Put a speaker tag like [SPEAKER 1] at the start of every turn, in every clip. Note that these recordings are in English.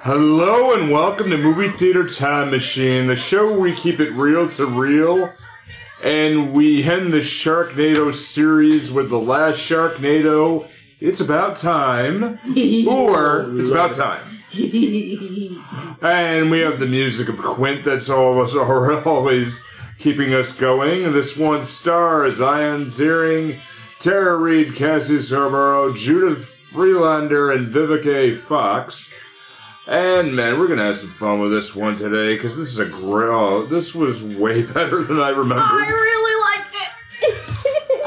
[SPEAKER 1] Hello and welcome to Movie Theater Time Machine, the show where we keep it real to real, and we end the Sharknado series with the last Sharknado. It's about time, or it's about time. And we have the music of Quint that's always always keeping us going. This one stars Ion Ziering, Tara Reid, Cassie Cerbero, Judith Freelander, and Vivica A. Fox. And man, we're gonna have some fun with this one today because this is a great. Oh, this was way better than I
[SPEAKER 2] I
[SPEAKER 1] remembered.
[SPEAKER 2] really liked it.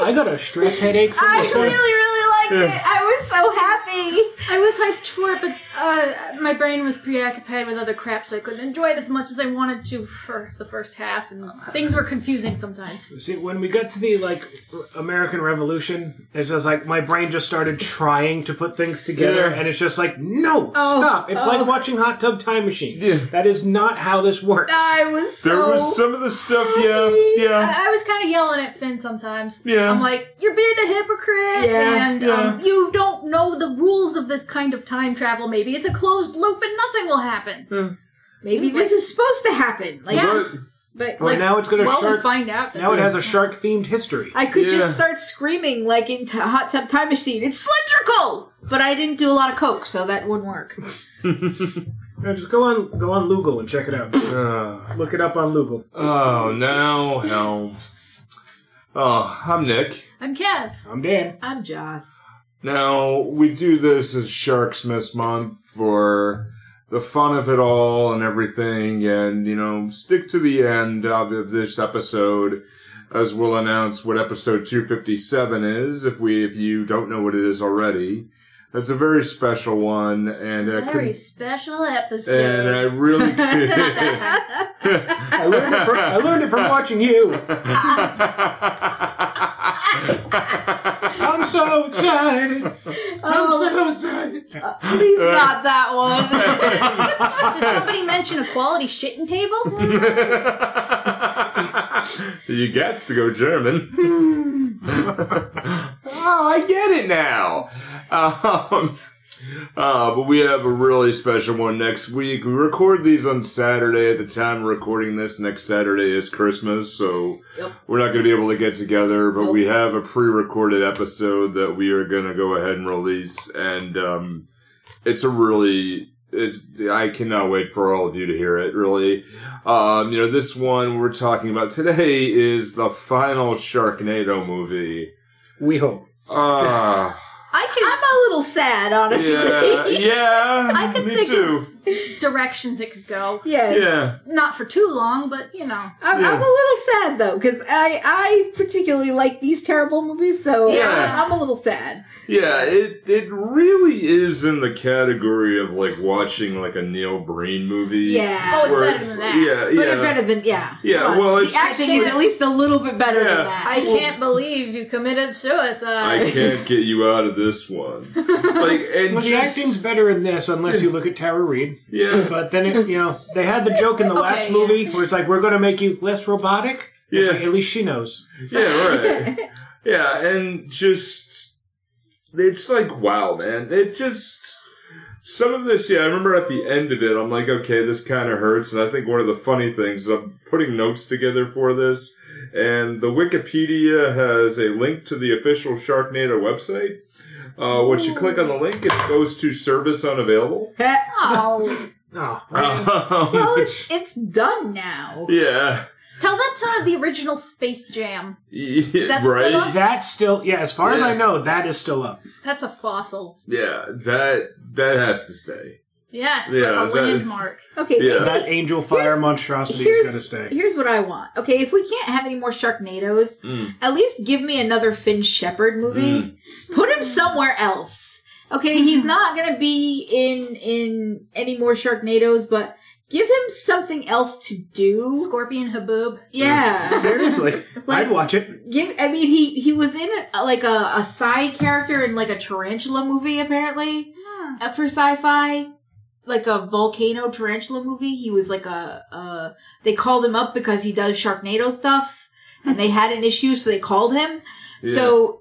[SPEAKER 3] I got a stress headache from
[SPEAKER 2] I
[SPEAKER 3] this
[SPEAKER 2] really,
[SPEAKER 3] one.
[SPEAKER 2] really liked
[SPEAKER 1] Yeah.
[SPEAKER 2] it. I was so happy.
[SPEAKER 4] I was hyped for it, but uh, my brain was preoccupied with other crap, so I couldn't enjoy it as much as I wanted to for the first half, and things were confusing sometimes.
[SPEAKER 3] See, when we got to the like r- American Revolution, it's just like my brain just started trying to put things together,
[SPEAKER 1] Yeah.
[SPEAKER 3] and it's just like, no,
[SPEAKER 2] Oh,
[SPEAKER 3] stop! It's like watching Hot Tub Time Machine.
[SPEAKER 1] Yeah.
[SPEAKER 3] That is not how this works.
[SPEAKER 2] I was so.
[SPEAKER 1] There was some of the stuff, yeah, yeah.
[SPEAKER 4] I, I was kind of yelling at Finn sometimes.
[SPEAKER 1] Yeah.
[SPEAKER 4] I'm like, you're being a hypocrite,
[SPEAKER 2] Yeah.
[SPEAKER 4] and Um,
[SPEAKER 1] Yeah.
[SPEAKER 4] you don't know the rules of this kind of time travel, maybe. It's a closed loop and nothing will happen.
[SPEAKER 1] Hmm.
[SPEAKER 2] Maybe this is supposed to happen. Like,
[SPEAKER 4] Yeah.
[SPEAKER 1] But
[SPEAKER 2] but
[SPEAKER 3] Well,
[SPEAKER 2] like,
[SPEAKER 3] now it's got a
[SPEAKER 4] Well, we
[SPEAKER 3] shark.
[SPEAKER 4] find out. That
[SPEAKER 3] now it has a shark themed history.
[SPEAKER 2] I could
[SPEAKER 1] Yeah.
[SPEAKER 2] just start screaming like in t- Hot Tub Time Machine. It's cylindrical, but I didn't do a lot of coke, so that wouldn't work.
[SPEAKER 3] Now just go on, go on Lugal and check it out.
[SPEAKER 1] uh,
[SPEAKER 3] Look it up on Lugal.
[SPEAKER 1] oh no, hell. Oh, I'm Nick.
[SPEAKER 4] I'm Kev.
[SPEAKER 3] I'm Dan.
[SPEAKER 2] I'm Joss.
[SPEAKER 1] Now we do this as Sharks Miss Month for the fun of it all and everything, and you know, stick to the end of, of this episode, as we'll announce what episode two fifty seven is. If we, if you don't know what it is already, that's a very special one, and I
[SPEAKER 4] Very
[SPEAKER 1] couldn't-
[SPEAKER 4] special episode.
[SPEAKER 1] and I really
[SPEAKER 3] I learned it from, I learned it from watching you. I'm so excited. I'm so excited.
[SPEAKER 2] Please Oh, not that one.
[SPEAKER 4] Did somebody mention a quality shitting table?
[SPEAKER 1] you gets to go German. oh, I get it now. Um, uh, but we have a really special one next week. We record these on Saturday. At the time we're recording this, next Saturday is Christmas, so
[SPEAKER 2] Yep.
[SPEAKER 1] we're not going to be able to get together. But we have a pre-recorded episode that we are going to go ahead and release, and um, it's a really it, I cannot wait for all of you to hear it. Really, um, you know, this one we're talking about today is the final Sharknado movie.
[SPEAKER 3] We hope.
[SPEAKER 1] Ah,
[SPEAKER 4] I
[SPEAKER 2] I'm a little sad, honestly.
[SPEAKER 1] yeah, yeah.
[SPEAKER 4] I could
[SPEAKER 1] me
[SPEAKER 4] think
[SPEAKER 1] too.
[SPEAKER 4] could directions it could go.
[SPEAKER 2] Yes.
[SPEAKER 1] yeah,
[SPEAKER 4] Not for too long, but you know.
[SPEAKER 2] I'm,
[SPEAKER 1] Yeah.
[SPEAKER 2] I'm a little sad though, because I I particularly like these terrible movies, so
[SPEAKER 1] Yeah.
[SPEAKER 2] I'm a little sad.
[SPEAKER 1] yeah. It it really is in the category of like watching like a Neil Breen movie.
[SPEAKER 2] Yeah.
[SPEAKER 4] Oh, it's
[SPEAKER 1] where
[SPEAKER 4] better
[SPEAKER 1] it's-
[SPEAKER 4] than that.
[SPEAKER 1] Yeah,
[SPEAKER 2] But
[SPEAKER 1] yeah.
[SPEAKER 2] it's better than yeah.
[SPEAKER 1] Yeah,
[SPEAKER 2] Come on.
[SPEAKER 1] well,
[SPEAKER 2] the
[SPEAKER 1] it's-
[SPEAKER 2] acting is at least a little bit better
[SPEAKER 1] Yeah.
[SPEAKER 2] than that.
[SPEAKER 4] I can't believe you committed suicide.
[SPEAKER 1] I can't get you out of this one. Like, and
[SPEAKER 3] Well, the
[SPEAKER 1] just-
[SPEAKER 3] acting's better in this, unless you look at Tara Reid.
[SPEAKER 1] yeah,
[SPEAKER 3] But then, it, you know, they had the joke in the last
[SPEAKER 4] yeah.
[SPEAKER 3] movie where it's like, we're going to make you less robotic. It's
[SPEAKER 1] Yeah.
[SPEAKER 3] like, at least she knows.
[SPEAKER 1] Yeah, right. yeah, and just it's like wow, man. It just some of this, yeah, I remember at the end of it, I'm like, okay, this kind of hurts. And I think one of the funny things is I'm putting notes together for this, and the Wikipedia has a link to the official Sharknado website. Uh, once you click on the link, it goes to service unavailable.
[SPEAKER 4] Oh.
[SPEAKER 3] Oh,
[SPEAKER 2] well,
[SPEAKER 1] Um,
[SPEAKER 2] it's, it's done now.
[SPEAKER 1] yeah,
[SPEAKER 4] Tell that to the original Space Jam.
[SPEAKER 1] yeah
[SPEAKER 4] that still
[SPEAKER 1] right.
[SPEAKER 4] up?
[SPEAKER 3] that's still, yeah, as far as
[SPEAKER 1] Yeah.
[SPEAKER 3] I know, that is still up.
[SPEAKER 4] That's a fossil.
[SPEAKER 1] Yeah, that that has to stay.
[SPEAKER 4] Yes,
[SPEAKER 1] Yeah,
[SPEAKER 4] a
[SPEAKER 1] that is-
[SPEAKER 4] landmark.
[SPEAKER 2] Okay,
[SPEAKER 1] Yeah.
[SPEAKER 3] That angel fire
[SPEAKER 2] Here's-
[SPEAKER 3] monstrosity
[SPEAKER 2] here's-
[SPEAKER 3] is going to stay.
[SPEAKER 2] here's what I want. Okay, if we can't have any more Sharknadoes,
[SPEAKER 1] Mm.
[SPEAKER 2] at least give me another Finn Shepard movie. Put him somewhere else. Okay, he's not gonna be in in any more Sharknadoes, but give him something else to do.
[SPEAKER 4] Scorpion Haboob.
[SPEAKER 2] Yeah,
[SPEAKER 3] Seriously,
[SPEAKER 2] Like-
[SPEAKER 3] I'd watch it.
[SPEAKER 2] give. I mean, he he was in a, like a, a side character in like a tarantula movie apparently.
[SPEAKER 4] Yeah.
[SPEAKER 2] up for sci-fi like a volcano tarantula movie he was like a, a they called him up because he does sharknado stuff and they had an issue so they called him so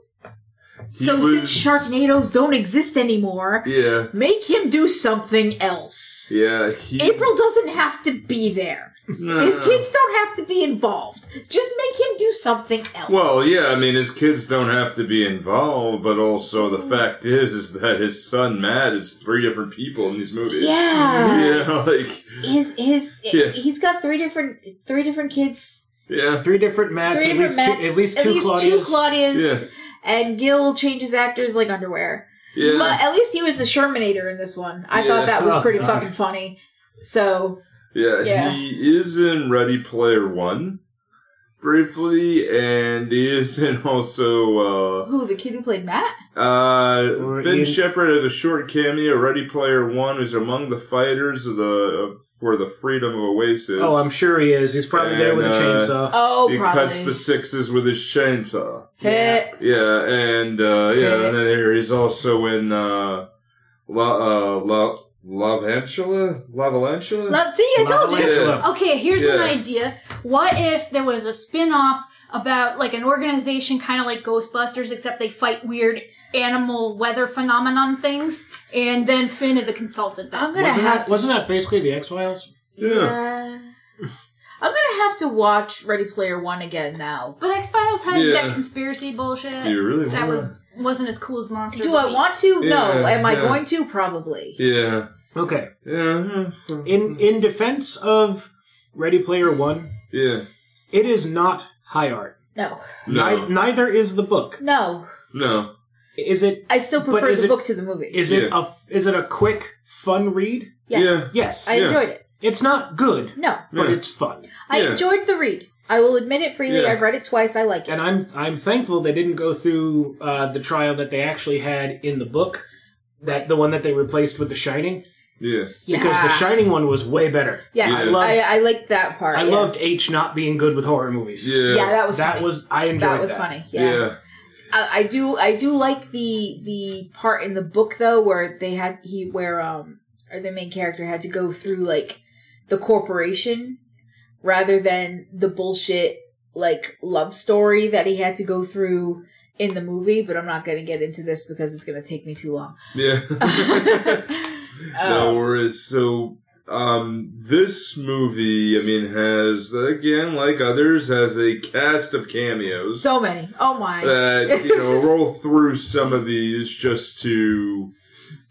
[SPEAKER 2] so
[SPEAKER 1] He
[SPEAKER 2] since
[SPEAKER 1] was-
[SPEAKER 2] sharknados don't exist anymore
[SPEAKER 1] yeah.
[SPEAKER 2] make him do something else kids.
[SPEAKER 1] Yeah, Uh. he,
[SPEAKER 2] April doesn't have to be there.
[SPEAKER 1] No.
[SPEAKER 2] His kids don't have to be involved. Just make him do something else.
[SPEAKER 1] Well, yeah, I mean, his kids don't have to be involved, but also
[SPEAKER 2] Mm.
[SPEAKER 1] the fact is, is that his son Matt is three different people in these movies.
[SPEAKER 2] Yeah.
[SPEAKER 1] you know, like
[SPEAKER 2] his his
[SPEAKER 1] Yeah.
[SPEAKER 2] he's got three different three different kids,
[SPEAKER 1] yeah,
[SPEAKER 5] Three different Matts,
[SPEAKER 2] three
[SPEAKER 5] at
[SPEAKER 2] different
[SPEAKER 5] least,
[SPEAKER 2] Matts,
[SPEAKER 5] two, at least two Claudias.
[SPEAKER 2] Claudias,
[SPEAKER 1] Yeah.
[SPEAKER 2] and Gil changes actors like underwear.
[SPEAKER 1] yeah.
[SPEAKER 2] But at least he was a Shermanator in this one. I
[SPEAKER 1] Yeah.
[SPEAKER 2] thought that was
[SPEAKER 5] Oh,
[SPEAKER 2] pretty
[SPEAKER 5] God.
[SPEAKER 2] fucking funny. So
[SPEAKER 1] Yeah,
[SPEAKER 2] Yeah.
[SPEAKER 1] he is in Ready Player One briefly, and he is in also uh
[SPEAKER 2] who the kid who played Matt?
[SPEAKER 1] uh
[SPEAKER 5] Or
[SPEAKER 1] Finn
[SPEAKER 5] Ian-
[SPEAKER 1] Shepard has a short cameo. Ready Player One is among the fighters of the for the freedom of Oasis.
[SPEAKER 5] Oh, I'm sure he is. He's probably there with a
[SPEAKER 1] And, uh,
[SPEAKER 5] chainsaw.
[SPEAKER 2] Oh,
[SPEAKER 1] he
[SPEAKER 2] probably.
[SPEAKER 1] cuts the sixes with his chainsaw.
[SPEAKER 2] Heh.
[SPEAKER 1] Yeah, and uh, yeah,
[SPEAKER 2] Okay.
[SPEAKER 1] and then here he's also in uh, La uh, La Lavantula, Lavalantula.
[SPEAKER 2] Love, see, I told you.
[SPEAKER 5] Michelangelo.
[SPEAKER 4] Okay, here's an
[SPEAKER 1] Yeah.
[SPEAKER 4] idea. What if there was a spin-off about like an organization kind of like Ghostbusters except they fight weird animal weather phenomenon things and then Finn is a consultant then.
[SPEAKER 2] I'm gonna
[SPEAKER 5] wasn't,
[SPEAKER 2] have
[SPEAKER 5] that,
[SPEAKER 2] to.
[SPEAKER 5] wasn't that basically the X Files?
[SPEAKER 1] yeah,
[SPEAKER 2] Uh, I'm gonna have to watch Ready Player One again now.
[SPEAKER 4] But X-Files had
[SPEAKER 1] Yeah.
[SPEAKER 4] that conspiracy bullshit.
[SPEAKER 1] Do you really
[SPEAKER 4] that
[SPEAKER 1] wanna-
[SPEAKER 4] was wasn't as cool as Monster.
[SPEAKER 2] Do I
[SPEAKER 4] Inc.
[SPEAKER 2] want to? no.
[SPEAKER 1] Yeah,
[SPEAKER 2] Am I
[SPEAKER 1] yeah.
[SPEAKER 2] going to? Probably.
[SPEAKER 1] yeah,
[SPEAKER 5] Okay.
[SPEAKER 1] yeah,
[SPEAKER 5] In
[SPEAKER 1] Hmm.
[SPEAKER 5] in defense of Ready Player One,
[SPEAKER 1] yeah.
[SPEAKER 5] it is not high art.
[SPEAKER 2] No.
[SPEAKER 1] No,
[SPEAKER 5] Ni- neither is the book.
[SPEAKER 2] No.
[SPEAKER 1] no,
[SPEAKER 5] Is it?
[SPEAKER 2] I still
[SPEAKER 5] But
[SPEAKER 2] prefer
[SPEAKER 5] is
[SPEAKER 2] the
[SPEAKER 5] it-
[SPEAKER 2] book to the movie.
[SPEAKER 5] Is it a? Is it a quick, fun read?
[SPEAKER 2] yes.
[SPEAKER 5] Yes.
[SPEAKER 2] I
[SPEAKER 1] Yeah.
[SPEAKER 2] enjoyed it.
[SPEAKER 5] it's not good,
[SPEAKER 2] No.
[SPEAKER 5] but
[SPEAKER 1] Yeah.
[SPEAKER 5] it's fun,
[SPEAKER 2] I
[SPEAKER 1] Yeah.
[SPEAKER 2] enjoyed the read. I will admit it freely.
[SPEAKER 1] Yeah.
[SPEAKER 2] I've read it twice. I like it.
[SPEAKER 5] and I'm I'm thankful they didn't go through uh, the trial that they actually had in the book. That the one that they replaced with The Shining
[SPEAKER 1] yeah,
[SPEAKER 5] because The
[SPEAKER 2] Yeah.
[SPEAKER 5] Shining one was way better.
[SPEAKER 2] Yes,
[SPEAKER 1] I
[SPEAKER 2] I,
[SPEAKER 5] loved-
[SPEAKER 2] I, liked that part.
[SPEAKER 5] I
[SPEAKER 2] yes.
[SPEAKER 5] loved H not being good with horror movies.
[SPEAKER 1] yeah,
[SPEAKER 2] Yeah, that was
[SPEAKER 5] that
[SPEAKER 2] funny.
[SPEAKER 5] was I enjoyed
[SPEAKER 2] that was funny. Yeah,
[SPEAKER 1] yeah.
[SPEAKER 2] I, I do. I do like the the part in the book though where they had he where um or the main character had to go through like the corporation rather than the bullshit like love story that he had to go through in the movie. But I'm not going to get into this because it's going to take me too long.
[SPEAKER 1] yeah. no
[SPEAKER 2] Um,
[SPEAKER 1] worries. So, um, this movie, I mean, has again, like others, has a cast of cameos.
[SPEAKER 2] so many. Oh my.
[SPEAKER 1] that you know roll through some of these just to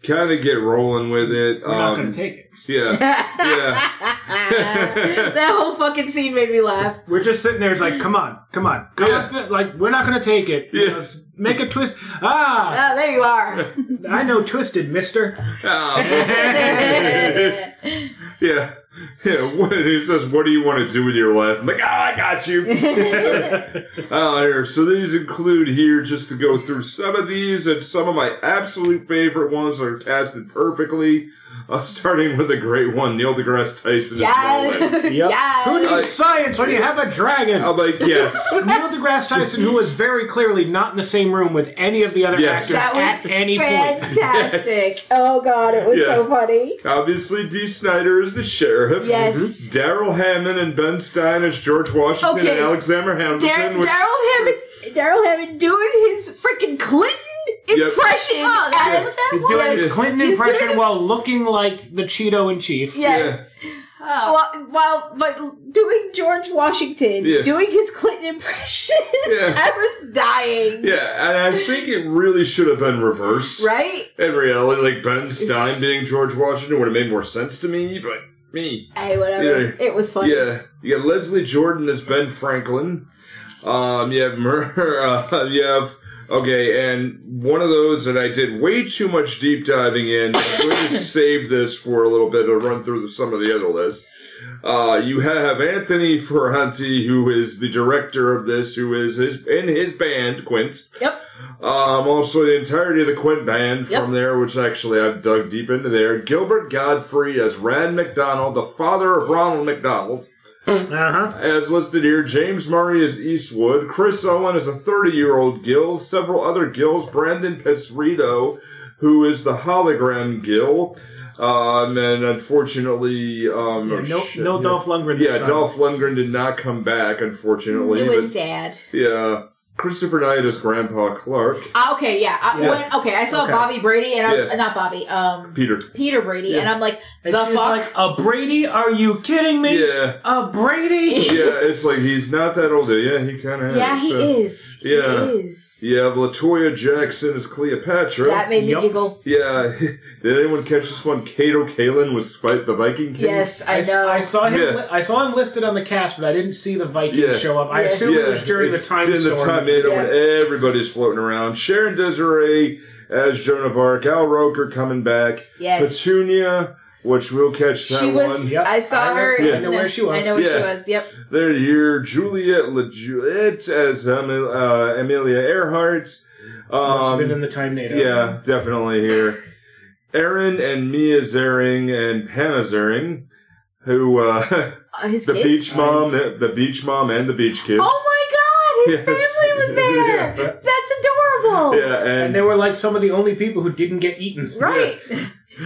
[SPEAKER 1] kind of get rolling with it. Um,
[SPEAKER 5] We're not going to take it.
[SPEAKER 1] yeah, Yeah.
[SPEAKER 2] that whole fucking scene made me laugh.
[SPEAKER 5] We're just sitting there. It's like, come on, come on, come on. Like, we're not going to take it.
[SPEAKER 1] Yeah.
[SPEAKER 5] Let's make a twist. Ah,
[SPEAKER 2] Ah, there you are.
[SPEAKER 5] I know twisted, Mister.
[SPEAKER 1] Um, yeah, yeah. What, he says, "What do you want to do with your life?" I'm like, "Ah, I got you." oh, here. So these include here just to go through some of these, and some of my absolute favorite ones are casted perfectly. Uh, starting with the great one, Neil deGrasse Tyson. is Merlin.
[SPEAKER 2] yes. Yes.
[SPEAKER 5] Who needs
[SPEAKER 1] I-
[SPEAKER 5] science when you have a dragon?
[SPEAKER 1] I'm like, yes.
[SPEAKER 5] Neil deGrasse Tyson, who was very clearly not in the same room with any of the other
[SPEAKER 1] Yes.
[SPEAKER 5] actors
[SPEAKER 2] that was
[SPEAKER 5] at any point.
[SPEAKER 2] fantastic. Oh god, it was
[SPEAKER 1] Yeah.
[SPEAKER 2] so funny.
[SPEAKER 1] Obviously, D. Snyder is the sheriff. Mm-hmm.
[SPEAKER 2] Yes.
[SPEAKER 1] Daryl Hammond and Ben Stein as George Washington
[SPEAKER 2] Okay.
[SPEAKER 1] and Alexander Hamilton.
[SPEAKER 2] Dar- Daryl
[SPEAKER 1] which-
[SPEAKER 2] Hammond, Daryl Hammond doing his freaking Clinton
[SPEAKER 1] Yep.
[SPEAKER 2] impression.
[SPEAKER 4] Oh, that
[SPEAKER 2] as-
[SPEAKER 4] was that
[SPEAKER 5] He's
[SPEAKER 4] one.
[SPEAKER 5] doing his Clinton
[SPEAKER 2] He's doing
[SPEAKER 5] impression
[SPEAKER 2] his-
[SPEAKER 5] while looking like the Cheeto in chief.
[SPEAKER 2] Yes.
[SPEAKER 4] Oh.
[SPEAKER 2] While, while but doing George Washington,
[SPEAKER 1] Yeah.
[SPEAKER 2] doing his Clinton impression,
[SPEAKER 1] Yeah.
[SPEAKER 2] I was dying.
[SPEAKER 1] yeah, and I think it really should have been reversed.
[SPEAKER 2] Right?
[SPEAKER 1] In reality, like Ben Stein being George Washington would have made more sense to me, but me.
[SPEAKER 2] Hey, whatever.
[SPEAKER 1] Yeah.
[SPEAKER 2] It was funny.
[SPEAKER 1] Yeah, you got Leslie Jordan as Ben Franklin. Um, you have Mer- uh, you have okay, and one of those that I did way too much deep diving in. I'm going to save this for a little bit to run through the, some of the other list. Uh, you have Anthony Ferranti, who is the director of this, who is his in his band Quint.
[SPEAKER 2] Yep.
[SPEAKER 1] Um, also the entirety of the Quint band
[SPEAKER 2] Yep.
[SPEAKER 1] from there, which actually I've dug deep into there. Gilbert Godfrey as Rand McDonald, the father of Ronald McDonald.
[SPEAKER 5] Uh huh.
[SPEAKER 1] As listed here, James Murray is Eastwood, Chris Owen is a 30 year old Gill, several other Gills, Brandon Pesrito, who is the hologram Gill, um, and unfortunately, um,
[SPEAKER 5] Yeah,
[SPEAKER 1] oh,
[SPEAKER 5] no,
[SPEAKER 1] shit.
[SPEAKER 5] no Dolph Lundgren. this
[SPEAKER 1] yeah,
[SPEAKER 5] time.
[SPEAKER 1] Dolph Lundgren did not come back, unfortunately.
[SPEAKER 2] It was
[SPEAKER 1] but-
[SPEAKER 2] sad.
[SPEAKER 1] yeah, Christopher Niada's grandpa Clark,
[SPEAKER 2] Ah, okay, yeah. I,
[SPEAKER 5] Yeah.
[SPEAKER 2] When, okay, I saw
[SPEAKER 5] Okay.
[SPEAKER 2] Bobby Brady and I was
[SPEAKER 1] Yeah.
[SPEAKER 2] not Bobby, um,
[SPEAKER 1] Peter.
[SPEAKER 2] Peter Brady,
[SPEAKER 5] Yeah.
[SPEAKER 2] and I'm like,
[SPEAKER 5] And
[SPEAKER 2] the
[SPEAKER 5] she's
[SPEAKER 2] fuck?
[SPEAKER 5] like, "A Brady? Are you kidding me?
[SPEAKER 1] Yeah,
[SPEAKER 5] A Brady?"
[SPEAKER 1] yeah. It's like he's not that old. Yeah, he kind of.
[SPEAKER 2] yeah, he is. He
[SPEAKER 1] Yeah.
[SPEAKER 2] is.
[SPEAKER 1] Yeah, Latoya Jackson is Cleopatra.
[SPEAKER 2] That made me
[SPEAKER 5] Yup.
[SPEAKER 2] giggle.
[SPEAKER 1] yeah, did anyone catch this one? Cato Kalin was fight the Viking king.
[SPEAKER 2] Yes, I
[SPEAKER 5] s-
[SPEAKER 2] know.
[SPEAKER 5] I saw him.
[SPEAKER 1] Yeah.
[SPEAKER 5] li- I saw him listed on the cast, but I didn't see the Viking
[SPEAKER 1] Yeah.
[SPEAKER 5] show up. I
[SPEAKER 2] Yeah.
[SPEAKER 5] assume it was during the
[SPEAKER 1] it's
[SPEAKER 5] time
[SPEAKER 1] in the
[SPEAKER 5] storm.
[SPEAKER 1] tornado
[SPEAKER 2] Yeah.
[SPEAKER 1] when everybody's floating around. Sharon Desiree as Joan of Arc, Al Roker coming back,
[SPEAKER 2] yes.
[SPEAKER 1] Petunia, which we'll catch that
[SPEAKER 2] She was.
[SPEAKER 1] one.
[SPEAKER 5] Yep.
[SPEAKER 2] I saw
[SPEAKER 5] I know-
[SPEAKER 2] her.
[SPEAKER 5] I
[SPEAKER 2] in
[SPEAKER 5] know where
[SPEAKER 2] the-
[SPEAKER 5] she was.
[SPEAKER 2] I know where
[SPEAKER 1] Yeah.
[SPEAKER 2] she was. Yep.
[SPEAKER 1] They're here. Juliet LeJuliet as Emil, uh, Amelia Earhart.
[SPEAKER 5] Must have
[SPEAKER 1] Um,
[SPEAKER 5] been in the time NATO.
[SPEAKER 1] yeah, definitely here. Aaron and Mia Zering and Hannah Zering, who uh,
[SPEAKER 2] Uh, his
[SPEAKER 1] the
[SPEAKER 2] kids.
[SPEAKER 1] beach mom, the, the beach mom, and the beach kids.
[SPEAKER 2] Oh my God!
[SPEAKER 1] Yes.
[SPEAKER 2] His family was there.
[SPEAKER 1] Yeah.
[SPEAKER 2] That's adorable.
[SPEAKER 1] yeah,
[SPEAKER 5] And
[SPEAKER 1] and
[SPEAKER 5] they were like some of the only people who didn't get eaten.
[SPEAKER 2] Right.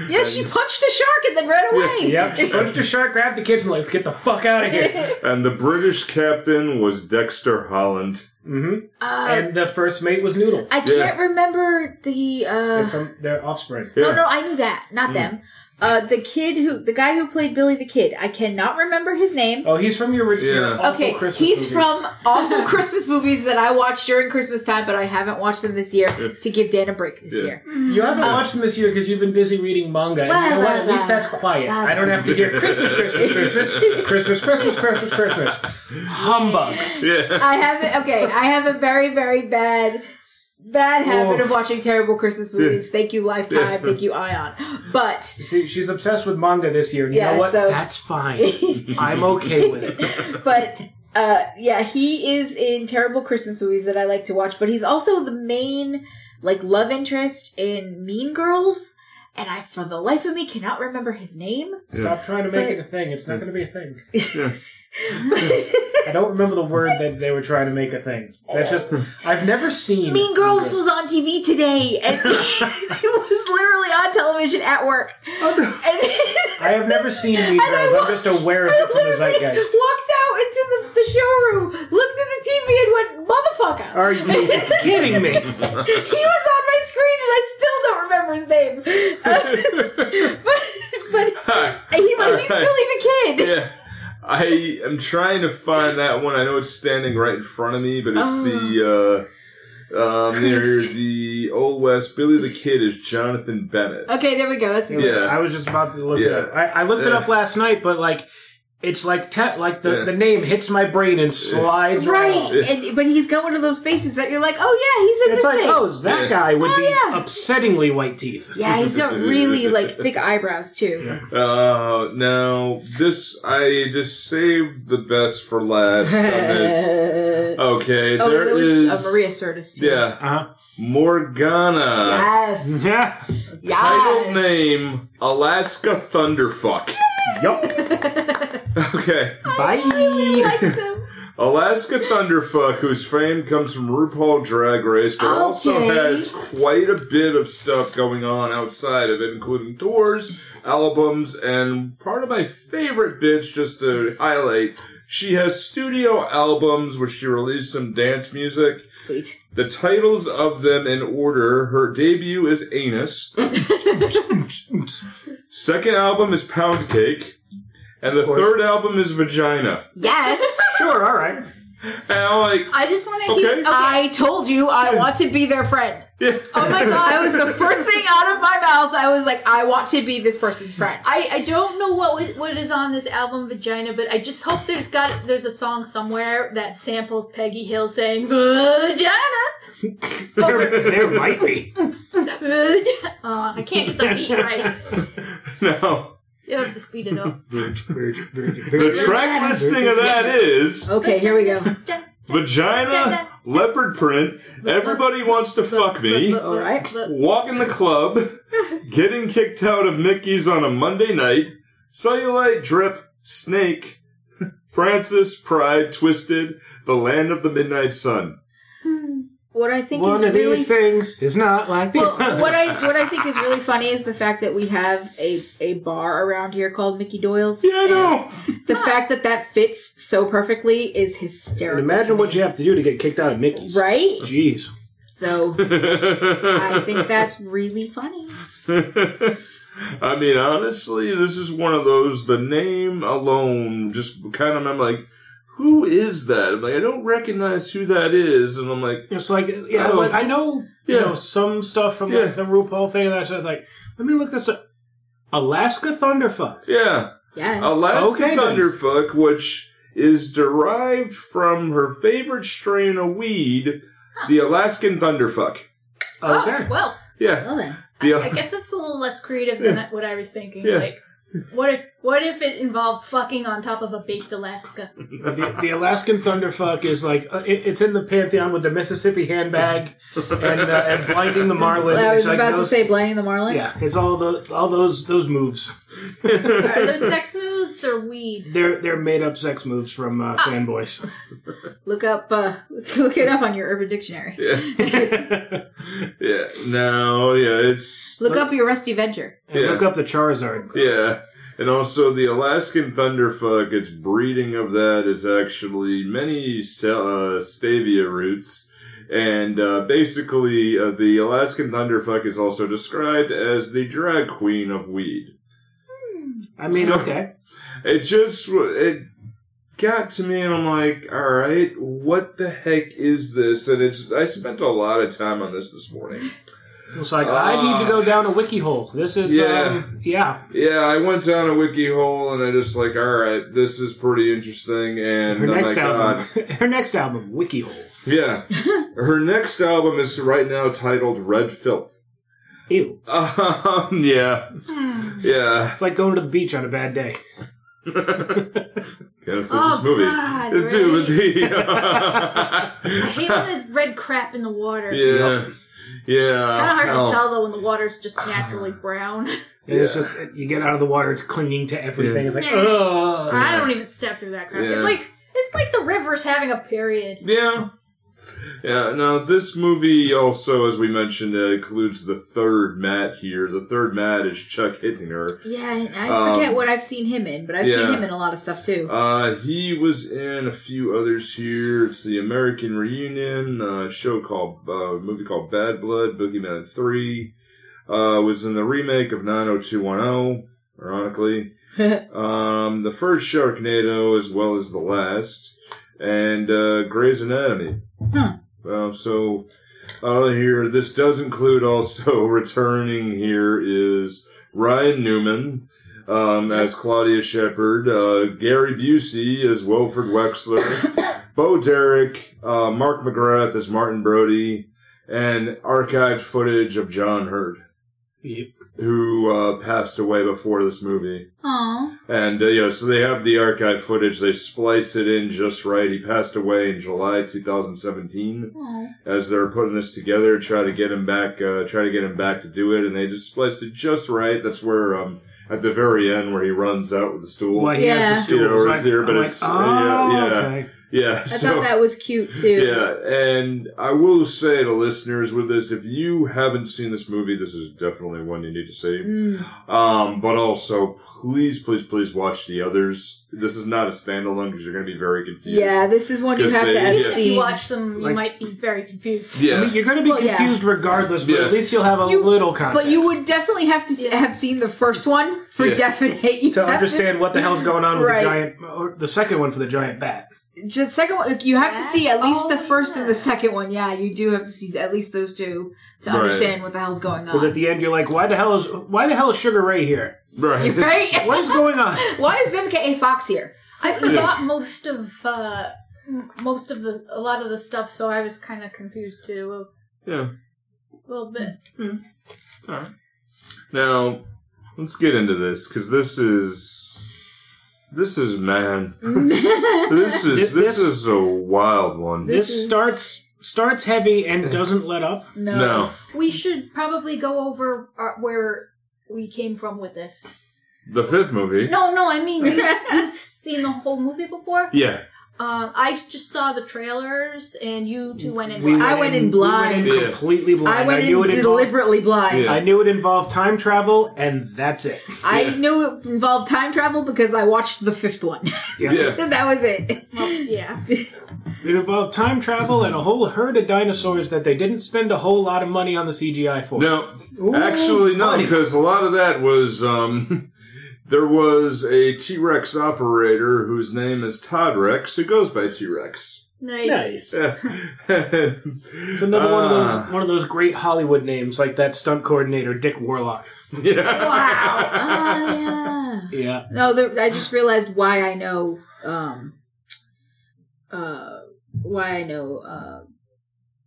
[SPEAKER 2] yeah, she punched a shark and then ran away.
[SPEAKER 5] Yep. She punched a shark, grabbed the kids, and like, let's get the fuck out of here.
[SPEAKER 1] And the British captain was Dexter Holland.
[SPEAKER 5] hmm
[SPEAKER 2] Uh,
[SPEAKER 5] And the first mate was Noodle.
[SPEAKER 2] I can't
[SPEAKER 1] Yeah.
[SPEAKER 2] remember the.
[SPEAKER 5] They're
[SPEAKER 2] Uh,
[SPEAKER 5] from their offspring.
[SPEAKER 1] Yeah.
[SPEAKER 2] No, no, I knew that, not
[SPEAKER 5] Mm.
[SPEAKER 2] them. Uh, the kid who, the guy who played Billy the Kid, I cannot remember his name.
[SPEAKER 5] Oh, he's from your, your
[SPEAKER 1] Yeah.
[SPEAKER 5] awful
[SPEAKER 2] okay,
[SPEAKER 5] Christmas
[SPEAKER 2] he's
[SPEAKER 5] movies.
[SPEAKER 2] from awful Christmas movies that I watched during Christmas time, but I haven't watched them this year to give Dan a break this
[SPEAKER 1] Yeah.
[SPEAKER 2] year.
[SPEAKER 5] You haven't
[SPEAKER 2] Oh.
[SPEAKER 5] watched them this year because you've been busy reading manga. And you know what? At least that's quiet. I don't have to hear Christmas, Christmas, Christmas, Christmas, Christmas, Christmas, Christmas. Humbug.
[SPEAKER 1] Yeah.
[SPEAKER 2] I haven't. Okay, I have a very, very bad, bad habit of watching terrible Christmas movies. Thank you, Lifetime. Thank you, Ion. But
[SPEAKER 5] You see, she's obsessed with manga this year, and you
[SPEAKER 2] Yeah,
[SPEAKER 5] know what?
[SPEAKER 2] so-
[SPEAKER 5] That's fine. I'm okay with it.
[SPEAKER 2] but uh yeah he is in terrible christmas movies that i like to watch but he's also the main like love interest in mean girls and i for the life of me cannot remember his name
[SPEAKER 5] Stop trying to make
[SPEAKER 2] But-
[SPEAKER 5] it a thing. It's not going to be a thing.
[SPEAKER 2] but
[SPEAKER 5] I don't remember the word that they were trying to make a thing. That's just I've never seen
[SPEAKER 2] mean girls was on tv today and it was literally on television at work and
[SPEAKER 5] Oh, I have never seen Mean
[SPEAKER 2] And I
[SPEAKER 5] Girls. I'm just
[SPEAKER 2] watched-
[SPEAKER 5] aware of
[SPEAKER 2] I
[SPEAKER 5] it from the
[SPEAKER 2] literally
[SPEAKER 5] zeitgeist.
[SPEAKER 2] walked out into the, the showroom, looked at the TV, and went, "Motherfucker!"
[SPEAKER 5] Are you kidding me?
[SPEAKER 2] he was on my screen and I still don't remember his name. Uh, but but he, was he's Billy the Kid.
[SPEAKER 1] yeah. I am trying to find that one. I know it's standing right in front of me, but it's the uh, um, near
[SPEAKER 2] Oh. Christ.
[SPEAKER 1] the Old West. Billy the Kid is Jonathan Bennett.
[SPEAKER 2] Okay, there we go. That's his
[SPEAKER 1] Yeah.
[SPEAKER 5] I was just about to look
[SPEAKER 1] Yeah.
[SPEAKER 5] it up. I, I looked it
[SPEAKER 1] Yeah.
[SPEAKER 5] up last night, but like, it's like te- like the,
[SPEAKER 1] Yeah.
[SPEAKER 5] the name hits my brain and slides right.
[SPEAKER 2] right.
[SPEAKER 5] off.
[SPEAKER 2] And but he's got one of those faces that you're like, oh yeah, he's in
[SPEAKER 5] It's
[SPEAKER 2] this
[SPEAKER 5] like,
[SPEAKER 2] thing.
[SPEAKER 5] oh, that
[SPEAKER 1] Yeah.
[SPEAKER 5] guy with
[SPEAKER 2] Oh,
[SPEAKER 5] the
[SPEAKER 2] yeah.
[SPEAKER 5] upsettingly white teeth.
[SPEAKER 2] Yeah, he's got really like thick eyebrows too.
[SPEAKER 1] Uh, now this I just saved the best for last on this. Okay,
[SPEAKER 2] Uh, oh,
[SPEAKER 1] there
[SPEAKER 2] there was
[SPEAKER 1] is
[SPEAKER 2] uh, Maria Sirtis too.
[SPEAKER 1] yeah
[SPEAKER 5] Uh
[SPEAKER 1] Morgana.
[SPEAKER 2] Yes.
[SPEAKER 5] huh.
[SPEAKER 2] yes.
[SPEAKER 1] Title name Alaska Thunderfuck.
[SPEAKER 5] yup.
[SPEAKER 1] Okay.
[SPEAKER 5] Bye.
[SPEAKER 2] Like them.
[SPEAKER 1] Alaska Thunderfuck, whose fame comes from RuPaul Drag Race, but also
[SPEAKER 2] Okay.
[SPEAKER 1] has quite a bit of stuff going on outside of it, including tours, albums, and part of my favorite bits, just to highlight, she has studio albums where she released some dance music.
[SPEAKER 2] Sweet.
[SPEAKER 1] The titles of them in order her debut is Anus, second album is Pound Cake, and the
[SPEAKER 5] course.
[SPEAKER 1] third album is Vagina.
[SPEAKER 2] Yes.
[SPEAKER 5] Sure. All right.
[SPEAKER 1] And I'm like,
[SPEAKER 4] I just want to
[SPEAKER 1] Okay.
[SPEAKER 4] hear. Okay.
[SPEAKER 2] I told you I want to be their friend.
[SPEAKER 1] yeah.
[SPEAKER 4] oh my god,
[SPEAKER 2] That was the first thing out of my mouth. I was like, I want to be this person's friend.
[SPEAKER 4] I, I don't know what was- what is on this album Vagina, but I just hope there's got there's a song somewhere that samples Peggy Hill saying Vagina.
[SPEAKER 5] There, there might be.
[SPEAKER 4] Vagina. Uh, I can't get the beat right.
[SPEAKER 1] No.
[SPEAKER 4] You have to speed it up.
[SPEAKER 1] The track listing of that is
[SPEAKER 2] Okay, here we go.
[SPEAKER 1] Vagina, Leopard Print, Everybody Wants to Fuck Me,
[SPEAKER 2] All right.
[SPEAKER 1] Walk in the Club, Getting Kicked Out of Mickey's on a Monday Night, Cellulite Drip, Snake, Francis, Pride, Twisted, The Land of the Midnight Sun.
[SPEAKER 2] what I think
[SPEAKER 5] One
[SPEAKER 2] is
[SPEAKER 5] of
[SPEAKER 2] really
[SPEAKER 5] these things is not like the
[SPEAKER 2] well,
[SPEAKER 5] other.
[SPEAKER 2] what I what I think is really funny is the fact that we have a, a bar around here called Mickey Doyle's.
[SPEAKER 1] Yeah, I know.
[SPEAKER 2] And The fact that that fits so perfectly is
[SPEAKER 5] And
[SPEAKER 2] hysterical.
[SPEAKER 5] imagine
[SPEAKER 2] to
[SPEAKER 5] what
[SPEAKER 2] me.
[SPEAKER 5] you have to do to get kicked out of Mickey's.
[SPEAKER 2] right.
[SPEAKER 5] Jeez.
[SPEAKER 2] So I think that's really funny.
[SPEAKER 1] I mean, honestly, this is one of those. The name alone, just kind of, I'm like, who is that? I'm like, I don't recognize who that is, and I'm like,
[SPEAKER 5] It's like yeah,
[SPEAKER 1] Oh.
[SPEAKER 5] like, I know you
[SPEAKER 1] Yeah.
[SPEAKER 5] know some stuff from
[SPEAKER 1] Yeah.
[SPEAKER 5] like, the RuPaul thing and that stuff. Like, let me look this up. Alaska Thunderfuck.
[SPEAKER 1] yeah,
[SPEAKER 2] Yes.
[SPEAKER 5] Oh,
[SPEAKER 1] Alaska
[SPEAKER 5] Okay, then.
[SPEAKER 1] Thunderfuck, which is derived from her favorite strain of weed, the Alaskan Thunderfuck.
[SPEAKER 5] Okay.
[SPEAKER 4] Oh, well,
[SPEAKER 1] Yeah,
[SPEAKER 2] Well then.
[SPEAKER 1] the
[SPEAKER 4] I guess that's a little less creative than what I was thinking.
[SPEAKER 1] Yeah.
[SPEAKER 4] Like, what if what if it involved fucking on top of a baked Alaska?
[SPEAKER 5] the, the Alaskan Thunderfuck is like uh, it, it's in the pantheon with the Mississippi handbag and uh, and blinding the marlin.
[SPEAKER 2] I was
[SPEAKER 5] It's like
[SPEAKER 2] about to
[SPEAKER 5] those-
[SPEAKER 2] say blinding the marlin.
[SPEAKER 5] Yeah, it's all the all those those moves.
[SPEAKER 4] Are those sex moves or weed?
[SPEAKER 5] They're they're made up sex moves from
[SPEAKER 2] Ah.
[SPEAKER 5] uh, fanboys.
[SPEAKER 2] Look up uh look it up on your urban dictionary.
[SPEAKER 1] yeah, yeah. No, yeah, it's
[SPEAKER 2] Look up your rusty venture.
[SPEAKER 5] And
[SPEAKER 1] Yeah.
[SPEAKER 5] Look up the Charizard.
[SPEAKER 1] Yeah. And also, the Alaskan thunderfuck, its breeding of that is actually many sa- uh, stavia roots. And uh, basically, uh, the Alaskan thunderfuck is also described as the drag queen of weed.
[SPEAKER 5] I mean,
[SPEAKER 1] So-
[SPEAKER 5] okay,
[SPEAKER 1] It just, w- it got to me, and I'm like, all right, what the heck is this? And it's, I spent a lot of time on this this morning.
[SPEAKER 5] it's like I need to go down a wiki hole. This is
[SPEAKER 1] Uh, Yeah.
[SPEAKER 5] um, yeah.
[SPEAKER 1] Yeah, I went down a wiki hole, and I just like, all right, this is pretty interesting. And
[SPEAKER 5] Her
[SPEAKER 1] oh
[SPEAKER 5] next
[SPEAKER 1] my god,
[SPEAKER 5] album, her next album, wiki hole.
[SPEAKER 1] Yeah. Her next album is right now titled Red Filth.
[SPEAKER 5] Ew.
[SPEAKER 1] Um, yeah. Yeah.
[SPEAKER 5] It's like going to the beach on a bad day.
[SPEAKER 1] Kind of
[SPEAKER 4] Oh,
[SPEAKER 1] this movie.
[SPEAKER 4] God,
[SPEAKER 1] It's too, but
[SPEAKER 4] really? I
[SPEAKER 1] the-
[SPEAKER 4] hate when there's red crap in the water.
[SPEAKER 1] yeah. Yeah.
[SPEAKER 4] Kind of hard
[SPEAKER 1] Oh, Hell.
[SPEAKER 4] to tell though when the water's just naturally brown.
[SPEAKER 5] And It's
[SPEAKER 1] Yeah.
[SPEAKER 5] just you get out of the water, it's clinging to everything. It's like
[SPEAKER 4] Yeah.
[SPEAKER 5] ugh.
[SPEAKER 4] I don't even step through that crap.
[SPEAKER 1] Yeah.
[SPEAKER 4] It's like it's like the river's having a period.
[SPEAKER 1] Yeah. Yeah. Now, this movie also, as we mentioned, uh, includes the third Matt here. The third Matt is Chuck Hittinger.
[SPEAKER 2] Yeah, and I
[SPEAKER 1] Um,
[SPEAKER 2] forget what I've seen him in, but I've
[SPEAKER 1] yeah.
[SPEAKER 2] seen him in a lot of stuff too.
[SPEAKER 1] Uh, he was in a few others here. It's the American Reunion, uh, show called, uh, movie called Bad Blood, Boogeyman 3. Uh, was in the remake of 90210, ironically. um, the first Sharknado as well as the last. And, uh, Grey's Anatomy.
[SPEAKER 2] Huh.
[SPEAKER 1] Uh, so, uh, here, this does include also returning here is Ryan Newman um, as Claudia Shepard, uh, Gary Busey as Wilfred Wexler, Bo Derek, uh, Mark McGrath as Martin Brody, and archived footage of John Hurd,
[SPEAKER 5] Yep.
[SPEAKER 1] who uh, passed away before this movie.
[SPEAKER 4] Aw.
[SPEAKER 1] And uh, yeah, so they have the archive footage. They splice it in just right. He passed away in July 2017
[SPEAKER 4] Aw.
[SPEAKER 1] as they're putting this together, try to get him back, uh, try to get him back to do it, and they just spliced it just right. That's where um, at the very end where he runs out with the stool.
[SPEAKER 5] Well, he has
[SPEAKER 2] Yeah.
[SPEAKER 5] the stool.
[SPEAKER 1] You know,
[SPEAKER 5] It's
[SPEAKER 1] it's
[SPEAKER 5] like,
[SPEAKER 1] there, but
[SPEAKER 5] I'm
[SPEAKER 1] it's-
[SPEAKER 5] like,
[SPEAKER 1] yeah,
[SPEAKER 5] oh,
[SPEAKER 1] yeah.
[SPEAKER 5] okay.
[SPEAKER 1] yeah,
[SPEAKER 2] I
[SPEAKER 1] so
[SPEAKER 2] thought that was cute too.
[SPEAKER 1] yeah, and I will say to listeners with this, if you haven't seen this movie, this is definitely one you need to see.
[SPEAKER 2] Mm.
[SPEAKER 1] Um, but also, please, please, please watch the others. This is not a standalone because you're going to be very confused.
[SPEAKER 2] Yeah, this is one you
[SPEAKER 1] Just
[SPEAKER 2] have
[SPEAKER 1] the-
[SPEAKER 2] to
[SPEAKER 1] Yeah.
[SPEAKER 2] have
[SPEAKER 4] Even if you
[SPEAKER 2] seen.
[SPEAKER 4] watch them, you
[SPEAKER 5] Like-
[SPEAKER 4] might be very confused.
[SPEAKER 1] yeah.
[SPEAKER 5] I mean, you're going to be
[SPEAKER 2] Well, yeah.
[SPEAKER 5] confused regardless, but
[SPEAKER 1] Yeah.
[SPEAKER 5] at least you'll have a
[SPEAKER 2] You-
[SPEAKER 5] little context.
[SPEAKER 2] But you would definitely have to s
[SPEAKER 4] Yeah.
[SPEAKER 2] have seen the first one for
[SPEAKER 1] Yeah.
[SPEAKER 2] definite. You
[SPEAKER 5] to
[SPEAKER 2] have
[SPEAKER 5] understand
[SPEAKER 2] s-
[SPEAKER 5] what the hell's going on with
[SPEAKER 2] Right.
[SPEAKER 5] the giant, or the second one for the giant bat.
[SPEAKER 2] Just second one, you have to see at
[SPEAKER 4] Yeah.
[SPEAKER 2] least the
[SPEAKER 4] Oh,
[SPEAKER 2] first and
[SPEAKER 4] yeah.
[SPEAKER 2] the second one. Yeah, you do have to see at least those two to
[SPEAKER 1] Right.
[SPEAKER 2] understand what the hell's going
[SPEAKER 5] Because at
[SPEAKER 2] on.
[SPEAKER 5] the end, you're like, why the hell is why the hell is Sugar Ray here?
[SPEAKER 1] Right.
[SPEAKER 2] Right?
[SPEAKER 5] What is going on?
[SPEAKER 2] Why is Vivica A. Fox here?
[SPEAKER 4] I forgot most of uh, m- most of the a lot of the stuff, so I was kind of confused too
[SPEAKER 1] yeah.
[SPEAKER 4] a little bit.
[SPEAKER 1] Now, let's get into this because this is this is man.
[SPEAKER 2] Mm.
[SPEAKER 1] this is this,
[SPEAKER 5] This-
[SPEAKER 1] is a wild one.
[SPEAKER 5] This,
[SPEAKER 2] is-
[SPEAKER 5] starts starts heavy and doesn't let up.
[SPEAKER 2] No.
[SPEAKER 1] no,
[SPEAKER 4] We should probably go over our, where we came from with this.
[SPEAKER 1] the fifth movie.
[SPEAKER 4] No, no, I mean you've, you've seen the whole movie before.
[SPEAKER 1] Yeah,
[SPEAKER 4] Um, I just saw the trailers, and you two went in.
[SPEAKER 5] We
[SPEAKER 4] blind.
[SPEAKER 2] I went in
[SPEAKER 5] we went in
[SPEAKER 1] blind.
[SPEAKER 5] completely blind.
[SPEAKER 2] I went
[SPEAKER 5] knew
[SPEAKER 2] in
[SPEAKER 5] it involved-
[SPEAKER 2] deliberately blind.
[SPEAKER 1] Yeah.
[SPEAKER 5] I knew it involved time travel, and that's it.
[SPEAKER 2] I
[SPEAKER 1] Yeah.
[SPEAKER 2] knew it involved time travel because I watched the fifth one.
[SPEAKER 1] Yeah.
[SPEAKER 2] that was it.
[SPEAKER 4] Well, yeah.
[SPEAKER 5] It involved time travel
[SPEAKER 1] Mm-hmm.
[SPEAKER 5] and a whole herd of dinosaurs that they didn't spend a whole lot of money on the CGI for.
[SPEAKER 1] No,
[SPEAKER 5] Ooh,
[SPEAKER 1] actually, no,
[SPEAKER 5] buddy.
[SPEAKER 1] because a lot of that was um, there was a T Rex operator whose name is Todd Rex, who goes by T Rex.
[SPEAKER 4] Nice.
[SPEAKER 5] Nice.
[SPEAKER 1] it's
[SPEAKER 5] It's another one of those
[SPEAKER 1] Ah.
[SPEAKER 5] one of those great Hollywood names, like that stunt coordinator Dick Warlock.
[SPEAKER 1] Yeah.
[SPEAKER 2] Ah, yeah.
[SPEAKER 5] Yeah,
[SPEAKER 2] No, the, I just realized why I know, um, uh, why I know, uh,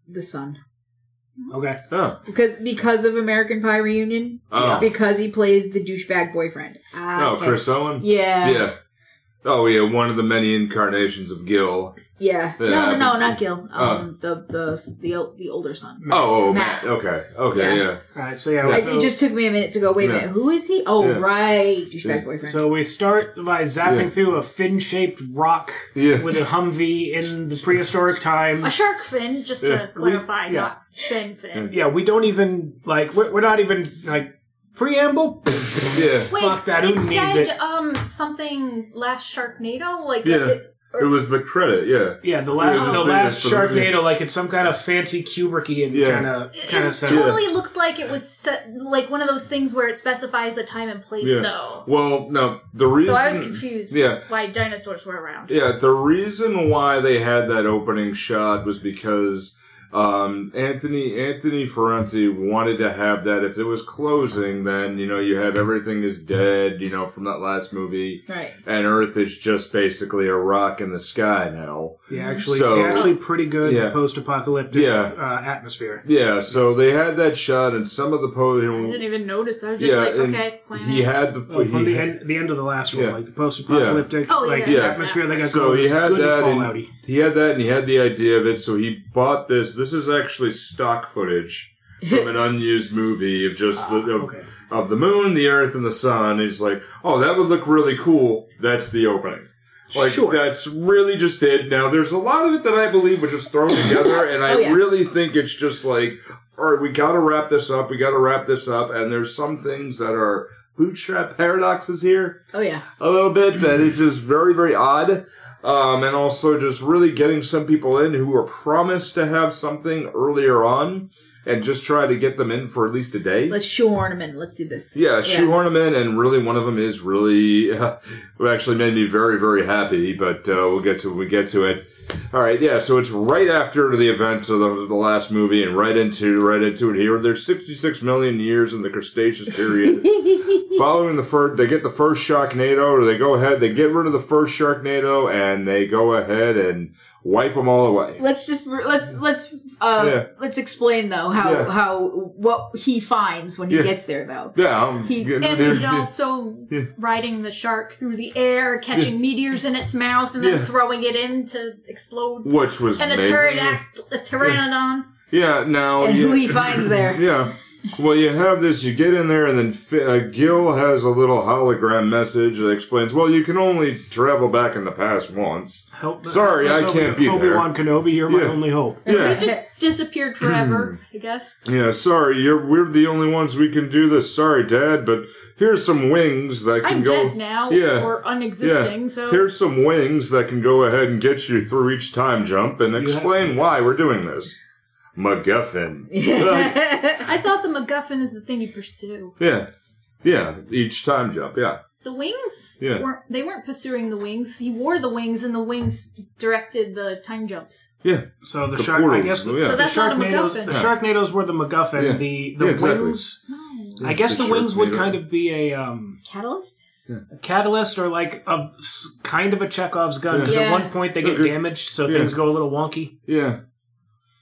[SPEAKER 2] the son
[SPEAKER 5] okay.
[SPEAKER 1] Oh.
[SPEAKER 2] because because of American Pie reunion
[SPEAKER 1] Oh.
[SPEAKER 2] because he plays the douchebag boyfriend. Ah,
[SPEAKER 1] oh,
[SPEAKER 2] okay.
[SPEAKER 1] Chris Owen.
[SPEAKER 2] Yeah, yeah,
[SPEAKER 1] Yeah. Oh yeah, one of the many incarnations of Gil.
[SPEAKER 2] No, no, no,
[SPEAKER 1] happens.
[SPEAKER 2] not Gil. Um, the the the the older son.
[SPEAKER 1] Oh, oh
[SPEAKER 2] Matt.
[SPEAKER 1] Matt. Okay. Okay.
[SPEAKER 2] Yeah.
[SPEAKER 1] Yeah.
[SPEAKER 5] All right, so yeah,
[SPEAKER 2] I,
[SPEAKER 5] so,
[SPEAKER 2] it just took me a minute to go. Wait a
[SPEAKER 1] Yeah.
[SPEAKER 2] minute, who is he? Oh,
[SPEAKER 1] Yeah.
[SPEAKER 2] right, douchebag
[SPEAKER 1] Is-
[SPEAKER 2] boyfriend.
[SPEAKER 5] so we start by zapping
[SPEAKER 1] Yeah.
[SPEAKER 5] through a fin-shaped rock
[SPEAKER 1] Yeah.
[SPEAKER 5] with a Humvee in the prehistoric
[SPEAKER 4] A
[SPEAKER 5] times.
[SPEAKER 4] shark fin, just
[SPEAKER 1] Yeah. Mm.
[SPEAKER 4] to clarify,
[SPEAKER 5] We- yeah.
[SPEAKER 4] not fin fin.
[SPEAKER 5] Yeah, we don't even like we're, we're not even like preamble.
[SPEAKER 1] Yeah.
[SPEAKER 4] Wait,
[SPEAKER 5] Fuck that, who
[SPEAKER 4] it
[SPEAKER 5] needs
[SPEAKER 4] said
[SPEAKER 5] it?
[SPEAKER 4] um something last Sharknado, like
[SPEAKER 1] Yeah.
[SPEAKER 4] it-
[SPEAKER 1] It was the credit. Yeah.
[SPEAKER 5] Yeah, the last
[SPEAKER 1] Yeah,
[SPEAKER 5] the
[SPEAKER 1] just
[SPEAKER 5] last
[SPEAKER 1] thing that's for the-
[SPEAKER 5] Sharknado, like it's some kind of fancy Kubrickian
[SPEAKER 1] Yeah.
[SPEAKER 5] kind of
[SPEAKER 4] it,
[SPEAKER 5] kind
[SPEAKER 4] it
[SPEAKER 5] of setup.
[SPEAKER 4] totally looked like it was set, like one of those things where it specifies a time and place,
[SPEAKER 1] Yeah.
[SPEAKER 4] though.
[SPEAKER 1] Well, no, the reason.
[SPEAKER 4] so I was confused
[SPEAKER 1] Yeah.
[SPEAKER 4] why dinosaurs were around.
[SPEAKER 1] Yeah, the reason why they had that opening shot was because um, Anthony Anthony Ferranti wanted to have that. If it was closing, then you know you have everything is dead. You know from that last movie,
[SPEAKER 2] right.
[SPEAKER 1] and Earth is just basically a rock in the sky now.
[SPEAKER 5] Yeah, actually,
[SPEAKER 1] So-
[SPEAKER 5] actually pretty good
[SPEAKER 1] Yeah.
[SPEAKER 5] post-apocalyptic
[SPEAKER 1] Yeah.
[SPEAKER 5] uh, atmosphere.
[SPEAKER 1] Yeah, so they had that shot, and some of the pose.
[SPEAKER 4] I didn't even notice. I was just
[SPEAKER 1] yeah,
[SPEAKER 4] like,
[SPEAKER 1] and
[SPEAKER 4] okay, planet.
[SPEAKER 1] he had the
[SPEAKER 5] Oh, from
[SPEAKER 1] he
[SPEAKER 5] the end, the end of the last one,
[SPEAKER 1] Yeah.
[SPEAKER 5] like the post-apocalyptic,
[SPEAKER 4] Oh, yeah,
[SPEAKER 5] like
[SPEAKER 1] yeah.
[SPEAKER 5] atmosphere they got
[SPEAKER 1] So
[SPEAKER 5] going
[SPEAKER 1] he
[SPEAKER 5] was
[SPEAKER 1] had
[SPEAKER 5] good
[SPEAKER 1] that
[SPEAKER 5] and
[SPEAKER 1] and-
[SPEAKER 5] fallouty.
[SPEAKER 1] He had that and he had the idea of it, so he bought this. This is actually stock footage from an unused movie of just the, of,
[SPEAKER 5] Ah, okay.
[SPEAKER 1] of the moon, the earth, and the sun. He's like, oh, that would look really cool. That's the opening. Like
[SPEAKER 5] Sure.
[SPEAKER 1] that's really just it. Now there's a lot of it that I believe was just thrown together, and I
[SPEAKER 2] Oh, yeah.
[SPEAKER 1] really think it's just like, all right, we got to wrap this up. We got to wrap this up, and there's some things that are bootstrap paradoxes here
[SPEAKER 2] Oh yeah.
[SPEAKER 1] a little bit that it's just very very odd um, and also just really getting some people in who were promised to have something earlier on and just try to get them in for at least a day
[SPEAKER 2] Let's shoehorn him in. Let's do this.
[SPEAKER 1] yeah, shoehorn them in, and really one of them is really, who actually made me very, very happy. But uh, we'll get to we get to it. All right, yeah. So it's right after the events of the, the last movie, and right into right into it here. There's 66 million years in the Cretaceous period. Following the first, they get the first Sharknado. Or they go ahead, they get rid of the first Sharknado, and they go ahead and wipe them all away.
[SPEAKER 2] Let's just let's let's uh,
[SPEAKER 1] Yeah.
[SPEAKER 2] let's explain though how
[SPEAKER 1] Yeah.
[SPEAKER 2] how what he finds when he
[SPEAKER 1] Yeah.
[SPEAKER 2] gets there though.
[SPEAKER 1] Yeah, I'm
[SPEAKER 2] He-
[SPEAKER 1] getting
[SPEAKER 4] and
[SPEAKER 1] rid
[SPEAKER 4] he's
[SPEAKER 1] of-
[SPEAKER 4] also
[SPEAKER 1] Yeah.
[SPEAKER 4] riding the shark through the air, catching meteors in its mouth, and then
[SPEAKER 1] Yeah.
[SPEAKER 4] throwing it in to explode.
[SPEAKER 1] which was
[SPEAKER 4] And a,
[SPEAKER 1] amazing.
[SPEAKER 4] pterodact- a pteranodon.
[SPEAKER 1] Yeah, now
[SPEAKER 2] And who
[SPEAKER 1] Oh, yeah.
[SPEAKER 2] he finds there.
[SPEAKER 1] Yeah. Well, you have this, you get in there, and then Fi- uh, Gil has a little hologram message that explains, well, you can only travel back in the past once.
[SPEAKER 5] Help,
[SPEAKER 1] Sorry, I can't be there.
[SPEAKER 5] Obi Wan Kenobi, you're my
[SPEAKER 1] Yeah.
[SPEAKER 5] only hope.
[SPEAKER 4] He
[SPEAKER 1] Yeah. Hmm.
[SPEAKER 4] just disappeared forever, I guess.
[SPEAKER 1] Yeah, sorry, you're, we're the only ones we can do this. Sorry, Dad, but here's some wings that can
[SPEAKER 4] I'm
[SPEAKER 1] go.
[SPEAKER 4] dead now,
[SPEAKER 1] Yeah.
[SPEAKER 4] or unexisting, so
[SPEAKER 1] Here's some wings that can go ahead and get you through each time jump and explain why we're doing this. MacGuffin. Like,
[SPEAKER 4] I thought the MacGuffin is the thing you pursue.
[SPEAKER 1] yeah. Yeah, each time jump, yeah.
[SPEAKER 4] The wings
[SPEAKER 1] Yeah.
[SPEAKER 4] weren't they weren't pursuing the wings. He wore the wings and the wings directed the time jumps.
[SPEAKER 1] Yeah.
[SPEAKER 5] So the,
[SPEAKER 1] The
[SPEAKER 5] shark,
[SPEAKER 1] portals,
[SPEAKER 5] I guess, the,
[SPEAKER 1] yeah. So
[SPEAKER 5] the
[SPEAKER 4] that's not a
[SPEAKER 5] Sharknadoes,
[SPEAKER 4] MacGuffin.
[SPEAKER 5] the Sharknadoes were the MacGuffin.
[SPEAKER 1] Yeah.
[SPEAKER 5] The the
[SPEAKER 1] Yeah, exactly.
[SPEAKER 5] wings,
[SPEAKER 4] No.
[SPEAKER 5] I guess,
[SPEAKER 1] The
[SPEAKER 5] the, wings would
[SPEAKER 1] Sharknado.
[SPEAKER 5] kind of be a um,
[SPEAKER 2] Catalyst.
[SPEAKER 5] a catalyst or like a s- kind of a Chekhov's gun. Because
[SPEAKER 2] Yeah.
[SPEAKER 5] at one point they get
[SPEAKER 1] Okay.
[SPEAKER 5] damaged, so
[SPEAKER 1] Yeah.
[SPEAKER 5] things go a little wonky.
[SPEAKER 1] Yeah.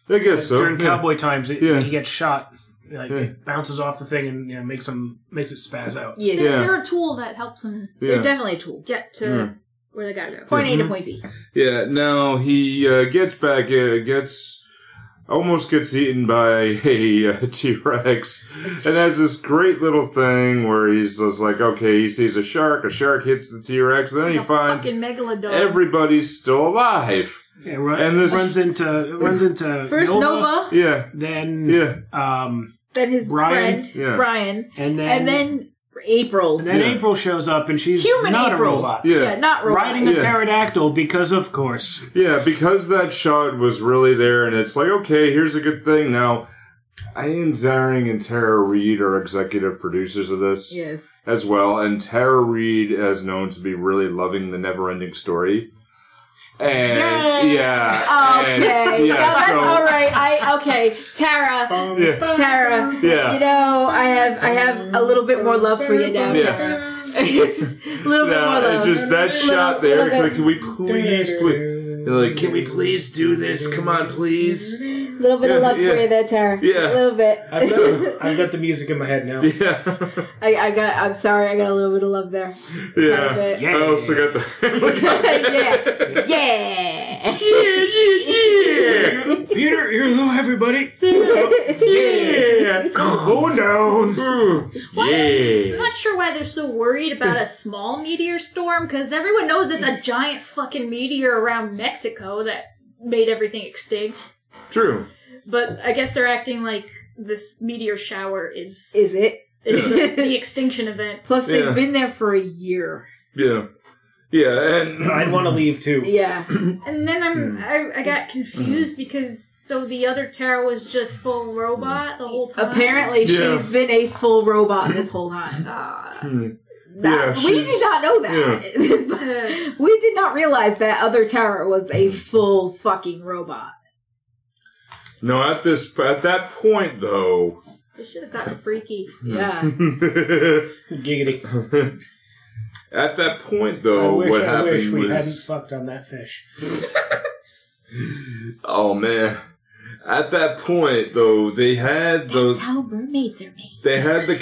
[SPEAKER 1] I guess so.
[SPEAKER 5] During
[SPEAKER 1] yeah.
[SPEAKER 5] cowboy times, it,
[SPEAKER 1] Yeah.
[SPEAKER 5] he gets shot. Like,
[SPEAKER 1] Yeah.
[SPEAKER 5] It bounces off the thing and you know, makes him makes it spaz out.
[SPEAKER 2] Yes.
[SPEAKER 4] Is
[SPEAKER 1] Yeah.
[SPEAKER 4] there a tool that helps him
[SPEAKER 1] Yeah.
[SPEAKER 2] They're
[SPEAKER 1] Hmm. Mm-hmm.
[SPEAKER 2] definitely a tool.
[SPEAKER 4] get to where they gotta go?
[SPEAKER 2] Point A to point B.
[SPEAKER 1] Yeah, now he uh, gets back, uh, gets almost gets eaten by a uh, T Rex and has this great little thing where he's just like, okay, he sees a shark, a shark hits the T Rex, then he
[SPEAKER 4] a
[SPEAKER 1] finds
[SPEAKER 4] fucking megalodon.
[SPEAKER 1] everybody's still alive.
[SPEAKER 5] Yeah, run,
[SPEAKER 1] And this-
[SPEAKER 5] runs into runs into
[SPEAKER 2] First Nova,
[SPEAKER 1] Yeah,
[SPEAKER 5] then
[SPEAKER 1] yeah,
[SPEAKER 5] um,
[SPEAKER 2] then his
[SPEAKER 5] Brian,
[SPEAKER 2] friend
[SPEAKER 1] yeah.
[SPEAKER 2] Brian,
[SPEAKER 5] and then
[SPEAKER 2] and then April.
[SPEAKER 5] and then
[SPEAKER 1] Yeah.
[SPEAKER 5] April shows up and she's
[SPEAKER 2] Human
[SPEAKER 5] not
[SPEAKER 2] April.
[SPEAKER 5] a robot.
[SPEAKER 2] yeah.
[SPEAKER 1] yeah.
[SPEAKER 2] not robot.
[SPEAKER 5] Riding a
[SPEAKER 1] Yeah.
[SPEAKER 5] pterodactyl because of course.
[SPEAKER 1] Yeah, because that shot was really there, and it's like, okay, here's a good thing. Now, Ian Zaring and Tara Reid are executive producers of this
[SPEAKER 2] yes.
[SPEAKER 1] as well, and Tara Reid is known to be really loving the never ending story. And
[SPEAKER 4] Yay!
[SPEAKER 1] yeah,
[SPEAKER 2] Okay.
[SPEAKER 1] and, yeah,
[SPEAKER 2] now that's
[SPEAKER 1] so-
[SPEAKER 2] all right. I okay, Tara.
[SPEAKER 1] Um, Yeah,
[SPEAKER 2] Tara,
[SPEAKER 1] Yeah.
[SPEAKER 2] you know, I have I have a little bit more love for you now,
[SPEAKER 1] Yeah.
[SPEAKER 2] Tara. it's a little bit more
[SPEAKER 1] no,
[SPEAKER 2] love.
[SPEAKER 1] it's just that
[SPEAKER 2] Little-
[SPEAKER 1] shot there.
[SPEAKER 2] little
[SPEAKER 1] Like,
[SPEAKER 2] bit-
[SPEAKER 1] can we please, please? Like, can we please do this? Come on, please.
[SPEAKER 2] little bit of
[SPEAKER 1] Yeah,
[SPEAKER 2] love
[SPEAKER 1] yeah.
[SPEAKER 2] for you there, Tara.
[SPEAKER 1] Yeah.
[SPEAKER 2] A little bit.
[SPEAKER 3] I've got, I've got the music in my head now.
[SPEAKER 1] Yeah.
[SPEAKER 2] I, I got I'm sorry, I got a little bit of love there. Tiny
[SPEAKER 1] Yeah.
[SPEAKER 2] bit.
[SPEAKER 1] I also got the family.
[SPEAKER 2] yeah. Yeah.
[SPEAKER 1] yeah,
[SPEAKER 5] Peter, you're low, everybody.
[SPEAKER 1] yeah,
[SPEAKER 5] Going down.
[SPEAKER 1] yeah.
[SPEAKER 4] I'm not sure why they're so worried about a small meteor storm because everyone knows it's a giant fucking meteor around Mexico that made everything extinct.
[SPEAKER 1] True.
[SPEAKER 4] But I guess they're acting like this meteor shower is,
[SPEAKER 2] Is it?
[SPEAKER 4] is the, the extinction event.
[SPEAKER 2] Plus they've
[SPEAKER 1] Yeah.
[SPEAKER 2] been there for a year.
[SPEAKER 1] Yeah, yeah, and
[SPEAKER 3] I'd want to leave too.
[SPEAKER 2] Yeah.
[SPEAKER 4] And then I'm I, I got confused because so the other Tara was just full robot the whole time.
[SPEAKER 2] Apparently
[SPEAKER 1] Yes.
[SPEAKER 2] she's been a full robot this whole time.
[SPEAKER 4] Ah.
[SPEAKER 2] That-
[SPEAKER 1] Yeah,
[SPEAKER 2] we
[SPEAKER 1] she's-
[SPEAKER 2] did not know that. we did not realize that other Tara was a full fucking robot.
[SPEAKER 1] no. At this, at that point, though,
[SPEAKER 4] they should have gotten freaky.
[SPEAKER 2] Yeah.
[SPEAKER 1] at
[SPEAKER 3] Giggity.
[SPEAKER 1] that point,
[SPEAKER 3] I
[SPEAKER 1] though,
[SPEAKER 3] wish,
[SPEAKER 1] what
[SPEAKER 3] I wish
[SPEAKER 1] happened
[SPEAKER 3] we hadn't
[SPEAKER 1] was,
[SPEAKER 3] fucked on that fish.
[SPEAKER 2] Ah.
[SPEAKER 1] oh man. At that point, though, they had those.
[SPEAKER 2] how mermaids are made.
[SPEAKER 1] They had the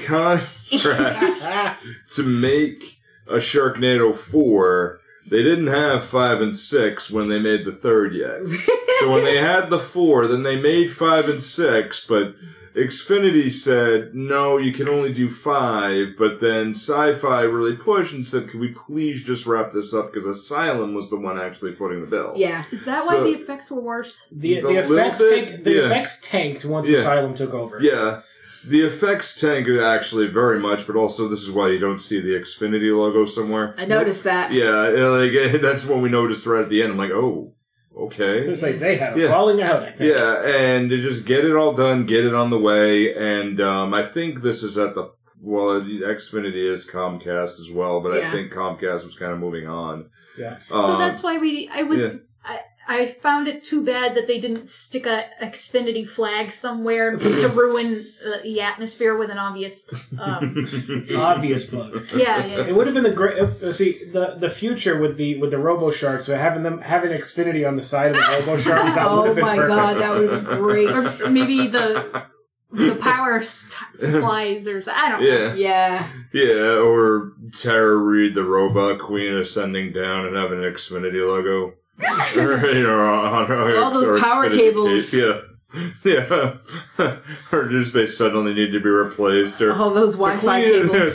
[SPEAKER 1] contracts
[SPEAKER 3] Ah,
[SPEAKER 1] to make a Sharknado 4. They didn't have 5 and 6 when they made the third yet. so when they had the 4, then they made 5 and 6, but Xfinity said, no, you can only do 5. But then Sci Fi really pushed and said, can we please just wrap this up? Because Asylum was the one actually footing the bill.
[SPEAKER 2] Yeah.
[SPEAKER 4] Is that
[SPEAKER 1] So-
[SPEAKER 4] why the effects were worse?
[SPEAKER 3] the
[SPEAKER 1] A
[SPEAKER 3] the
[SPEAKER 1] little
[SPEAKER 3] effects
[SPEAKER 1] bit,
[SPEAKER 3] tank, the
[SPEAKER 1] yeah.
[SPEAKER 3] effects tanked once
[SPEAKER 1] Yeah.
[SPEAKER 3] Asylum took over.
[SPEAKER 1] Yeah. The effects tank actually very much, but also this is why you don't see the Xfinity logo somewhere.
[SPEAKER 2] I noticed that.
[SPEAKER 1] Yeah, and, like that's what we noticed right at the end. I'm like, oh, okay.
[SPEAKER 3] It's like they had a
[SPEAKER 1] Yeah.
[SPEAKER 3] falling out. I think.
[SPEAKER 1] Yeah, and to just get it all done, get it on the way, and um, I think this is at the well, Xfinity is Comcast as well, but I
[SPEAKER 2] Yeah.
[SPEAKER 1] think Comcast was kind of moving on.
[SPEAKER 3] Yeah.
[SPEAKER 4] so
[SPEAKER 1] Um,
[SPEAKER 4] that's why we I was I, I found it too bad that they didn't stick a Xfinity flag somewhere to ruin the, the atmosphere with an obvious um,
[SPEAKER 3] Obvious plug.
[SPEAKER 4] yeah yeah.
[SPEAKER 3] It would have been the great. Uh, see the the future with the with the Robo Sharks. So having them having Xfinity on the side of the Robo Sharks that would
[SPEAKER 2] Oh
[SPEAKER 3] have been
[SPEAKER 2] my
[SPEAKER 3] perfect.
[SPEAKER 2] god, that would have been great.
[SPEAKER 4] or maybe the the power st- supplies or I don't know.
[SPEAKER 1] yeah,
[SPEAKER 2] Yeah.
[SPEAKER 1] yeah, or Tara Reid, the robot queen, ascending down and having an Xfinity logo. or, you know, on her-
[SPEAKER 2] All those
[SPEAKER 1] or
[SPEAKER 2] power
[SPEAKER 1] Xfinity
[SPEAKER 2] cables.
[SPEAKER 1] case, Yeah, yeah, or just they suddenly need to be replaced, or
[SPEAKER 2] All those Wi Fi Oh, cables.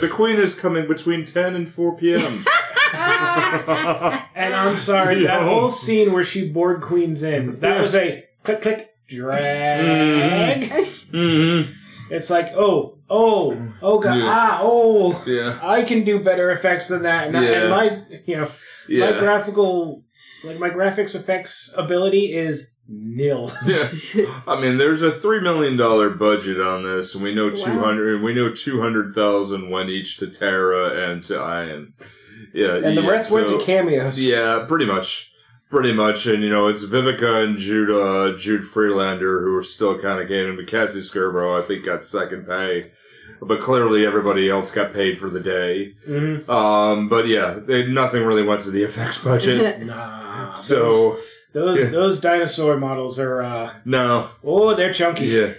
[SPEAKER 1] the queen is coming between 10 and 4 p.m.
[SPEAKER 3] And I'm sorry, that
[SPEAKER 1] Yo.
[SPEAKER 3] whole scene where she Borg Queens in, that
[SPEAKER 1] Yeah.
[SPEAKER 3] was a click click drag.
[SPEAKER 1] mm-hmm.
[SPEAKER 3] It's like, oh, oh, oh god,
[SPEAKER 1] Yeah.
[SPEAKER 3] ah, oh.
[SPEAKER 1] Yeah.
[SPEAKER 3] I can do better effects than that. And, I- and
[SPEAKER 1] Yeah.
[SPEAKER 3] my you know
[SPEAKER 1] Yeah.
[SPEAKER 3] my graphical like my graphics effects ability is nil.
[SPEAKER 1] yeah. I mean, there's a $3 million budget on this, and we know 200, and we know 200,000 went each to Tara and to Ian. Yeah.
[SPEAKER 3] And the
[SPEAKER 1] yeah,
[SPEAKER 3] rest went to
[SPEAKER 1] so-
[SPEAKER 3] cameos.
[SPEAKER 1] Yeah, pretty much. Pretty much. And, you know, it's Vivica and Jude, uh, Jude Freelander who are still kind of getting, but Cassie Scarborough, I think, got second pay. But clearly everybody else got paid for the day.
[SPEAKER 3] Mhm.
[SPEAKER 1] Um, but yeah, they, nothing really went to the effects budget.
[SPEAKER 3] Nah.
[SPEAKER 1] so,
[SPEAKER 3] those
[SPEAKER 1] Yeah.
[SPEAKER 3] those, those dinosaur models are uh
[SPEAKER 1] no.
[SPEAKER 3] oh they're chunky.
[SPEAKER 1] Yeah.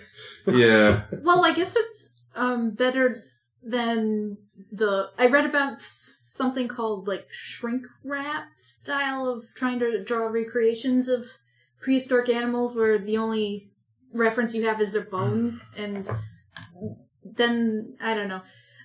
[SPEAKER 1] Yeah.
[SPEAKER 4] Well, I guess it's um better than the I read about s- something called like shrink wrap style of trying to draw recreations of prehistoric animals where the only reference you have is their bones, and then I don't know.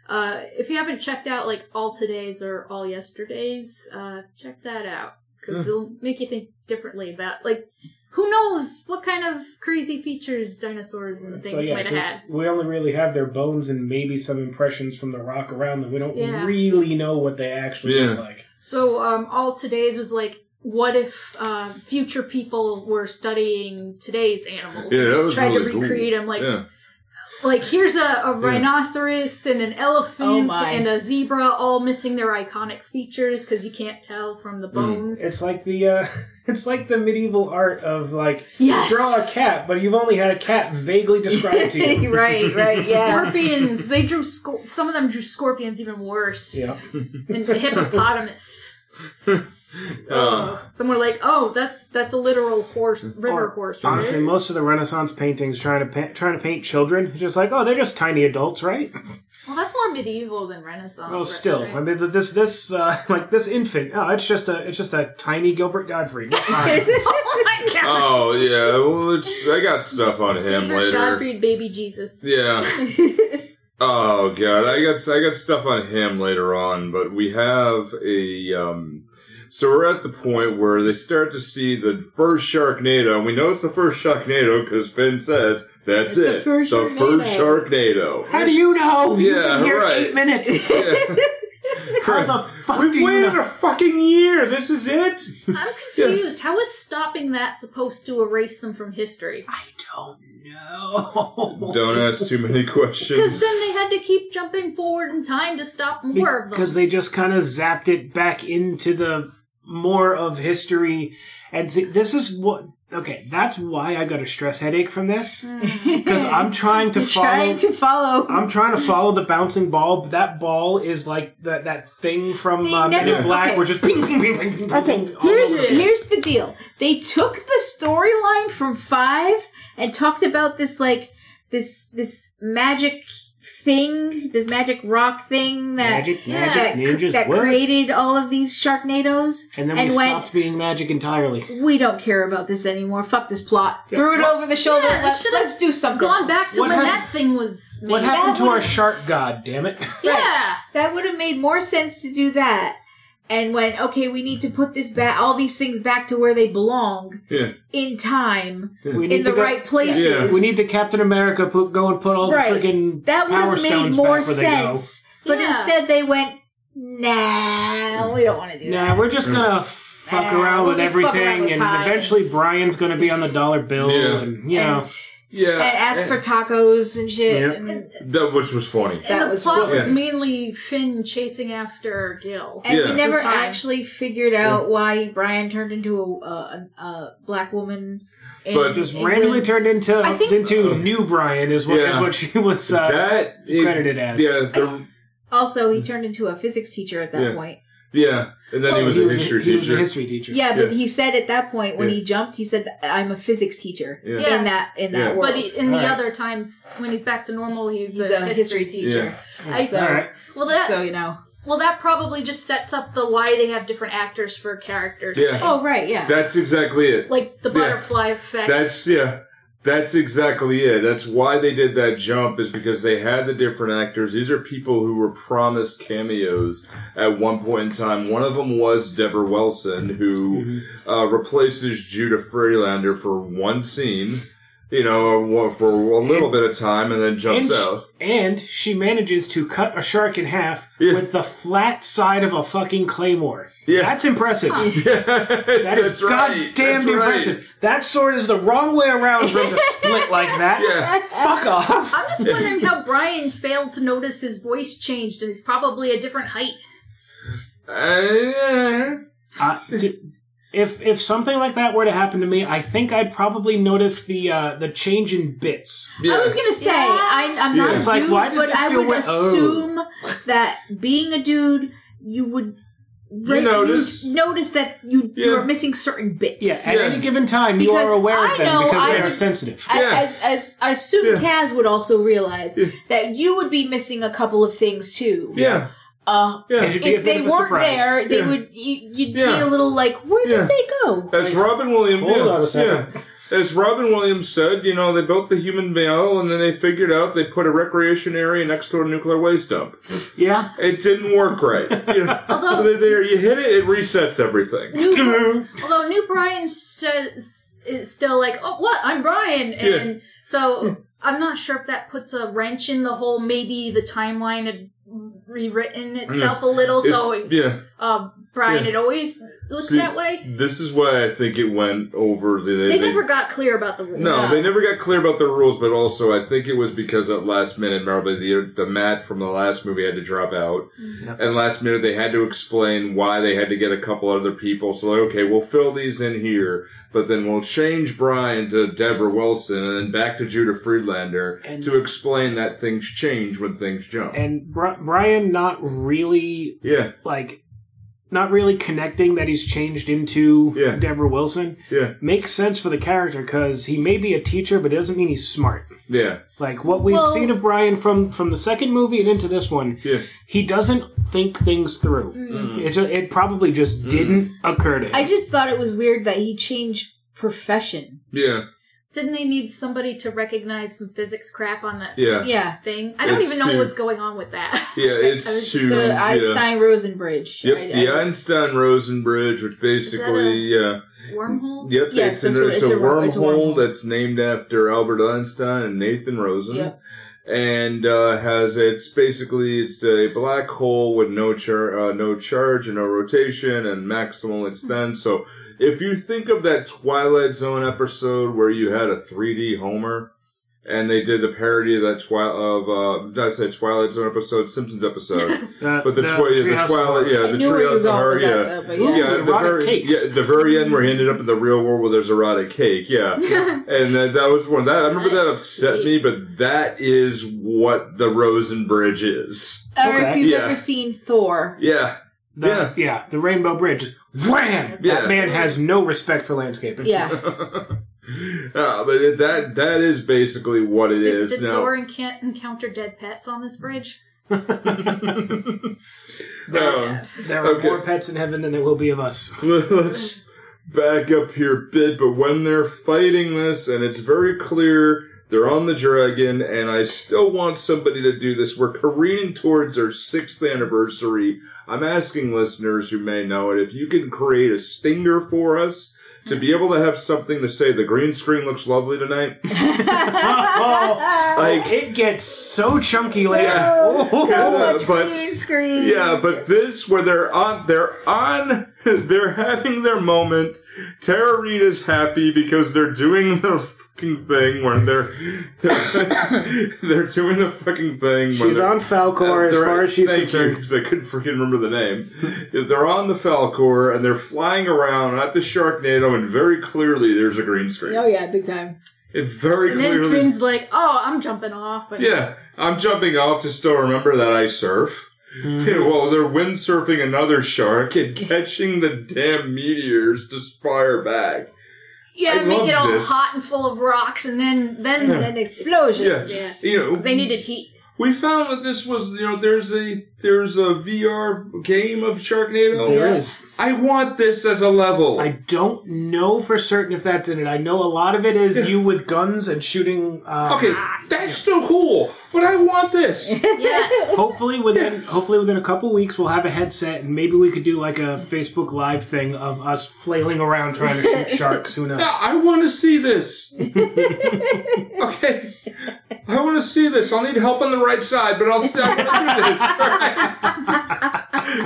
[SPEAKER 4] Uh, if you haven't checked out like all today's or all yesterday's, uh, check that out
[SPEAKER 3] Hmm.
[SPEAKER 4] because it'll make you think differently about like who knows what kind of crazy features dinosaurs and things
[SPEAKER 3] So, yeah,
[SPEAKER 4] might have
[SPEAKER 3] we-
[SPEAKER 4] had.
[SPEAKER 3] We only really have their bones and maybe some impressions from the rock around them. We don't
[SPEAKER 4] Yeah.
[SPEAKER 3] really know what they actually
[SPEAKER 1] Yeah.
[SPEAKER 3] look like.
[SPEAKER 4] So um, all today's was like, what if uh, future people were studying today's animals?
[SPEAKER 1] Yeah, that was
[SPEAKER 4] Tried
[SPEAKER 1] really
[SPEAKER 4] to
[SPEAKER 1] cool.
[SPEAKER 4] recreate them, like
[SPEAKER 1] yeah.
[SPEAKER 4] like here's a, a rhinoceros and an
[SPEAKER 2] Oh
[SPEAKER 4] elephant
[SPEAKER 2] my.
[SPEAKER 4] and a zebra, all missing their iconic features because you can't tell from
[SPEAKER 1] Mm.
[SPEAKER 4] the bones.
[SPEAKER 3] It's like the uh, it's like the medieval art of like
[SPEAKER 4] Yes.
[SPEAKER 3] draw a cat, but you've only had a cat vaguely described to you.
[SPEAKER 2] right, right, yeah.
[SPEAKER 4] Scorpions. they drew scor- some of them drew scorpions even worse,
[SPEAKER 3] Yeah.
[SPEAKER 4] and a hippopotamus.
[SPEAKER 1] Uh,
[SPEAKER 4] Some were like, "Oh, that's that's a literal horse, river horse." Right?
[SPEAKER 5] Honestly, most of the Renaissance paintings trying to pa- trying to paint children, it's just like, oh, they're just tiny adults, right?
[SPEAKER 2] Well, that's more medieval than Renaissance.
[SPEAKER 5] Oh,
[SPEAKER 2] right?
[SPEAKER 5] still, I mean, th- this this uh, like this infant, oh, it's just a it's just a tiny Gilbert Godfrey. It's fine.
[SPEAKER 4] oh my god!
[SPEAKER 1] oh yeah, well, it's, I got stuff on him
[SPEAKER 4] Favorite
[SPEAKER 1] later.
[SPEAKER 4] Godfrey, baby Jesus.
[SPEAKER 1] Yeah. oh god, I got I got stuff on him later on, but we have a um so we're at the point where they start to see the first Sharknado, and we know it's the first Sharknado because Finn says that's
[SPEAKER 2] It's
[SPEAKER 1] it,
[SPEAKER 2] the first
[SPEAKER 1] the first Sharknado.
[SPEAKER 5] How do you know? You've
[SPEAKER 1] Yeah,
[SPEAKER 5] been here
[SPEAKER 1] right.
[SPEAKER 5] eight minutes. How the fuck
[SPEAKER 1] We've
[SPEAKER 5] do you
[SPEAKER 1] waited
[SPEAKER 5] know?
[SPEAKER 1] a fucking year. This is it.
[SPEAKER 4] I'm confused. How is stopping that supposed to erase them from history?
[SPEAKER 5] I don't know.
[SPEAKER 1] Don't ask too many
[SPEAKER 4] Because
[SPEAKER 1] questions.
[SPEAKER 4] then they had to keep jumping forward in time to stop more of them.
[SPEAKER 5] Because they just kind of zapped it back into the more of history. And see, this is what. Okay, that's why I got a stress headache from this. Because I'm trying to follow.
[SPEAKER 2] Mm. Trying to follow.
[SPEAKER 5] I'm trying to follow the bouncing ball, but that ball is like that, that thing from
[SPEAKER 2] They
[SPEAKER 5] uh, Men
[SPEAKER 2] never-
[SPEAKER 5] in Black
[SPEAKER 2] okay.
[SPEAKER 5] where just ping, ping, ping, ping, ping,
[SPEAKER 2] Okay,
[SPEAKER 5] ping, all
[SPEAKER 2] here's
[SPEAKER 5] over the place.
[SPEAKER 2] here's the deal. They took the storyline from five and talked about this like this this magic thing, this magic rock thing that
[SPEAKER 5] magic,
[SPEAKER 4] yeah,
[SPEAKER 2] that,
[SPEAKER 5] magic ninjas
[SPEAKER 2] that
[SPEAKER 5] work.
[SPEAKER 2] created all of these Sharknadoes,
[SPEAKER 5] and then we
[SPEAKER 2] went,
[SPEAKER 5] stopped being magic entirely.
[SPEAKER 2] "We don't care about this anymore. Fuck this plot." Threw it over the shoulder.
[SPEAKER 4] Yeah, they
[SPEAKER 2] let,
[SPEAKER 4] should've
[SPEAKER 2] let's do something.
[SPEAKER 4] Gone back to
[SPEAKER 5] What
[SPEAKER 4] when
[SPEAKER 5] hap-
[SPEAKER 4] that thing was made.
[SPEAKER 5] What happened to our
[SPEAKER 2] would've-
[SPEAKER 5] shark god? Damn it!
[SPEAKER 4] yeah.
[SPEAKER 2] That would have made more sense to do that. And went, okay, we need to put this back, all these things back to where they belong
[SPEAKER 1] yeah.
[SPEAKER 2] in time,
[SPEAKER 5] We
[SPEAKER 2] in the
[SPEAKER 5] go-
[SPEAKER 2] right places.
[SPEAKER 1] Yeah.
[SPEAKER 5] We need to Captain America put, go and put all
[SPEAKER 2] Right.
[SPEAKER 5] the freaking
[SPEAKER 2] that would
[SPEAKER 5] power
[SPEAKER 2] have made
[SPEAKER 5] stones
[SPEAKER 2] more
[SPEAKER 5] back where they go.
[SPEAKER 2] sense. But
[SPEAKER 4] Yeah.
[SPEAKER 2] instead, they went, nah, we don't want to do
[SPEAKER 5] Nah,
[SPEAKER 2] that.
[SPEAKER 5] we're just gonna fuck
[SPEAKER 2] Nah,
[SPEAKER 5] around
[SPEAKER 2] we'll
[SPEAKER 5] with
[SPEAKER 2] just fuck around
[SPEAKER 5] everything,
[SPEAKER 2] with
[SPEAKER 5] and
[SPEAKER 2] time.
[SPEAKER 5] eventually Brian's gonna be on the dollar bill,
[SPEAKER 1] Yeah.
[SPEAKER 5] and you know,
[SPEAKER 2] And,
[SPEAKER 1] Yeah.
[SPEAKER 2] and ask for tacos and shit.
[SPEAKER 5] Yeah.
[SPEAKER 2] And,
[SPEAKER 1] that, which was funny.
[SPEAKER 4] And
[SPEAKER 2] That
[SPEAKER 4] the
[SPEAKER 2] was
[SPEAKER 4] plot
[SPEAKER 1] weird.
[SPEAKER 4] was mainly Finn chasing after Gil.
[SPEAKER 2] and
[SPEAKER 1] Yeah.
[SPEAKER 2] we never
[SPEAKER 4] Good time.
[SPEAKER 2] actually figured out why Brian turned into a, a, a, a black woman. In
[SPEAKER 1] But-
[SPEAKER 5] just
[SPEAKER 2] England.
[SPEAKER 5] randomly turned into
[SPEAKER 4] I think-
[SPEAKER 5] into new Brian is what is
[SPEAKER 1] Yeah.
[SPEAKER 5] what she was. Uh,
[SPEAKER 1] that it-
[SPEAKER 5] credited as.
[SPEAKER 1] yeah, the,
[SPEAKER 2] Also, he turned into a physics teacher at that
[SPEAKER 1] Yeah.
[SPEAKER 2] point.
[SPEAKER 1] yeah, and then he
[SPEAKER 4] Well,
[SPEAKER 1] was a history
[SPEAKER 5] he was a
[SPEAKER 1] teacher.
[SPEAKER 5] history teacher.
[SPEAKER 2] Yeah, but
[SPEAKER 1] Yeah.
[SPEAKER 2] he said at that point when
[SPEAKER 1] Yeah.
[SPEAKER 2] he jumped, he said, "I'm a physics teacher."
[SPEAKER 1] Yeah.
[SPEAKER 4] Yeah.
[SPEAKER 2] In that in that
[SPEAKER 1] Yeah.
[SPEAKER 2] world,
[SPEAKER 4] But he, in the
[SPEAKER 5] Alright.
[SPEAKER 4] other times, when he's back to normal, he's,
[SPEAKER 2] he's a history teacher.
[SPEAKER 1] Yeah.
[SPEAKER 4] I,
[SPEAKER 2] So-
[SPEAKER 5] All right.
[SPEAKER 4] Well, that
[SPEAKER 2] So you know.
[SPEAKER 4] well that probably just sets up the why they have different actors for characters.
[SPEAKER 1] Yeah.
[SPEAKER 2] Oh right, yeah.
[SPEAKER 1] That's exactly it.
[SPEAKER 4] Like the
[SPEAKER 1] Yeah.
[SPEAKER 4] butterfly effect.
[SPEAKER 1] That's yeah. That's exactly it. That's why they did that jump is because they had the different actors. These are people who were promised cameos at one point in time. One of them was Deborah Wilson, who uh, replaces Judah Freelander for one scene, you know, or for a little bit of time, and then
[SPEAKER 5] And
[SPEAKER 1] jumps
[SPEAKER 5] sh-
[SPEAKER 1] out.
[SPEAKER 5] and she manages to cut a shark in half
[SPEAKER 1] Yeah.
[SPEAKER 5] with the flat side of a fucking claymore.
[SPEAKER 1] Yeah.
[SPEAKER 5] That's impressive. That is
[SPEAKER 1] That's right.
[SPEAKER 5] goddamn
[SPEAKER 1] That's right.
[SPEAKER 5] impressive. That sword is the wrong way around for him to split like that.
[SPEAKER 1] Yeah.
[SPEAKER 5] Fuck off.
[SPEAKER 4] I'm just wondering how Brian failed to notice his voice changed and he's probably a different height.
[SPEAKER 1] Uh,
[SPEAKER 5] Uh, d- if if something like that were to happen to me, I think I'd probably notice the uh, the change in bits.
[SPEAKER 1] yeah.
[SPEAKER 2] I was gonna say
[SPEAKER 4] Yeah.
[SPEAKER 2] I, I'm
[SPEAKER 1] Yeah.
[SPEAKER 2] not
[SPEAKER 1] It's
[SPEAKER 2] a
[SPEAKER 5] like,
[SPEAKER 2] dude,
[SPEAKER 5] why does
[SPEAKER 2] but
[SPEAKER 5] this
[SPEAKER 2] I
[SPEAKER 5] feel
[SPEAKER 2] would
[SPEAKER 5] wet- Oh.
[SPEAKER 2] assume that being a dude, you would ra-
[SPEAKER 1] notice.
[SPEAKER 2] notice that you
[SPEAKER 1] Yeah.
[SPEAKER 2] you are missing certain bits.
[SPEAKER 5] Yeah, at
[SPEAKER 1] Yeah.
[SPEAKER 5] any given time, you
[SPEAKER 2] Because
[SPEAKER 5] are aware
[SPEAKER 2] I
[SPEAKER 5] of them
[SPEAKER 2] know
[SPEAKER 5] because they
[SPEAKER 2] I
[SPEAKER 5] are
[SPEAKER 2] would-
[SPEAKER 5] sensitive.
[SPEAKER 2] I-
[SPEAKER 1] Yeah.
[SPEAKER 2] As, as I assume Kaz would also realize
[SPEAKER 1] Yeah.
[SPEAKER 2] that you would be missing a couple of things too.
[SPEAKER 1] yeah.
[SPEAKER 2] Uh,
[SPEAKER 1] Yeah.
[SPEAKER 5] It'd be a
[SPEAKER 2] if
[SPEAKER 5] bit
[SPEAKER 2] they
[SPEAKER 5] of a
[SPEAKER 2] weren't
[SPEAKER 5] surprise.
[SPEAKER 2] there, they
[SPEAKER 1] Yeah.
[SPEAKER 2] would you, you'd be
[SPEAKER 1] Yeah.
[SPEAKER 2] a little like, where
[SPEAKER 1] Yeah.
[SPEAKER 2] did they go?
[SPEAKER 1] That's Robin Williams.
[SPEAKER 5] Hold
[SPEAKER 1] yeah.
[SPEAKER 5] on a second.
[SPEAKER 1] Yeah. as Robin Williams said, you know, they built the human male and then they figured out they put a recreation area next to a nuclear waste dump.
[SPEAKER 5] Yeah.
[SPEAKER 1] It didn't work right. You know,
[SPEAKER 4] Although-
[SPEAKER 1] there- there, you hit it, it resets everything.
[SPEAKER 4] New, although New Brian says is still like, oh, what? I'm Brian, and so I'm not sure if that puts a wrench in the whole. Maybe the timeline had rewritten itself a little. so,
[SPEAKER 1] It's, yeah,
[SPEAKER 4] uh, Brian,
[SPEAKER 1] yeah.
[SPEAKER 4] it always looked
[SPEAKER 1] See,
[SPEAKER 4] that way.
[SPEAKER 1] this is why I think it went over the.
[SPEAKER 4] They, never got clear about the rules.
[SPEAKER 1] No, they never got clear about the rules, but also I think it was because at last minute, probably the the Matt from the last movie had to drop out,
[SPEAKER 5] Yep.
[SPEAKER 1] and last minute they had to explain why they had to get a couple other people. So like, okay, we'll fill these in here, but then we'll change Brian to Deborah Wilson, and then back to Judah Friedlander
[SPEAKER 5] And-
[SPEAKER 1] to explain that things change when things jump.
[SPEAKER 5] And Bri- Brian not really
[SPEAKER 1] yeah,
[SPEAKER 5] like not really connecting that he's changed into
[SPEAKER 1] Yeah.
[SPEAKER 5] Deborah Wilson
[SPEAKER 1] yeah,
[SPEAKER 5] makes sense for the character because he may be a teacher, but it doesn't mean he's smart.
[SPEAKER 1] yeah,
[SPEAKER 5] Like what we've
[SPEAKER 4] Well-
[SPEAKER 5] seen of Brian from from the second movie and into this one,
[SPEAKER 1] yeah.
[SPEAKER 5] he doesn't think things through. It's a, it probably just
[SPEAKER 1] Mm.
[SPEAKER 5] didn't occur to him.
[SPEAKER 2] Mm. I just thought it was weird that he changed profession.
[SPEAKER 1] Yeah,
[SPEAKER 4] Didn't they need somebody to recognize some physics crap on that
[SPEAKER 1] yeah,
[SPEAKER 2] Yeah.
[SPEAKER 4] thing? I don't
[SPEAKER 1] It's
[SPEAKER 4] even know
[SPEAKER 1] too-
[SPEAKER 4] what's going on with that.
[SPEAKER 1] yeah. It's
[SPEAKER 2] I was-
[SPEAKER 1] too.
[SPEAKER 2] the
[SPEAKER 1] yeah.
[SPEAKER 2] Einstein Rosen bridge.
[SPEAKER 1] Yep,
[SPEAKER 2] right?
[SPEAKER 1] the Einstein Rosen bridge, which basically, yeah.
[SPEAKER 4] Wormhole.
[SPEAKER 1] Yep,
[SPEAKER 2] Yes,
[SPEAKER 1] it's,
[SPEAKER 2] that's
[SPEAKER 1] an,
[SPEAKER 2] what-
[SPEAKER 1] it's,
[SPEAKER 2] it's
[SPEAKER 1] a
[SPEAKER 2] a wor-
[SPEAKER 1] wormhole
[SPEAKER 2] it's a wormhole.
[SPEAKER 1] that's named after Albert Einstein and Nathan Rosen,
[SPEAKER 2] Yep.
[SPEAKER 1] and uh, has it's basically it's a black hole with no char- uh, no charge and no rotation and maximal extent. So if you think of that Twilight Zone episode where you had a 3D Homer. And they did the parody of that twi- of uh, did I say Twilight Zone episode, Simpsons episode,
[SPEAKER 5] Uh,
[SPEAKER 1] but the, twi- the
[SPEAKER 5] Treehouse
[SPEAKER 1] Twilight,
[SPEAKER 5] Horror.
[SPEAKER 1] yeah,
[SPEAKER 2] I
[SPEAKER 1] the
[SPEAKER 2] knew where you
[SPEAKER 1] Treehouse
[SPEAKER 2] was
[SPEAKER 1] of
[SPEAKER 2] going
[SPEAKER 1] Horror,
[SPEAKER 2] with that,
[SPEAKER 1] yeah,
[SPEAKER 2] though, but
[SPEAKER 5] Ooh,
[SPEAKER 2] yeah.
[SPEAKER 1] yeah, the
[SPEAKER 5] erotic
[SPEAKER 1] very
[SPEAKER 5] cakes.
[SPEAKER 1] yeah, the very end where he ended up in the real world where there's erotic cake. Yeah, and that, that was one that I remember that upset me, but that is what the Rosen Bridge is.
[SPEAKER 2] Or if
[SPEAKER 5] Okay.
[SPEAKER 2] you've
[SPEAKER 1] Yeah.
[SPEAKER 2] ever seen Thor.
[SPEAKER 1] Yeah,
[SPEAKER 5] The-
[SPEAKER 1] Yeah.
[SPEAKER 5] yeah. the Rainbow Bridge. Wham!
[SPEAKER 1] Yeah.
[SPEAKER 5] That man has no respect for landscaping.
[SPEAKER 2] Yeah.
[SPEAKER 1] Uh, but it, that that is basically what it
[SPEAKER 4] Did,
[SPEAKER 1] is
[SPEAKER 4] did
[SPEAKER 1] now.
[SPEAKER 4] Doran can't encounter dead pets on this bridge?
[SPEAKER 1] Um,
[SPEAKER 5] There are
[SPEAKER 1] Okay.
[SPEAKER 5] more pets in heaven than there will be of us.
[SPEAKER 1] let's back up here a bit, but when they're fighting this, and it's very clear they're on the dragon, and I still want somebody to do this. We're careening towards our sixth anniversary. I'm asking listeners who may know it if you can create a stinger for us to be able to have something to say. The green screen looks lovely tonight.
[SPEAKER 5] Oh,
[SPEAKER 1] Like,
[SPEAKER 5] it gets so chunky later.
[SPEAKER 1] Yeah.
[SPEAKER 5] Oh,
[SPEAKER 1] uh, but
[SPEAKER 2] Green screen.
[SPEAKER 1] Yeah, but this where they're on, they're on, they're having their moment. Tara Reid is happy because they're doing the fucking thing where they're they're, they're doing the fucking thing. where
[SPEAKER 5] she's
[SPEAKER 1] they're-
[SPEAKER 5] on Falcor as
[SPEAKER 1] they're-
[SPEAKER 5] far as she's
[SPEAKER 1] thank
[SPEAKER 5] concerned.
[SPEAKER 1] because I couldn't freaking remember the name. If they're on the Falcor and they're flying around at the Sharknado, and very clearly there's a green screen.
[SPEAKER 2] Oh yeah, big time.
[SPEAKER 1] It very
[SPEAKER 4] And then
[SPEAKER 1] clearly,
[SPEAKER 4] Finn's like, "Oh, I'm jumping off." And
[SPEAKER 1] yeah, I'm jumping off to still remember that I surf. Yeah, well, they're windsurfing another shark and catching the damn meteors to fire back.
[SPEAKER 4] yeah,
[SPEAKER 1] I
[SPEAKER 4] make
[SPEAKER 1] love
[SPEAKER 4] it all
[SPEAKER 1] this.
[SPEAKER 4] hot and full of rocks, and then then
[SPEAKER 2] And then explosion.
[SPEAKER 1] Yeah.
[SPEAKER 4] Yes.
[SPEAKER 1] You know,
[SPEAKER 4] 'cause they needed heat.
[SPEAKER 1] we found that this was, you know, there's a there's a VR game of Sharknado.
[SPEAKER 5] There is.
[SPEAKER 1] I want this as a level.
[SPEAKER 5] I don't know for certain if that's in it. I know a lot of it is you with guns and shooting. Uh,
[SPEAKER 1] okay, that's still cool, but I want this.
[SPEAKER 4] Yes.
[SPEAKER 5] Hopefully within hopefully within a couple weeks we'll have a headset and maybe we could do like a Facebook Live thing of us flailing around trying to shoot sharks. Who knows?
[SPEAKER 1] No, I want to see this. okay. I want to see this. I'll need help on the right side, but I'll still do this. All right.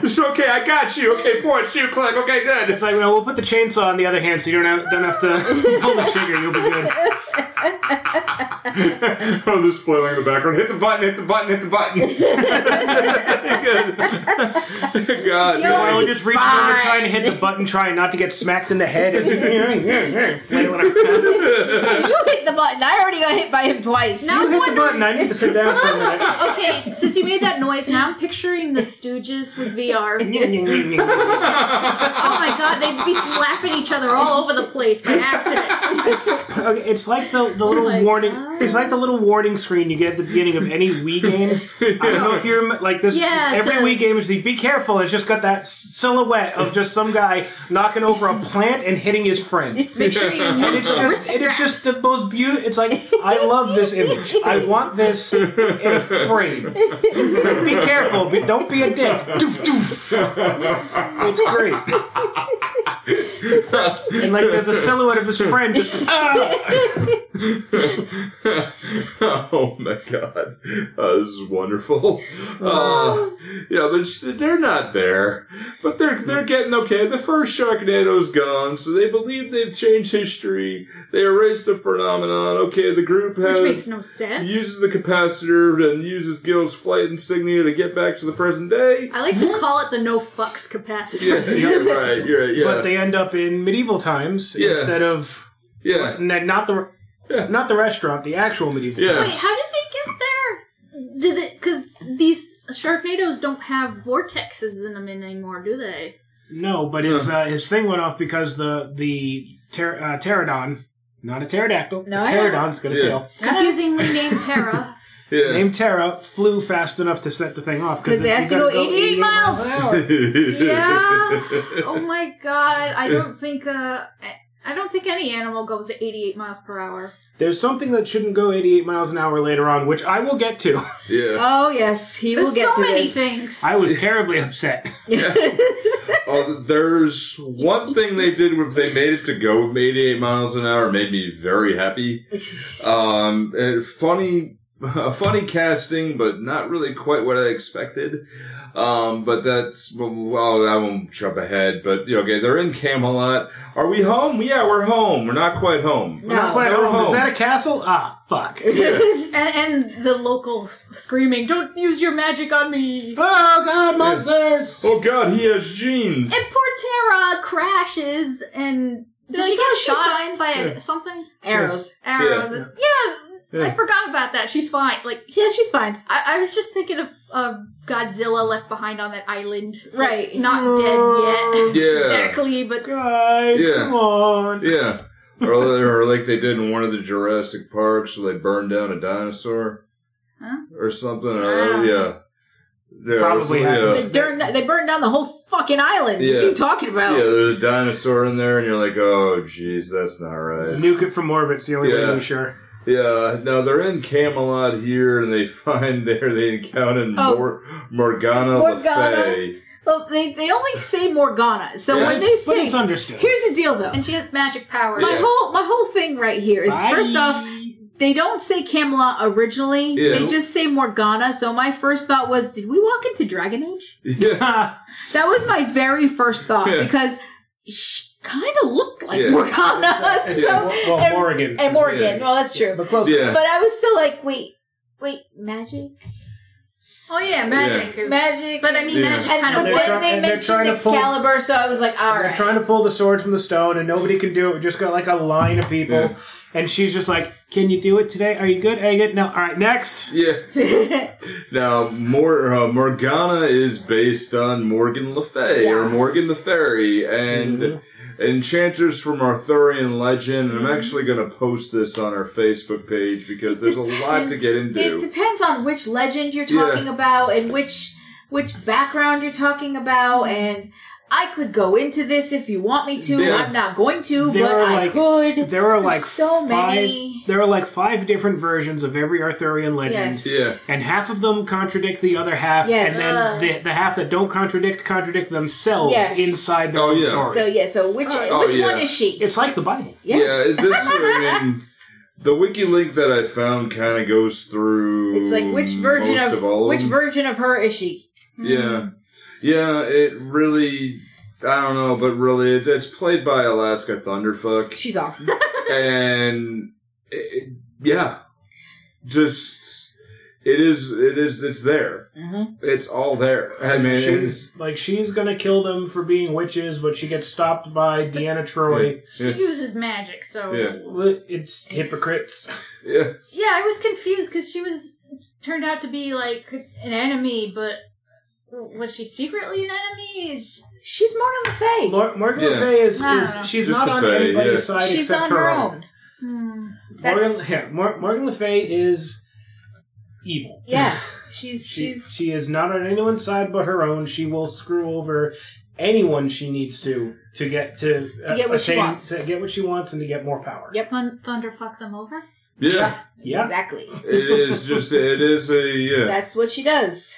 [SPEAKER 1] It's okay. I got you. Okay, point, shoot, click. Okay,
[SPEAKER 5] It's
[SPEAKER 1] good.
[SPEAKER 5] like well, we'll put the chainsaw on the other hand, so you don't have, don't have to pull the trigger. You'll be good.
[SPEAKER 1] I'm just flailing in the background. Hit the button. Hit the button. Hit the button. good. God.
[SPEAKER 2] Yo,
[SPEAKER 5] Or
[SPEAKER 1] man.
[SPEAKER 5] we'll just reach over, trying to hit the button, trying not to get smacked in the head. and flailing around.
[SPEAKER 2] You hit the button. I already got hit by him twice.
[SPEAKER 4] Now
[SPEAKER 5] You
[SPEAKER 4] I'm
[SPEAKER 5] hit the
[SPEAKER 4] wondering-
[SPEAKER 5] button. I need to sit down for a
[SPEAKER 4] okay, since you made that noise, now I'm picturing the Stooges with VR. Oh
[SPEAKER 5] minute.
[SPEAKER 4] my god, they'd be slapping each other all over the place by accident.
[SPEAKER 5] it's, okay, it's like the, the little
[SPEAKER 4] Oh my
[SPEAKER 5] warning.
[SPEAKER 4] God.
[SPEAKER 5] It's like the little warning screen you get at the beginning of any Wii game. I don't know if you're like this.
[SPEAKER 4] Yeah,
[SPEAKER 5] every
[SPEAKER 4] duh.
[SPEAKER 5] Wii game is the be careful. It's just got that silhouette of just some guy knocking over a plant and hitting his friend.
[SPEAKER 2] Make sure you
[SPEAKER 5] And
[SPEAKER 2] use
[SPEAKER 5] it's
[SPEAKER 2] the
[SPEAKER 5] just
[SPEAKER 2] wrist
[SPEAKER 5] it is
[SPEAKER 2] straps.
[SPEAKER 5] just the most beautiful. It's like I love this image. I want this in a frame. Be careful. Be, don't be a dick. Doof, doof. It's great. And like there's a silhouette of his friend just ah!
[SPEAKER 1] oh my god, uh, this is wonderful. Uh, yeah, but sh- they're not there. But they're they're getting okay. The first Sharknado's gone, so they believe they've changed history. They erased the phenomenon. Okay, the group has
[SPEAKER 4] Which makes no sense.
[SPEAKER 1] uses the capacitor and uses Gil's flight insignia to get back to the present day.
[SPEAKER 4] I like to call it the no fucks capacitor.
[SPEAKER 1] Yeah, you're right. You're right. Yeah,
[SPEAKER 5] But they end up in medieval times
[SPEAKER 1] Yeah.
[SPEAKER 5] instead of
[SPEAKER 1] yeah.
[SPEAKER 5] n- not the
[SPEAKER 1] Yeah.
[SPEAKER 5] not the restaurant, the actual medieval.
[SPEAKER 1] Yeah.
[SPEAKER 4] Wait, how did they get there? Did it? Because these Sharknadoes don't have vortexes in them anymore, do they?
[SPEAKER 5] No, but his
[SPEAKER 1] Uh-huh.
[SPEAKER 5] uh, his thing went off because the the ter- uh, pterodon, not a pterodactyl,
[SPEAKER 2] No,
[SPEAKER 5] a
[SPEAKER 2] I know.
[SPEAKER 5] pterodon's got a
[SPEAKER 1] Yeah.
[SPEAKER 5] tail.
[SPEAKER 4] Confusingly named Terra.
[SPEAKER 1] yeah.
[SPEAKER 5] Named Terra flew fast enough to set the thing off
[SPEAKER 2] because
[SPEAKER 5] it-
[SPEAKER 2] it
[SPEAKER 5] you
[SPEAKER 2] has to go
[SPEAKER 5] gotta
[SPEAKER 2] 88 miles.
[SPEAKER 5] an
[SPEAKER 2] an
[SPEAKER 5] hour.
[SPEAKER 2] hour.
[SPEAKER 4] yeah. Oh my god. I don't think. Uh, I- I don't think any animal goes at 88 miles per hour.
[SPEAKER 5] There's something that shouldn't go 88 miles an hour later on, which I will get to.
[SPEAKER 1] yeah.
[SPEAKER 2] Oh yes, he
[SPEAKER 4] There's
[SPEAKER 2] will get
[SPEAKER 4] so
[SPEAKER 2] to
[SPEAKER 4] many
[SPEAKER 2] this.
[SPEAKER 4] things.
[SPEAKER 5] I was terribly upset.
[SPEAKER 1] Uh, there's one thing they did if they made it to go with 88 miles an hour made me very happy. Um, and funny, a funny casting, but not really quite what I expected. Um, but that's well, I won't jump ahead. But you know, okay, they're in Camelot. Are we home? Yeah, we're home. We're not quite home.
[SPEAKER 5] We're not quite
[SPEAKER 1] no
[SPEAKER 5] home. Is
[SPEAKER 1] home.
[SPEAKER 5] that a castle? Ah, fuck.
[SPEAKER 4] And, and the locals screaming, Don't use your magic on me!
[SPEAKER 5] oh god, monsters!
[SPEAKER 1] Oh God, he has jeans.
[SPEAKER 4] And poor Tara crashes and. Did
[SPEAKER 2] They're
[SPEAKER 4] she
[SPEAKER 2] like,
[SPEAKER 4] get
[SPEAKER 2] "Oh, she's
[SPEAKER 4] shot
[SPEAKER 2] fine."
[SPEAKER 4] by a- something?
[SPEAKER 2] Arrows.
[SPEAKER 4] Arrows.
[SPEAKER 1] Yeah.
[SPEAKER 4] Yeah.
[SPEAKER 1] Yeah.
[SPEAKER 4] I forgot about that. She's fine. Like,
[SPEAKER 2] Yeah, she's fine.
[SPEAKER 4] I, I was just thinking of, of Godzilla left behind on that island.
[SPEAKER 2] Right.
[SPEAKER 4] Not dead yet.
[SPEAKER 1] Yeah.
[SPEAKER 4] exactly, but.
[SPEAKER 5] Guys,
[SPEAKER 1] Yeah.
[SPEAKER 5] come on.
[SPEAKER 1] Yeah. or, or like they did in one of the Jurassic Parks where they burned down a dinosaur
[SPEAKER 4] Huh?
[SPEAKER 1] or something.
[SPEAKER 4] Ah.
[SPEAKER 1] Or, yeah. yeah.
[SPEAKER 5] Probably
[SPEAKER 1] Yeah.
[SPEAKER 5] happened.
[SPEAKER 2] They burned, they burned down the whole fucking island.
[SPEAKER 1] Yeah.
[SPEAKER 2] What are you talking
[SPEAKER 1] yeah,
[SPEAKER 2] about?
[SPEAKER 1] there's a dinosaur in there, and you're like, oh, jeez, that's not right.
[SPEAKER 5] Nuke it from orbit's the only way
[SPEAKER 1] Yeah.
[SPEAKER 5] to be sure.
[SPEAKER 1] Yeah, now they're in Camelot here, and they find there they encounter
[SPEAKER 2] Oh.
[SPEAKER 1] Mor- Morgana,
[SPEAKER 2] Morgana.
[SPEAKER 1] Le Fay.
[SPEAKER 2] Well, they, they only say Morgana. So
[SPEAKER 1] Yeah.
[SPEAKER 2] when they
[SPEAKER 5] It's- but
[SPEAKER 2] say,
[SPEAKER 5] it's understood.
[SPEAKER 2] here's the deal though.
[SPEAKER 4] And she has magic powers.
[SPEAKER 2] my
[SPEAKER 1] Yeah.
[SPEAKER 2] whole my whole thing right here is
[SPEAKER 5] Bye.
[SPEAKER 2] first off, they don't say Camelot originally.
[SPEAKER 1] Yeah.
[SPEAKER 2] They just say Morgana. So my first thought was, did we walk into Dragon Age?
[SPEAKER 1] Yeah.
[SPEAKER 2] That was my very first thought
[SPEAKER 1] Yeah.
[SPEAKER 2] because she kind of looked like
[SPEAKER 1] Yeah.
[SPEAKER 2] Morgana.
[SPEAKER 5] It's-
[SPEAKER 2] so
[SPEAKER 5] well,
[SPEAKER 2] and-
[SPEAKER 5] Oregon.
[SPEAKER 2] and Morgan.
[SPEAKER 1] Yeah.
[SPEAKER 2] Well, that's true.
[SPEAKER 5] but close.
[SPEAKER 1] Yeah.
[SPEAKER 2] But I was still like, wait, wait, magic,
[SPEAKER 4] Oh, yeah, magic. is-
[SPEAKER 2] magic.
[SPEAKER 4] But I mean,
[SPEAKER 1] Yeah.
[SPEAKER 4] magic
[SPEAKER 2] And-
[SPEAKER 4] kind
[SPEAKER 2] but
[SPEAKER 4] of
[SPEAKER 5] they're
[SPEAKER 2] then
[SPEAKER 4] works.
[SPEAKER 5] try-
[SPEAKER 2] they
[SPEAKER 5] and they're
[SPEAKER 2] mentioned
[SPEAKER 5] trying to pull-
[SPEAKER 2] Excalibur, so I was like, all
[SPEAKER 5] They're
[SPEAKER 2] right.
[SPEAKER 5] trying to pull the sword from the stone, and nobody can do it. We just got like a line of people,
[SPEAKER 1] Yeah.
[SPEAKER 5] and she's just like, "Can you do it today? Are you good? Are you good? No. All right, next."
[SPEAKER 1] Yeah. now, Mor- uh, Morgana is based on Morgan Le Fay or
[SPEAKER 2] Yes.
[SPEAKER 1] Morgan the Fairy, and enchanters from Arthurian legend. And I'm
[SPEAKER 2] Mm-hmm.
[SPEAKER 1] actually going to post this on our Facebook page because there's a lot to get
[SPEAKER 2] It
[SPEAKER 1] into.
[SPEAKER 2] depends on which legend you're
[SPEAKER 1] Yeah.
[SPEAKER 2] talking about and which which background you're talking about, and I could go into this if you want me to.
[SPEAKER 1] Yeah.
[SPEAKER 2] I'm not going to,
[SPEAKER 5] There
[SPEAKER 2] but
[SPEAKER 5] are,
[SPEAKER 2] I
[SPEAKER 5] like-
[SPEAKER 2] could.
[SPEAKER 5] There are like
[SPEAKER 2] so
[SPEAKER 5] five,
[SPEAKER 2] many.
[SPEAKER 5] There are like five different versions of every Arthurian legend,
[SPEAKER 2] Yes.
[SPEAKER 1] Yeah.
[SPEAKER 5] and half of them contradict the other half,
[SPEAKER 2] Yes.
[SPEAKER 5] and then the, the half that don't contradict contradict themselves
[SPEAKER 2] Yes.
[SPEAKER 5] inside their
[SPEAKER 1] Oh,
[SPEAKER 5] own
[SPEAKER 1] yeah.
[SPEAKER 5] story.
[SPEAKER 2] So yeah, so which
[SPEAKER 1] Oh,
[SPEAKER 2] which
[SPEAKER 1] yeah.
[SPEAKER 2] one is she?
[SPEAKER 5] it's like the Bible.
[SPEAKER 1] Yeah, this I mean, the wiki link that I found kind of goes through.
[SPEAKER 2] It's like which version
[SPEAKER 1] most
[SPEAKER 2] of,
[SPEAKER 1] of, all
[SPEAKER 2] which mm-hmm.
[SPEAKER 1] them.
[SPEAKER 2] version of her is she?
[SPEAKER 1] Yeah, yeah. It really, I don't know, but really, it, it's played by Alaska Thunderfuck.
[SPEAKER 2] She's awesome.
[SPEAKER 1] and it, it- yeah, just it is. It is. It's there.
[SPEAKER 2] Mhm.
[SPEAKER 1] It's all there. I
[SPEAKER 5] So
[SPEAKER 1] mean, it's,
[SPEAKER 5] she's like she's gonna kill them for being witches, but she gets stopped by Deanna Troy.
[SPEAKER 4] She uses magic, so.
[SPEAKER 1] yeah,
[SPEAKER 5] It's hypocrites.
[SPEAKER 1] yeah,
[SPEAKER 4] Yeah, I was confused because she was turned out to be like an enemy, but was she secretly an enemy? Is
[SPEAKER 2] She's Morgan Le Fay.
[SPEAKER 5] Mar- Margaret
[SPEAKER 1] Yeah.
[SPEAKER 5] Le Fay is,
[SPEAKER 4] I don't
[SPEAKER 5] is
[SPEAKER 4] know.
[SPEAKER 5] she's
[SPEAKER 1] Just
[SPEAKER 5] not
[SPEAKER 1] the
[SPEAKER 5] on
[SPEAKER 1] Fey,
[SPEAKER 5] anybody's
[SPEAKER 1] yeah.
[SPEAKER 5] side
[SPEAKER 2] She's
[SPEAKER 5] except
[SPEAKER 2] on
[SPEAKER 5] her,
[SPEAKER 2] her
[SPEAKER 5] own.
[SPEAKER 2] own.
[SPEAKER 4] Hmm.
[SPEAKER 5] Morgan,
[SPEAKER 2] That's-
[SPEAKER 5] yeah, Mor- Morgan Le Fay is evil.
[SPEAKER 2] Yeah, she's
[SPEAKER 5] She,
[SPEAKER 2] she's
[SPEAKER 5] she is not on anyone's side but her own. She will screw over anyone she needs to to get to, uh,
[SPEAKER 2] To get what she
[SPEAKER 5] attain-
[SPEAKER 2] wants.
[SPEAKER 5] to get what she wants and to get more power.
[SPEAKER 2] Yep.
[SPEAKER 4] Thun- Thunder fuck them over.
[SPEAKER 1] Yeah,
[SPEAKER 5] Yeah.
[SPEAKER 2] exactly.
[SPEAKER 1] it is just it is a yeah.
[SPEAKER 2] That's what she does.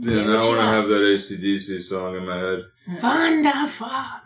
[SPEAKER 1] Damn,
[SPEAKER 2] what
[SPEAKER 1] I
[SPEAKER 2] she
[SPEAKER 1] want to have
[SPEAKER 2] wants.
[SPEAKER 1] that ACDC song in my head.
[SPEAKER 5] Thunder fuck.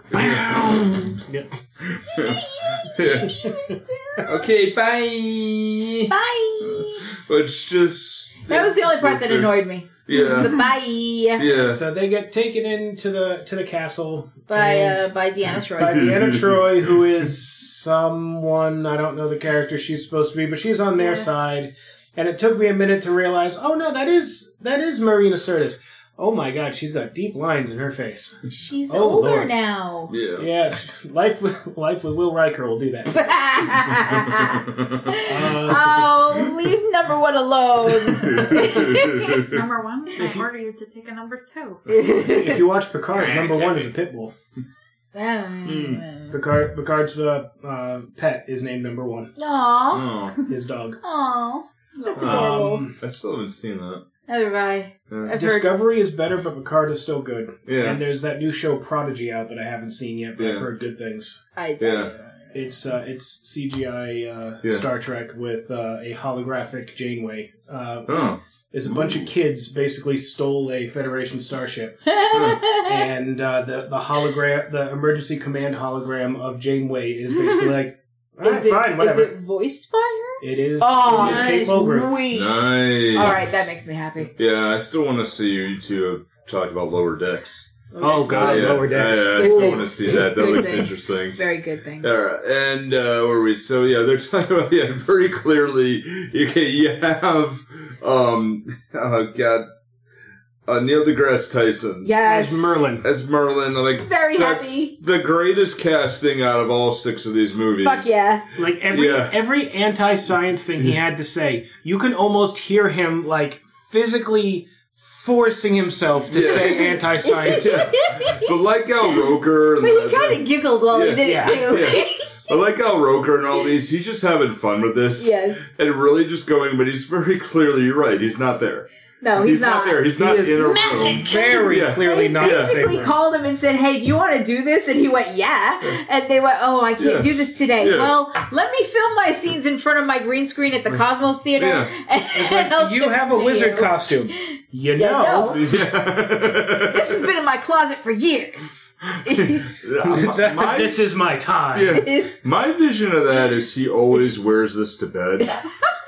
[SPEAKER 5] Yep.
[SPEAKER 1] okay, bye.
[SPEAKER 2] Bye.
[SPEAKER 1] It's just
[SPEAKER 2] That was the only part that annoyed me. Was
[SPEAKER 1] Yeah,
[SPEAKER 2] the bye
[SPEAKER 1] yeah.
[SPEAKER 5] So they get taken into the to the castle
[SPEAKER 2] by
[SPEAKER 5] and-
[SPEAKER 2] uh, by Deanna Troy.
[SPEAKER 5] by Deanna Troy, who is someone I don't know the character she's supposed to be, but she's on their
[SPEAKER 4] Yeah.
[SPEAKER 5] side. And it took me a minute to realize, oh no, that is that is Marina Sirtis. Oh my god, she's got deep lines in her face.
[SPEAKER 2] She's
[SPEAKER 5] Oh,
[SPEAKER 2] older
[SPEAKER 5] Lord.
[SPEAKER 2] now.
[SPEAKER 1] Yeah.
[SPEAKER 5] Yes, life with, life with Will Riker will do that.
[SPEAKER 2] Uh, oh, leave number one alone.
[SPEAKER 1] Oh,
[SPEAKER 4] Number one, I order you to take a number two.
[SPEAKER 5] If you watch Picard, number one is a pit bull. Picard Picard's uh, uh, pet is named number one.
[SPEAKER 2] Aww.
[SPEAKER 1] oh,
[SPEAKER 5] His dog.
[SPEAKER 2] Aww. That's adorable.
[SPEAKER 5] Um,
[SPEAKER 1] I still haven't seen that.
[SPEAKER 2] Neither have I.
[SPEAKER 1] Yeah.
[SPEAKER 2] I've heard.
[SPEAKER 5] Discovery is better, but Picard is still good.
[SPEAKER 1] Yeah.
[SPEAKER 5] And there's that new show Prodigy out that I haven't seen yet, but I've
[SPEAKER 1] Yeah.
[SPEAKER 5] heard good things.
[SPEAKER 2] I,
[SPEAKER 1] Yeah.
[SPEAKER 5] It's uh, it's CGI uh,
[SPEAKER 1] Yeah.
[SPEAKER 5] Star Trek with uh, a holographic Janeway. Uh,
[SPEAKER 1] Oh.
[SPEAKER 5] there's a bunch of kids basically stole a Federation starship, and uh, the the hologram, the emergency command hologram of Janeway is basically like, "All right,
[SPEAKER 2] is, it,
[SPEAKER 5] fine,
[SPEAKER 2] is
[SPEAKER 5] whatever.
[SPEAKER 2] it voiced by her?
[SPEAKER 5] it is.
[SPEAKER 2] Oh,
[SPEAKER 5] it is
[SPEAKER 4] nice.
[SPEAKER 5] Kate Mulgrew.
[SPEAKER 2] sweet.
[SPEAKER 1] Nice.
[SPEAKER 2] All right, that makes me happy.
[SPEAKER 1] Yeah, I still want to see you two talk about lower decks.
[SPEAKER 5] Oh, God,
[SPEAKER 1] yeah.
[SPEAKER 5] Lower Decks.
[SPEAKER 1] Yeah, I
[SPEAKER 2] Good
[SPEAKER 1] still
[SPEAKER 2] things.
[SPEAKER 1] want to see that. That
[SPEAKER 2] Good
[SPEAKER 1] looks
[SPEAKER 2] things.
[SPEAKER 1] interesting.
[SPEAKER 2] Very good things.
[SPEAKER 1] All right, and uh, where were we? So yeah, they're talking about yeah, very clearly. You can, you have um, oh god, uh, Neil deGrasse Tyson
[SPEAKER 2] Yes.
[SPEAKER 5] As Merlin.
[SPEAKER 1] as Merlin. Like
[SPEAKER 2] Very
[SPEAKER 1] that's
[SPEAKER 2] happy.
[SPEAKER 1] the greatest casting out of all six of these movies.
[SPEAKER 2] Fuck yeah.
[SPEAKER 5] Like every
[SPEAKER 1] Yeah.
[SPEAKER 5] every anti science thing he had to say, you can almost hear him like physically forcing himself to
[SPEAKER 1] Yeah.
[SPEAKER 5] say anti science.
[SPEAKER 1] Yeah. but like Al Roker, and
[SPEAKER 2] But he
[SPEAKER 1] the-
[SPEAKER 2] kind of giggled while
[SPEAKER 1] Yeah.
[SPEAKER 2] he did
[SPEAKER 5] Yeah.
[SPEAKER 2] it too.
[SPEAKER 1] Yeah. but like Al Roker and all these, he's just having fun with this.
[SPEAKER 2] yes.
[SPEAKER 1] And really just going, but he's very clearly, you're right, he's not there.
[SPEAKER 2] No, he's,
[SPEAKER 1] he's not. there. He's not
[SPEAKER 5] is
[SPEAKER 1] in a room.
[SPEAKER 2] magic.
[SPEAKER 5] Very
[SPEAKER 1] Yeah.
[SPEAKER 5] clearly not the same.
[SPEAKER 2] basically
[SPEAKER 5] room.
[SPEAKER 2] called him and said, "Hey, do you want to do this?" And he went, "Yeah." And they went, "Oh, I can't
[SPEAKER 1] Yeah.
[SPEAKER 2] do this today.
[SPEAKER 1] Yeah.
[SPEAKER 2] Well, let me film my scenes in front of my green screen at the Cosmos Theater,
[SPEAKER 1] Mm. Yeah.
[SPEAKER 2] and,
[SPEAKER 5] It's
[SPEAKER 2] and I'll
[SPEAKER 5] like,
[SPEAKER 2] ship
[SPEAKER 5] you have
[SPEAKER 2] it
[SPEAKER 5] a
[SPEAKER 2] to
[SPEAKER 5] wizard
[SPEAKER 2] you."
[SPEAKER 5] costume. You
[SPEAKER 2] Yeah,
[SPEAKER 5] know.
[SPEAKER 2] no.
[SPEAKER 1] Yeah.
[SPEAKER 2] This has been in my closet for years.
[SPEAKER 1] Yeah, my,
[SPEAKER 5] this is my time.
[SPEAKER 1] yeah, my vision of that is he always wears this to bed.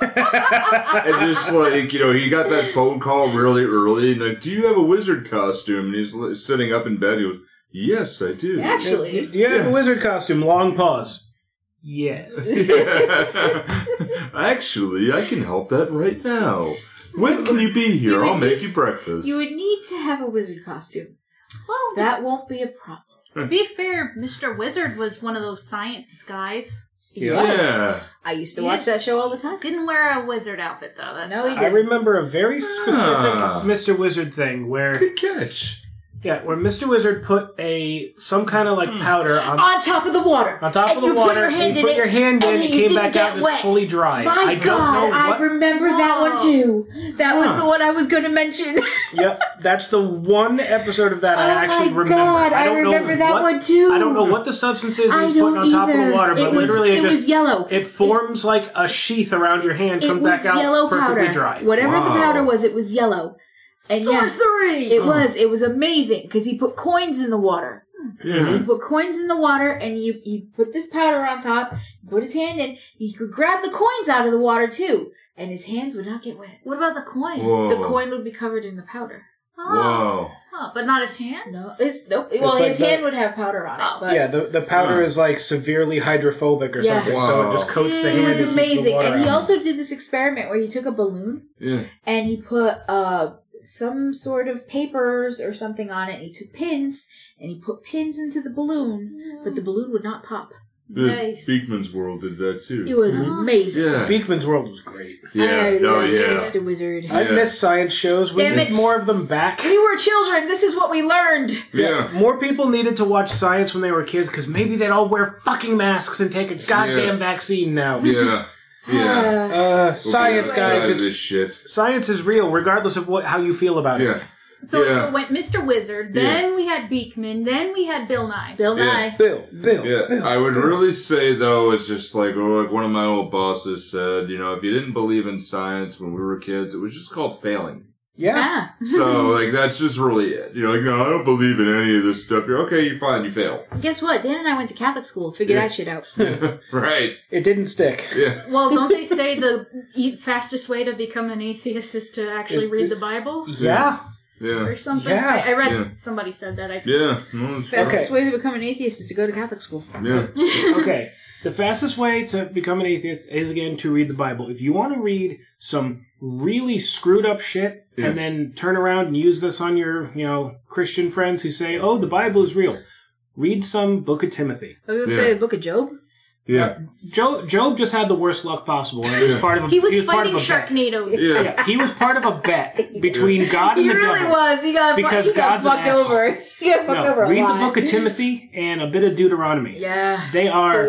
[SPEAKER 1] and just like, you know, he got that phone call really early and like, do you have a wizard costume? And he's li- sitting up in bed. He goes, yes, I do.
[SPEAKER 2] Actually,
[SPEAKER 5] Do you have a
[SPEAKER 1] Yes.
[SPEAKER 5] wizard costume? Long pause. Yes.
[SPEAKER 1] Actually, I can help that right now. When can you be here? I'll make you breakfast.
[SPEAKER 2] you would need to have a wizard costume.
[SPEAKER 4] Well,
[SPEAKER 2] That won't be a problem.
[SPEAKER 4] to be fair, Mr. Wizard was one of those science guys.
[SPEAKER 1] yeah.
[SPEAKER 2] I used to watch that show all the time.
[SPEAKER 4] Didn't wear a wizard outfit though. That's
[SPEAKER 2] No, he
[SPEAKER 5] I remember a very specific
[SPEAKER 1] Ah.
[SPEAKER 5] Mr. Wizard thing where
[SPEAKER 1] Good catch.
[SPEAKER 5] yeah, where Mr. Wizard put a some kind of like powder on
[SPEAKER 2] On top of the water,
[SPEAKER 5] on top
[SPEAKER 2] Hmm. Oh, And
[SPEAKER 5] of
[SPEAKER 2] you
[SPEAKER 5] the water.
[SPEAKER 2] Put your hand
[SPEAKER 5] you
[SPEAKER 2] in
[SPEAKER 5] put
[SPEAKER 2] it,
[SPEAKER 5] your hand in,
[SPEAKER 2] and
[SPEAKER 5] it
[SPEAKER 2] you
[SPEAKER 5] came
[SPEAKER 2] didn't
[SPEAKER 5] back out,
[SPEAKER 2] get
[SPEAKER 5] and it's
[SPEAKER 2] wet.
[SPEAKER 5] fully dry.
[SPEAKER 2] My
[SPEAKER 5] I don't
[SPEAKER 2] God,
[SPEAKER 5] know
[SPEAKER 2] I
[SPEAKER 5] what.
[SPEAKER 2] remember that one too. That was the one I was going to mention.
[SPEAKER 5] yep, that's the one episode of that I
[SPEAKER 2] Oh
[SPEAKER 5] actually
[SPEAKER 2] my
[SPEAKER 5] remember.
[SPEAKER 2] God, I
[SPEAKER 5] don't
[SPEAKER 2] remember
[SPEAKER 5] know
[SPEAKER 2] that
[SPEAKER 5] what,
[SPEAKER 2] one too.
[SPEAKER 5] I don't know what the substance is he
[SPEAKER 2] I
[SPEAKER 5] was putting
[SPEAKER 2] don't
[SPEAKER 5] on top of the
[SPEAKER 2] either.
[SPEAKER 5] water, but
[SPEAKER 2] It was-
[SPEAKER 5] literally
[SPEAKER 2] it
[SPEAKER 5] just
[SPEAKER 2] was yellow.
[SPEAKER 5] It forms like a sheath around your hand,
[SPEAKER 2] it
[SPEAKER 5] come
[SPEAKER 2] was
[SPEAKER 5] back out
[SPEAKER 2] yellow
[SPEAKER 5] perfectly
[SPEAKER 2] powder.
[SPEAKER 5] dry.
[SPEAKER 2] Whatever
[SPEAKER 1] Wow.
[SPEAKER 2] the powder was, it was yellow. And yes,
[SPEAKER 4] sorcery.
[SPEAKER 2] it was. It was amazing because he put coins in the water.
[SPEAKER 1] Yeah.
[SPEAKER 2] He put coins in the water, and he he put this powder on top. Put his hand in. He could grab the coins out of the water too, and his hands would not get wet.
[SPEAKER 4] what about the coin?
[SPEAKER 1] Whoa.
[SPEAKER 2] The
[SPEAKER 5] Oh.
[SPEAKER 2] coin would be covered in the powder.
[SPEAKER 4] Oh,
[SPEAKER 1] Wow.
[SPEAKER 4] huh, but not his hand.
[SPEAKER 2] No, it's nope. Well,
[SPEAKER 5] like
[SPEAKER 2] his
[SPEAKER 5] that-
[SPEAKER 2] hand would have powder on
[SPEAKER 4] Oh.
[SPEAKER 2] it, but
[SPEAKER 5] yeah, the, the powder
[SPEAKER 1] Wow.
[SPEAKER 5] is like severely hydrophobic or
[SPEAKER 2] Yeah.
[SPEAKER 5] something, so
[SPEAKER 1] Wow.
[SPEAKER 5] it just coats the
[SPEAKER 2] Mm, It
[SPEAKER 5] hand.
[SPEAKER 2] was
[SPEAKER 5] and keeps the
[SPEAKER 2] amazing.
[SPEAKER 5] water
[SPEAKER 2] And he
[SPEAKER 5] out.
[SPEAKER 2] also did this experiment where he took a balloon
[SPEAKER 1] Yeah.
[SPEAKER 2] and he put uh some sort of papers or something on it and he took pins and he put pins into the balloon, but the balloon would not pop.
[SPEAKER 1] The
[SPEAKER 4] Nice.
[SPEAKER 1] Beekman's World did that too.
[SPEAKER 2] It was
[SPEAKER 5] Mhm.
[SPEAKER 2] amazing.
[SPEAKER 1] yeah.
[SPEAKER 5] Beekman's World was great.
[SPEAKER 2] I
[SPEAKER 1] Mm-hmm. yeah. Oh
[SPEAKER 2] love
[SPEAKER 1] yeah.
[SPEAKER 2] Mr. Wizard.
[SPEAKER 5] I
[SPEAKER 1] Yeah.
[SPEAKER 5] miss science shows. We
[SPEAKER 2] Damn
[SPEAKER 5] need
[SPEAKER 2] it.
[SPEAKER 5] more of them back.
[SPEAKER 2] We were children. This is what we learned.
[SPEAKER 1] Yeah.
[SPEAKER 5] More people needed to watch science when they were kids because maybe they'd all wear fucking masks and take a goddamn
[SPEAKER 1] Yeah.
[SPEAKER 5] vaccine now.
[SPEAKER 1] Yeah. Yeah.
[SPEAKER 3] Uh, science,
[SPEAKER 1] We'll get outside
[SPEAKER 3] guys.
[SPEAKER 1] of
[SPEAKER 3] It's,
[SPEAKER 1] This shit.
[SPEAKER 5] Science is real, regardless of what how you feel about it.
[SPEAKER 1] Yeah.
[SPEAKER 4] So,
[SPEAKER 1] Yeah.
[SPEAKER 4] so it went Mr. Wizard, then we had Beekman, then we had Bill Nye.
[SPEAKER 2] Bill
[SPEAKER 1] Yeah.
[SPEAKER 2] Nye.
[SPEAKER 3] Bill, Bill,
[SPEAKER 1] Yeah,
[SPEAKER 3] Bill.
[SPEAKER 1] I would really say though, it's just like or like one of my old bosses said, you know, if you didn't believe in science when we were kids, it was just called failing.
[SPEAKER 3] yeah.
[SPEAKER 2] Ah.
[SPEAKER 1] So like that's just really it. You know, like no, I don't believe in any of this stuff. You're okay, you fine, you fail.
[SPEAKER 2] Guess what? Dan and I went to Catholic school. Figure
[SPEAKER 1] Yeah.
[SPEAKER 2] that shit out.
[SPEAKER 1] right.
[SPEAKER 3] It didn't stick.
[SPEAKER 1] Yeah.
[SPEAKER 4] Well, don't they say the e- fastest way to become an atheist is to actually
[SPEAKER 3] Is
[SPEAKER 4] read
[SPEAKER 3] the-
[SPEAKER 4] the Bible
[SPEAKER 3] Yeah.
[SPEAKER 1] Yeah.
[SPEAKER 4] or something?
[SPEAKER 3] Yeah.
[SPEAKER 4] I, I read
[SPEAKER 1] Yeah.
[SPEAKER 4] somebody said that. I
[SPEAKER 1] Yeah. No, it's
[SPEAKER 2] Fastest
[SPEAKER 3] Okay.
[SPEAKER 2] way to become an atheist is to go to Catholic school.
[SPEAKER 1] fine. Yeah.
[SPEAKER 5] okay. The fastest way to become an atheist is again to read the Bible. If you want to read some really screwed up shit
[SPEAKER 1] Yeah.
[SPEAKER 5] and then turn around and use this on your, you know, Christian friends who say, "Oh, the Bible is real." Read some Book of Timothy.
[SPEAKER 2] I was gonna
[SPEAKER 1] Yeah.
[SPEAKER 2] say the Book of Job.
[SPEAKER 1] Yeah.
[SPEAKER 5] Job, Job just had the worst luck possible, and he was
[SPEAKER 1] Yeah.
[SPEAKER 5] part of a
[SPEAKER 4] He was,
[SPEAKER 5] part
[SPEAKER 4] fighting
[SPEAKER 5] of a bet.
[SPEAKER 4] Sharknadoes.
[SPEAKER 1] Yeah.
[SPEAKER 5] Yeah, he was part of a bet between God and
[SPEAKER 2] He
[SPEAKER 5] the
[SPEAKER 2] really
[SPEAKER 5] devil.
[SPEAKER 2] was. He got, fu-
[SPEAKER 5] Because
[SPEAKER 2] he got
[SPEAKER 5] God's an
[SPEAKER 2] fucked
[SPEAKER 5] asshole.
[SPEAKER 2] over. He got fucked
[SPEAKER 5] No,
[SPEAKER 2] over a
[SPEAKER 5] read
[SPEAKER 2] lot.
[SPEAKER 5] the Book of Timothy and a bit of Deuteronomy.
[SPEAKER 2] Yeah.
[SPEAKER 5] They are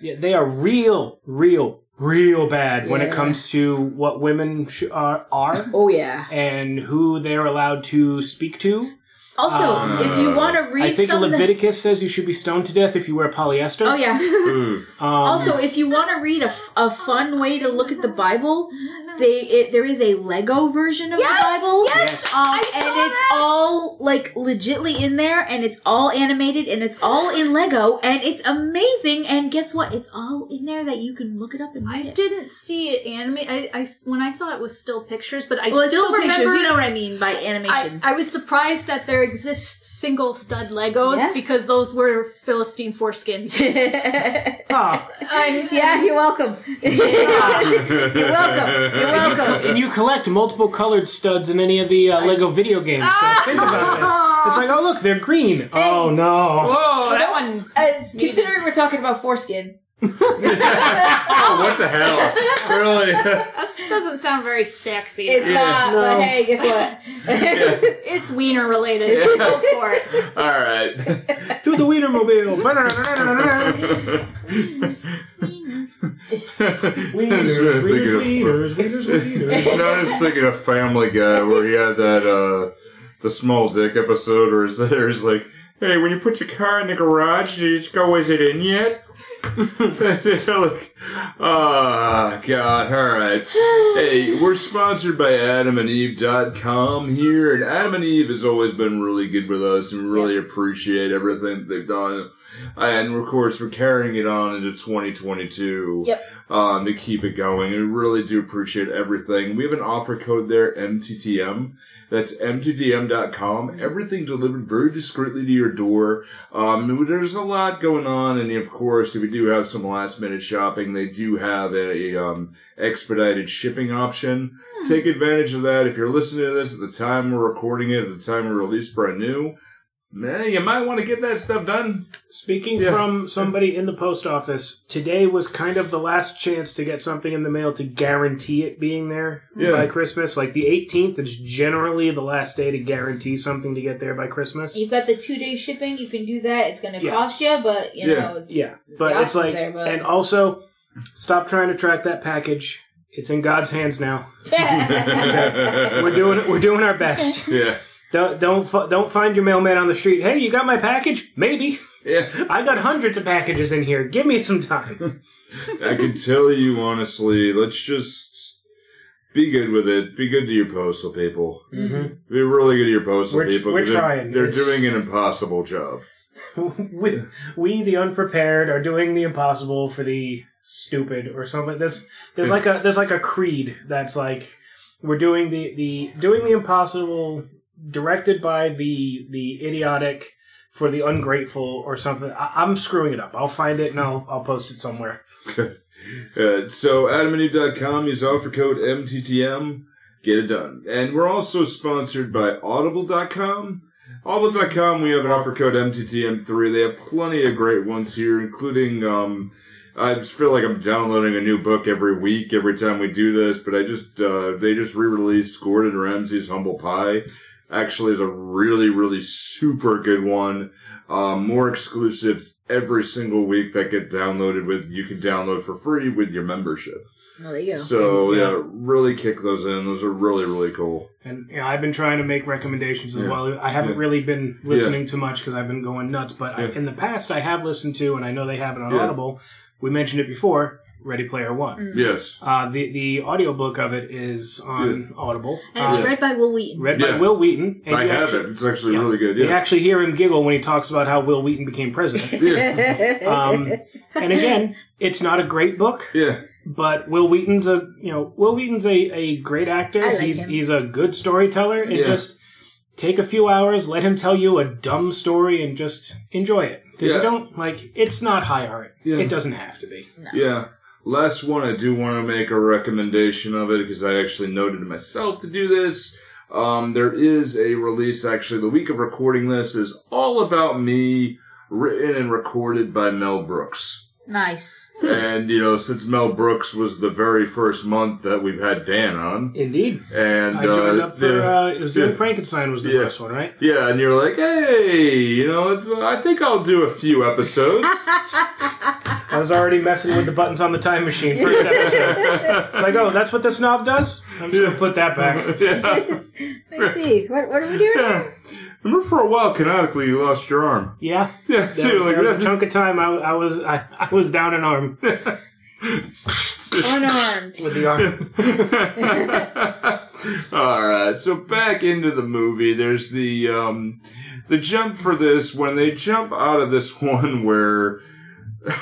[SPEAKER 5] Yeah, they are real, real, real bad when it
[SPEAKER 2] Yeah.
[SPEAKER 5] comes to what women sh- are, are
[SPEAKER 2] Oh yeah.
[SPEAKER 5] and who they're allowed to speak to.
[SPEAKER 2] Also,
[SPEAKER 5] Um,
[SPEAKER 2] if you want to
[SPEAKER 5] I
[SPEAKER 2] read
[SPEAKER 5] think
[SPEAKER 2] some of the-
[SPEAKER 5] Leviticus says you should be stoned to death if you wear polyester.
[SPEAKER 2] oh yeah.
[SPEAKER 1] Ooh.
[SPEAKER 5] Um,
[SPEAKER 2] also, if you want to read a, f- a fun way to look at the Bible, they it, there is a Lego version of the Bible.
[SPEAKER 5] yes.
[SPEAKER 2] Um,
[SPEAKER 4] I saw
[SPEAKER 2] and it's
[SPEAKER 4] that!
[SPEAKER 2] all like legitly in there, and it's all animated, and it's all in Lego, and it's amazing. And guess what? It's all in there that you can look it up and read
[SPEAKER 4] I
[SPEAKER 2] it.
[SPEAKER 4] didn't see it anime. I, I s- when I saw it, it was still pictures, but I
[SPEAKER 2] well, it's
[SPEAKER 4] still,
[SPEAKER 2] still
[SPEAKER 4] remember.
[SPEAKER 2] pictures. You know what I mean by
[SPEAKER 4] I,
[SPEAKER 2] animation.
[SPEAKER 4] I was surprised that there exists single stud Legos
[SPEAKER 2] Yeah.
[SPEAKER 4] because those were Philistine foreskins.
[SPEAKER 5] Ah,
[SPEAKER 4] I-
[SPEAKER 2] yeah, you're welcome. You're welcome. You're welcome.
[SPEAKER 5] and you collect multiple colored studs in any of the uh, Lego video games.
[SPEAKER 2] Ah.
[SPEAKER 5] So think about this. It's like, oh look, they're green. Oh no.
[SPEAKER 4] Whoa, that one.
[SPEAKER 2] Uh, considering we're talking about foreskin,
[SPEAKER 1] Oh, what the hell? Really?
[SPEAKER 4] That doesn't sound very sexy.
[SPEAKER 2] it's
[SPEAKER 4] It's,
[SPEAKER 2] not. But hey, guess what?
[SPEAKER 4] it's wiener related.
[SPEAKER 1] Yeah.
[SPEAKER 4] Go for it.
[SPEAKER 1] All right.
[SPEAKER 5] To the Wienermobile. Wieners, wieners, wieners, wieners, wieners.
[SPEAKER 1] no, I was thinking of Family Guy where he had that uh the small dick episode where he's- where he's like, "Hey, when you put your car in the garage, you just go, is it in yet?" They're like, oh, God, all right. Hey, we're sponsored by AdamAndEve.com here, and Adam and Eve has always been really good with us, and we really appreciate everything that they've done. And of course, we're carrying it on into 2022
[SPEAKER 2] Yep.
[SPEAKER 1] um, to keep it going. And we really do appreciate everything. We have an offer code there, MTTM. That's mtdm.com. Everything delivered very discreetly to your door. Um, there's a lot going on, and of course, if you do have some last minute shopping, they do have a um, expedited shipping option. Take advantage of that. If you're listening to this at the time we're recording it, at the time we release brand new, man, you might want to get that stuff done.
[SPEAKER 5] Speaking
[SPEAKER 1] Yeah.
[SPEAKER 5] from somebody in the post office, today was kind of the last chance to get something in the mail to guarantee it being there
[SPEAKER 1] Yeah.
[SPEAKER 5] by Christmas. Like the 18th is generally the last day to guarantee something to get there by Christmas.
[SPEAKER 2] You've got the two day shipping. You can do that. It's going to
[SPEAKER 5] Yeah.
[SPEAKER 2] cost you, but you
[SPEAKER 1] Yeah.
[SPEAKER 2] know,
[SPEAKER 5] Yeah, but
[SPEAKER 2] The
[SPEAKER 5] it's
[SPEAKER 2] option's
[SPEAKER 5] like,
[SPEAKER 2] there, but-
[SPEAKER 5] and also, stop trying to track that package. It's in God's hands now. We're doing it. We're doing our best.
[SPEAKER 1] Yeah.
[SPEAKER 5] Don't don't fi- don't find your mailman on the street. Hey, you got my package? Maybe
[SPEAKER 1] Yeah.
[SPEAKER 5] I got hundreds of packages in here. Give me some time.
[SPEAKER 1] I can tell you honestly, let's just be good with it. Be good to your postal people. Be really good to your postal
[SPEAKER 5] Mm-hmm. We're tr-
[SPEAKER 1] people.
[SPEAKER 5] we're
[SPEAKER 1] 'cause they're-
[SPEAKER 5] trying.
[SPEAKER 1] They're
[SPEAKER 5] It's-
[SPEAKER 1] doing an impossible job.
[SPEAKER 5] we, we the unprepared are doing the impossible for the stupid or something there's there's like a there's like a creed that's like we're doing the the doing the impossible directed by the the idiotic for the ungrateful or something I, i'm screwing it up i'll find it and i'll i'll post it somewhere
[SPEAKER 1] Uh, so adamandeve.com, use offer code MTTM, get it done. And we're also sponsored by audible.com. Audible.com, we have an offer code MTTM3. They have plenty of great ones here, including, um, I just feel like I'm downloading a new book every week, every time we do this, but I just, uh, they just re-released Gordon Ramsay's Humble Pie. Actually is a really, really super good one. Um, more exclusives every single week that get downloaded with you can download for free with your membership.
[SPEAKER 2] Oh, there you go.
[SPEAKER 1] So
[SPEAKER 5] Yeah.
[SPEAKER 1] yeah, really kick those in. Those are really really cool.
[SPEAKER 5] And you know, I've been trying to make recommendations as
[SPEAKER 1] Yeah.
[SPEAKER 5] well. I haven't
[SPEAKER 1] Yeah.
[SPEAKER 5] really been listening to much because I've been going nuts. But I,
[SPEAKER 1] Yeah.
[SPEAKER 5] in the past, I have listened to, and I know they have it on
[SPEAKER 1] Yeah.
[SPEAKER 5] Audible. We mentioned it before. Ready Player One.
[SPEAKER 2] Mm.
[SPEAKER 1] Yes.
[SPEAKER 5] Uh, the the audiobook of it is on Audible,
[SPEAKER 2] And it's
[SPEAKER 5] uh,
[SPEAKER 1] Yeah.
[SPEAKER 2] read by Will Wheaton.
[SPEAKER 5] read
[SPEAKER 1] Yeah.
[SPEAKER 5] by Will Wheaton. And
[SPEAKER 1] I
[SPEAKER 5] you
[SPEAKER 1] have
[SPEAKER 5] actually,
[SPEAKER 1] it. It's actually
[SPEAKER 5] Yeah.
[SPEAKER 1] really good.
[SPEAKER 5] You
[SPEAKER 1] Yeah.
[SPEAKER 5] actually hear him giggle when he talks about how Will Wheaton became president. Um, and again, it's not a great book,
[SPEAKER 1] Yeah.
[SPEAKER 5] but Will Wheaton's a you know Will Wheaton's a, a great actor.
[SPEAKER 2] I like
[SPEAKER 5] he's
[SPEAKER 2] him.
[SPEAKER 5] he's a good storyteller. And
[SPEAKER 1] Yeah.
[SPEAKER 5] just take a few hours, let him tell you a dumb story, and just enjoy it because
[SPEAKER 1] Yeah.
[SPEAKER 5] you don't like it's not high art.
[SPEAKER 1] Yeah.
[SPEAKER 5] It doesn't have to be.
[SPEAKER 1] Yeah. Last one, I do want to make a recommendation of it because I actually noted myself to do this. Um, there is a release actually. The week of recording this is all about me, written and recorded by Mel Brooks.
[SPEAKER 2] nice.
[SPEAKER 1] And you know, since Mel Brooks was the very first month that we've had Dan on,
[SPEAKER 5] Indeed,
[SPEAKER 1] and
[SPEAKER 5] I joined
[SPEAKER 1] uh,
[SPEAKER 5] up for
[SPEAKER 1] yeah.
[SPEAKER 5] uh, it was doing
[SPEAKER 1] yeah.
[SPEAKER 5] Frankenstein was the
[SPEAKER 1] Yeah.
[SPEAKER 5] first one, right?
[SPEAKER 1] Yeah, and you're like, hey, you know, it's, uh, I think I'll do a few episodes.
[SPEAKER 5] I was already messing with the buttons on the time machine first episode. it's like, oh, that's what the snob does. I'm just gonna put that back.
[SPEAKER 1] yeah.
[SPEAKER 2] Let's see. What, what are we doing?
[SPEAKER 1] yeah. Remember for a while, canonically, you lost your arm.
[SPEAKER 5] Yeah,
[SPEAKER 1] Yeah,
[SPEAKER 5] there,
[SPEAKER 1] so you're like,
[SPEAKER 5] there was a chunk of time I, I was I, I was down an arm
[SPEAKER 2] Unarmed.
[SPEAKER 5] with the arm.
[SPEAKER 1] All right, so back into the movie. There's the um, the jump for this when they jump out of this one where.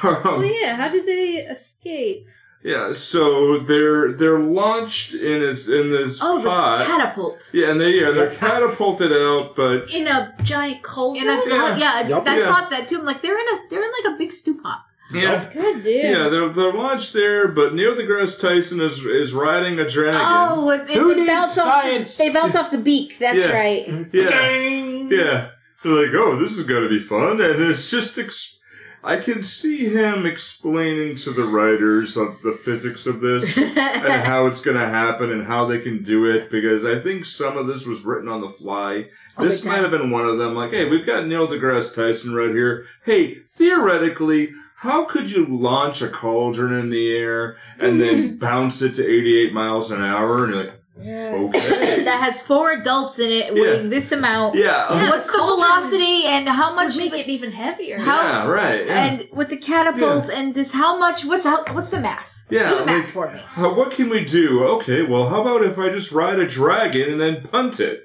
[SPEAKER 1] um,
[SPEAKER 4] Oh yeah, how did they escape?
[SPEAKER 1] yeah, so they're they're launched in this in this
[SPEAKER 2] Oh, the
[SPEAKER 1] pod.
[SPEAKER 2] catapult.
[SPEAKER 1] yeah, and they yeah they're catapulted out, but
[SPEAKER 4] In a giant cauldron.
[SPEAKER 2] In a, yeah,
[SPEAKER 5] Yup.
[SPEAKER 2] I
[SPEAKER 1] Yeah.
[SPEAKER 2] thought that too. I'm like, they're in a, they're in like a big stew pot.
[SPEAKER 1] yeah,
[SPEAKER 4] Good
[SPEAKER 1] Yeah,
[SPEAKER 4] dude.
[SPEAKER 1] they're, they're launched there, but Neil deGrasse Tyson is is riding a dragon.
[SPEAKER 2] Oh, it,
[SPEAKER 5] Who
[SPEAKER 2] it
[SPEAKER 5] needs
[SPEAKER 2] bounce
[SPEAKER 5] science?
[SPEAKER 2] off. They bounce off the beak. That's
[SPEAKER 1] Yeah.
[SPEAKER 2] right.
[SPEAKER 1] Yeah,
[SPEAKER 5] Ding!
[SPEAKER 1] yeah. They're like, oh, this is gonna be fun, and it's just. Ex- I can see him explaining to the writers of the physics of this
[SPEAKER 5] Mm-hmm.
[SPEAKER 1] and how it's going to happen and how they can do it because I think some of this was written on the fly.
[SPEAKER 2] Oh,
[SPEAKER 1] This
[SPEAKER 2] big
[SPEAKER 1] might
[SPEAKER 2] time.
[SPEAKER 1] have been one of them. Like, hey, we've got Neil deGrasse Tyson right here. Hey, theoretically, how could you launch a cauldron in the air and then bounce it to 88 miles an hour? And you're like, okay.
[SPEAKER 2] that has four adults in it weighing this amount.
[SPEAKER 1] yeah.
[SPEAKER 4] Yeah,
[SPEAKER 2] What's
[SPEAKER 4] the
[SPEAKER 2] the
[SPEAKER 4] cauldron
[SPEAKER 2] velocity and how
[SPEAKER 4] Would
[SPEAKER 2] much
[SPEAKER 4] make
[SPEAKER 2] the-
[SPEAKER 4] it even heavier.
[SPEAKER 2] How-
[SPEAKER 1] yeah, right. Yeah.
[SPEAKER 2] and with the catapults and this how much what's how what's the math?
[SPEAKER 1] Yeah,
[SPEAKER 2] Do the
[SPEAKER 1] like-
[SPEAKER 2] math for me.
[SPEAKER 1] Uh, what can we do? Okay, well, how about if I just ride a dragon and then punt it?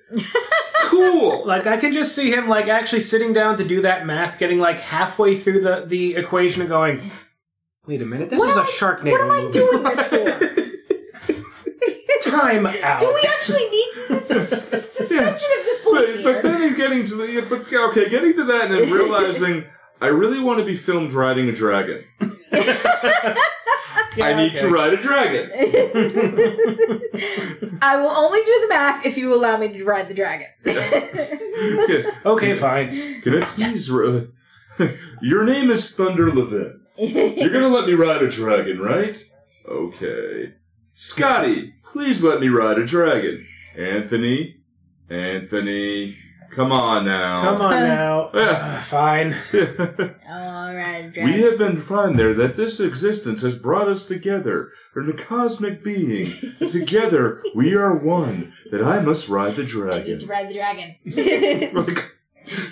[SPEAKER 1] cool.
[SPEAKER 5] Like I can just see him like actually sitting down to do that math, getting like halfway through the the equation and going, "Wait a minute, this
[SPEAKER 2] What
[SPEAKER 5] is
[SPEAKER 2] am
[SPEAKER 5] a
[SPEAKER 2] I-
[SPEAKER 5] Sharknado
[SPEAKER 2] What am I
[SPEAKER 5] movie."
[SPEAKER 2] doing this for?
[SPEAKER 5] Time out.
[SPEAKER 2] Do we actually need to- this is sus- suspension of
[SPEAKER 1] But,
[SPEAKER 2] disbelief?
[SPEAKER 1] but
[SPEAKER 2] here.
[SPEAKER 1] then in getting to the yeah, but okay, getting to that and then realizing I really want to be filmed riding a dragon.
[SPEAKER 5] Yeah,
[SPEAKER 1] I need
[SPEAKER 5] okay.
[SPEAKER 1] to ride a dragon.
[SPEAKER 2] I will only do the math if you allow me to ride the dragon.
[SPEAKER 1] Okay,
[SPEAKER 5] Okay, fine.
[SPEAKER 1] Can I please? ri- Your name is Thunder Levin. You're gonna let me ride a dragon, right? Okay. Scotty, please let me ride a dragon. Anthony, Anthony, come on now.
[SPEAKER 5] Come on now.
[SPEAKER 1] Yeah.
[SPEAKER 5] Uh, fine.
[SPEAKER 2] All right,
[SPEAKER 1] We
[SPEAKER 2] dragon.
[SPEAKER 1] have been fine there that this existence has brought us together, in a cosmic being. and together we are one, that I must ride the
[SPEAKER 2] I need to
[SPEAKER 1] dragon.
[SPEAKER 2] ride the dragon.
[SPEAKER 1] Like,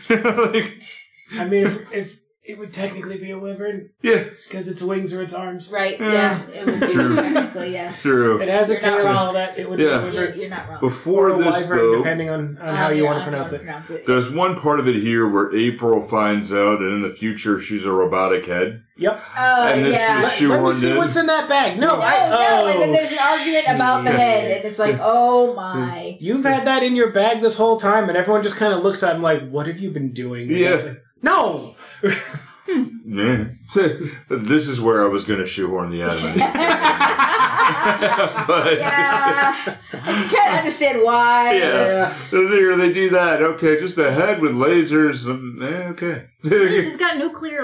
[SPEAKER 1] like,
[SPEAKER 5] I mean, if, if it would technically be a wyvern
[SPEAKER 1] yeah,
[SPEAKER 5] because its wings or its arms.
[SPEAKER 2] right? Yeah, it would be
[SPEAKER 1] True.
[SPEAKER 2] technically yes. uh,
[SPEAKER 1] true.
[SPEAKER 5] It has a
[SPEAKER 2] You're not
[SPEAKER 5] tail and
[SPEAKER 2] wrong.
[SPEAKER 5] all that. It would
[SPEAKER 1] Yeah.
[SPEAKER 5] be a
[SPEAKER 2] You're,
[SPEAKER 5] wyvern
[SPEAKER 2] you're not wrong.
[SPEAKER 5] or
[SPEAKER 1] Before
[SPEAKER 5] a
[SPEAKER 1] this,
[SPEAKER 5] wyvern,
[SPEAKER 1] though,
[SPEAKER 5] depending on, on
[SPEAKER 2] Um,
[SPEAKER 5] how you
[SPEAKER 2] yeah,
[SPEAKER 5] want
[SPEAKER 2] I
[SPEAKER 5] to pronounce
[SPEAKER 2] don't
[SPEAKER 5] it.
[SPEAKER 2] pronounce it.
[SPEAKER 1] there's one part of it here where April finds out, and in the future she's a robotic head.
[SPEAKER 5] Yep.
[SPEAKER 2] Oh,
[SPEAKER 1] and this is
[SPEAKER 2] yeah.
[SPEAKER 1] shoehorned
[SPEAKER 5] Let me see
[SPEAKER 1] in.
[SPEAKER 5] what's in that bag. No,
[SPEAKER 2] no,
[SPEAKER 5] I.
[SPEAKER 2] no,
[SPEAKER 5] oh,
[SPEAKER 2] and then there's an argument about the
[SPEAKER 5] shit.
[SPEAKER 2] head, and it's like, oh my.
[SPEAKER 5] You've had that in your bag this whole time, and everyone just kind of looks at him like, "What have you been doing?" And
[SPEAKER 1] Yeah.
[SPEAKER 5] it's like, No.
[SPEAKER 1] Yeah. this is where I was going to shoehorn the anime. but,
[SPEAKER 2] Yeah, I can't understand why.
[SPEAKER 1] Yeah. There they do that. Okay, just a head with lasers. um, eh, okay.
[SPEAKER 4] She's got nuclear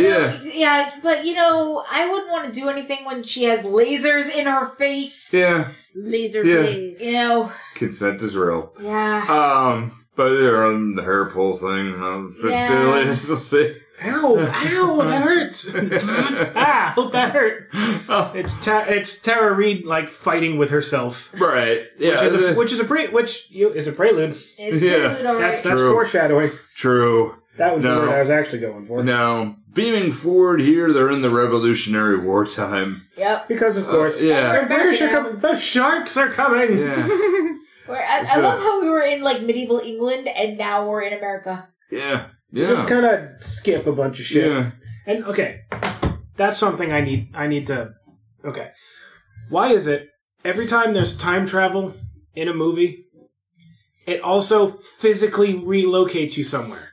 [SPEAKER 1] yeah.
[SPEAKER 2] Yeah, but you know, I wouldn't want to do anything when she has lasers in her face.
[SPEAKER 1] Yeah.
[SPEAKER 4] Laser
[SPEAKER 1] Yeah.
[SPEAKER 4] blades.
[SPEAKER 2] You know,
[SPEAKER 1] Consent is real.
[SPEAKER 2] yeah.
[SPEAKER 1] Um, But they're on the hair pull thing. Um, but
[SPEAKER 2] Yeah.
[SPEAKER 1] yeah. Let's see.
[SPEAKER 5] Ow! Ow! That hurts. ow! That hurt. It's ta- it's Tara Reid like fighting with herself,
[SPEAKER 1] Right. Yeah. Uh,
[SPEAKER 5] which is a,
[SPEAKER 1] the-
[SPEAKER 5] which is a pre- which you, is a prelude.
[SPEAKER 2] It's
[SPEAKER 1] Yeah,
[SPEAKER 2] prelude, all right.
[SPEAKER 5] That's that's
[SPEAKER 1] True.
[SPEAKER 5] foreshadowing.
[SPEAKER 1] true.
[SPEAKER 5] That was the
[SPEAKER 1] No.
[SPEAKER 5] word I was actually going for.
[SPEAKER 1] Now, beaming forward here, they're in the Revolutionary War time.
[SPEAKER 2] Yep.
[SPEAKER 5] Because of course,
[SPEAKER 1] Uh, yeah.
[SPEAKER 5] the British are
[SPEAKER 2] Back now.
[SPEAKER 5] coming. The sharks are coming.
[SPEAKER 1] Yeah.
[SPEAKER 2] Where I, I
[SPEAKER 1] So-
[SPEAKER 2] love how we were in like medieval England and now we're in America.
[SPEAKER 1] Yeah.
[SPEAKER 5] Just
[SPEAKER 1] Yeah.
[SPEAKER 5] kind of skip a bunch of shit.
[SPEAKER 1] Yeah.
[SPEAKER 5] And okay, that's something I need. I need to. Okay, why is it every time there's time travel in a movie, it also physically relocates you somewhere?
[SPEAKER 1] Hmm.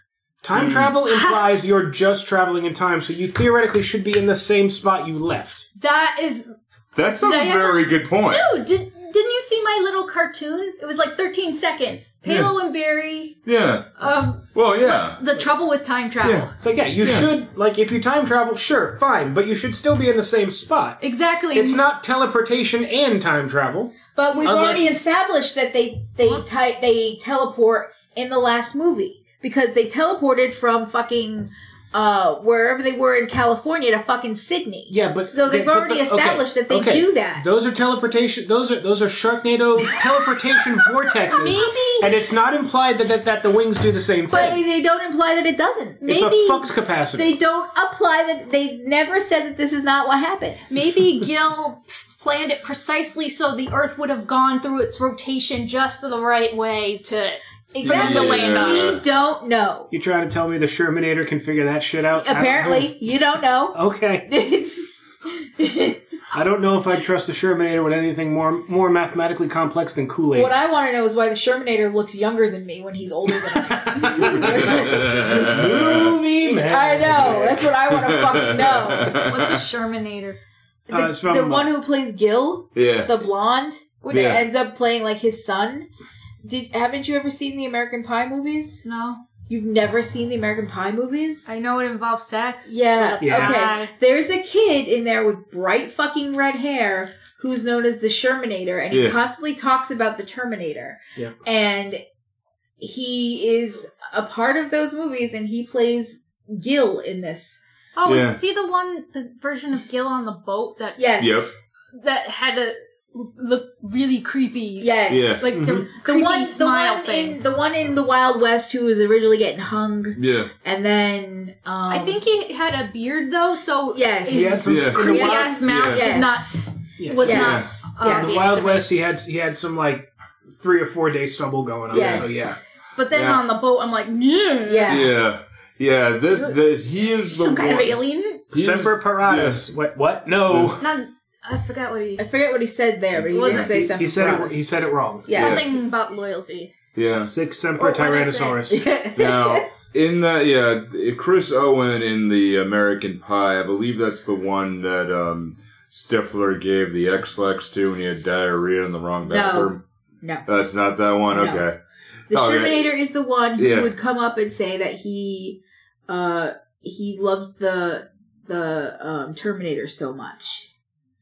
[SPEAKER 5] Time travel implies you're just traveling in time, so you theoretically should be in the same spot you left.
[SPEAKER 4] That is,
[SPEAKER 1] That's a
[SPEAKER 4] Did I ever-
[SPEAKER 1] very good point.
[SPEAKER 4] dude. Did didn't you see my little cartoon? It was like 13 seconds. Palo and Barry.
[SPEAKER 1] Yeah.
[SPEAKER 4] Um,
[SPEAKER 1] Well, yeah.
[SPEAKER 4] the trouble with time travel.
[SPEAKER 1] Yeah.
[SPEAKER 5] It's like, yeah, you
[SPEAKER 1] Yeah.
[SPEAKER 5] should like if you time travel, sure, fine, but you should still be in the same spot.
[SPEAKER 4] Exactly.
[SPEAKER 5] It's not teleportation and time travel.
[SPEAKER 2] But we've
[SPEAKER 5] Unless-
[SPEAKER 2] already established that they they ty- they teleport in the last movie because they teleported from fucking uh wherever they were in California to fucking Sydney.
[SPEAKER 5] Yeah, but
[SPEAKER 2] so they've
[SPEAKER 5] but the-
[SPEAKER 2] already
[SPEAKER 5] okay,
[SPEAKER 2] established that they
[SPEAKER 5] okay.
[SPEAKER 2] do that.
[SPEAKER 5] Those are teleportation. Those are those are Sharknado teleportation vortexes.
[SPEAKER 4] Maybe.
[SPEAKER 5] And it's not implied that, that that the wings do the same
[SPEAKER 2] but
[SPEAKER 5] thing.
[SPEAKER 2] they don't imply that it doesn't.
[SPEAKER 5] it's a
[SPEAKER 4] maybe
[SPEAKER 5] flux capacity.
[SPEAKER 2] They don't apply that. They never said that this is not what happens.
[SPEAKER 4] Maybe Gil planned it precisely so the Earth would have gone through its rotation just the right way to
[SPEAKER 2] Exactly.
[SPEAKER 4] the land on it.
[SPEAKER 2] We don't know.
[SPEAKER 5] you trying to tell me the Shermanator can figure that shit out? I don't know.
[SPEAKER 2] Apparently, you don't know.
[SPEAKER 5] Okay.
[SPEAKER 2] It's-
[SPEAKER 5] I don't know if I'd trust the Shermanator with anything more more mathematically complex than Kool Aid.
[SPEAKER 2] what I want to know is why the Shermanator looks younger than me when he's older than I. am.
[SPEAKER 5] Movie man.
[SPEAKER 2] I know. That's what I want to fucking know.
[SPEAKER 4] What's a Shermanator?
[SPEAKER 2] The,
[SPEAKER 5] Uh, it's from,
[SPEAKER 2] the
[SPEAKER 5] uh,
[SPEAKER 2] one who plays Gil,
[SPEAKER 1] yeah.
[SPEAKER 2] the blonde, when
[SPEAKER 1] Yeah.
[SPEAKER 2] ends up playing like his son. Did haven't you ever seen the American Pie movies?
[SPEAKER 4] No,
[SPEAKER 2] You've never seen the American Pie movies?
[SPEAKER 4] I know it involves sex.
[SPEAKER 2] Yeah.
[SPEAKER 5] Yeah.
[SPEAKER 2] Okay. There's a kid in there with bright fucking red hair who's known as the Shermanator, and he
[SPEAKER 1] Yeah.
[SPEAKER 2] constantly talks about the Terminator.
[SPEAKER 5] Yeah.
[SPEAKER 2] And he is a part of those movies, and he plays Gil in this.
[SPEAKER 4] Oh,
[SPEAKER 1] Yeah.
[SPEAKER 4] see the one, the version of Gil on the boat that
[SPEAKER 2] Yes.
[SPEAKER 1] Yep.
[SPEAKER 4] that had a look really creepy.
[SPEAKER 2] Yes.
[SPEAKER 1] Yeah.
[SPEAKER 4] like the,
[SPEAKER 5] Mhm.
[SPEAKER 2] The
[SPEAKER 4] creepy
[SPEAKER 2] one, the
[SPEAKER 4] smile
[SPEAKER 2] one
[SPEAKER 4] thing.
[SPEAKER 2] in the one in the Wild West who was originally getting hung,
[SPEAKER 1] Yeah.
[SPEAKER 2] and then um,
[SPEAKER 4] I think he had a beard though, so
[SPEAKER 2] yes,
[SPEAKER 5] He had some
[SPEAKER 1] Yeah.
[SPEAKER 5] screw-
[SPEAKER 4] creepy
[SPEAKER 2] Yeah.
[SPEAKER 4] ass mouth
[SPEAKER 2] Yeah.
[SPEAKER 4] did not
[SPEAKER 2] Yes.
[SPEAKER 5] Yeah.
[SPEAKER 4] was
[SPEAKER 2] yes,
[SPEAKER 4] not. uh,
[SPEAKER 2] yes.
[SPEAKER 5] In the Wild West, he had he had some like three or four day stubble going on.
[SPEAKER 2] Yes.
[SPEAKER 5] So yeah,
[SPEAKER 4] But then
[SPEAKER 1] Yeah.
[SPEAKER 4] on the boat, I'm like, yeah,
[SPEAKER 2] Yeah.
[SPEAKER 1] Yeah. Yeah. That that he is the
[SPEAKER 4] some
[SPEAKER 1] one.
[SPEAKER 4] kind of alien.
[SPEAKER 1] He is-
[SPEAKER 5] Semper Paratus. What? What? No.
[SPEAKER 4] Not, I forgot what he
[SPEAKER 2] I forget what he said there, but he
[SPEAKER 4] Was
[SPEAKER 2] didn't
[SPEAKER 4] it-
[SPEAKER 2] say something.
[SPEAKER 5] He said it,
[SPEAKER 2] gross.
[SPEAKER 5] he said it wrong.
[SPEAKER 2] yeah.
[SPEAKER 4] something about loyalty.
[SPEAKER 1] Yeah.
[SPEAKER 5] Six
[SPEAKER 4] Or
[SPEAKER 5] Semper
[SPEAKER 4] what I said.
[SPEAKER 5] Tyrannosaurus.
[SPEAKER 1] now in that yeah chris owen in the american pie i believe that's the one that um stifler gave the x-lex to when he had diarrhea in the wrong
[SPEAKER 2] No.
[SPEAKER 1] bathroom
[SPEAKER 2] No.
[SPEAKER 1] that's not that one
[SPEAKER 2] No.
[SPEAKER 1] okay
[SPEAKER 2] The
[SPEAKER 1] Oh, yeah.
[SPEAKER 2] Terminator is the one who
[SPEAKER 1] Yeah.
[SPEAKER 2] would come up and say that he uh he loves the the um Terminator so much.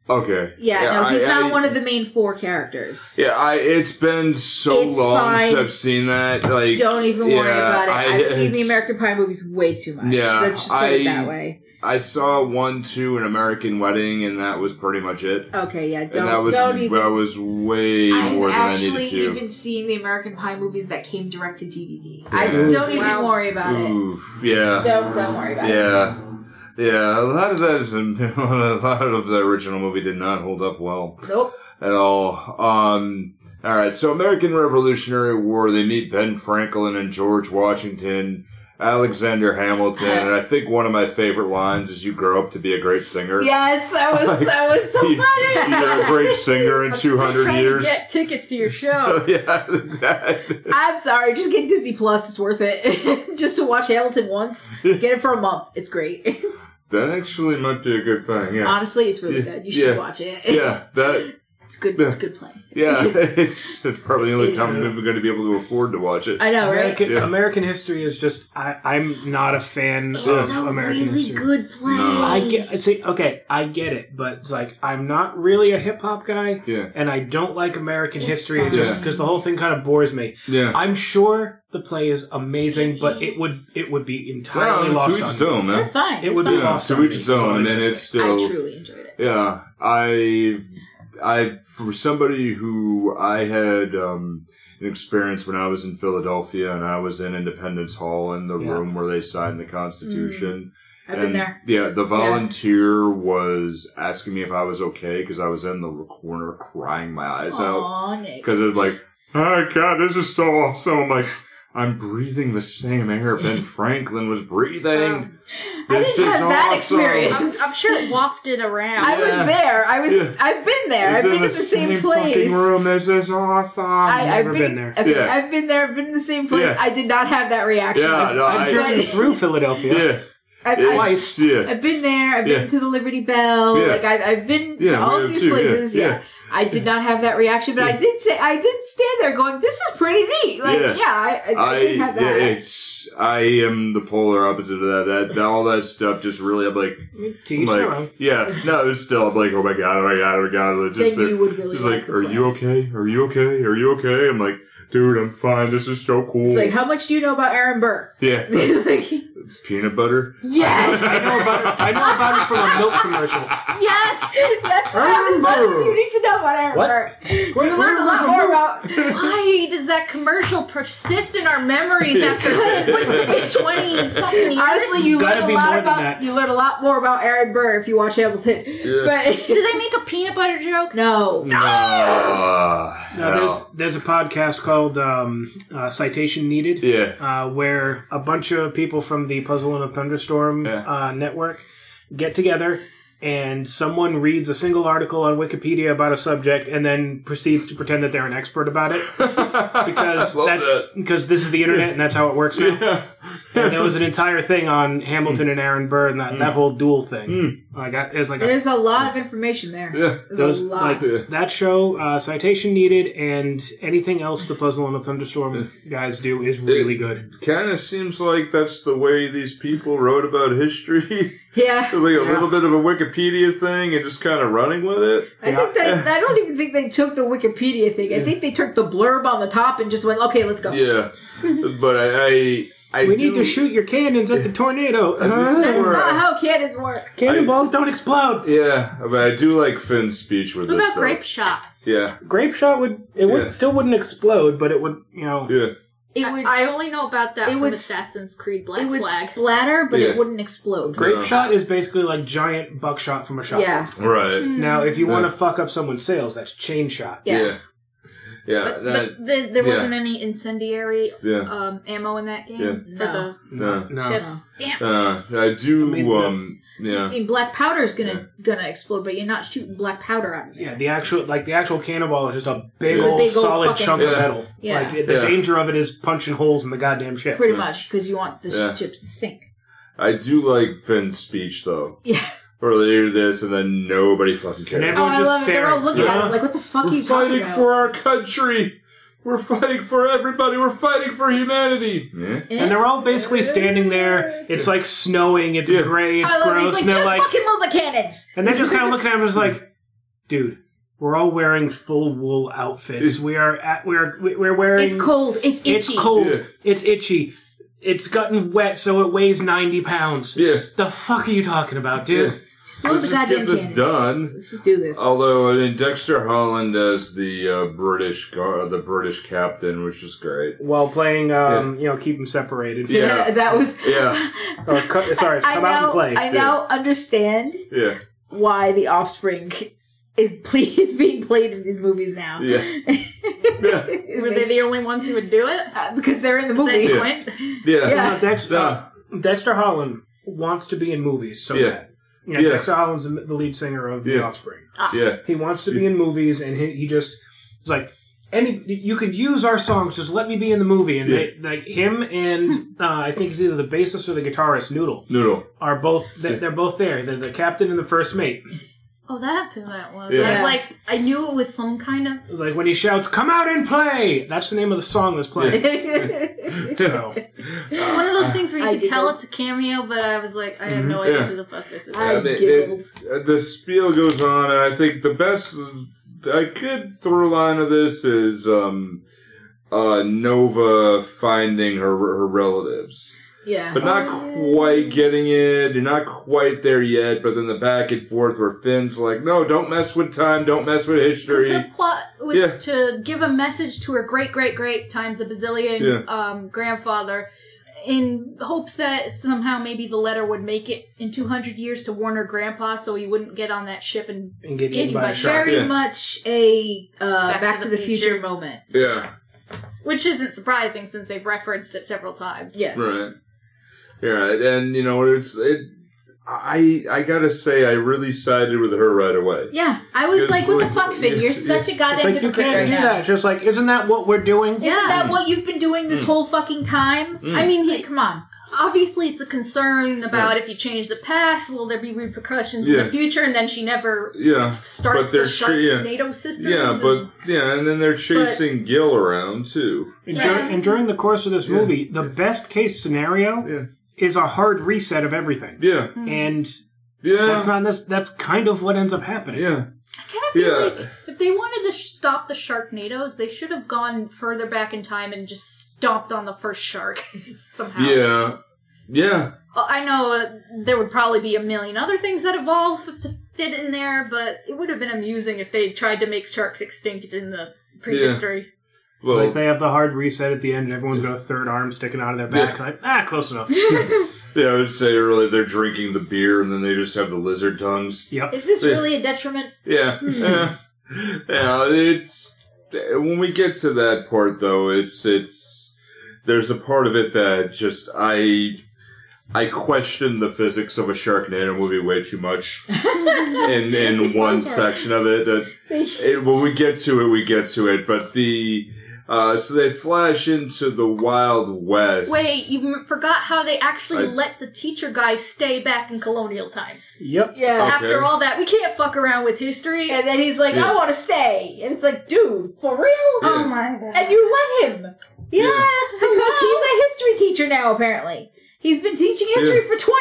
[SPEAKER 1] okay
[SPEAKER 2] Yeah, no,
[SPEAKER 1] I-
[SPEAKER 2] he's not
[SPEAKER 1] I-
[SPEAKER 2] one of the main four characters.
[SPEAKER 1] yeah, I, it's been so
[SPEAKER 2] It's
[SPEAKER 1] long
[SPEAKER 2] fine.
[SPEAKER 1] since I've seen that. Like,
[SPEAKER 2] Don't even worry
[SPEAKER 1] yeah,
[SPEAKER 2] about it.
[SPEAKER 1] I-
[SPEAKER 2] I've seen the
[SPEAKER 1] it's-
[SPEAKER 2] American Pie movies way too much.
[SPEAKER 1] Yeah,
[SPEAKER 2] Let's just put it
[SPEAKER 1] I-
[SPEAKER 2] that way.
[SPEAKER 1] I saw one, two, an American wedding, and that was pretty much it.
[SPEAKER 2] Okay, yeah,
[SPEAKER 1] and that
[SPEAKER 2] don't
[SPEAKER 1] was
[SPEAKER 2] don't even
[SPEAKER 1] that was way more
[SPEAKER 2] I've
[SPEAKER 1] than I needed
[SPEAKER 2] actually
[SPEAKER 1] to.
[SPEAKER 2] even seen the American Pie movies that came direct to DVD. I
[SPEAKER 1] Yeah.
[SPEAKER 2] don't even
[SPEAKER 4] Wow.
[SPEAKER 2] worry about it.
[SPEAKER 1] Oof, yeah.
[SPEAKER 2] Don't don't worry about it.
[SPEAKER 1] Yeah. Yeah, a lot of that is a lot of the original movie did not hold up well
[SPEAKER 2] Nope.
[SPEAKER 1] at all. Um, all right, so American Revolutionary War, they meet Ben Franklin and George Washington, Alexander Hamilton, and I think one of my favorite lines is "You grow up to be a great singer."
[SPEAKER 2] Yes, that was that was so
[SPEAKER 1] You-
[SPEAKER 2] funny.
[SPEAKER 1] You're a great singer in
[SPEAKER 4] I'm
[SPEAKER 1] two
[SPEAKER 4] still
[SPEAKER 1] hundred
[SPEAKER 4] trying
[SPEAKER 1] years.
[SPEAKER 4] to get tickets to your show.
[SPEAKER 1] yeah, that-
[SPEAKER 2] I'm sorry, just get Disney Plus. It's worth it. just to watch Hamilton once, get it for a month. It's great.
[SPEAKER 1] that actually might be a good thing. Yeah,
[SPEAKER 2] Honestly, it's really
[SPEAKER 1] Yeah.
[SPEAKER 2] good. You should
[SPEAKER 1] Yeah.
[SPEAKER 2] watch it.
[SPEAKER 1] yeah, that
[SPEAKER 2] it's It's good. It's good play.
[SPEAKER 1] Yeah, it's, it's probably the only time I'm ever going to be able to afford to watch it.
[SPEAKER 2] I know, right?
[SPEAKER 5] American,
[SPEAKER 1] Yeah.
[SPEAKER 5] American history is just I, I'm not a fan
[SPEAKER 2] It's
[SPEAKER 5] of
[SPEAKER 2] a
[SPEAKER 5] American
[SPEAKER 2] really
[SPEAKER 5] history.
[SPEAKER 2] good play.
[SPEAKER 1] No.
[SPEAKER 5] I get I say okay, I get it, but it's like I'm not really a hip hop guy,
[SPEAKER 1] Yeah.
[SPEAKER 5] and I don't like American
[SPEAKER 2] It's
[SPEAKER 5] history
[SPEAKER 2] fine.
[SPEAKER 5] just
[SPEAKER 1] Yeah.
[SPEAKER 5] because the whole thing kind of bores me.
[SPEAKER 1] Yeah.
[SPEAKER 5] I'm sure the play is amazing,
[SPEAKER 2] It
[SPEAKER 5] but it would
[SPEAKER 2] is.
[SPEAKER 5] it would be entirely
[SPEAKER 1] Well,
[SPEAKER 5] lost
[SPEAKER 1] to each
[SPEAKER 5] on
[SPEAKER 1] its
[SPEAKER 5] me.
[SPEAKER 1] own, man.
[SPEAKER 2] That's fine.
[SPEAKER 5] It
[SPEAKER 2] It's
[SPEAKER 5] would be
[SPEAKER 2] fine.
[SPEAKER 1] Yeah,
[SPEAKER 5] lost
[SPEAKER 1] to
[SPEAKER 5] on
[SPEAKER 1] each
[SPEAKER 5] me.
[SPEAKER 1] its own, and then it's still.
[SPEAKER 2] I truly enjoyed it.
[SPEAKER 1] Yeah, I, I for somebody who I had um, an experience when I was in Philadelphia, and I was in Independence Hall in the
[SPEAKER 5] Yeah.
[SPEAKER 1] room where they signed the Constitution.
[SPEAKER 2] I've been
[SPEAKER 1] And,
[SPEAKER 2] there.
[SPEAKER 1] Yeah, the volunteer was asking me if I was okay because I was in the corner crying my eyes out
[SPEAKER 2] Aw, Nick.
[SPEAKER 1] because it was like, oh god, this is so awesome. I'm like. I'm breathing the same air Ben Franklin was
[SPEAKER 2] Wow.
[SPEAKER 1] breathing.
[SPEAKER 2] Um, I didn't have that experience.
[SPEAKER 4] I'm, I'm sure it wafted around.
[SPEAKER 2] I was
[SPEAKER 1] Yeah.
[SPEAKER 2] there. I was.
[SPEAKER 1] Yeah.
[SPEAKER 2] I've been there. I've
[SPEAKER 1] It's
[SPEAKER 2] been
[SPEAKER 1] in
[SPEAKER 2] in the same place.
[SPEAKER 1] Fucking room. This is awesome.
[SPEAKER 2] I,
[SPEAKER 5] I've
[SPEAKER 2] I've
[SPEAKER 5] never
[SPEAKER 2] been,
[SPEAKER 5] been there.
[SPEAKER 2] Okay,
[SPEAKER 1] Yeah.
[SPEAKER 2] I've been there. I've been in the same place.
[SPEAKER 1] Yeah.
[SPEAKER 2] I did not have that reaction.
[SPEAKER 1] Yeah,
[SPEAKER 2] I've,
[SPEAKER 1] no,
[SPEAKER 5] I've
[SPEAKER 1] I-
[SPEAKER 5] driven
[SPEAKER 2] but-
[SPEAKER 5] through Philadelphia.
[SPEAKER 1] yeah,
[SPEAKER 2] I've,
[SPEAKER 1] it's-
[SPEAKER 2] I've,
[SPEAKER 5] Twice.
[SPEAKER 1] Yeah,
[SPEAKER 2] I've been there. I've
[SPEAKER 1] Yeah.
[SPEAKER 2] been to the Liberty Bell.
[SPEAKER 1] Yeah.
[SPEAKER 2] Like I've, I've been
[SPEAKER 1] Yeah,
[SPEAKER 2] to all
[SPEAKER 1] we
[SPEAKER 2] of
[SPEAKER 1] have
[SPEAKER 2] these
[SPEAKER 1] too, yeah,
[SPEAKER 2] places. Yeah.
[SPEAKER 1] yeah.
[SPEAKER 2] I did not have that reaction, but I did say I did stand there going, "This is pretty neat." Like
[SPEAKER 1] Yeah.
[SPEAKER 2] yeah, I, I, I,
[SPEAKER 1] I
[SPEAKER 2] did have
[SPEAKER 1] yeah,
[SPEAKER 2] that.
[SPEAKER 1] it's I am the polar opposite of that. That, that all that stuff just really I'm like,
[SPEAKER 5] To
[SPEAKER 1] I'm
[SPEAKER 5] each their own.
[SPEAKER 1] like yeah, no, it's still I'm like oh my god, oh my god, oh my god, like, just
[SPEAKER 2] then
[SPEAKER 1] the-
[SPEAKER 2] you would really
[SPEAKER 1] just
[SPEAKER 2] like,
[SPEAKER 1] like
[SPEAKER 2] the
[SPEAKER 1] are
[SPEAKER 2] play.
[SPEAKER 1] you okay? Are you okay? Are you okay? I'm like dude, I'm fine. This is so cool.
[SPEAKER 2] It's like, how much do you know about Aaron Burr?
[SPEAKER 1] yeah,
[SPEAKER 2] It's like,
[SPEAKER 1] peanut butter.
[SPEAKER 5] I
[SPEAKER 2] yes,
[SPEAKER 5] know about it. I know about it from a milk commercial.
[SPEAKER 4] yes.
[SPEAKER 2] that's about
[SPEAKER 5] Aaron
[SPEAKER 2] as much as
[SPEAKER 5] Burr.
[SPEAKER 2] you need to know about Aaron
[SPEAKER 5] What?
[SPEAKER 2] Burr.
[SPEAKER 5] Where-
[SPEAKER 2] You learn a lot
[SPEAKER 5] where-
[SPEAKER 2] more about
[SPEAKER 4] Why does that commercial persist in our memories after what's it, twenty something years?
[SPEAKER 2] honestly, you
[SPEAKER 5] Gotta
[SPEAKER 2] learn a
[SPEAKER 5] be more
[SPEAKER 2] lot
[SPEAKER 5] than
[SPEAKER 2] about
[SPEAKER 5] that.
[SPEAKER 2] you learn a lot more about Aaron Burr if you watch Hamilton. But
[SPEAKER 4] do they make a peanut butter joke?
[SPEAKER 2] no,
[SPEAKER 1] Ah,
[SPEAKER 5] No, there's
[SPEAKER 1] hell.
[SPEAKER 5] there's a podcast called um, uh, Citation Needed.
[SPEAKER 1] yeah,
[SPEAKER 5] uh, where a bunch of people from the Puzzle and a Thunderstorm
[SPEAKER 1] Yeah.
[SPEAKER 5] uh, network get together and someone reads a single article on Wikipedia about a subject and then proceeds to pretend that they're an expert about it because
[SPEAKER 1] Love
[SPEAKER 5] that's
[SPEAKER 1] that.
[SPEAKER 5] because this is the internet and that's how it works now.
[SPEAKER 1] yeah,
[SPEAKER 5] and there was an entire thing on Hamilton and Aaron Burr and that,
[SPEAKER 1] Mm.
[SPEAKER 5] that whole duel thing. Like I, it was like a,
[SPEAKER 2] there's a lot of information there.
[SPEAKER 1] yeah.
[SPEAKER 2] There's
[SPEAKER 5] those
[SPEAKER 2] a lot.
[SPEAKER 5] like that show uh, citation needed and anything else the Puzzle and a Thunderstorm guys do is really good.
[SPEAKER 1] Kind of seems like that's the way these people wrote about history.
[SPEAKER 2] yeah.
[SPEAKER 1] So like a little bit of a Wikipedia thing and just kind of running with it.
[SPEAKER 2] I think that I don't even think they took the Wikipedia thing. I think they took the blurb on the top and just went, "Okay, let's go."
[SPEAKER 1] Yeah, but I, I, I
[SPEAKER 5] We
[SPEAKER 1] do,
[SPEAKER 5] need to shoot your cannons at the tornado.
[SPEAKER 1] This
[SPEAKER 2] That's
[SPEAKER 1] is
[SPEAKER 5] Uh,
[SPEAKER 1] where
[SPEAKER 2] not
[SPEAKER 1] I-
[SPEAKER 2] how cannons work.
[SPEAKER 5] Cannonballs don't explode.
[SPEAKER 1] Yeah, but I do like Finn's speech with
[SPEAKER 4] What
[SPEAKER 1] this.
[SPEAKER 4] about
[SPEAKER 1] though.
[SPEAKER 4] grape shot?
[SPEAKER 1] Yeah,
[SPEAKER 5] Grape shot would it would
[SPEAKER 1] Yeah.
[SPEAKER 5] not still wouldn't explode, but it would you know.
[SPEAKER 1] yeah,
[SPEAKER 2] It would
[SPEAKER 4] I only know about that
[SPEAKER 2] It
[SPEAKER 4] from
[SPEAKER 2] would s-
[SPEAKER 4] Assassin's Creed Black
[SPEAKER 2] it would
[SPEAKER 4] Flag.
[SPEAKER 1] Uh,
[SPEAKER 2] splatter, but
[SPEAKER 1] Yeah.
[SPEAKER 2] it wouldn't explode.
[SPEAKER 5] Grape
[SPEAKER 1] Yeah.
[SPEAKER 5] shot is basically like giant buckshot from a shotgun.
[SPEAKER 2] Yeah,
[SPEAKER 1] right.
[SPEAKER 5] Now, if you want
[SPEAKER 1] Yeah.
[SPEAKER 5] to fuck up someone's sales, that's chain shot.
[SPEAKER 2] yeah.
[SPEAKER 1] yeah, yeah.
[SPEAKER 4] But,
[SPEAKER 1] that-
[SPEAKER 4] but the, there
[SPEAKER 1] yeah.
[SPEAKER 4] wasn't any incendiary
[SPEAKER 1] yeah.
[SPEAKER 4] um, ammo in that game.
[SPEAKER 1] Yeah.
[SPEAKER 4] For
[SPEAKER 2] No.
[SPEAKER 1] No.
[SPEAKER 4] the
[SPEAKER 5] No.
[SPEAKER 4] ship.
[SPEAKER 2] No.
[SPEAKER 4] Damn.
[SPEAKER 1] Uh, I do.
[SPEAKER 5] I mean, the-
[SPEAKER 1] um.
[SPEAKER 2] I
[SPEAKER 1] Yeah.
[SPEAKER 2] mean, black powder's gonna gonna explode, but you're not shooting black powder out of it.
[SPEAKER 5] Yeah, the actual like the actual cannonball is just a big,
[SPEAKER 2] It's a
[SPEAKER 5] old,
[SPEAKER 2] big old
[SPEAKER 5] solid
[SPEAKER 2] fucking-
[SPEAKER 5] chunk of
[SPEAKER 1] Yeah.
[SPEAKER 5] metal.
[SPEAKER 2] Yeah.
[SPEAKER 5] Like it- the
[SPEAKER 1] Yeah.
[SPEAKER 5] danger of it is punching holes in the goddamn ship.
[SPEAKER 2] Pretty much, because you want the
[SPEAKER 1] Yeah.
[SPEAKER 2] ships to sink.
[SPEAKER 1] I do like Finn's speech though.
[SPEAKER 2] Yeah.
[SPEAKER 1] Earlier this, and then nobody fucking cared.
[SPEAKER 5] And
[SPEAKER 2] Oh,
[SPEAKER 5] everyone
[SPEAKER 2] I
[SPEAKER 5] just
[SPEAKER 2] love it. They're all
[SPEAKER 5] staring.
[SPEAKER 2] looking at
[SPEAKER 1] Yeah.
[SPEAKER 2] him like, "What the fuck are
[SPEAKER 1] We're
[SPEAKER 2] you talking
[SPEAKER 1] fighting
[SPEAKER 2] about?"
[SPEAKER 1] for our country. We're fighting for everybody. We're fighting for humanity. Yeah.
[SPEAKER 5] And they're all basically standing there. It's like snowing. It's
[SPEAKER 1] Yeah.
[SPEAKER 5] gray. It's
[SPEAKER 2] I love it.
[SPEAKER 5] gross.
[SPEAKER 2] He's like,
[SPEAKER 5] and they're
[SPEAKER 2] "Just
[SPEAKER 5] like,
[SPEAKER 2] fucking load the cannons."
[SPEAKER 5] And they're just kind of looking at him, just like, dude, we're all wearing full wool outfits. We are at we are we- we're wearing.
[SPEAKER 2] It's cold. It's itchy.
[SPEAKER 5] It's cold.
[SPEAKER 1] Yeah.
[SPEAKER 5] It's itchy. It's gotten wet, so it weighs ninety pounds.
[SPEAKER 1] Yeah.
[SPEAKER 5] The fuck are you talking about,
[SPEAKER 1] yeah.
[SPEAKER 5] dude?
[SPEAKER 2] Load the
[SPEAKER 1] Let's just
[SPEAKER 2] goddamn
[SPEAKER 1] get this
[SPEAKER 2] cannons.
[SPEAKER 1] done. Oh,
[SPEAKER 2] Let's just do this.
[SPEAKER 1] Although I mean, Dexter Holland as the uh, British gar- the British captain was just great.
[SPEAKER 5] While playing, um, you know, keep them separated.
[SPEAKER 1] Yeah.
[SPEAKER 2] yeah, that was.
[SPEAKER 1] Yeah,
[SPEAKER 5] Or co- sorry, it's
[SPEAKER 2] I
[SPEAKER 5] come
[SPEAKER 2] now,
[SPEAKER 5] out and play.
[SPEAKER 2] I now understand
[SPEAKER 1] yeah,
[SPEAKER 2] why the Offspring is ple- is being played in these movies now.
[SPEAKER 1] yeah, yeah,
[SPEAKER 2] It
[SPEAKER 4] Were
[SPEAKER 2] makes-
[SPEAKER 4] they the only ones who would do it?
[SPEAKER 2] uh, because they're in the
[SPEAKER 4] Besides
[SPEAKER 2] movie.
[SPEAKER 1] Yeah.
[SPEAKER 4] Quint?
[SPEAKER 1] yeah.
[SPEAKER 2] Yeah.
[SPEAKER 5] Now, Dex- uh,
[SPEAKER 1] Nah.
[SPEAKER 5] Dexter Holland wants to be in movies so
[SPEAKER 1] Yeah.
[SPEAKER 5] bad. Yeah,
[SPEAKER 1] Yeah.
[SPEAKER 5] Dexter Holland's the lead singer of
[SPEAKER 1] Yeah.
[SPEAKER 5] The Offspring.
[SPEAKER 1] yeah.
[SPEAKER 5] He wants to be in movies, and he, he just it's like any you could use our songs. Just let me be in the movie. And they, like him and uh, I think it's either the bassist or the guitarist Noodle
[SPEAKER 1] Noodle.
[SPEAKER 5] are both they, they're both there. They're the captain and the first mate.
[SPEAKER 4] Oh, that's who that was.
[SPEAKER 1] Yeah.
[SPEAKER 4] I was like, I knew it was some kind of.
[SPEAKER 5] It's like when he shouts, "Come out and play!" That's the name of the song that's playing. So
[SPEAKER 4] One of those things where you
[SPEAKER 2] I
[SPEAKER 4] could tell
[SPEAKER 2] giggled.
[SPEAKER 4] it's a cameo, but I was like, I have no idea
[SPEAKER 1] Mm-hmm. Yeah.
[SPEAKER 4] who the fuck this is.
[SPEAKER 2] I
[SPEAKER 1] I mean,
[SPEAKER 2] giggled.
[SPEAKER 1] uh, the spiel goes on, and I think the best, a good through line of this is um, uh, Nova finding her her relatives,
[SPEAKER 2] Oh, yeah.
[SPEAKER 1] but not quite getting it. You're not quite there yet. But then the back and forth where Finn's like, "No, don't mess with time. Don't mess with
[SPEAKER 4] Because her
[SPEAKER 1] history."
[SPEAKER 4] plot was
[SPEAKER 1] Yeah.
[SPEAKER 4] to give a message to her great, great, great times a bazillion
[SPEAKER 1] Yeah.
[SPEAKER 4] um, grandfather in hopes that somehow maybe the letter would make it in 200 years to warn her grandpa so he wouldn't get on that ship and
[SPEAKER 5] and get eaten
[SPEAKER 2] It's
[SPEAKER 5] by a
[SPEAKER 4] Like
[SPEAKER 5] shark.
[SPEAKER 2] very
[SPEAKER 1] yeah.
[SPEAKER 2] much a uh,
[SPEAKER 4] Back
[SPEAKER 2] Back,
[SPEAKER 4] to
[SPEAKER 2] to
[SPEAKER 4] the
[SPEAKER 2] the, future.
[SPEAKER 4] Future.
[SPEAKER 2] moment.
[SPEAKER 1] Yeah,
[SPEAKER 4] which isn't surprising since they've referenced it several times
[SPEAKER 2] Yes.
[SPEAKER 1] right. Yeah, and you know, it's it. I I gotta say, I really sided with her right away.
[SPEAKER 2] Yeah, I was
[SPEAKER 1] It's
[SPEAKER 2] like, "What the
[SPEAKER 1] like-
[SPEAKER 2] fuck, Finn?
[SPEAKER 1] yeah,
[SPEAKER 2] You're such a
[SPEAKER 5] It's
[SPEAKER 2] goddamn
[SPEAKER 5] like you
[SPEAKER 2] hypocrite right
[SPEAKER 5] can't do
[SPEAKER 2] now."
[SPEAKER 5] that. It's just like, isn't that what we're doing?
[SPEAKER 2] Isn't
[SPEAKER 4] Yeah.
[SPEAKER 2] that what you've been doing
[SPEAKER 5] Mm.
[SPEAKER 2] this whole fucking time?
[SPEAKER 1] Mm.
[SPEAKER 4] I mean,
[SPEAKER 2] Hey,
[SPEAKER 4] he,
[SPEAKER 2] come on.
[SPEAKER 4] obviously, it's a concern about if you change the past, will there be repercussions in
[SPEAKER 1] Yeah.
[SPEAKER 4] the future? And then she never
[SPEAKER 1] Yeah,
[SPEAKER 4] starts
[SPEAKER 1] But
[SPEAKER 4] the
[SPEAKER 1] they're sure- yeah.
[SPEAKER 4] Sharknado sisters.
[SPEAKER 1] Yeah,
[SPEAKER 4] and-
[SPEAKER 1] but yeah, and then they're chasing Gil around too.
[SPEAKER 5] And,
[SPEAKER 4] Yeah.
[SPEAKER 5] dur- and during the course of this
[SPEAKER 1] Yeah.
[SPEAKER 5] movie, the best case scenario
[SPEAKER 1] Yeah.
[SPEAKER 5] is a hard reset of everything.
[SPEAKER 1] Yeah,
[SPEAKER 5] And
[SPEAKER 1] yeah,
[SPEAKER 5] that's not this. That's kind of what ends up happening.
[SPEAKER 1] yeah,
[SPEAKER 4] I kind of feel
[SPEAKER 1] Yeah.
[SPEAKER 4] like if they wanted to sh- stop the Sharknados, they should have gone further back in time and just stomped on the first shark somehow.
[SPEAKER 1] yeah, yeah.
[SPEAKER 4] Uh, I know uh, there would probably be a million other things that evolve f- to fit in there, but it would have been amusing if they tried to make sharks extinct in the prehistory.
[SPEAKER 1] Well,
[SPEAKER 5] Like they have the hard reset at the end, and everyone's got a third arm sticking out of their back.
[SPEAKER 1] Yeah.
[SPEAKER 5] Like ah, close enough.
[SPEAKER 1] yeah, I would say really they're drinking the beer and then they just have the lizard tongues.
[SPEAKER 5] yep.
[SPEAKER 2] Is this
[SPEAKER 1] Yeah.
[SPEAKER 2] really a detriment?
[SPEAKER 1] Yeah, yeah, yeah. It's when we get to that part though, it's it's there's a part of it that just I. I question the physics of a Sharknado movie way too much in, in one section of it. that It, when we get to it, we get to it. But the uh, so they flash into the Wild West.
[SPEAKER 4] Wait, you m- forgot how they actually
[SPEAKER 1] I-
[SPEAKER 4] let the teacher guy stay back in colonial times.
[SPEAKER 5] Yep.
[SPEAKER 2] Yeah.
[SPEAKER 1] Okay.
[SPEAKER 4] After all that, we can't fuck around with history.
[SPEAKER 2] And then he's like,
[SPEAKER 1] Oh. Yeah.
[SPEAKER 2] I want to stay. And it's like, dude, for real? Um,
[SPEAKER 1] Yeah.
[SPEAKER 4] oh my god.
[SPEAKER 2] And you let him.
[SPEAKER 4] yeah,
[SPEAKER 1] Yeah.
[SPEAKER 2] Because
[SPEAKER 4] hello.
[SPEAKER 2] he's a history teacher now, apparently. He's been teaching history for 20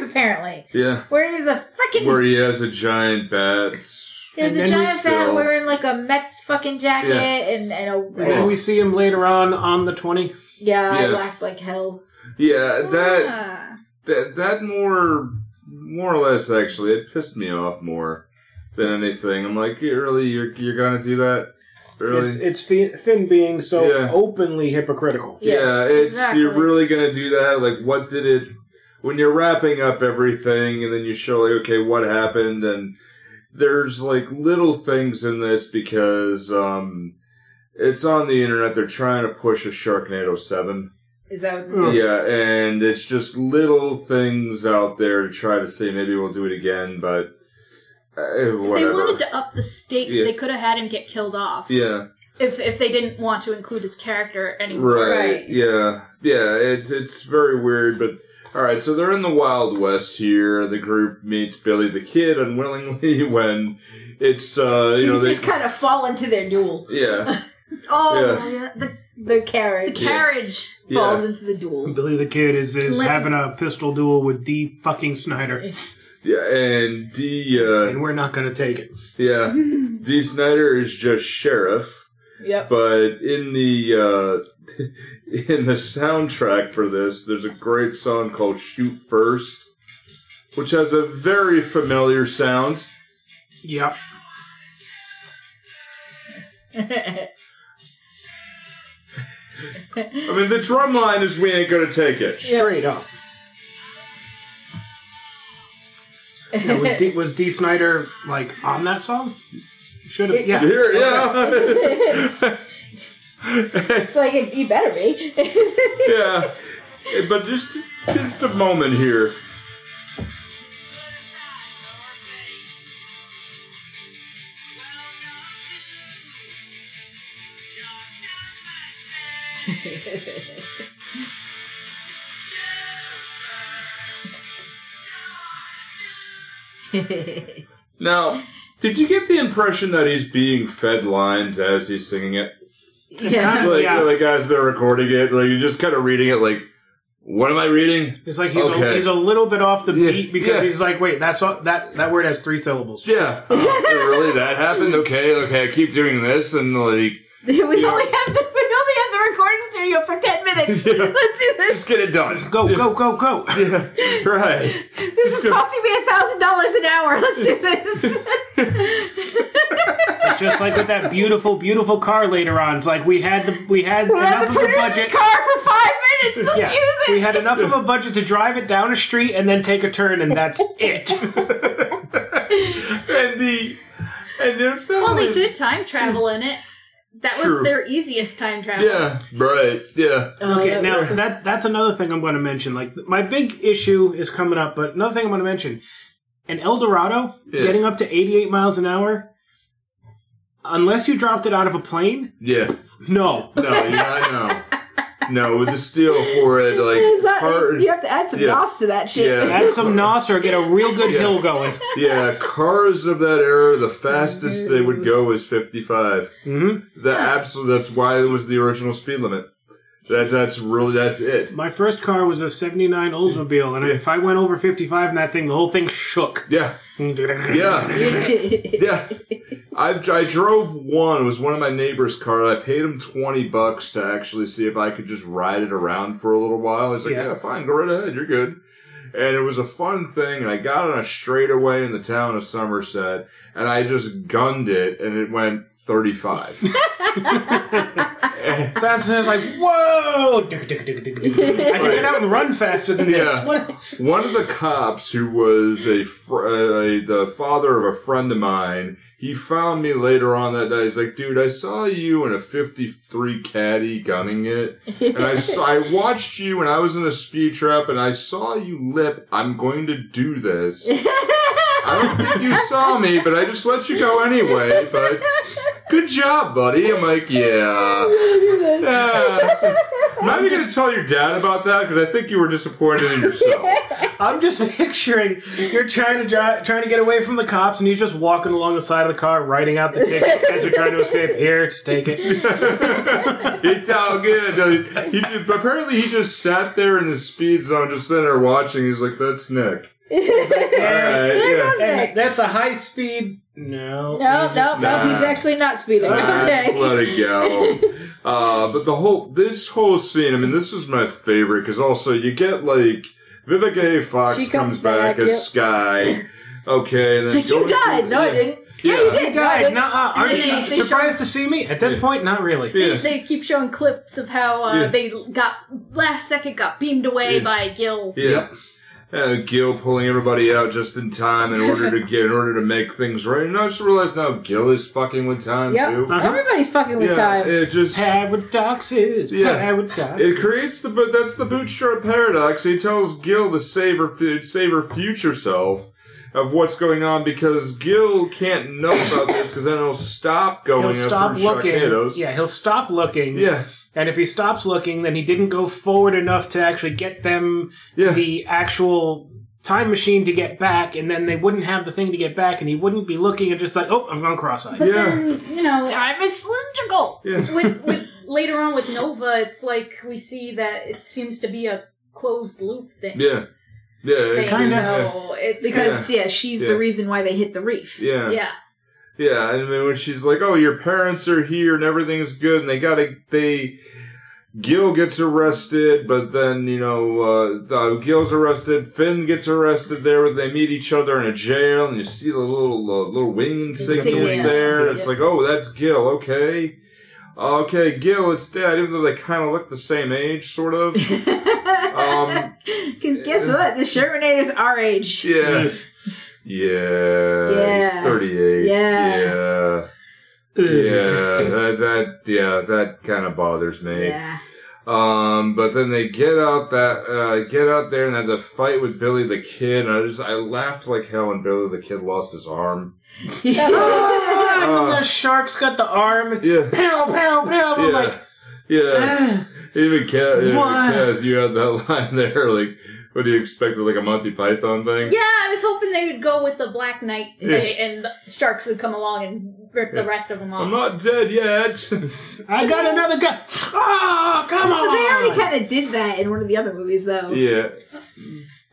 [SPEAKER 2] years, apparently.
[SPEAKER 1] yeah,
[SPEAKER 2] Where he was a freaking.
[SPEAKER 1] where he has a giant bat.
[SPEAKER 2] he was
[SPEAKER 5] And
[SPEAKER 2] a
[SPEAKER 5] then we
[SPEAKER 2] giant fat
[SPEAKER 1] still-
[SPEAKER 2] wearing like a Mets fucking jacket
[SPEAKER 1] Yeah.
[SPEAKER 2] and, and a.
[SPEAKER 5] And then we see him later on on the twenty.
[SPEAKER 2] yeah, I
[SPEAKER 1] Yeah.
[SPEAKER 2] laughed like hell.
[SPEAKER 1] Yeah, that
[SPEAKER 4] Ah.
[SPEAKER 1] that that more more or less actually it pissed me off more than anything. I'm like, "You really, you're you're gonna do that? Really?
[SPEAKER 5] It's it's Fi- Finn being so
[SPEAKER 1] Yeah.
[SPEAKER 5] openly hypocritical.
[SPEAKER 2] Yes,
[SPEAKER 1] yeah, it's you're
[SPEAKER 2] exactly.
[SPEAKER 1] really gonna do that. Like, what did it? When you're wrapping up everything, and then you show like, okay, what happened? And there's like little things in this because um, it's on the internet. They're trying to push a Sharknado Seven.
[SPEAKER 2] Is that what
[SPEAKER 5] Ugh.
[SPEAKER 2] this is?
[SPEAKER 1] Yeah, and it's just little things out there to try to say maybe we'll do it again, but uh,
[SPEAKER 4] If they
[SPEAKER 1] whatever.
[SPEAKER 4] wanted to up the stakes,
[SPEAKER 1] Yeah.
[SPEAKER 4] they could have had him get killed off.
[SPEAKER 1] yeah.
[SPEAKER 4] If if they didn't want to include his character anymore.
[SPEAKER 1] Right.
[SPEAKER 2] Right.
[SPEAKER 1] Yeah. Yeah. It's it's very weird, but all right. So they're in the Wild West here. The group meets Billy the Kid unwillingly when it's uh you
[SPEAKER 2] You,
[SPEAKER 1] know they
[SPEAKER 2] just kind of fall into their duel.
[SPEAKER 1] yeah
[SPEAKER 2] Oh, yeah. the the
[SPEAKER 4] The
[SPEAKER 2] carriage
[SPEAKER 4] carriage.
[SPEAKER 2] falls
[SPEAKER 1] yeah
[SPEAKER 2] into the duel.
[SPEAKER 5] Billy the Kid is, is
[SPEAKER 4] Let's-
[SPEAKER 5] having a pistol duel with D fucking Snyder,
[SPEAKER 1] yeah and D uh,
[SPEAKER 5] and we're not going to take it.
[SPEAKER 1] yeah D Snyder is just sheriff.
[SPEAKER 2] Yep.
[SPEAKER 1] But in the uh, in the soundtrack for this, there's a great song called "Shoot First, which has a very familiar sound.
[SPEAKER 5] Yep.
[SPEAKER 1] I mean, the drum line is "We ain't gonna take it."
[SPEAKER 5] Straight up. Yeah, was D, was D Snyder like on that song? Should have. Yeah.
[SPEAKER 1] Here, yeah.
[SPEAKER 2] It's like it, you better be.
[SPEAKER 1] yeah. But just just a moment here. Now, did you get the impression that he's being fed lines as he's singing it?
[SPEAKER 2] Yeah.
[SPEAKER 1] Like,
[SPEAKER 5] Yeah.
[SPEAKER 1] like as they're recording it, like you're just kind of reading it. Like, what am I reading?
[SPEAKER 5] It's like he's, a,
[SPEAKER 1] Okay.
[SPEAKER 5] he's a little bit off the
[SPEAKER 1] Yeah,
[SPEAKER 5] beat
[SPEAKER 1] yeah.
[SPEAKER 5] because he's like, wait, that's all, that that word has three syllables.
[SPEAKER 1] Yeah, Uh, really, that happened. Okay, okay, I keep doing this, and like,
[SPEAKER 2] we only
[SPEAKER 1] Yeah.
[SPEAKER 2] have the, we only have the recording studio for ten minutes.
[SPEAKER 1] Yeah.
[SPEAKER 2] Let's do this.
[SPEAKER 1] just get it done.
[SPEAKER 5] Go go go go.
[SPEAKER 1] right.
[SPEAKER 2] This is costing me a thousand dollars an hour. Let's do this.
[SPEAKER 5] It's just like with that beautiful beautiful car later on. It's like we had the we had
[SPEAKER 2] We're
[SPEAKER 5] enough
[SPEAKER 2] at the
[SPEAKER 5] of a
[SPEAKER 2] producer's
[SPEAKER 5] budget.
[SPEAKER 2] car for five minutes. Let's
[SPEAKER 5] Yeah,
[SPEAKER 2] use it.
[SPEAKER 5] we had enough of a budget to drive it down a street and then take a turn, and that's it.
[SPEAKER 1] And the and there's that.
[SPEAKER 4] Well, they
[SPEAKER 1] one-
[SPEAKER 4] did time travel in it. That was
[SPEAKER 1] True.
[SPEAKER 4] their easiest time travel.
[SPEAKER 1] Yeah. Right. Yeah.
[SPEAKER 2] Oh,
[SPEAKER 5] Okay, now that that's another thing I'm going to mention. Like my big issue is coming up, but another thing I'm going to mention: an Eldorado
[SPEAKER 1] Yeah.
[SPEAKER 5] getting up to 88 miles an hour. Unless you dropped it out of a plane,
[SPEAKER 1] Yeah.
[SPEAKER 5] no.
[SPEAKER 1] No. Yeah. I know. No, with the steel forehead,
[SPEAKER 2] It's
[SPEAKER 1] like
[SPEAKER 2] not-
[SPEAKER 1] hard.
[SPEAKER 2] you have to add some
[SPEAKER 1] Yeah.
[SPEAKER 2] nos to that shit.
[SPEAKER 1] Yeah.
[SPEAKER 5] Add some nos or get a real good
[SPEAKER 1] Yeah.
[SPEAKER 5] hill going.
[SPEAKER 1] Yeah, cars of that era, the fastest they would go is 55.
[SPEAKER 5] hmm
[SPEAKER 1] That absolutely, that's why it was the original speed limit. That, that's really, that's it.
[SPEAKER 5] My first car was a '79 Oldsmobile, and if I went over 55 in that thing, the whole thing shook.
[SPEAKER 1] Yeah, yeah, yeah. I, I drove one. It was one of my neighbor's car. I paid him 20 bucks to actually see if I could just ride it around for a little while. He's like,
[SPEAKER 5] Yeah.
[SPEAKER 1] yeah, fine, go right ahead, you're good. And it was a fun thing, and I got on a straightaway in the town of Somerset, and I just gunned it, and it went 35.
[SPEAKER 5] So that's so it's like, whoa! I can get out and run faster than
[SPEAKER 1] Yeah.
[SPEAKER 5] this. What?
[SPEAKER 1] One of the cops who was a, fr- uh, the father of a friend of mine, he found me later on that night. He's like, "Dude, I saw you in a '53 Caddy gunning it, and I saw, I watched you, and I was in a speed trap, and I saw you lip. I'm going to do this. I don't think you saw me, but I just let you go anyway. But good job, buddy. I'm like, yeah." yeah. I'm not even going to tell your dad about that because I think you were disappointed in yourself.
[SPEAKER 5] I'm just picturing you're trying to dri trying to get away from the cops, and he's just walking along the side of the car, writing out the ticket as you're trying to escape. Here, just take it.
[SPEAKER 1] it's all good. No, He, he- apparently, he just sat there in his speed zone, just sitting there watching. He's like, "That's Nick." All right, yeah.
[SPEAKER 2] goes-
[SPEAKER 5] And that's a high speed. No.
[SPEAKER 2] No, no, no. He's
[SPEAKER 1] Nah.
[SPEAKER 2] actually not speeding.
[SPEAKER 1] All right, Just
[SPEAKER 2] Okay.
[SPEAKER 1] let it go. Uh, but the whole this whole scene. I mean, this is my favorite because also you get like Vivica A. Fox
[SPEAKER 2] She
[SPEAKER 1] comes,
[SPEAKER 2] comes
[SPEAKER 1] back,
[SPEAKER 2] back,
[SPEAKER 1] as
[SPEAKER 2] yep.
[SPEAKER 1] Sky. Okay, and
[SPEAKER 2] It's
[SPEAKER 1] then
[SPEAKER 2] like you
[SPEAKER 1] going through-
[SPEAKER 2] died. No, I
[SPEAKER 1] yeah.
[SPEAKER 2] didn't.
[SPEAKER 1] Yeah,
[SPEAKER 2] Yeah, you did. No, I
[SPEAKER 5] God,
[SPEAKER 2] didn't.
[SPEAKER 5] nuh-uh. Aren't
[SPEAKER 4] And then
[SPEAKER 5] you
[SPEAKER 4] they-
[SPEAKER 5] surprised to see me? At this
[SPEAKER 1] Yeah.
[SPEAKER 5] point, not really.
[SPEAKER 1] Yeah.
[SPEAKER 4] They keep showing clips of how uh,
[SPEAKER 1] Yeah.
[SPEAKER 4] they got last second got beamed away
[SPEAKER 1] Yeah.
[SPEAKER 4] by Gil.
[SPEAKER 1] Yeah. Uh, Gil pulling everybody out just in time in order to get in order to make things right. And I just realized now Gil is fucking with time
[SPEAKER 2] Yep.
[SPEAKER 1] too.
[SPEAKER 5] Uh-huh.
[SPEAKER 2] Everybody's fucking with
[SPEAKER 1] yeah,
[SPEAKER 2] time.
[SPEAKER 1] it just
[SPEAKER 5] Paradoxes.
[SPEAKER 1] Yeah.
[SPEAKER 5] Paradoxes.
[SPEAKER 1] It creates the but that's the bootstrap paradox. He tells Gil to save her fu- save her future self of what's going on because Gil can't know about this because then he'll stop going
[SPEAKER 5] He'll
[SPEAKER 1] after
[SPEAKER 5] stop looking.
[SPEAKER 1] Sharknadoes.
[SPEAKER 5] Yeah, he'll stop looking.
[SPEAKER 1] yeah,
[SPEAKER 5] And if he stops looking, then he didn't go forward enough to actually get them
[SPEAKER 1] Yeah.
[SPEAKER 5] the actual time machine to get back, and then they wouldn't have the thing to get back, and he wouldn't be looking and just like, oh, I've gone cross-eyed.
[SPEAKER 4] But
[SPEAKER 1] Yeah.
[SPEAKER 4] then you know,
[SPEAKER 2] Time is cylindrical.
[SPEAKER 1] yeah.
[SPEAKER 4] with with later on with Nova, it's like we see that it seems to be a closed loop thing.
[SPEAKER 1] yeah, yeah,
[SPEAKER 4] thing,
[SPEAKER 1] it-
[SPEAKER 5] Kinda.
[SPEAKER 4] So it's
[SPEAKER 2] Because yeah, she's
[SPEAKER 1] Yeah.
[SPEAKER 2] the reason why they hit the reef.
[SPEAKER 1] yeah, yeah.
[SPEAKER 4] yeah.
[SPEAKER 1] Yeah, I mean when she's like, "Oh, your parents are here and everything's good," and they gotta they. Gil gets arrested, but then you know uh, uh, Gil's arrested. Finn gets arrested there. They meet each other in a jail, and you see the little uh, little wing insignias
[SPEAKER 2] Insignias,
[SPEAKER 1] there. And it's
[SPEAKER 2] yeah.
[SPEAKER 1] like, oh, that's Gil. Okay, Uh, okay, Gil, it's Dad. Even though they kind of look the same age, sort of. um,
[SPEAKER 2] Because guess what? The Shermanator's our age.
[SPEAKER 1] yeah, yeah, he's
[SPEAKER 2] Yeah.
[SPEAKER 1] thirty-eight.
[SPEAKER 2] Yeah.
[SPEAKER 1] yeah. yeah, that, that yeah, that kind of bothers me.
[SPEAKER 2] Yeah.
[SPEAKER 1] Um, but then they get out that uh, get out there and had to fight with Billy the Kid. And I just I laughed like hell when Billy the Kid lost his arm.
[SPEAKER 5] Ah, and
[SPEAKER 1] Uh,
[SPEAKER 5] the shark's got the arm. and
[SPEAKER 1] Yeah,
[SPEAKER 5] Pow, pow, pow.
[SPEAKER 1] yeah,
[SPEAKER 5] I'm like,
[SPEAKER 1] yeah.
[SPEAKER 5] ah.
[SPEAKER 1] Even Kaz, even
[SPEAKER 5] What?
[SPEAKER 1] Kaz, you had that line there, like What do you expect? Like a Monty Python thing?
[SPEAKER 4] Yeah, I was hoping they would go with the Black Knight
[SPEAKER 1] Yeah.
[SPEAKER 4] and the sharks would come along and rip the rest of them off.
[SPEAKER 1] I'm not dead yet.
[SPEAKER 5] I got another gun. Oh, come on!
[SPEAKER 2] But they already kind of did that in one of the other movies, though.
[SPEAKER 1] yeah.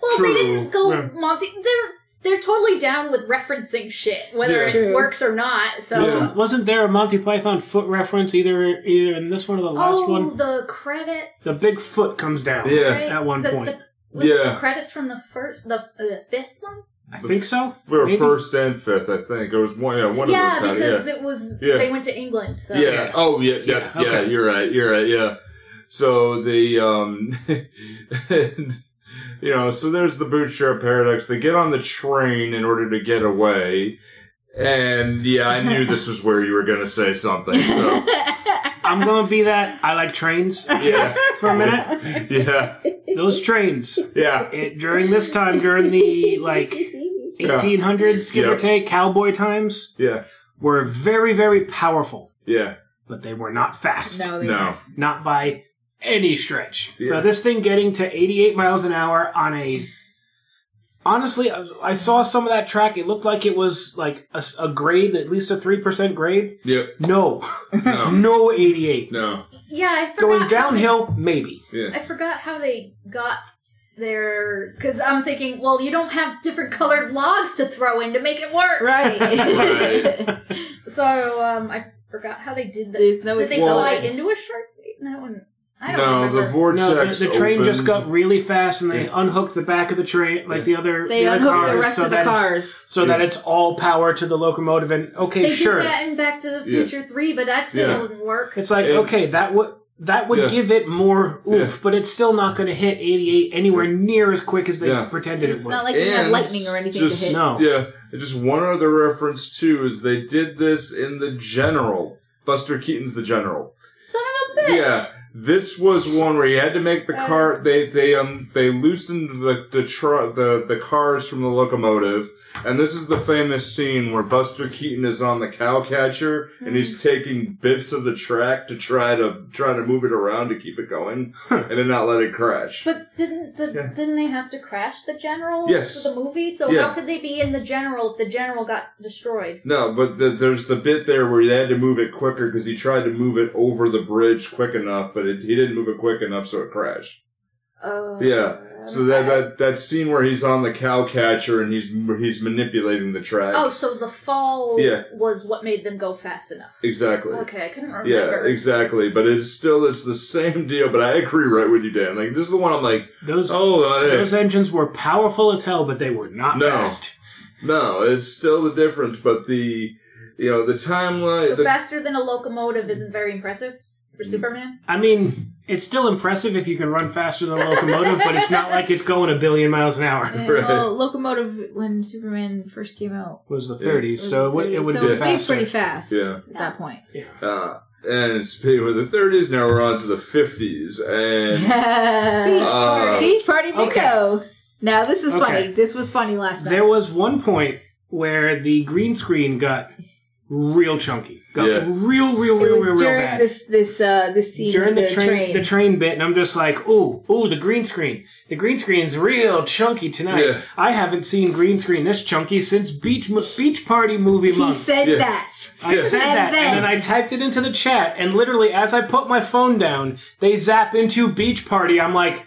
[SPEAKER 4] well,
[SPEAKER 1] True.
[SPEAKER 4] they didn't go
[SPEAKER 5] Yeah.
[SPEAKER 4] Monty. They're they're totally down with referencing shit, whether
[SPEAKER 1] Yeah.
[SPEAKER 4] it
[SPEAKER 2] True.
[SPEAKER 4] works or not. So.
[SPEAKER 1] Yeah.
[SPEAKER 5] Wasn't, wasn't there a Monty Python foot reference either either in this one or the last
[SPEAKER 4] oh,
[SPEAKER 5] one?
[SPEAKER 4] the credit.
[SPEAKER 5] The big foot comes down.
[SPEAKER 1] Yeah.
[SPEAKER 5] at one
[SPEAKER 4] the,
[SPEAKER 5] point.
[SPEAKER 4] The, was it
[SPEAKER 1] Yeah.
[SPEAKER 4] the credits from the first, the uh, fifth one?
[SPEAKER 5] I think so.
[SPEAKER 1] We were
[SPEAKER 5] Maybe.
[SPEAKER 1] first and fifth, I think. It was one. Yeah, one
[SPEAKER 4] yeah,
[SPEAKER 1] of those. had it,
[SPEAKER 4] because it was
[SPEAKER 1] Yeah.
[SPEAKER 4] they went to England. So.
[SPEAKER 1] yeah. yeah. Oh, yeah, yeah,
[SPEAKER 5] Yeah,
[SPEAKER 1] yeah.
[SPEAKER 5] okay.
[SPEAKER 1] You're right. You're right. Yeah. So the um, and, you know, so there's the bootstrap paradox. They get on the train in order to get away. And yeah, I knew this was where you were going to say something. So
[SPEAKER 5] I'm gonna be that. I like trains
[SPEAKER 1] yeah,
[SPEAKER 5] for a minute.
[SPEAKER 1] yeah,
[SPEAKER 5] Those trains
[SPEAKER 1] yeah.
[SPEAKER 5] it, during this time during the like 1800s, give
[SPEAKER 1] Yeah.
[SPEAKER 5] or take, cowboy times
[SPEAKER 1] Yeah,
[SPEAKER 5] were very very powerful,
[SPEAKER 1] yeah,
[SPEAKER 5] but they were not fast.
[SPEAKER 2] No, they
[SPEAKER 1] no,
[SPEAKER 5] not by any stretch.
[SPEAKER 1] Yeah.
[SPEAKER 5] So this thing getting to 88 miles an hour on a honestly, I, I saw some of that track. It looked like it was like a, s- a grade, at least a three percent grade.
[SPEAKER 1] yep,
[SPEAKER 5] No,
[SPEAKER 1] no,
[SPEAKER 5] no 88.
[SPEAKER 1] no,
[SPEAKER 4] Yeah, I forgot.
[SPEAKER 5] Going
[SPEAKER 4] how they-
[SPEAKER 5] downhill, maybe.
[SPEAKER 1] yeah,
[SPEAKER 4] I forgot how they got their. Because I'm thinking, well, you don't have different colored logs to throw in to make it work.
[SPEAKER 2] Right.
[SPEAKER 1] Right.
[SPEAKER 4] So um, I forgot how they did that.
[SPEAKER 2] There's no
[SPEAKER 4] Did they
[SPEAKER 1] Well-
[SPEAKER 4] slide into a shark? That one. I don't
[SPEAKER 1] no.
[SPEAKER 4] remember.
[SPEAKER 1] The vortex.
[SPEAKER 5] No, the, the train just
[SPEAKER 1] opens.
[SPEAKER 5] got really fast, and they
[SPEAKER 1] Yeah.
[SPEAKER 5] unhooked the back of the train, like the other.
[SPEAKER 2] They
[SPEAKER 5] the other
[SPEAKER 2] unhooked
[SPEAKER 5] cars,
[SPEAKER 2] the rest
[SPEAKER 5] so
[SPEAKER 2] of the
[SPEAKER 5] that it's-
[SPEAKER 2] cars.
[SPEAKER 5] So that it's all power to the locomotive, and okay,
[SPEAKER 4] they
[SPEAKER 5] sure,
[SPEAKER 4] did that in Back to the
[SPEAKER 1] Yeah.
[SPEAKER 4] Future 3, but that still
[SPEAKER 1] Yeah.
[SPEAKER 4] didn't work.
[SPEAKER 5] It's like
[SPEAKER 1] And-
[SPEAKER 5] okay, that would that would
[SPEAKER 1] Yeah.
[SPEAKER 5] give it more
[SPEAKER 1] Yeah.
[SPEAKER 5] oof, but it's still not going to hit 88 anywhere near as quick as they
[SPEAKER 1] Yeah.
[SPEAKER 5] pretended
[SPEAKER 2] It's
[SPEAKER 5] it would.
[SPEAKER 2] not like we have
[SPEAKER 1] And
[SPEAKER 2] lightning or anything
[SPEAKER 1] just-
[SPEAKER 2] to hit.
[SPEAKER 5] no,
[SPEAKER 1] Yeah, and just one other reference too is they did this in the General. Buster Keaton's the General.
[SPEAKER 4] Son of a bitch!
[SPEAKER 1] Yeah, this was one where you had to make the
[SPEAKER 4] Uh.
[SPEAKER 1] car. They they um they loosened the the tr- the the cars from the locomotive, and this is the famous scene where Buster Keaton is on the cow catcher and
[SPEAKER 2] Hmm.
[SPEAKER 1] he's taking bits of the track to try to try to move it around to keep it going and then not let it crash.
[SPEAKER 4] But didn't the,
[SPEAKER 1] Yeah.
[SPEAKER 4] didn't they have to crash the general
[SPEAKER 1] Yes.
[SPEAKER 4] for the movie? So
[SPEAKER 1] Yeah.
[SPEAKER 4] how could they be in the general if the general got destroyed?
[SPEAKER 1] No, but the, there's the bit there where they had to move it quicker because he tried to move it over the bridge quick enough, but it, he didn't move it quick enough, so it crashed.
[SPEAKER 4] Oh,
[SPEAKER 1] Yeah. So that, that that scene where he's on the cow catcher and he's he's manipulating the track.
[SPEAKER 4] Oh, so the fall
[SPEAKER 1] Yeah.
[SPEAKER 4] was what made them go fast enough.
[SPEAKER 1] exactly.
[SPEAKER 4] Okay, I couldn't
[SPEAKER 1] Yeah,
[SPEAKER 4] remember.
[SPEAKER 1] exactly. But it's still it's the same deal. But I agree right with you, Dan. Like this is the one I'm like,
[SPEAKER 5] those
[SPEAKER 1] oh uh,
[SPEAKER 5] those engines were powerful as hell, but they were not
[SPEAKER 1] No.
[SPEAKER 5] fast.
[SPEAKER 1] no, it's still the difference. But the you know the timeline.
[SPEAKER 4] So
[SPEAKER 1] the,
[SPEAKER 4] faster than a locomotive isn't very impressive for
[SPEAKER 1] Mm.
[SPEAKER 4] Superman.
[SPEAKER 5] I mean, it's still impressive if you can run faster than a locomotive, but it's not like it's going a billion miles an hour.
[SPEAKER 1] Right.
[SPEAKER 2] Well, locomotive when Superman first came out.
[SPEAKER 5] Was the
[SPEAKER 1] Yeah.
[SPEAKER 5] 30s, so it would, it would
[SPEAKER 2] so
[SPEAKER 5] be
[SPEAKER 2] it'd
[SPEAKER 5] faster.
[SPEAKER 2] pretty fast
[SPEAKER 1] Yeah.
[SPEAKER 2] at that point.
[SPEAKER 1] uh, and speaking of the 30s, now we're on to the 50s, and
[SPEAKER 2] Beach
[SPEAKER 1] Uh,
[SPEAKER 2] party. Beach party bingo. Now this was
[SPEAKER 5] Okay.
[SPEAKER 2] funny. This was funny last night.
[SPEAKER 5] There was one point where the green screen got real chunky, got
[SPEAKER 1] Yeah.
[SPEAKER 5] real, real,
[SPEAKER 2] it
[SPEAKER 5] real,
[SPEAKER 2] was
[SPEAKER 5] real, real
[SPEAKER 2] during
[SPEAKER 5] bad.
[SPEAKER 2] this this uh this scene
[SPEAKER 5] during
[SPEAKER 2] with
[SPEAKER 5] the,
[SPEAKER 2] the,
[SPEAKER 5] train,
[SPEAKER 2] train.
[SPEAKER 5] the train bit, and I'm just like, ooh, ooh, the green screen. The green screen's real chunky tonight.
[SPEAKER 1] Yeah.
[SPEAKER 5] I haven't seen green screen this chunky since beach Mo- beach party movie
[SPEAKER 2] he
[SPEAKER 5] month.
[SPEAKER 2] said
[SPEAKER 1] Yeah.
[SPEAKER 2] that.
[SPEAKER 5] I said
[SPEAKER 2] And
[SPEAKER 5] that,
[SPEAKER 2] then-
[SPEAKER 5] and then I typed it into the chat, and literally, as I put my phone down, they zap into beach party. I'm like,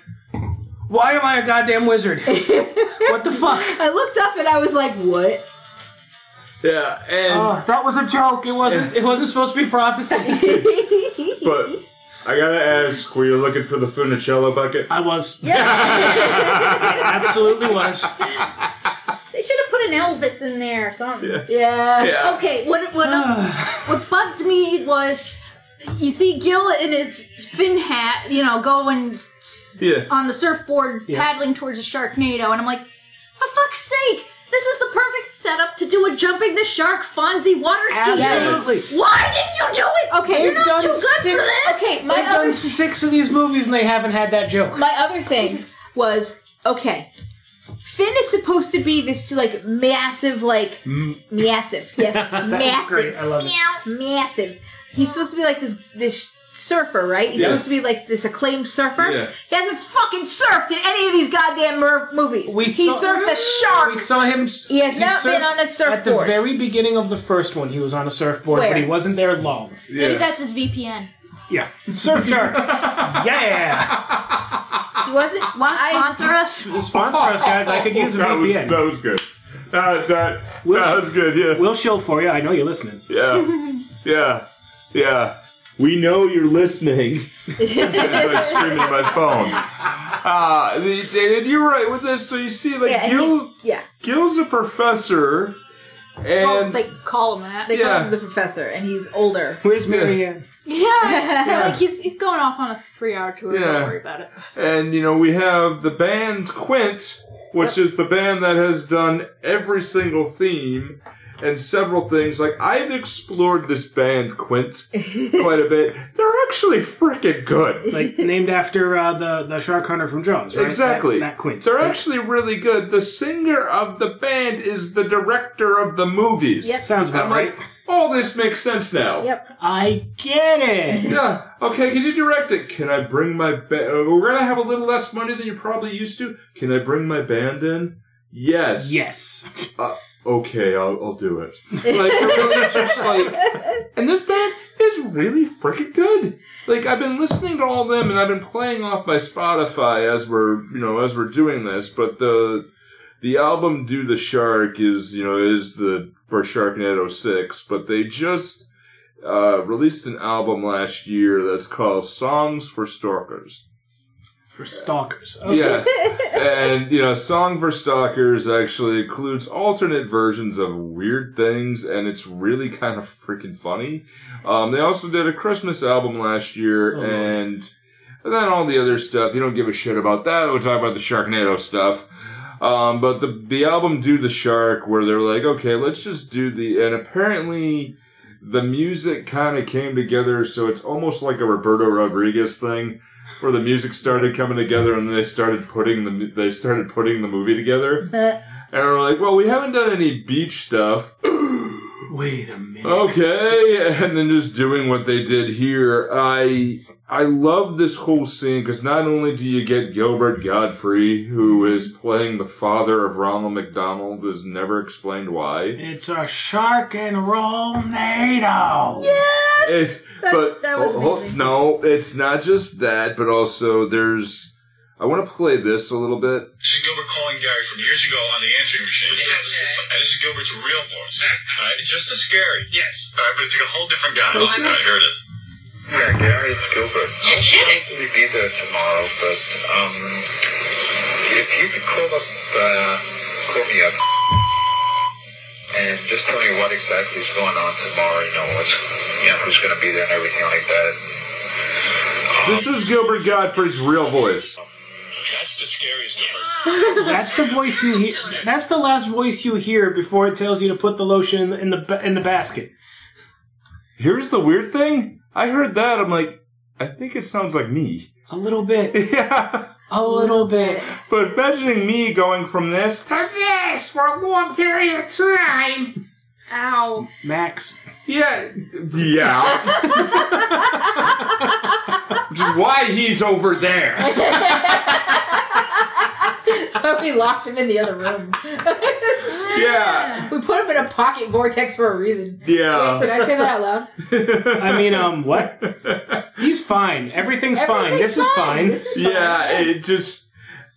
[SPEAKER 5] why am I a goddamn wizard? what the fuck?
[SPEAKER 2] I looked up and I was like, "What?"
[SPEAKER 1] yeah, and
[SPEAKER 5] Oh, that was a joke. It wasn't. It wasn't supposed to be prophecy.
[SPEAKER 1] But I gotta ask, were you looking for the funicello bucket?
[SPEAKER 5] I was.
[SPEAKER 4] Yeah,
[SPEAKER 5] I absolutely was.
[SPEAKER 4] they should have put an Elvis in there or something.
[SPEAKER 1] Yeah.
[SPEAKER 2] Yeah.
[SPEAKER 1] Yeah.
[SPEAKER 4] Okay, what what
[SPEAKER 5] Uh,
[SPEAKER 4] what bugged me was you see Gil in his fin hat, you know, going
[SPEAKER 1] Yeah.
[SPEAKER 4] on the surfboard
[SPEAKER 5] Yeah.
[SPEAKER 4] paddling towards a sharknado, and I'm like, for fuck's sake, this is the perfect setup to do a jumping the shark Fonzie water ski.
[SPEAKER 5] Absolutely.
[SPEAKER 4] thing. Why didn't you do it?
[SPEAKER 2] Okay,
[SPEAKER 4] you're
[SPEAKER 2] we've
[SPEAKER 4] not
[SPEAKER 5] done
[SPEAKER 4] too good for
[SPEAKER 5] six-
[SPEAKER 4] this.
[SPEAKER 2] Okay, my
[SPEAKER 5] They've
[SPEAKER 2] other
[SPEAKER 5] done six of these movies and they haven't had that joke.
[SPEAKER 2] my other thing was okay. Finn is supposed to be this like massive, like massive, yes,
[SPEAKER 5] That was great.
[SPEAKER 2] massive,
[SPEAKER 5] I love it.
[SPEAKER 4] Meow.
[SPEAKER 2] massive. He's supposed to be like this this surfer, right? He's
[SPEAKER 1] Yeah.
[SPEAKER 2] supposed to be like this acclaimed surfer.
[SPEAKER 1] Yeah.
[SPEAKER 2] He hasn't fucking surfed in any of these goddamn mer- movies. he surfed a shark.
[SPEAKER 5] We saw him. s-
[SPEAKER 2] He has not been
[SPEAKER 5] surfed-
[SPEAKER 2] on a
[SPEAKER 5] At the
[SPEAKER 2] surfboard.
[SPEAKER 5] very beginning of the first one, he was on a surfboard,
[SPEAKER 2] Where?
[SPEAKER 5] but he wasn't there long.
[SPEAKER 4] Maybe
[SPEAKER 1] Yeah.
[SPEAKER 4] that's his VPN.
[SPEAKER 5] Yeah, surf shark. yeah,
[SPEAKER 2] he wasn't.
[SPEAKER 4] Want to
[SPEAKER 2] I-
[SPEAKER 4] sponsor us?
[SPEAKER 5] sponsor us, guys. I could use a
[SPEAKER 1] that was,
[SPEAKER 5] VPN.
[SPEAKER 1] that was good. That, that,
[SPEAKER 5] We'll-
[SPEAKER 1] that was good, yeah.
[SPEAKER 5] We'll show for you. I know you're listening.
[SPEAKER 1] Yeah. Yeah. Yeah. We know you're listening. As I scream into my phone. Uh, the- and you're right with this. So you see, like,
[SPEAKER 2] yeah, and
[SPEAKER 1] Gil,
[SPEAKER 2] he- yeah.
[SPEAKER 1] Gil's a professor,
[SPEAKER 4] Well,
[SPEAKER 1] and
[SPEAKER 4] they call him that.
[SPEAKER 2] They call
[SPEAKER 1] Yeah.
[SPEAKER 2] him the professor, and he's older.
[SPEAKER 5] Where's Mary Ann?
[SPEAKER 4] yeah, yeah, like he's, he's going off on a three hour tour.
[SPEAKER 1] Yeah.
[SPEAKER 4] Don't worry about it.
[SPEAKER 1] and you know we have the band Quint, which is the band that has done every single theme and several things. Like I've explored this band Quint quite a bit. They're actually freaking good.
[SPEAKER 5] like named after uh, the the shark hunter from Jaws, right?
[SPEAKER 1] Exactly.
[SPEAKER 5] That, that Quint.
[SPEAKER 1] They're actually really good. The singer of the band is the director of the movies.
[SPEAKER 2] Yep.
[SPEAKER 5] Sounds about
[SPEAKER 1] I'm like,
[SPEAKER 5] right.
[SPEAKER 1] all this makes sense now.
[SPEAKER 2] Yep.
[SPEAKER 5] I get it.
[SPEAKER 1] Yeah. Okay, can you direct it? Can I bring my band? We're going to have a little less money than you're probably used to. Can I bring my band in? Yes.
[SPEAKER 5] yes.
[SPEAKER 1] uh, Okay, I'll, I'll do it. Like, they're really just like, and this band is really freaking good. Like, I've been listening to all them, and I've been playing off my Spotify as we're, you know, as we're doing this. But the the album "Do the Shark" is, you know, is the for Sharknado six. But they just uh, released an album last year that's called "Songs for Stalkers."
[SPEAKER 5] For stalkers. Okay.
[SPEAKER 1] Yeah. and, you know, Song for Stalkers actually includes alternate versions of weird things, and it's really kind of freaking funny. Um, they also did a Christmas album last year,
[SPEAKER 5] Oh, Lord.
[SPEAKER 1] and, and then all the other stuff. You don't give a shit about that. We'll talk about the Sharknado stuff. Um, but the the album "Do the Shark," where they're like, okay, let's just do the, and apparently the music kind of came together, so it's almost like a Roberto Rodriguez thing, where the music started coming together and they started putting the mu- they started putting the movie together, and we're like, well, we haven't done any beach stuff,
[SPEAKER 5] Wait a minute.
[SPEAKER 1] okay, and then just doing what they did here, I. I love this whole scene because not only do you get Gilbert Godfrey, who is playing the father of Ronald McDonald, who's never explained why.
[SPEAKER 5] It's a shark and roll NATO.
[SPEAKER 1] It-
[SPEAKER 2] That-
[SPEAKER 1] but
[SPEAKER 2] that was
[SPEAKER 1] ho- ho-
[SPEAKER 2] amazing.
[SPEAKER 1] no, it's not just that, but also there's. I want to play this a little bit.
[SPEAKER 6] This is Gilbert calling Gary from years ago on the answering machine. And this is Gilbert's real voice. All right, it's just as scary. Yes. All right, but it's like a whole different guy. All right, here it is. Yeah, Gary, it's Gilbert. You're kidding. I'll be there tomorrow, but um, if you could call up, uh, call me up and just tell me what exactly is going on tomorrow. You know what's, you know, who's going to be there and everything like that.
[SPEAKER 1] This is Gilbert Godfrey's real voice.
[SPEAKER 6] That's the scariest number.
[SPEAKER 5] That's the voice you hear. That's the last voice you hear before it tells you to put the lotion in the ba- in the basket.
[SPEAKER 1] Here's the weird thing. I heard that. I'm like, I think it sounds like me.
[SPEAKER 5] A little bit.
[SPEAKER 1] yeah.
[SPEAKER 5] A little bit.
[SPEAKER 1] But imagining me going from this to this for a long period of time.
[SPEAKER 4] Ow.
[SPEAKER 5] Max.
[SPEAKER 1] Yeah. Yeah. Which is why he's over there.
[SPEAKER 2] So we locked him in the other room.
[SPEAKER 1] Yeah.
[SPEAKER 2] we put him in a pocket vortex for a reason. Wait, did
[SPEAKER 1] Yeah.
[SPEAKER 2] I say that out loud?
[SPEAKER 5] I mean, um, what? He's fine. Everything's, fine. This is fine.
[SPEAKER 2] This is fine.
[SPEAKER 1] Yeah, it just,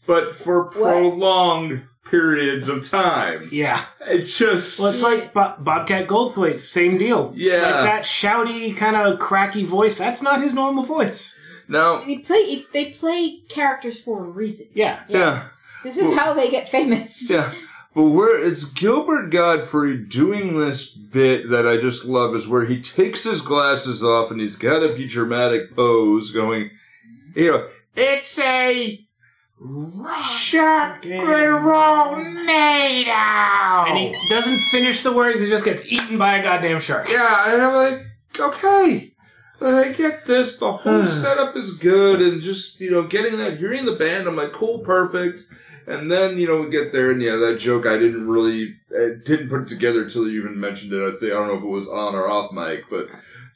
[SPEAKER 1] but for prolonged periods of time.
[SPEAKER 5] yeah.
[SPEAKER 1] It just,
[SPEAKER 5] Well, it's like Bo- Bobcat Goldthwait, same deal.
[SPEAKER 1] Yeah.
[SPEAKER 5] Like that shouty, kind of cracky voice, that's not his normal voice.
[SPEAKER 1] no,
[SPEAKER 2] They play they play characters for a reason.
[SPEAKER 5] Yeah.
[SPEAKER 1] yeah,
[SPEAKER 2] This is how they get famous.
[SPEAKER 1] yeah. But where it's Gilbert Godfrey doing this bit that I just love is where he takes his glasses off and he's got a dramatic pose going, you know, it's a shark tornado.
[SPEAKER 5] And he doesn't finish the words, he just gets eaten by a goddamn shark.
[SPEAKER 1] Yeah, and I'm like, okay, I get this. The whole setup is good, and just you know, getting that, hearing the band, I'm like, cool, perfect. And then you know, we get there, and yeah, that joke I didn't really, I didn't put it together till you even mentioned it. I think I don't know if it was on or off mic, but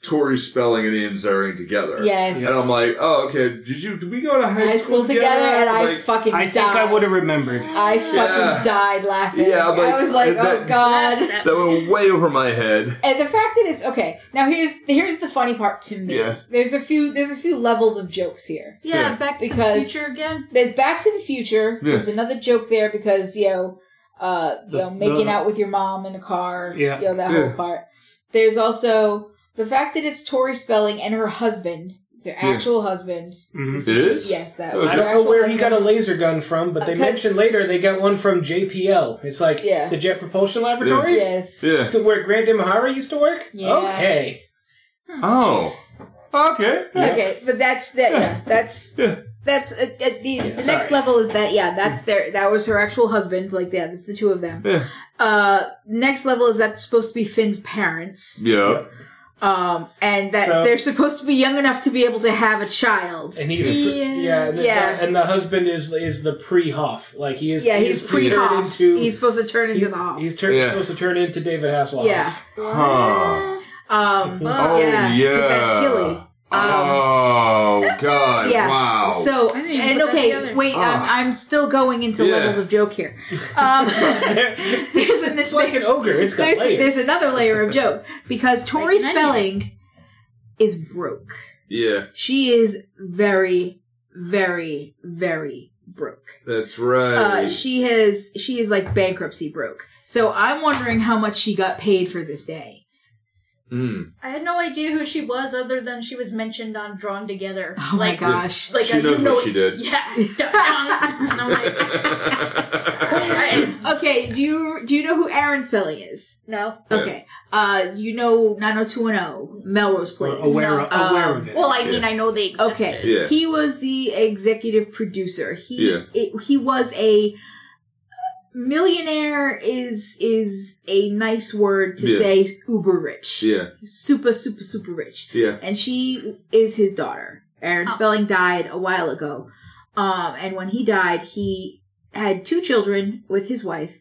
[SPEAKER 1] Tori Spelling and Ian Ziering together.
[SPEAKER 2] Yes.
[SPEAKER 1] And I'm like, oh, okay. Did you? Did we go to high,
[SPEAKER 2] High school together, and I
[SPEAKER 1] Like,
[SPEAKER 2] fucking
[SPEAKER 5] I
[SPEAKER 2] died.
[SPEAKER 5] think I would have remembered.
[SPEAKER 2] I fucking
[SPEAKER 1] Yeah.
[SPEAKER 2] died laughing.
[SPEAKER 1] Yeah, but-
[SPEAKER 2] I was like,
[SPEAKER 1] that-
[SPEAKER 2] oh god.
[SPEAKER 4] That's-
[SPEAKER 1] that went way over my head.
[SPEAKER 2] And the fact that it's okay. Now here's here's the funny part to me.
[SPEAKER 1] Yeah.
[SPEAKER 2] There's a few there's a few levels of jokes here.
[SPEAKER 4] yeah,
[SPEAKER 1] Yeah.
[SPEAKER 4] back to the
[SPEAKER 2] Because-
[SPEAKER 4] future again.
[SPEAKER 2] There's Back to the Future.
[SPEAKER 1] Yeah.
[SPEAKER 2] There's another joke there because you know, uh, you
[SPEAKER 5] The-
[SPEAKER 2] know, making
[SPEAKER 5] the-
[SPEAKER 2] out with your mom in a car.
[SPEAKER 5] Yeah.
[SPEAKER 2] you know that
[SPEAKER 1] Yeah.
[SPEAKER 2] whole part. There's also the fact that it's Tori Spelling and her husband. It's her
[SPEAKER 1] Yeah.
[SPEAKER 2] actual husband.
[SPEAKER 5] Mhm.
[SPEAKER 1] It is.
[SPEAKER 2] Yes, that.
[SPEAKER 1] I
[SPEAKER 2] Was
[SPEAKER 5] I
[SPEAKER 2] her
[SPEAKER 5] don't know
[SPEAKER 2] actual
[SPEAKER 5] where he got
[SPEAKER 2] husband.
[SPEAKER 5] a laser gun from, but they
[SPEAKER 2] Because-
[SPEAKER 5] mentioned later they got one from JPL. It's like
[SPEAKER 2] Oh, Yeah.
[SPEAKER 5] the Jet Propulsion Laboratories,
[SPEAKER 2] Yes.
[SPEAKER 1] Yeah.
[SPEAKER 5] To where Grant Imahara used to work.
[SPEAKER 2] Yeah.
[SPEAKER 5] Okay,
[SPEAKER 1] Oh. Okay.
[SPEAKER 5] Yeah.
[SPEAKER 2] Okay, but that's that. Yeah, that's
[SPEAKER 1] Yeah.
[SPEAKER 2] that's uh, uh, the, the
[SPEAKER 5] sorry.
[SPEAKER 2] next level is that. Yeah, that's their. That was her actual husband. Like, yeah, that's the two of them.
[SPEAKER 1] Yeah.
[SPEAKER 2] Uh, next level is that's supposed to be Finn's parents.
[SPEAKER 1] Yeah.
[SPEAKER 2] Um, and that
[SPEAKER 5] So-
[SPEAKER 2] they're supposed to be young enough to be able to have a child.
[SPEAKER 5] and he's
[SPEAKER 4] Yeah.
[SPEAKER 5] yeah, and the-
[SPEAKER 2] Yeah.
[SPEAKER 5] and the husband is is the pre Hoff. Like he is,
[SPEAKER 2] yeah,
[SPEAKER 5] he
[SPEAKER 2] he's
[SPEAKER 5] is
[SPEAKER 2] pre
[SPEAKER 5] turned
[SPEAKER 2] off.
[SPEAKER 5] into
[SPEAKER 2] He's supposed to turn into
[SPEAKER 5] he-
[SPEAKER 2] the off.
[SPEAKER 5] he's turn,
[SPEAKER 1] Yeah.
[SPEAKER 5] supposed to turn into David Hasselhoff.
[SPEAKER 2] Yeah.
[SPEAKER 1] Huh.
[SPEAKER 2] Um,
[SPEAKER 1] Oh yeah.
[SPEAKER 2] yeah, 'cause that's Gilly. Um,
[SPEAKER 1] oh God!
[SPEAKER 2] yeah.
[SPEAKER 1] Wow.
[SPEAKER 2] so
[SPEAKER 4] I didn't even
[SPEAKER 2] and
[SPEAKER 4] put that
[SPEAKER 2] okay,
[SPEAKER 4] together.
[SPEAKER 2] wait,
[SPEAKER 1] Oh. Ah.
[SPEAKER 2] I'm, I'm still going into
[SPEAKER 1] Yeah.
[SPEAKER 2] levels of joke here. Um, there's an,
[SPEAKER 5] it's like an ogre. It's got
[SPEAKER 2] there's,
[SPEAKER 5] layers.
[SPEAKER 2] there's another layer of joke because Tori
[SPEAKER 4] Like an onion.
[SPEAKER 2] Spelling is broke.
[SPEAKER 1] yeah,
[SPEAKER 2] She is very, very, very broke.
[SPEAKER 1] that's right.
[SPEAKER 2] Uh, she has she is like bankruptcy broke. So I'm wondering how much she got paid for this day.
[SPEAKER 1] Mm.
[SPEAKER 4] I had no idea who she was other than she was mentioned on Drawn Together.
[SPEAKER 2] Oh my
[SPEAKER 4] like,
[SPEAKER 2] gosh.
[SPEAKER 4] Like
[SPEAKER 1] She
[SPEAKER 4] I
[SPEAKER 1] knows
[SPEAKER 4] you know
[SPEAKER 1] what she did.
[SPEAKER 4] Yeah. dun, dun. and I'm like, I-
[SPEAKER 2] Okay, do you do you know who Aaron Spelling is?
[SPEAKER 4] no.
[SPEAKER 1] Yeah.
[SPEAKER 2] Okay. Uh you know 90210, oh, Melrose
[SPEAKER 5] We're
[SPEAKER 2] Place.
[SPEAKER 5] aware,
[SPEAKER 2] Um,
[SPEAKER 5] aware of it.
[SPEAKER 4] Well, I mean, I know they existed.
[SPEAKER 2] Okay.
[SPEAKER 1] Yeah.
[SPEAKER 2] He was the executive producer. He
[SPEAKER 1] Yeah.
[SPEAKER 2] it, he was a millionaire is is a nice word to
[SPEAKER 1] Yeah.
[SPEAKER 2] say uber rich.
[SPEAKER 1] yeah,
[SPEAKER 2] Super super super rich.
[SPEAKER 1] yeah.
[SPEAKER 2] And she is his daughter. Aaron
[SPEAKER 4] Oh.
[SPEAKER 2] Spelling died a while ago. Um and when he died, he had two children with his wife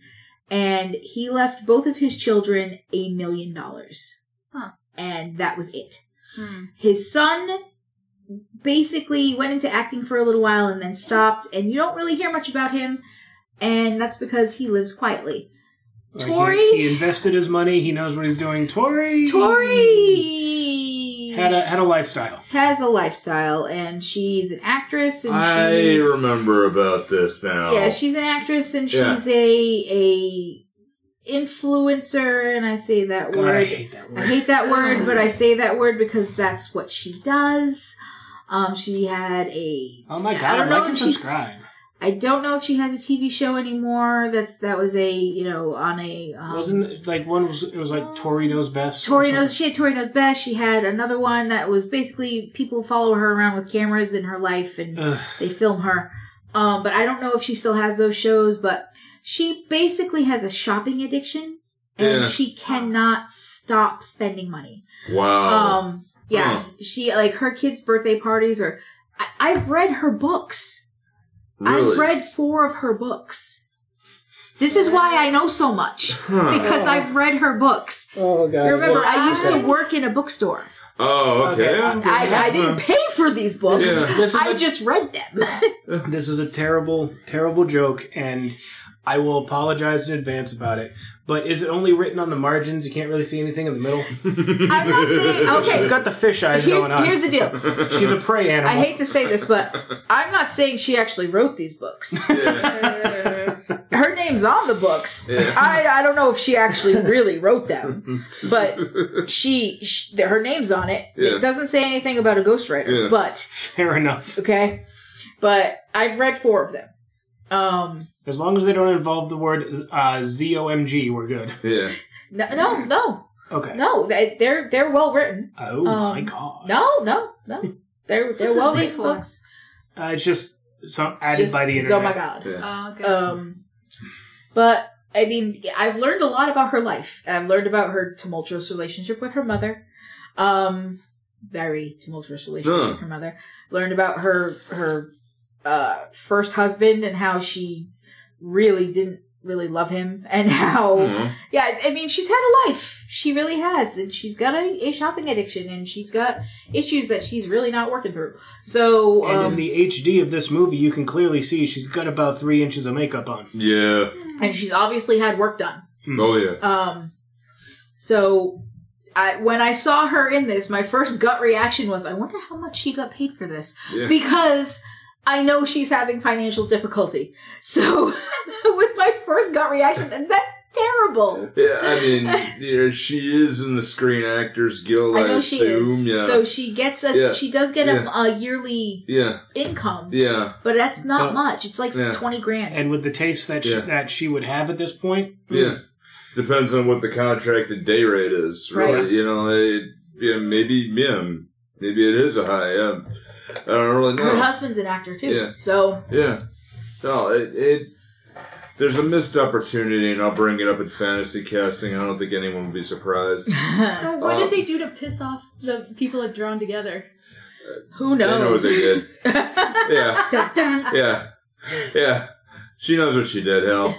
[SPEAKER 2] and he left both of his children a million dollars.
[SPEAKER 4] Huh.
[SPEAKER 2] And that was it
[SPEAKER 4] Hmm.
[SPEAKER 2] his son basically went into acting for a little while and then stopped and you don't really hear much about him and that's because he lives quietly
[SPEAKER 5] Like,
[SPEAKER 2] Tori-
[SPEAKER 5] He, he invested his money. He knows what he's doing. Tori.
[SPEAKER 2] tori
[SPEAKER 5] had a had a lifestyle.
[SPEAKER 2] has a lifestyle and she's an actress and
[SPEAKER 1] I
[SPEAKER 2] she's
[SPEAKER 1] remember about this now.
[SPEAKER 2] yeah she's an actress and she's
[SPEAKER 1] Yeah.
[SPEAKER 2] a a influencer and i say that
[SPEAKER 5] God, I
[SPEAKER 2] word
[SPEAKER 5] hate that
[SPEAKER 2] I
[SPEAKER 5] word.
[SPEAKER 2] hate that word, but I say that word because that's what she does. Um, she had a.
[SPEAKER 5] Oh my god!
[SPEAKER 2] I don't know
[SPEAKER 5] like
[SPEAKER 2] if
[SPEAKER 5] and
[SPEAKER 2] she's.
[SPEAKER 5] subscribe.
[SPEAKER 2] I don't know if she has a TV show anymore. That's that was a you know on a. Um,
[SPEAKER 5] Wasn't it like one was it was like Tori knows best. or
[SPEAKER 2] Tori knows
[SPEAKER 5] something?
[SPEAKER 2] she had Tori knows best. She had another one that was basically people follow her around with cameras in her life and
[SPEAKER 5] Ugh.
[SPEAKER 2] they film her. Um, but I don't know if she still has those shows. But she basically has a shopping addiction, and
[SPEAKER 1] Yeah.
[SPEAKER 2] she cannot stop spending money.
[SPEAKER 1] Wow.
[SPEAKER 2] Um, yeah, she like her kids' birthday parties are. I, I've read her books.
[SPEAKER 1] really?
[SPEAKER 2] I've read four of her books. This is why I know so much because I've read her books.
[SPEAKER 5] Oh god!
[SPEAKER 2] Remember,
[SPEAKER 5] Well,
[SPEAKER 2] I used to
[SPEAKER 5] okay.
[SPEAKER 2] work in a bookstore.
[SPEAKER 1] Oh, okay.
[SPEAKER 5] Okay.
[SPEAKER 2] I, I didn't pay for these books.
[SPEAKER 1] Yeah.
[SPEAKER 5] This is
[SPEAKER 2] I
[SPEAKER 5] a-
[SPEAKER 2] just read them.
[SPEAKER 5] This is a terrible, terrible joke, and I will apologize in advance about it. But is it only written on the margins? You can't really see anything in the middle.
[SPEAKER 2] I'm not saying
[SPEAKER 5] She's
[SPEAKER 2] okay.
[SPEAKER 5] got the fish eyes
[SPEAKER 2] Here's,
[SPEAKER 5] going on.
[SPEAKER 2] here's the deal.
[SPEAKER 5] She's a prey animal.
[SPEAKER 2] I hate to say this, but I'm not saying she actually wrote these books.
[SPEAKER 1] Yeah.
[SPEAKER 2] her name's on the books.
[SPEAKER 1] Yeah.
[SPEAKER 2] I, I don't know if she actually really wrote them, but she, sh her name's on it.
[SPEAKER 1] Yeah.
[SPEAKER 2] It doesn't say anything about a ghostwriter,
[SPEAKER 1] Yeah.
[SPEAKER 2] but
[SPEAKER 5] Fair enough.
[SPEAKER 2] okay. But I've read four of them. Um,
[SPEAKER 5] As long as they don't involve the word uh, ZOMG, we're good.
[SPEAKER 1] yeah.
[SPEAKER 2] no, no, no,
[SPEAKER 5] Okay.
[SPEAKER 2] no. They, they're they're well written.
[SPEAKER 5] Oh my
[SPEAKER 2] Um,
[SPEAKER 5] god.
[SPEAKER 2] No, no, no. They're
[SPEAKER 4] This
[SPEAKER 2] they're
[SPEAKER 4] is
[SPEAKER 2] well
[SPEAKER 4] Z
[SPEAKER 2] written
[SPEAKER 4] for.
[SPEAKER 2] books.
[SPEAKER 5] Uh, it's just some added
[SPEAKER 2] Just-
[SPEAKER 5] by the
[SPEAKER 2] oh
[SPEAKER 5] internet.
[SPEAKER 2] my god.
[SPEAKER 1] Yeah.
[SPEAKER 4] Oh, okay.
[SPEAKER 2] Um, but I mean, I've learned a lot about her life, and I've learned about her tumultuous relationship with her mother. Um, very tumultuous relationship
[SPEAKER 1] Huh.
[SPEAKER 2] with her mother. Learned about her her uh, first husband and how she really didn't really love him and how
[SPEAKER 1] Mhm.
[SPEAKER 2] yeah i mean she's had a life she really has and she's got a, a shopping addiction and she's got issues that she's really not working through so
[SPEAKER 5] And
[SPEAKER 2] um,
[SPEAKER 5] in the HD of this movie, you can clearly see she's got about three inches of makeup on.
[SPEAKER 1] Yeah.
[SPEAKER 2] and she's obviously had work done
[SPEAKER 1] Oh yeah.
[SPEAKER 2] Um, so I, when I saw her in this, my first gut reaction was, I wonder how much she got paid for this
[SPEAKER 1] Yeah.
[SPEAKER 2] because I know she's having financial difficulty. So that was my first gut reaction, and that's terrible.
[SPEAKER 1] Yeah, I mean, yeah, she is in the Screen Actors Guild. I,
[SPEAKER 2] I know she
[SPEAKER 1] assume.
[SPEAKER 2] is.
[SPEAKER 1] Yeah.
[SPEAKER 2] So she gets us.
[SPEAKER 1] Yeah.
[SPEAKER 2] She does get
[SPEAKER 1] Yeah.
[SPEAKER 2] a, a yearly
[SPEAKER 1] yeah.
[SPEAKER 2] income,
[SPEAKER 1] Yeah.
[SPEAKER 2] but that's not
[SPEAKER 5] But-
[SPEAKER 2] much. It's like
[SPEAKER 1] Yeah.
[SPEAKER 2] twenty grand.
[SPEAKER 5] And with the taste that
[SPEAKER 1] Yeah.
[SPEAKER 5] she, that she would have at this point,
[SPEAKER 1] Yeah. Depends on what the contracted day rate is, really.
[SPEAKER 2] Right.
[SPEAKER 1] You know, it, yeah, maybe yeah, maybe it is a high. Yeah. I don't really know.
[SPEAKER 2] her husband's an actor too,
[SPEAKER 1] Yeah.
[SPEAKER 2] so
[SPEAKER 1] Yeah. No, it, it there's a missed opportunity, and I'll bring it up in fantasy casting. I don't think anyone would be surprised.
[SPEAKER 2] uh,
[SPEAKER 4] So what
[SPEAKER 1] Um,
[SPEAKER 4] did they do to piss off the people that drawn together?
[SPEAKER 2] who
[SPEAKER 1] They know what
[SPEAKER 2] knows?
[SPEAKER 1] they did. yeah,
[SPEAKER 4] Dun, dun.
[SPEAKER 1] yeah, yeah. She knows what she did. Hell,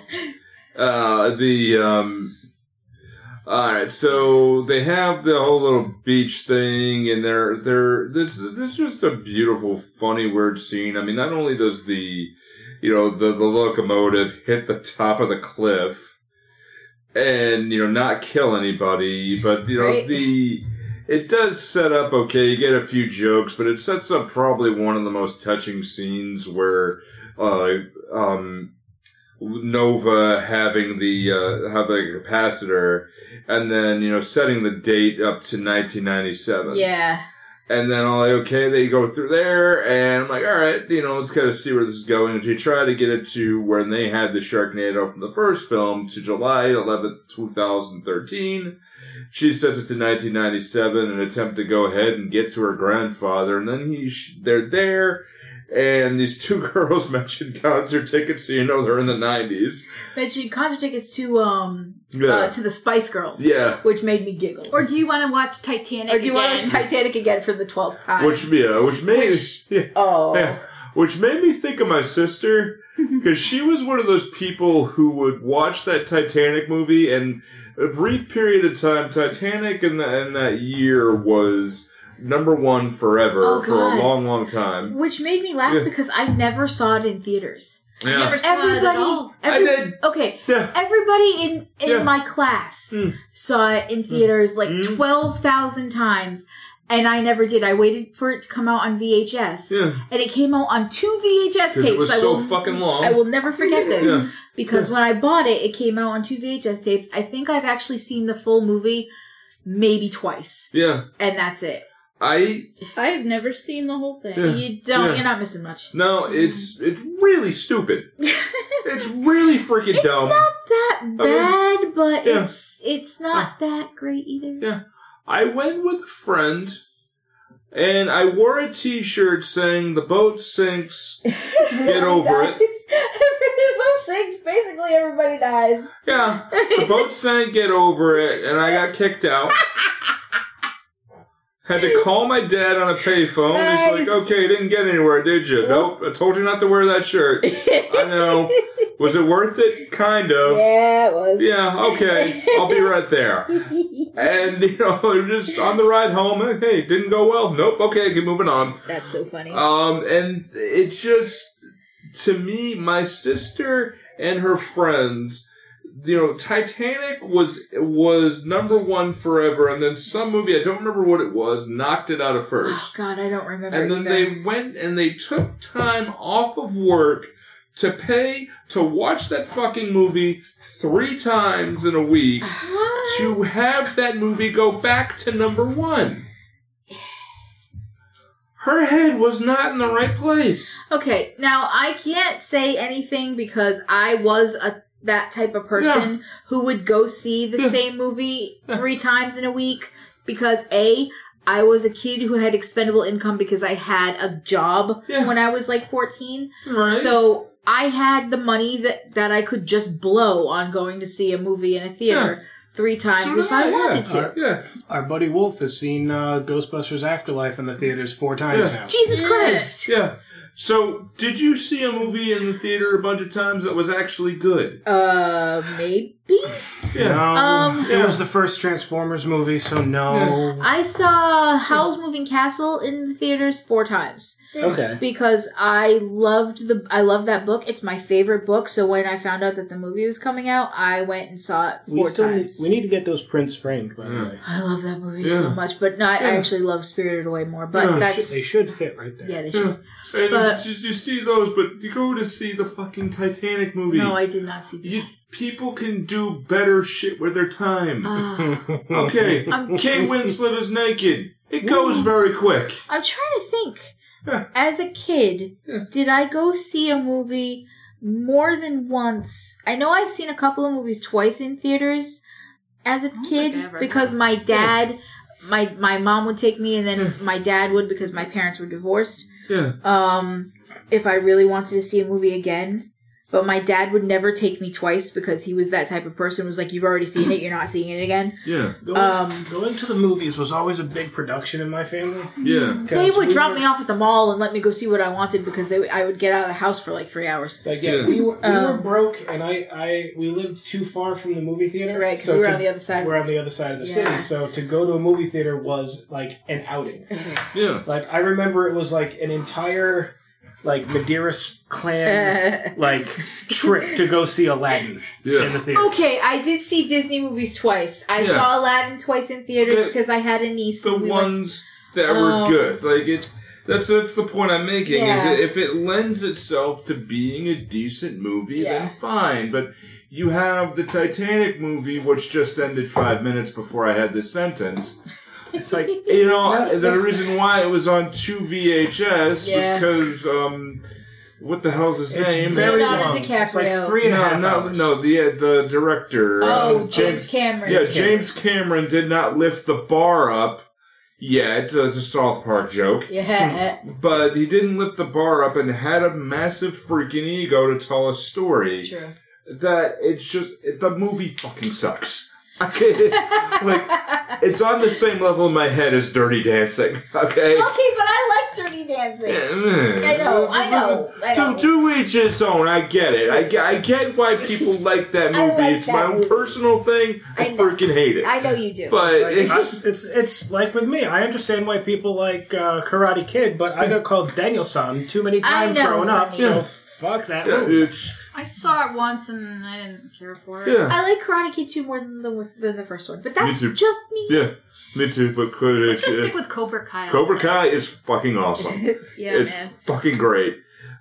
[SPEAKER 1] uh, the um. All right, so they have the whole little beach thing, and they're they're this this is just a beautiful, funny, weird scene. I mean, not only does the you know the the locomotive hit the top of the cliff, and you know not kill anybody, but you know
[SPEAKER 2] Right.
[SPEAKER 1] the it does set up okay. You get a few jokes, but it sets up probably one of the most touching scenes where uh, um, Nova having the uh, have the capacitor, and then you know setting the date up to 1997.
[SPEAKER 2] yeah.
[SPEAKER 1] And then I'm like, okay, they go through there, and I'm like, all right, you know, let's kind of see where this is going. And you try to get it to when they had the Sharknado from the first film to July 11th, 2013. She sets it to 1997 in an attempt to go ahead and get to her grandfather. And then he, sh- they're there, and these two girls mentioned concert tickets, so you know they're in the 90s.
[SPEAKER 2] mentioned concert tickets to um
[SPEAKER 1] Yeah.
[SPEAKER 2] uh, to the Spice Girls,
[SPEAKER 1] yeah.
[SPEAKER 2] which made me giggle. Or,
[SPEAKER 4] Or do you want to watch Titanic?
[SPEAKER 2] do you want to watch
[SPEAKER 4] again?
[SPEAKER 2] Titanic again for the twelfth time?
[SPEAKER 1] Which, yeah, which made, yeah.
[SPEAKER 2] oh,
[SPEAKER 1] Yeah. Which made me think of my sister, because she was one of those people who would watch that Titanic movie, and a brief period of time, Titanic in, the, in that year was number one forever
[SPEAKER 2] Oh,
[SPEAKER 1] for a
[SPEAKER 2] God.
[SPEAKER 1] long, long time.
[SPEAKER 2] which made me laugh
[SPEAKER 1] Yeah.
[SPEAKER 2] because I never saw it in theaters.
[SPEAKER 4] I never saw it at all.
[SPEAKER 2] Everybody, every-
[SPEAKER 1] I did.
[SPEAKER 2] okay,
[SPEAKER 1] Yeah.
[SPEAKER 2] everybody in in
[SPEAKER 1] Yeah.
[SPEAKER 2] my class
[SPEAKER 1] Mm.
[SPEAKER 2] saw it in theaters like
[SPEAKER 1] Mm.
[SPEAKER 2] twelve thousand times. And I never did. I waited for it to come out on VHS,
[SPEAKER 1] Yeah.
[SPEAKER 2] and it came out on two VHS tapes.
[SPEAKER 1] Because it was
[SPEAKER 2] I
[SPEAKER 1] so
[SPEAKER 2] will
[SPEAKER 1] fucking long.
[SPEAKER 2] I will never forget this
[SPEAKER 1] Yeah.
[SPEAKER 2] because when I bought it, it came out on two VHS tapes. I think I've actually seen the full movie maybe twice,
[SPEAKER 1] yeah.
[SPEAKER 2] and that's it.
[SPEAKER 1] I
[SPEAKER 4] I have never seen the whole thing.
[SPEAKER 1] Yeah.
[SPEAKER 2] You don't.
[SPEAKER 1] Yeah.
[SPEAKER 2] You're not missing much.
[SPEAKER 1] no, it's it's really stupid. it's really freaking
[SPEAKER 2] It's
[SPEAKER 1] dumb.
[SPEAKER 2] not that bad, but
[SPEAKER 1] yeah.
[SPEAKER 2] it's it's not that great either.
[SPEAKER 1] Yeah. I went with a friend and I wore a t shirt saying, The boat sinks, get over it.
[SPEAKER 2] Those things, basically, everybody dies.
[SPEAKER 1] Yeah, the boat sank, get over it, and I got kicked out. Had to call my dad on a payphone. He's
[SPEAKER 2] Nice.
[SPEAKER 1] like, okay, you didn't get anywhere, did you? Nope, I told you not to wear that shirt. I know. Was it worth it? Kind of.
[SPEAKER 2] Yeah, it was.
[SPEAKER 1] Yeah, okay. I'll be right there. And, you know, just on the ride home, hey, didn't go well. Nope, okay, keep moving on.
[SPEAKER 2] That's so funny.
[SPEAKER 1] Um, and it just to me, my sister and her friends, you know, Titanic was was number one forever, and then some movie I don't remember what it was knocked it out of
[SPEAKER 2] oh
[SPEAKER 1] first,
[SPEAKER 2] God, I don't remember.
[SPEAKER 1] and then
[SPEAKER 2] either.
[SPEAKER 1] they went and they took time off of work to pay to watch that fucking movie three times in a week
[SPEAKER 2] What?
[SPEAKER 1] to have that movie go back to number one. Her head was not in the right place.
[SPEAKER 2] Okay, now I can't say anything because I was a that type of person who would go see the
[SPEAKER 1] Yeah.
[SPEAKER 2] same movie three times in a week because a I was a kid who had expendable income because I had a job
[SPEAKER 1] Yeah.
[SPEAKER 2] when I was like 14.
[SPEAKER 1] Right?
[SPEAKER 2] So I had the money that that I could just blow on going to see a movie in a theater three times
[SPEAKER 1] So
[SPEAKER 2] if I
[SPEAKER 1] yeah, uh,
[SPEAKER 2] wanted to.
[SPEAKER 5] Alright.
[SPEAKER 1] yeah,
[SPEAKER 5] Our buddy Wolf has seen uh, Ghostbusters Afterlife in the theaters four times
[SPEAKER 1] Yeah.
[SPEAKER 5] now.
[SPEAKER 2] Jesus
[SPEAKER 4] Yeah.
[SPEAKER 2] Christ.
[SPEAKER 1] yeah. So, did you see a movie in the theater a bunch of times that was actually good?
[SPEAKER 2] Uh, maybe.
[SPEAKER 1] Yeah.
[SPEAKER 5] No,
[SPEAKER 2] Um,
[SPEAKER 5] it was the first Transformers movie, so no.
[SPEAKER 2] I saw Howl's Moving Castle in the theaters four times
[SPEAKER 3] Okay.
[SPEAKER 2] because I loved the I love that book. It's my favorite book. So when I found out that the movie was coming out, I went and saw it
[SPEAKER 3] We
[SPEAKER 2] four
[SPEAKER 3] still need,
[SPEAKER 2] times.
[SPEAKER 3] we need to get those prints framed, by the
[SPEAKER 1] Yeah.
[SPEAKER 3] way.
[SPEAKER 2] I love that movie
[SPEAKER 1] Yeah.
[SPEAKER 2] so much, but no, I, I
[SPEAKER 1] Yeah.
[SPEAKER 2] actually love Spirited Away more. But
[SPEAKER 5] No,
[SPEAKER 2] that's
[SPEAKER 5] they should fit right there.
[SPEAKER 2] yeah, they
[SPEAKER 1] Yeah.
[SPEAKER 2] should.
[SPEAKER 1] And
[SPEAKER 2] But-
[SPEAKER 1] you, you see those, but you go to see the fucking Titanic movie.
[SPEAKER 2] No, I did not see
[SPEAKER 1] You-
[SPEAKER 2] the
[SPEAKER 1] people can do better shit with their time.
[SPEAKER 2] Ah.
[SPEAKER 1] okay,
[SPEAKER 2] I'm-
[SPEAKER 1] Kate Winslet is naked. It goes very quick.
[SPEAKER 2] I'm trying to think.
[SPEAKER 1] Yeah.
[SPEAKER 2] As a kid, did I go see a movie more than once? I know I've seen a couple of movies twice in theaters as a
[SPEAKER 4] think I
[SPEAKER 2] kid
[SPEAKER 4] ever
[SPEAKER 2] because my dad, my my mom would take me, and then my dad would because my parents were divorced.
[SPEAKER 1] Yeah.
[SPEAKER 2] Um, if I really wanted to see a movie again. But my dad would never take me twice because he was that type of person who was like, You've already seen it, you're not seeing it again.
[SPEAKER 1] Yeah.
[SPEAKER 5] Going,
[SPEAKER 2] Um,
[SPEAKER 5] going to the movies was always a big production in my family.
[SPEAKER 1] Yeah.
[SPEAKER 5] 'cause
[SPEAKER 2] They would
[SPEAKER 5] we
[SPEAKER 2] drop
[SPEAKER 5] were-
[SPEAKER 2] me off at the mall and let me go see what I wanted because they I would get out of the house for like three hours.
[SPEAKER 5] It's like yeah,
[SPEAKER 1] Yeah.
[SPEAKER 5] we were we were
[SPEAKER 2] Um,
[SPEAKER 5] broke, and I, I we lived too far from the movie theater.
[SPEAKER 2] Right, 'cause
[SPEAKER 5] so
[SPEAKER 2] we were
[SPEAKER 5] to-
[SPEAKER 2] on the other side.
[SPEAKER 5] We're on the other side of the
[SPEAKER 2] Yeah.
[SPEAKER 5] city, so to go to a movie theater was like an outing.
[SPEAKER 1] Yeah.
[SPEAKER 5] Like I remember, it was like an entire like Madeiras clan
[SPEAKER 2] Uh,
[SPEAKER 5] like trip to go see Aladdin in the
[SPEAKER 1] Yeah.
[SPEAKER 5] theater.
[SPEAKER 2] okay, I did see Disney movies twice. I
[SPEAKER 1] Yeah.
[SPEAKER 2] saw Aladdin twice in theaters
[SPEAKER 1] The-
[SPEAKER 2] because I had a niece.
[SPEAKER 1] The
[SPEAKER 2] and we went-
[SPEAKER 1] ones that were
[SPEAKER 2] Um,
[SPEAKER 1] good. Like it that's that's the point I'm making is
[SPEAKER 2] Yeah.
[SPEAKER 1] that if it lends itself to being a decent movie,
[SPEAKER 2] Yeah.
[SPEAKER 1] then fine. But you have the Titanic movie which just ended five minutes before I had this sentence.
[SPEAKER 5] It's like
[SPEAKER 1] You know,
[SPEAKER 5] No,
[SPEAKER 1] the
[SPEAKER 5] this-
[SPEAKER 1] reason why it was on two VHS
[SPEAKER 2] Yeah.
[SPEAKER 1] was because um what the hell's his
[SPEAKER 5] it's
[SPEAKER 1] name?
[SPEAKER 5] very
[SPEAKER 2] Leonardo
[SPEAKER 5] long. It's
[SPEAKER 2] DiCaprio.
[SPEAKER 5] like three and a
[SPEAKER 1] no,
[SPEAKER 5] half
[SPEAKER 1] no,
[SPEAKER 5] hours.
[SPEAKER 1] no. The uh, the director,
[SPEAKER 2] oh,
[SPEAKER 1] um,
[SPEAKER 2] James, Cameron.
[SPEAKER 1] yeah, James Cameron did not lift the bar up yet. Uh, it's a South Park joke,
[SPEAKER 2] Yeah.
[SPEAKER 1] but he didn't lift the bar up and had a massive freaking ego to tell a story
[SPEAKER 2] True.
[SPEAKER 1] that it's just it, the movie fucking sucks. Okay, like it's on the same level in my head as Dirty Dancing. Okay.
[SPEAKER 2] Okay, but I like Dirty Dancing.
[SPEAKER 1] I
[SPEAKER 2] know, I know, I know.
[SPEAKER 1] To, to each its own. I get it. I, get- I get why people like that
[SPEAKER 2] I
[SPEAKER 1] movie.
[SPEAKER 2] like
[SPEAKER 1] it's
[SPEAKER 2] that
[SPEAKER 1] my own
[SPEAKER 2] movie.
[SPEAKER 1] personal thing. I,
[SPEAKER 2] I know.
[SPEAKER 1] freaking hate it.
[SPEAKER 2] I know you do.
[SPEAKER 1] but
[SPEAKER 5] It's,
[SPEAKER 1] it's,
[SPEAKER 5] like, I- it's it's like with me. I understand why people like uh, Karate Kid, but I got called Daniel-san too many
[SPEAKER 2] I
[SPEAKER 5] times
[SPEAKER 2] know,
[SPEAKER 5] growing up.
[SPEAKER 2] yeah.
[SPEAKER 5] So fuck that
[SPEAKER 1] yeah,
[SPEAKER 5] movie.
[SPEAKER 1] it's-
[SPEAKER 4] I saw it once and I didn't care for it.
[SPEAKER 1] yeah,
[SPEAKER 2] I like Karate Kid 2 more than the, than the first one. But that's
[SPEAKER 1] too.
[SPEAKER 2] just me.
[SPEAKER 1] yeah. Me too. But Cobra,
[SPEAKER 4] Let's just stick with Cobra Kai.
[SPEAKER 1] Cobra Kai is fucking awesome.
[SPEAKER 4] Yeah,
[SPEAKER 1] it's
[SPEAKER 4] man.
[SPEAKER 1] fucking great.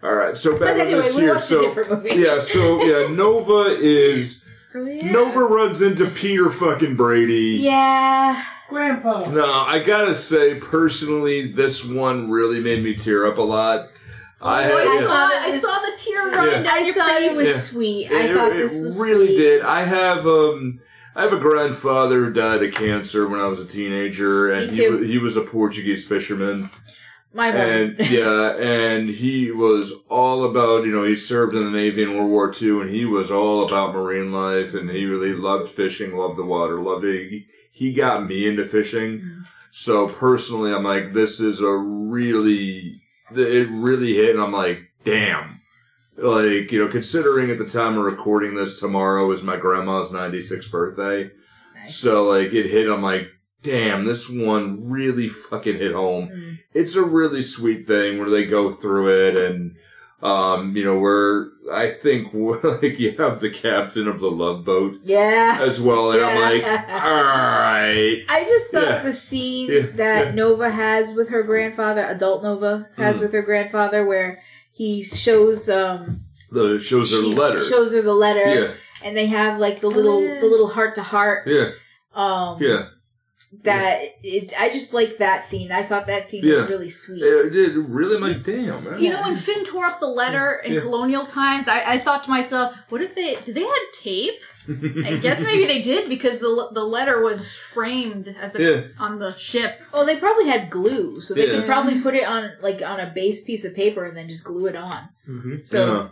[SPEAKER 1] All right. So back
[SPEAKER 2] But
[SPEAKER 1] on
[SPEAKER 2] anyway,
[SPEAKER 1] this
[SPEAKER 2] we
[SPEAKER 1] here.
[SPEAKER 2] watched a
[SPEAKER 1] So
[SPEAKER 2] different movie.
[SPEAKER 1] yeah. So yeah, Nova is
[SPEAKER 2] Yeah.
[SPEAKER 1] Nova runs into Peter fucking Brady.
[SPEAKER 2] Yeah.
[SPEAKER 5] Grandpa.
[SPEAKER 1] No, I gotta say, personally, this one really made me tear up a lot. I
[SPEAKER 4] Oh, I,
[SPEAKER 1] had-
[SPEAKER 2] yeah.
[SPEAKER 4] saw, I saw the tear
[SPEAKER 1] Yeah.
[SPEAKER 4] run
[SPEAKER 1] Yeah.
[SPEAKER 4] down
[SPEAKER 2] I
[SPEAKER 4] your
[SPEAKER 2] thought
[SPEAKER 4] face.
[SPEAKER 2] it was
[SPEAKER 1] Yeah.
[SPEAKER 2] sweet.
[SPEAKER 1] it,
[SPEAKER 2] I thought
[SPEAKER 1] it
[SPEAKER 2] this was
[SPEAKER 1] really
[SPEAKER 2] sweet.
[SPEAKER 1] did. I have um, I have a grandfather who died of cancer when I was a teenager, and
[SPEAKER 2] Me
[SPEAKER 1] he,
[SPEAKER 2] too.
[SPEAKER 1] wa- he was a Portuguese fisherman,
[SPEAKER 2] Mine wasn't.
[SPEAKER 1] and yeah, and he was all about you know he served in the navy in World War II, and he was all about marine life, and he really loved fishing, loved the water, loved it. He, he got me into fishing. So personally, I'm like, this is a really, th- it really hit, and I'm like, damn. Like, you know, considering at the time of recording this, tomorrow is my grandma's 96th birthday.
[SPEAKER 2] Nice.
[SPEAKER 1] So, like, it hit, I'm like, damn, this one really fucking hit home.
[SPEAKER 2] Mm.
[SPEAKER 1] It's a really sweet thing where they go through it and, um, you know, where I think, like, you have the captain of the love boat
[SPEAKER 2] yeah.
[SPEAKER 1] as well, and I'm like,
[SPEAKER 2] Yeah.
[SPEAKER 1] alright.
[SPEAKER 2] I just thought
[SPEAKER 1] Yeah.
[SPEAKER 2] the scene
[SPEAKER 1] Yeah,
[SPEAKER 2] that
[SPEAKER 1] yeah.
[SPEAKER 2] Nova has with her grandfather, adult Nova has
[SPEAKER 1] Mm.
[SPEAKER 2] with her grandfather, where he shows um
[SPEAKER 1] The shows her
[SPEAKER 2] she
[SPEAKER 1] letter.
[SPEAKER 2] shows her the letter,
[SPEAKER 1] yeah,
[SPEAKER 2] and they have like the little the little heart to heart.
[SPEAKER 1] yeah,
[SPEAKER 2] Um,
[SPEAKER 1] yeah.
[SPEAKER 2] that it. I just like that scene. I thought that scene
[SPEAKER 1] Yeah.
[SPEAKER 2] was really sweet.
[SPEAKER 1] It, it really, like, damn, man.
[SPEAKER 4] You know, when Finn tore up the letter in
[SPEAKER 1] Yeah.
[SPEAKER 4] colonial times, I, I thought to myself, what if they, do they have tape? I guess maybe they did because the, the letter was framed as a,
[SPEAKER 1] Yeah.
[SPEAKER 4] on the ship.
[SPEAKER 2] Well, Oh, they probably had glue, so they
[SPEAKER 1] Yeah.
[SPEAKER 2] could probably put it on like on a base piece of paper and then just glue it on.
[SPEAKER 5] Mm-hmm.
[SPEAKER 2] So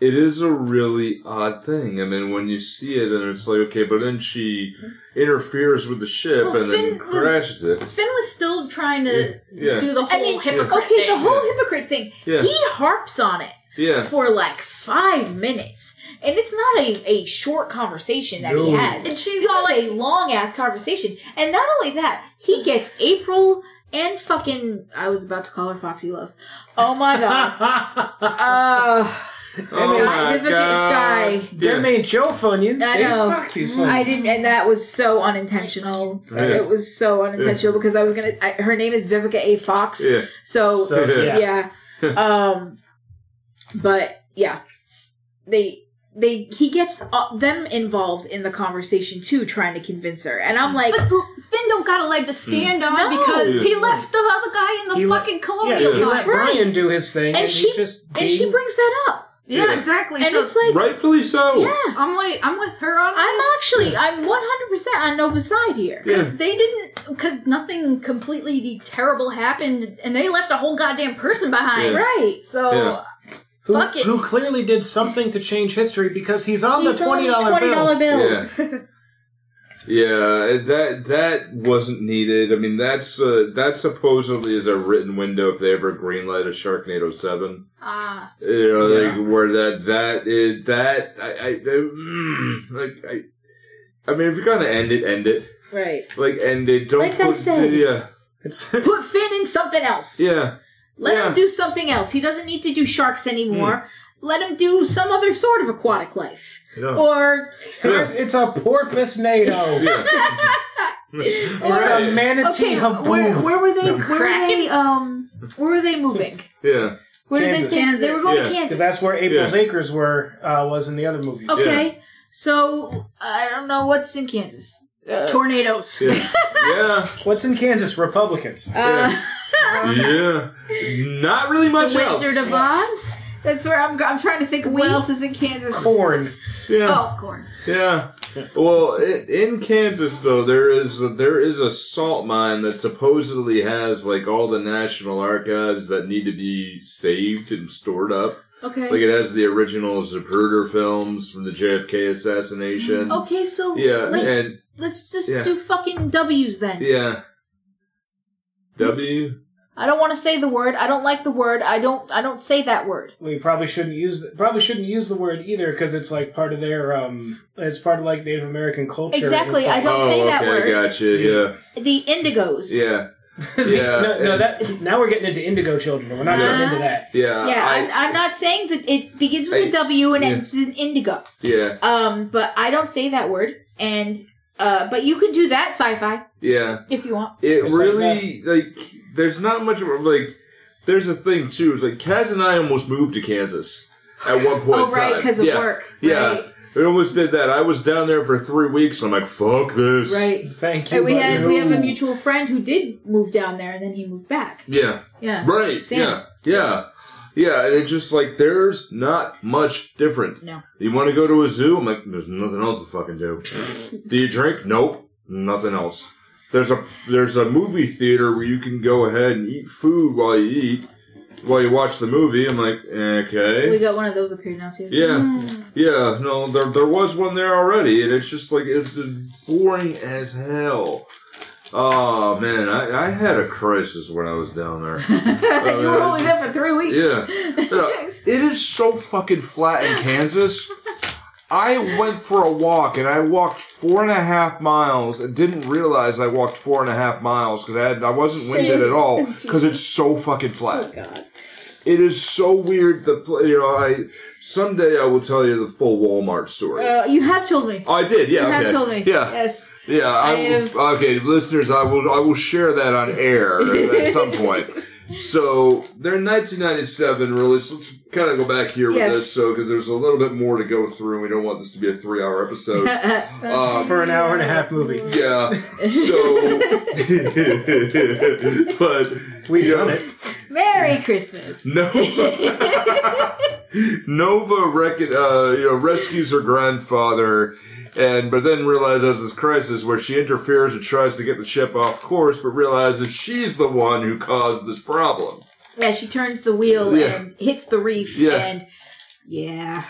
[SPEAKER 1] it is a really odd thing. I mean, when you see it, and it's like, okay, but then she interferes with the ship
[SPEAKER 4] Well,
[SPEAKER 1] and then
[SPEAKER 4] Finn
[SPEAKER 1] crashes it.
[SPEAKER 4] Finn was still trying to
[SPEAKER 1] Yeah.
[SPEAKER 4] do the whole
[SPEAKER 2] I mean,
[SPEAKER 4] hypocrite
[SPEAKER 2] okay, the
[SPEAKER 4] thing.
[SPEAKER 2] whole hypocrite thing.
[SPEAKER 1] Yeah.
[SPEAKER 2] He harps on it
[SPEAKER 1] Yeah,
[SPEAKER 2] for like five minutes, and it's not a, a short conversation that he
[SPEAKER 5] No.
[SPEAKER 2] has.
[SPEAKER 4] And she's
[SPEAKER 2] This
[SPEAKER 4] all like,
[SPEAKER 2] is a long ass conversation, and not only that, he gets April and fucking. I was about to call her Foxy Love. Oh my god. Uh,
[SPEAKER 1] Oh
[SPEAKER 2] Scott
[SPEAKER 1] my
[SPEAKER 2] Vivica
[SPEAKER 1] God.
[SPEAKER 2] Sky.
[SPEAKER 1] Yeah.
[SPEAKER 5] Them ain't your Funyuns.
[SPEAKER 2] I
[SPEAKER 5] They's
[SPEAKER 2] know.
[SPEAKER 5] Foxy's Funyuns.
[SPEAKER 2] I didn't, and that was so unintentional.
[SPEAKER 1] Yes.
[SPEAKER 2] It was so unintentional because I was gonna. I, her name is Vivica A. Fox,
[SPEAKER 1] yeah.
[SPEAKER 2] so
[SPEAKER 5] So, yeah.
[SPEAKER 2] yeah. um, but yeah, they they he gets uh, them involved in the conversation too, trying to convince her, and I'm like,
[SPEAKER 4] But L- Finn don't got a leg to stand on
[SPEAKER 2] Hmm. No.
[SPEAKER 4] because he
[SPEAKER 1] Yeah.
[SPEAKER 4] left the other guy in the
[SPEAKER 5] He let-
[SPEAKER 4] fucking
[SPEAKER 5] Yeah,
[SPEAKER 4] colonial
[SPEAKER 5] you
[SPEAKER 4] guy.
[SPEAKER 5] let Brian do his thing, and,
[SPEAKER 2] and she
[SPEAKER 5] he's just
[SPEAKER 2] and she
[SPEAKER 5] being-
[SPEAKER 2] brings that up,
[SPEAKER 4] Yeah,
[SPEAKER 1] Yeah.
[SPEAKER 4] exactly.
[SPEAKER 2] and
[SPEAKER 4] so
[SPEAKER 2] it's like,
[SPEAKER 1] rightfully so.
[SPEAKER 2] yeah,
[SPEAKER 4] I'm like, I'm with her on
[SPEAKER 2] I'm
[SPEAKER 4] this.
[SPEAKER 2] actually I'm 100 percent on Nova's side here.
[SPEAKER 1] Yeah.
[SPEAKER 4] Because they didn't, because nothing completely terrible happened, and they left a whole goddamn person behind.
[SPEAKER 1] Yeah.
[SPEAKER 2] Right,
[SPEAKER 4] So,
[SPEAKER 1] Yeah.
[SPEAKER 5] who,
[SPEAKER 4] fuck it.
[SPEAKER 5] who clearly did something to change history because he's on
[SPEAKER 2] he's
[SPEAKER 5] the
[SPEAKER 2] on
[SPEAKER 5] twenty dollar bill.
[SPEAKER 2] $20 bill.
[SPEAKER 1] Yeah. Yeah, that that wasn't needed. I mean, that's uh, that supposedly is a written window if they ever greenlight a Sharknado Seven.
[SPEAKER 4] ah,
[SPEAKER 1] You know,
[SPEAKER 5] Yeah.
[SPEAKER 1] like where that that is that I I, I mm, like I. I mean, if you're gonna end it, end it.
[SPEAKER 2] Right.
[SPEAKER 1] Like end it. Don't
[SPEAKER 2] Like I
[SPEAKER 1] put,
[SPEAKER 2] said.
[SPEAKER 1] Yeah,
[SPEAKER 5] It's-
[SPEAKER 2] Put Finn in something else.
[SPEAKER 1] yeah,
[SPEAKER 2] Let
[SPEAKER 1] Yeah. Hmm.
[SPEAKER 2] him do something else. He doesn't need to do sharks anymore. Let him do some other sort of aquatic life.
[SPEAKER 1] yeah.
[SPEAKER 2] Or
[SPEAKER 5] it's, it's a porpoise NATO.
[SPEAKER 1] yeah.
[SPEAKER 5] It's a manatee
[SPEAKER 2] okay,
[SPEAKER 5] haboo.
[SPEAKER 2] where, where were they? Where were
[SPEAKER 4] Kraken.
[SPEAKER 2] they? Um, where were they moving?
[SPEAKER 1] yeah.
[SPEAKER 2] Where
[SPEAKER 5] Kansas.
[SPEAKER 2] did they say they were going to
[SPEAKER 1] Yeah,
[SPEAKER 2] Kansas?
[SPEAKER 5] Because that's where April's
[SPEAKER 1] Yeah.
[SPEAKER 5] Acres were uh, was in the other movies.
[SPEAKER 2] okay. So I don't know what's in Kansas.
[SPEAKER 4] tornadoes.
[SPEAKER 1] Yeah. yeah.
[SPEAKER 5] What's in Kansas? Republicans.
[SPEAKER 2] Uh,
[SPEAKER 1] Yeah. Not really much
[SPEAKER 4] The
[SPEAKER 1] else.
[SPEAKER 4] Wizard of Oz.
[SPEAKER 2] that's where I'm. go- I'm trying to think of what else is in Kansas.
[SPEAKER 5] Corn.
[SPEAKER 1] yeah.
[SPEAKER 4] Oh, corn.
[SPEAKER 1] Yeah. Well, i in Kansas though, there is there is a salt mine that supposedly has like all the national archives that need to be saved and stored up.
[SPEAKER 2] Okay.
[SPEAKER 1] Like it has the original Zapruder films from the JFK assassination.
[SPEAKER 2] okay. So
[SPEAKER 1] Yeah,
[SPEAKER 2] Oh, let's
[SPEAKER 1] and
[SPEAKER 2] let's just
[SPEAKER 1] yeah.
[SPEAKER 2] do fucking W's then.
[SPEAKER 1] yeah. W.
[SPEAKER 2] I don't want to say the word. I don't like the word. I don't. I don't say that word.
[SPEAKER 5] We probably shouldn't use the, probably shouldn't use the word either because it's like part of their um it's part of like Native American culture.
[SPEAKER 2] Exactly,
[SPEAKER 5] It's
[SPEAKER 2] I
[SPEAKER 5] like-
[SPEAKER 2] don't
[SPEAKER 1] oh,
[SPEAKER 2] say
[SPEAKER 1] okay,
[SPEAKER 2] that word.
[SPEAKER 1] gotcha. Yeah,
[SPEAKER 2] The Indigos.
[SPEAKER 1] yeah, yeah,
[SPEAKER 5] no, no,
[SPEAKER 1] and-
[SPEAKER 5] that now we're getting into indigo children. We're not
[SPEAKER 1] Yeah.
[SPEAKER 5] getting
[SPEAKER 2] Uh-huh.
[SPEAKER 5] into that.
[SPEAKER 1] yeah.
[SPEAKER 2] Yeah,
[SPEAKER 1] I-
[SPEAKER 2] I, am I'm not saying that it begins with a
[SPEAKER 1] I-
[SPEAKER 2] W and
[SPEAKER 1] yeah.
[SPEAKER 2] ends in indigo.
[SPEAKER 1] yeah,
[SPEAKER 2] Um, but I don't say that word. And uh, but you could do that sci-fi
[SPEAKER 1] yeah.
[SPEAKER 2] if you want.
[SPEAKER 1] It
[SPEAKER 5] It's like
[SPEAKER 1] really like, there's not much of a- like there's a thing too. It's like Kaz and I almost moved to Kansas at one point.
[SPEAKER 2] Oh,
[SPEAKER 1] in
[SPEAKER 2] right,
[SPEAKER 1] time.
[SPEAKER 2] because of
[SPEAKER 1] yeah.
[SPEAKER 2] work.
[SPEAKER 1] Yeah,
[SPEAKER 2] Right.
[SPEAKER 1] we almost did that. I was down there for three weeks. and I'm like, fuck this.
[SPEAKER 2] Right.
[SPEAKER 5] Thank you.
[SPEAKER 2] And we
[SPEAKER 5] but
[SPEAKER 2] had we have
[SPEAKER 5] no.
[SPEAKER 2] a mutual friend who did move down there and then he moved back.
[SPEAKER 1] Yeah.
[SPEAKER 2] Yeah.
[SPEAKER 1] Right.
[SPEAKER 2] Sam.
[SPEAKER 1] Yeah. Yeah. Yeah. And it's just like there's not much different.
[SPEAKER 2] No.
[SPEAKER 1] You want to go to a zoo? I'm like, there's nothing else to fucking do. do you drink? Nope. Nothing else. There's a there's a movie theater where you can go ahead and eat food while you eat while you watch the movie. I'm like,
[SPEAKER 2] We
[SPEAKER 1] okay.
[SPEAKER 2] got one of those up here now too.
[SPEAKER 1] Yeah. Yeah. No, there there was one there already, and it's just like it's just boring as hell. Oh man, I, I had a crisis when I was down there.
[SPEAKER 2] you were only there for three weeks.
[SPEAKER 1] Yeah. Yeah. It is so fucking flat in Kansas. I went for a walk and I walked four and a half miles and didn't realize I walked four and a half miles because I, had- I wasn't winded at all because it's so fucking flat.
[SPEAKER 2] Oh, God.
[SPEAKER 1] It is so weird. The pla- you know I someday I will tell you the full Walmart story. Oh,
[SPEAKER 2] Uh, you have told me.
[SPEAKER 1] I did, yeah.
[SPEAKER 2] you
[SPEAKER 1] okay.
[SPEAKER 2] have told me.
[SPEAKER 1] Yeah,
[SPEAKER 2] Yes.
[SPEAKER 1] yeah, I,
[SPEAKER 2] I
[SPEAKER 1] will,
[SPEAKER 2] have-
[SPEAKER 1] okay, listeners, I will I will share that on air at some point. So they're 1997 release. Let's kind of go back here
[SPEAKER 2] Yes.
[SPEAKER 1] with this, so because there's a little bit more to go through, and we don't want this to be a three-hour episode. um,
[SPEAKER 5] for an hour and a half movie.
[SPEAKER 1] yeah. So, but
[SPEAKER 5] We've
[SPEAKER 1] Yeah.
[SPEAKER 5] done it.
[SPEAKER 2] Merry Christmas.
[SPEAKER 1] Nova, Nova rec- uh, you know, rescues her grandfather, and but then realizes this crisis where she interferes and tries to get the ship off course, but realizes she's the one who caused this problem.
[SPEAKER 2] Yeah, she turns the wheel
[SPEAKER 1] Yeah.
[SPEAKER 2] and hits the reef
[SPEAKER 1] Yeah.
[SPEAKER 2] and Yeah.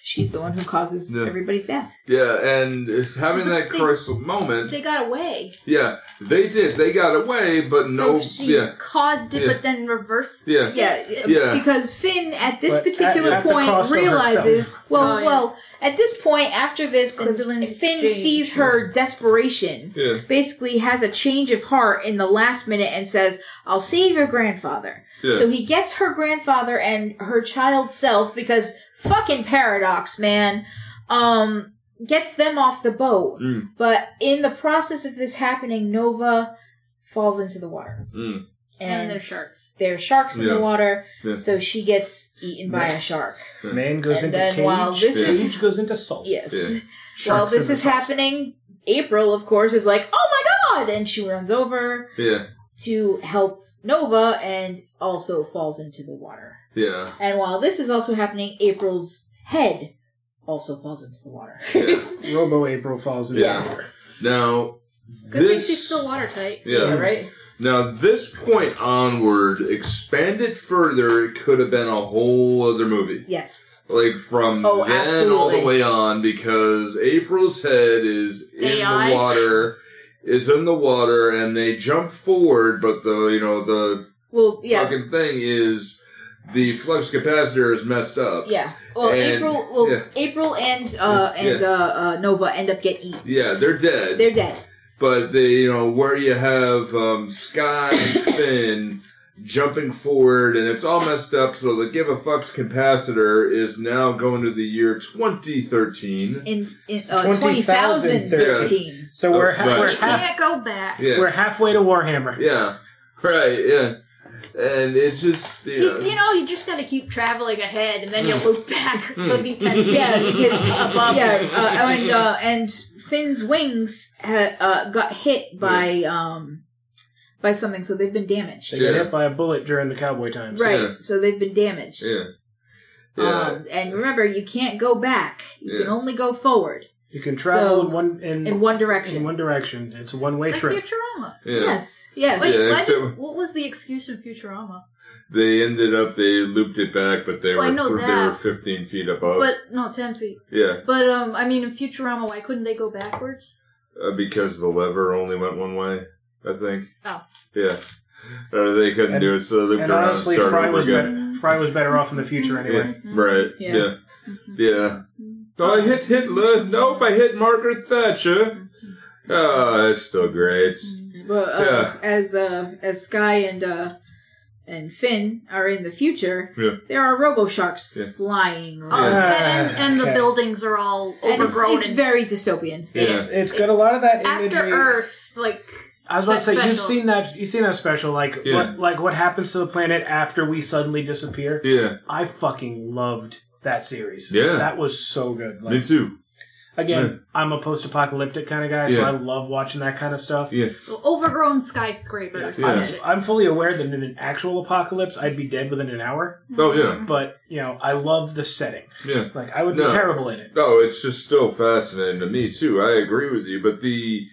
[SPEAKER 2] She's the one who causes
[SPEAKER 1] Yeah.
[SPEAKER 2] everybody's death.
[SPEAKER 1] Yeah, and having that
[SPEAKER 4] They-
[SPEAKER 1] crucial moment.
[SPEAKER 4] They got away.
[SPEAKER 1] yeah, they did. They got away, but no.
[SPEAKER 4] so she
[SPEAKER 1] yeah,
[SPEAKER 4] caused it,
[SPEAKER 1] Yeah.
[SPEAKER 4] but then reversed.
[SPEAKER 1] yeah,
[SPEAKER 2] Yeah,
[SPEAKER 1] Yeah.
[SPEAKER 2] because Finn at this
[SPEAKER 5] But at-
[SPEAKER 2] particular
[SPEAKER 5] at the
[SPEAKER 2] point
[SPEAKER 5] cost of
[SPEAKER 2] realizes well
[SPEAKER 4] Oh, yeah.
[SPEAKER 2] well at this point after this and
[SPEAKER 4] Equivalent
[SPEAKER 2] Finn
[SPEAKER 4] exchange.
[SPEAKER 2] sees her desperation
[SPEAKER 1] yeah,
[SPEAKER 2] basically has a change of heart in the last minute and says I'll save your grandfather.
[SPEAKER 1] yeah.
[SPEAKER 2] So he gets her grandfather and her child self because fucking paradox, man. Um, gets them off the boat,
[SPEAKER 1] Mm.
[SPEAKER 2] but in the process of this happening, Nova falls into the water,
[SPEAKER 1] Mm.
[SPEAKER 4] And there's sharks.
[SPEAKER 2] There's sharks in
[SPEAKER 1] Yeah.
[SPEAKER 2] the water,
[SPEAKER 1] Yeah.
[SPEAKER 2] so she gets eaten by a shark.
[SPEAKER 5] Man goes
[SPEAKER 2] And
[SPEAKER 5] into
[SPEAKER 2] then
[SPEAKER 5] cage.
[SPEAKER 2] while this
[SPEAKER 1] is-
[SPEAKER 5] cage goes into salt.
[SPEAKER 2] Yes.
[SPEAKER 1] Yeah.
[SPEAKER 2] While
[SPEAKER 5] Sharks
[SPEAKER 2] this
[SPEAKER 5] in the
[SPEAKER 2] is
[SPEAKER 5] salsa.
[SPEAKER 2] happening, April, of course, is like, "Oh my god!" and she runs over
[SPEAKER 1] yeah,
[SPEAKER 2] to help Nova, and also falls into the water.
[SPEAKER 1] yeah,
[SPEAKER 2] And while this is also happening, April's head also falls into the water.
[SPEAKER 1] yeah.
[SPEAKER 5] Robo April falls into
[SPEAKER 1] Yeah.
[SPEAKER 5] the water.
[SPEAKER 1] Now
[SPEAKER 4] Good thing
[SPEAKER 1] this
[SPEAKER 4] she's still watertight.
[SPEAKER 1] yeah.
[SPEAKER 2] right?
[SPEAKER 1] Now this point onward, expanded further, it could have been a whole other movie.
[SPEAKER 2] Yes.
[SPEAKER 1] Like from
[SPEAKER 2] Oh,
[SPEAKER 1] then all the
[SPEAKER 2] absolutely.
[SPEAKER 1] way on, because April's head is in
[SPEAKER 4] AI.
[SPEAKER 1] the water, is in the water, and they jump forward, but the you know the
[SPEAKER 2] Well, yeah.
[SPEAKER 1] fucking thing is the flux capacitor is messed up.
[SPEAKER 2] Yeah. Well,
[SPEAKER 1] And-
[SPEAKER 2] April. Well,
[SPEAKER 1] yeah.
[SPEAKER 2] April and uh, and
[SPEAKER 1] Yeah.
[SPEAKER 2] uh, uh, Nova end up getting eaten.
[SPEAKER 1] Yeah, they're dead.
[SPEAKER 2] They're dead.
[SPEAKER 1] but they you know where you have um, Sky and Finn jumping forward, and it's all messed up. So the give a fucks capacitor is now going to the year 2013.
[SPEAKER 2] In, in uh,
[SPEAKER 5] 20,013.
[SPEAKER 2] 20,013.
[SPEAKER 5] So we're,
[SPEAKER 1] Oh,
[SPEAKER 5] ha-
[SPEAKER 1] right.
[SPEAKER 5] we're,
[SPEAKER 4] You
[SPEAKER 5] half-
[SPEAKER 4] can't go back.
[SPEAKER 1] Yeah,
[SPEAKER 5] we're halfway to Warhammer.
[SPEAKER 1] yeah, right, yeah, and it's just you
[SPEAKER 4] You,
[SPEAKER 1] know,
[SPEAKER 4] you know, you just gotta keep traveling ahead, and then you
[SPEAKER 1] Mm.
[SPEAKER 4] loop back. It'll be ten feet.
[SPEAKER 2] Yeah, because
[SPEAKER 4] above.
[SPEAKER 2] yeah, uh, oh, and uh, and Finn's wings ha- uh, got hit by um by something, so they've been damaged.
[SPEAKER 5] They
[SPEAKER 1] Yeah.
[SPEAKER 5] get hit by a bullet during the cowboy times.
[SPEAKER 2] Right,
[SPEAKER 1] Yeah.
[SPEAKER 2] so they've been damaged.
[SPEAKER 1] yeah, yeah,
[SPEAKER 2] Um, and remember, you can't go back. You
[SPEAKER 1] Yeah.
[SPEAKER 2] can only go forward
[SPEAKER 5] You can travel
[SPEAKER 2] So-
[SPEAKER 5] in one in,
[SPEAKER 2] in one
[SPEAKER 5] in
[SPEAKER 2] direction.
[SPEAKER 5] one direction. It's a one way
[SPEAKER 4] Like
[SPEAKER 5] trip.
[SPEAKER 4] Futurama.
[SPEAKER 1] yeah.
[SPEAKER 2] Yes. Yes.
[SPEAKER 4] Like,
[SPEAKER 1] Yeah,
[SPEAKER 4] why
[SPEAKER 1] except-
[SPEAKER 4] did- what was the excuse in Futurama?
[SPEAKER 1] They ended up they looped it back, but they
[SPEAKER 4] Well, I
[SPEAKER 1] were
[SPEAKER 4] know
[SPEAKER 1] th- they were
[SPEAKER 4] that.
[SPEAKER 1] 15 feet above.
[SPEAKER 4] But no, ten feet.
[SPEAKER 1] yeah,
[SPEAKER 4] But um, I mean, in Futurama, why couldn't they go backwards?
[SPEAKER 1] uh, because the lever only went one way, I think.
[SPEAKER 4] Oh.
[SPEAKER 1] Yeah. Or they couldn't
[SPEAKER 5] And-
[SPEAKER 1] do it, so they looped
[SPEAKER 5] And
[SPEAKER 1] around
[SPEAKER 5] honestly,
[SPEAKER 1] and started
[SPEAKER 5] Fry
[SPEAKER 1] over
[SPEAKER 5] was
[SPEAKER 1] again.
[SPEAKER 5] better. Fry was better off in the future anyway.
[SPEAKER 1] Right.
[SPEAKER 2] Yeah.
[SPEAKER 1] Yeah. Yeah. Oh, I hit Hitler. Nope, I hit Margaret Thatcher. Oh, it's still great.
[SPEAKER 2] Well, uh,
[SPEAKER 1] Yeah.
[SPEAKER 2] as uh, as Sky and uh, and Finn are in the future,
[SPEAKER 1] Yeah.
[SPEAKER 2] there are Robo Sharks
[SPEAKER 1] Yeah.
[SPEAKER 2] flying,
[SPEAKER 4] Oh,
[SPEAKER 1] Yeah.
[SPEAKER 4] and, and, and the
[SPEAKER 5] Okay.
[SPEAKER 4] buildings are all
[SPEAKER 2] Ah, and it's,
[SPEAKER 4] overgrown.
[SPEAKER 2] it's
[SPEAKER 4] and
[SPEAKER 2] very dystopian.
[SPEAKER 5] It's it's got a lot of that imagery.
[SPEAKER 4] after Earth, like
[SPEAKER 5] I was about to
[SPEAKER 4] That's
[SPEAKER 5] say you've
[SPEAKER 4] special.
[SPEAKER 5] seen that you've seen that special like
[SPEAKER 1] Yeah.
[SPEAKER 5] what like what happens to the planet after we suddenly disappear.
[SPEAKER 1] Yeah.
[SPEAKER 5] I fucking loved that series.
[SPEAKER 1] Yeah.
[SPEAKER 5] that was so good.
[SPEAKER 1] Me
[SPEAKER 5] Like,
[SPEAKER 1] too.
[SPEAKER 5] again,
[SPEAKER 1] Yeah.
[SPEAKER 5] I'm a post-apocalyptic kind of guy, so
[SPEAKER 1] Yeah.
[SPEAKER 5] I love watching that kind of stuff.
[SPEAKER 1] Yeah.
[SPEAKER 4] so overgrown skyscrapers.
[SPEAKER 1] Yeah.
[SPEAKER 5] I'm,
[SPEAKER 1] Yes.
[SPEAKER 5] I'm fully aware that in an actual apocalypse, I'd be dead within an hour.
[SPEAKER 1] Oh, yeah.
[SPEAKER 5] But you know, I love the setting.
[SPEAKER 1] Yeah.
[SPEAKER 5] Like I would be
[SPEAKER 1] No.
[SPEAKER 5] terrible in it.
[SPEAKER 1] No, it's just still fascinating to me too. I agree with you, but the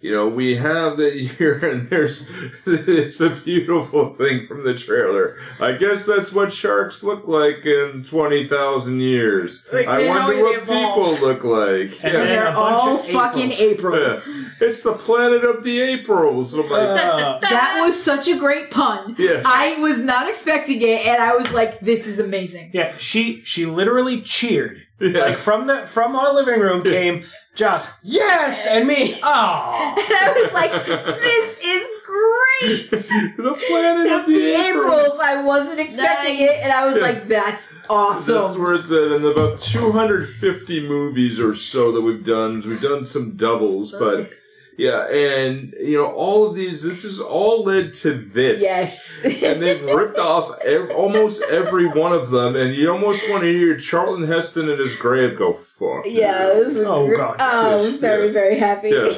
[SPEAKER 1] you know, we have the year and there's it's a beautiful thing from the trailer. I guess that's what sharks look like in twenty thousand years.
[SPEAKER 4] Like,
[SPEAKER 1] I
[SPEAKER 4] they
[SPEAKER 1] wonder
[SPEAKER 4] know
[SPEAKER 1] what
[SPEAKER 4] they evolved.
[SPEAKER 1] people look like.
[SPEAKER 5] And
[SPEAKER 1] Yeah.
[SPEAKER 2] And they're
[SPEAKER 5] a bunch
[SPEAKER 2] all
[SPEAKER 5] of
[SPEAKER 2] fucking
[SPEAKER 5] Aprils.
[SPEAKER 2] April.
[SPEAKER 1] Yeah. It's the planet of the Aprils. I'm like,
[SPEAKER 5] Uh,
[SPEAKER 2] That was such a great pun.
[SPEAKER 1] Yeah.
[SPEAKER 2] I was not expecting it, and I was like, "This is amazing."
[SPEAKER 5] yeah, she she literally cheered.
[SPEAKER 1] Yeah.
[SPEAKER 5] Like from the from our living room came Josh, yes, and me,
[SPEAKER 2] And
[SPEAKER 5] oh,
[SPEAKER 2] I was like, "This is great."
[SPEAKER 1] the planet of the,
[SPEAKER 2] the
[SPEAKER 1] Aprils.
[SPEAKER 2] Aprils. I wasn't expecting it, and I was like, "That's
[SPEAKER 1] That's
[SPEAKER 2] awesome."
[SPEAKER 1] where it's at. In about 250 movies or so that we've done, we've done some doubles, but yeah, and you know, all of these, this is all led to this.
[SPEAKER 2] Yes.
[SPEAKER 1] and they've ripped off ev- almost every one of them, and you almost want to hear Charlton Heston in his grave go, fuck.
[SPEAKER 2] yeah. This was
[SPEAKER 5] Oh,
[SPEAKER 2] gr-
[SPEAKER 5] God,
[SPEAKER 2] Oh,
[SPEAKER 1] yes,
[SPEAKER 2] I'm very
[SPEAKER 1] yes.
[SPEAKER 2] very happy.
[SPEAKER 1] Yeah.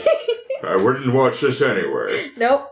[SPEAKER 1] I wouldn't watch this anyway.
[SPEAKER 2] nope.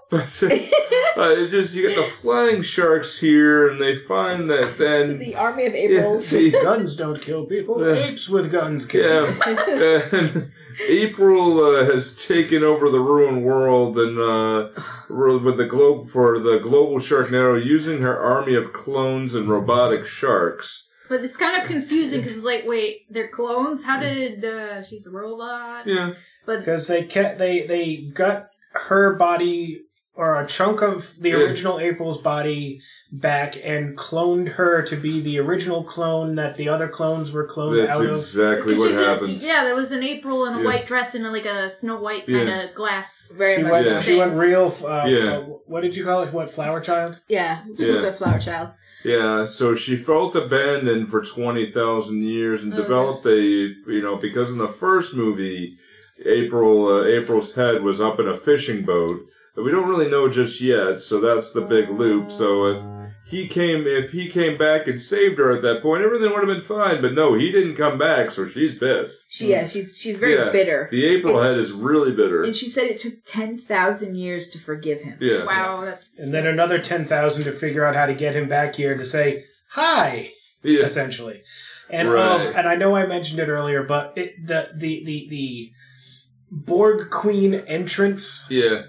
[SPEAKER 1] uh, it just you get the flying sharks here, and they find that then
[SPEAKER 2] The army of
[SPEAKER 1] yeah,
[SPEAKER 2] Aprils.
[SPEAKER 1] the-
[SPEAKER 5] guns don't kill people,
[SPEAKER 1] Yeah.
[SPEAKER 5] apes with guns kill.
[SPEAKER 1] yeah, and April uh, has taken over the ruined world, and uh, ro- with the globe for the global sharknado, using her army of clones and robotic sharks.
[SPEAKER 4] But it's kind of confusing because it's like, wait, they're clones? How did uh, she's a robot?
[SPEAKER 1] Yeah.
[SPEAKER 4] But
[SPEAKER 5] because they kept they they got her body or a chunk of the
[SPEAKER 1] Yeah.
[SPEAKER 5] original April's body back and cloned her to be the original clone that the other clones were cloned
[SPEAKER 1] That's
[SPEAKER 5] out of.
[SPEAKER 1] exactly what
[SPEAKER 4] She's a-
[SPEAKER 1] happens.
[SPEAKER 4] yeah, there was an April in a
[SPEAKER 1] Yeah.
[SPEAKER 4] white dress and like a Snow White
[SPEAKER 1] Yeah.
[SPEAKER 4] kind of glass.
[SPEAKER 2] Very
[SPEAKER 5] She
[SPEAKER 2] much.
[SPEAKER 5] went,
[SPEAKER 1] Yeah.
[SPEAKER 5] she went real. Uh,
[SPEAKER 1] Yeah.
[SPEAKER 5] uh, what did you call it? What flower child?
[SPEAKER 2] Yeah,
[SPEAKER 1] Yeah.
[SPEAKER 2] little bit flower child.
[SPEAKER 1] Yeah, so she felt abandoned for 20,000 years and
[SPEAKER 2] Okay.
[SPEAKER 1] developed a, you know, because in the first movie, April uh, April's head was up in a fishing boat. that We don't really know just yet, so that's the big loop. So if he came if he came back and saved her at that point, everything would have been fine, but no, he didn't come back, so she's pissed.
[SPEAKER 2] She yeah, she's she's very
[SPEAKER 1] Mm. Yeah.
[SPEAKER 2] bitter,
[SPEAKER 1] The April head is really bitter.
[SPEAKER 2] and she said it took ten thousand years to forgive him.
[SPEAKER 1] Yeah.
[SPEAKER 4] Wow, that's
[SPEAKER 5] And then another 10,000 to figure out how to get him back here to say, hi.
[SPEAKER 1] Yeah.
[SPEAKER 5] essentially. And
[SPEAKER 1] Right.
[SPEAKER 5] um, and I know I mentioned it earlier, but it, the the the the Borg Queen entrance
[SPEAKER 1] Yeah.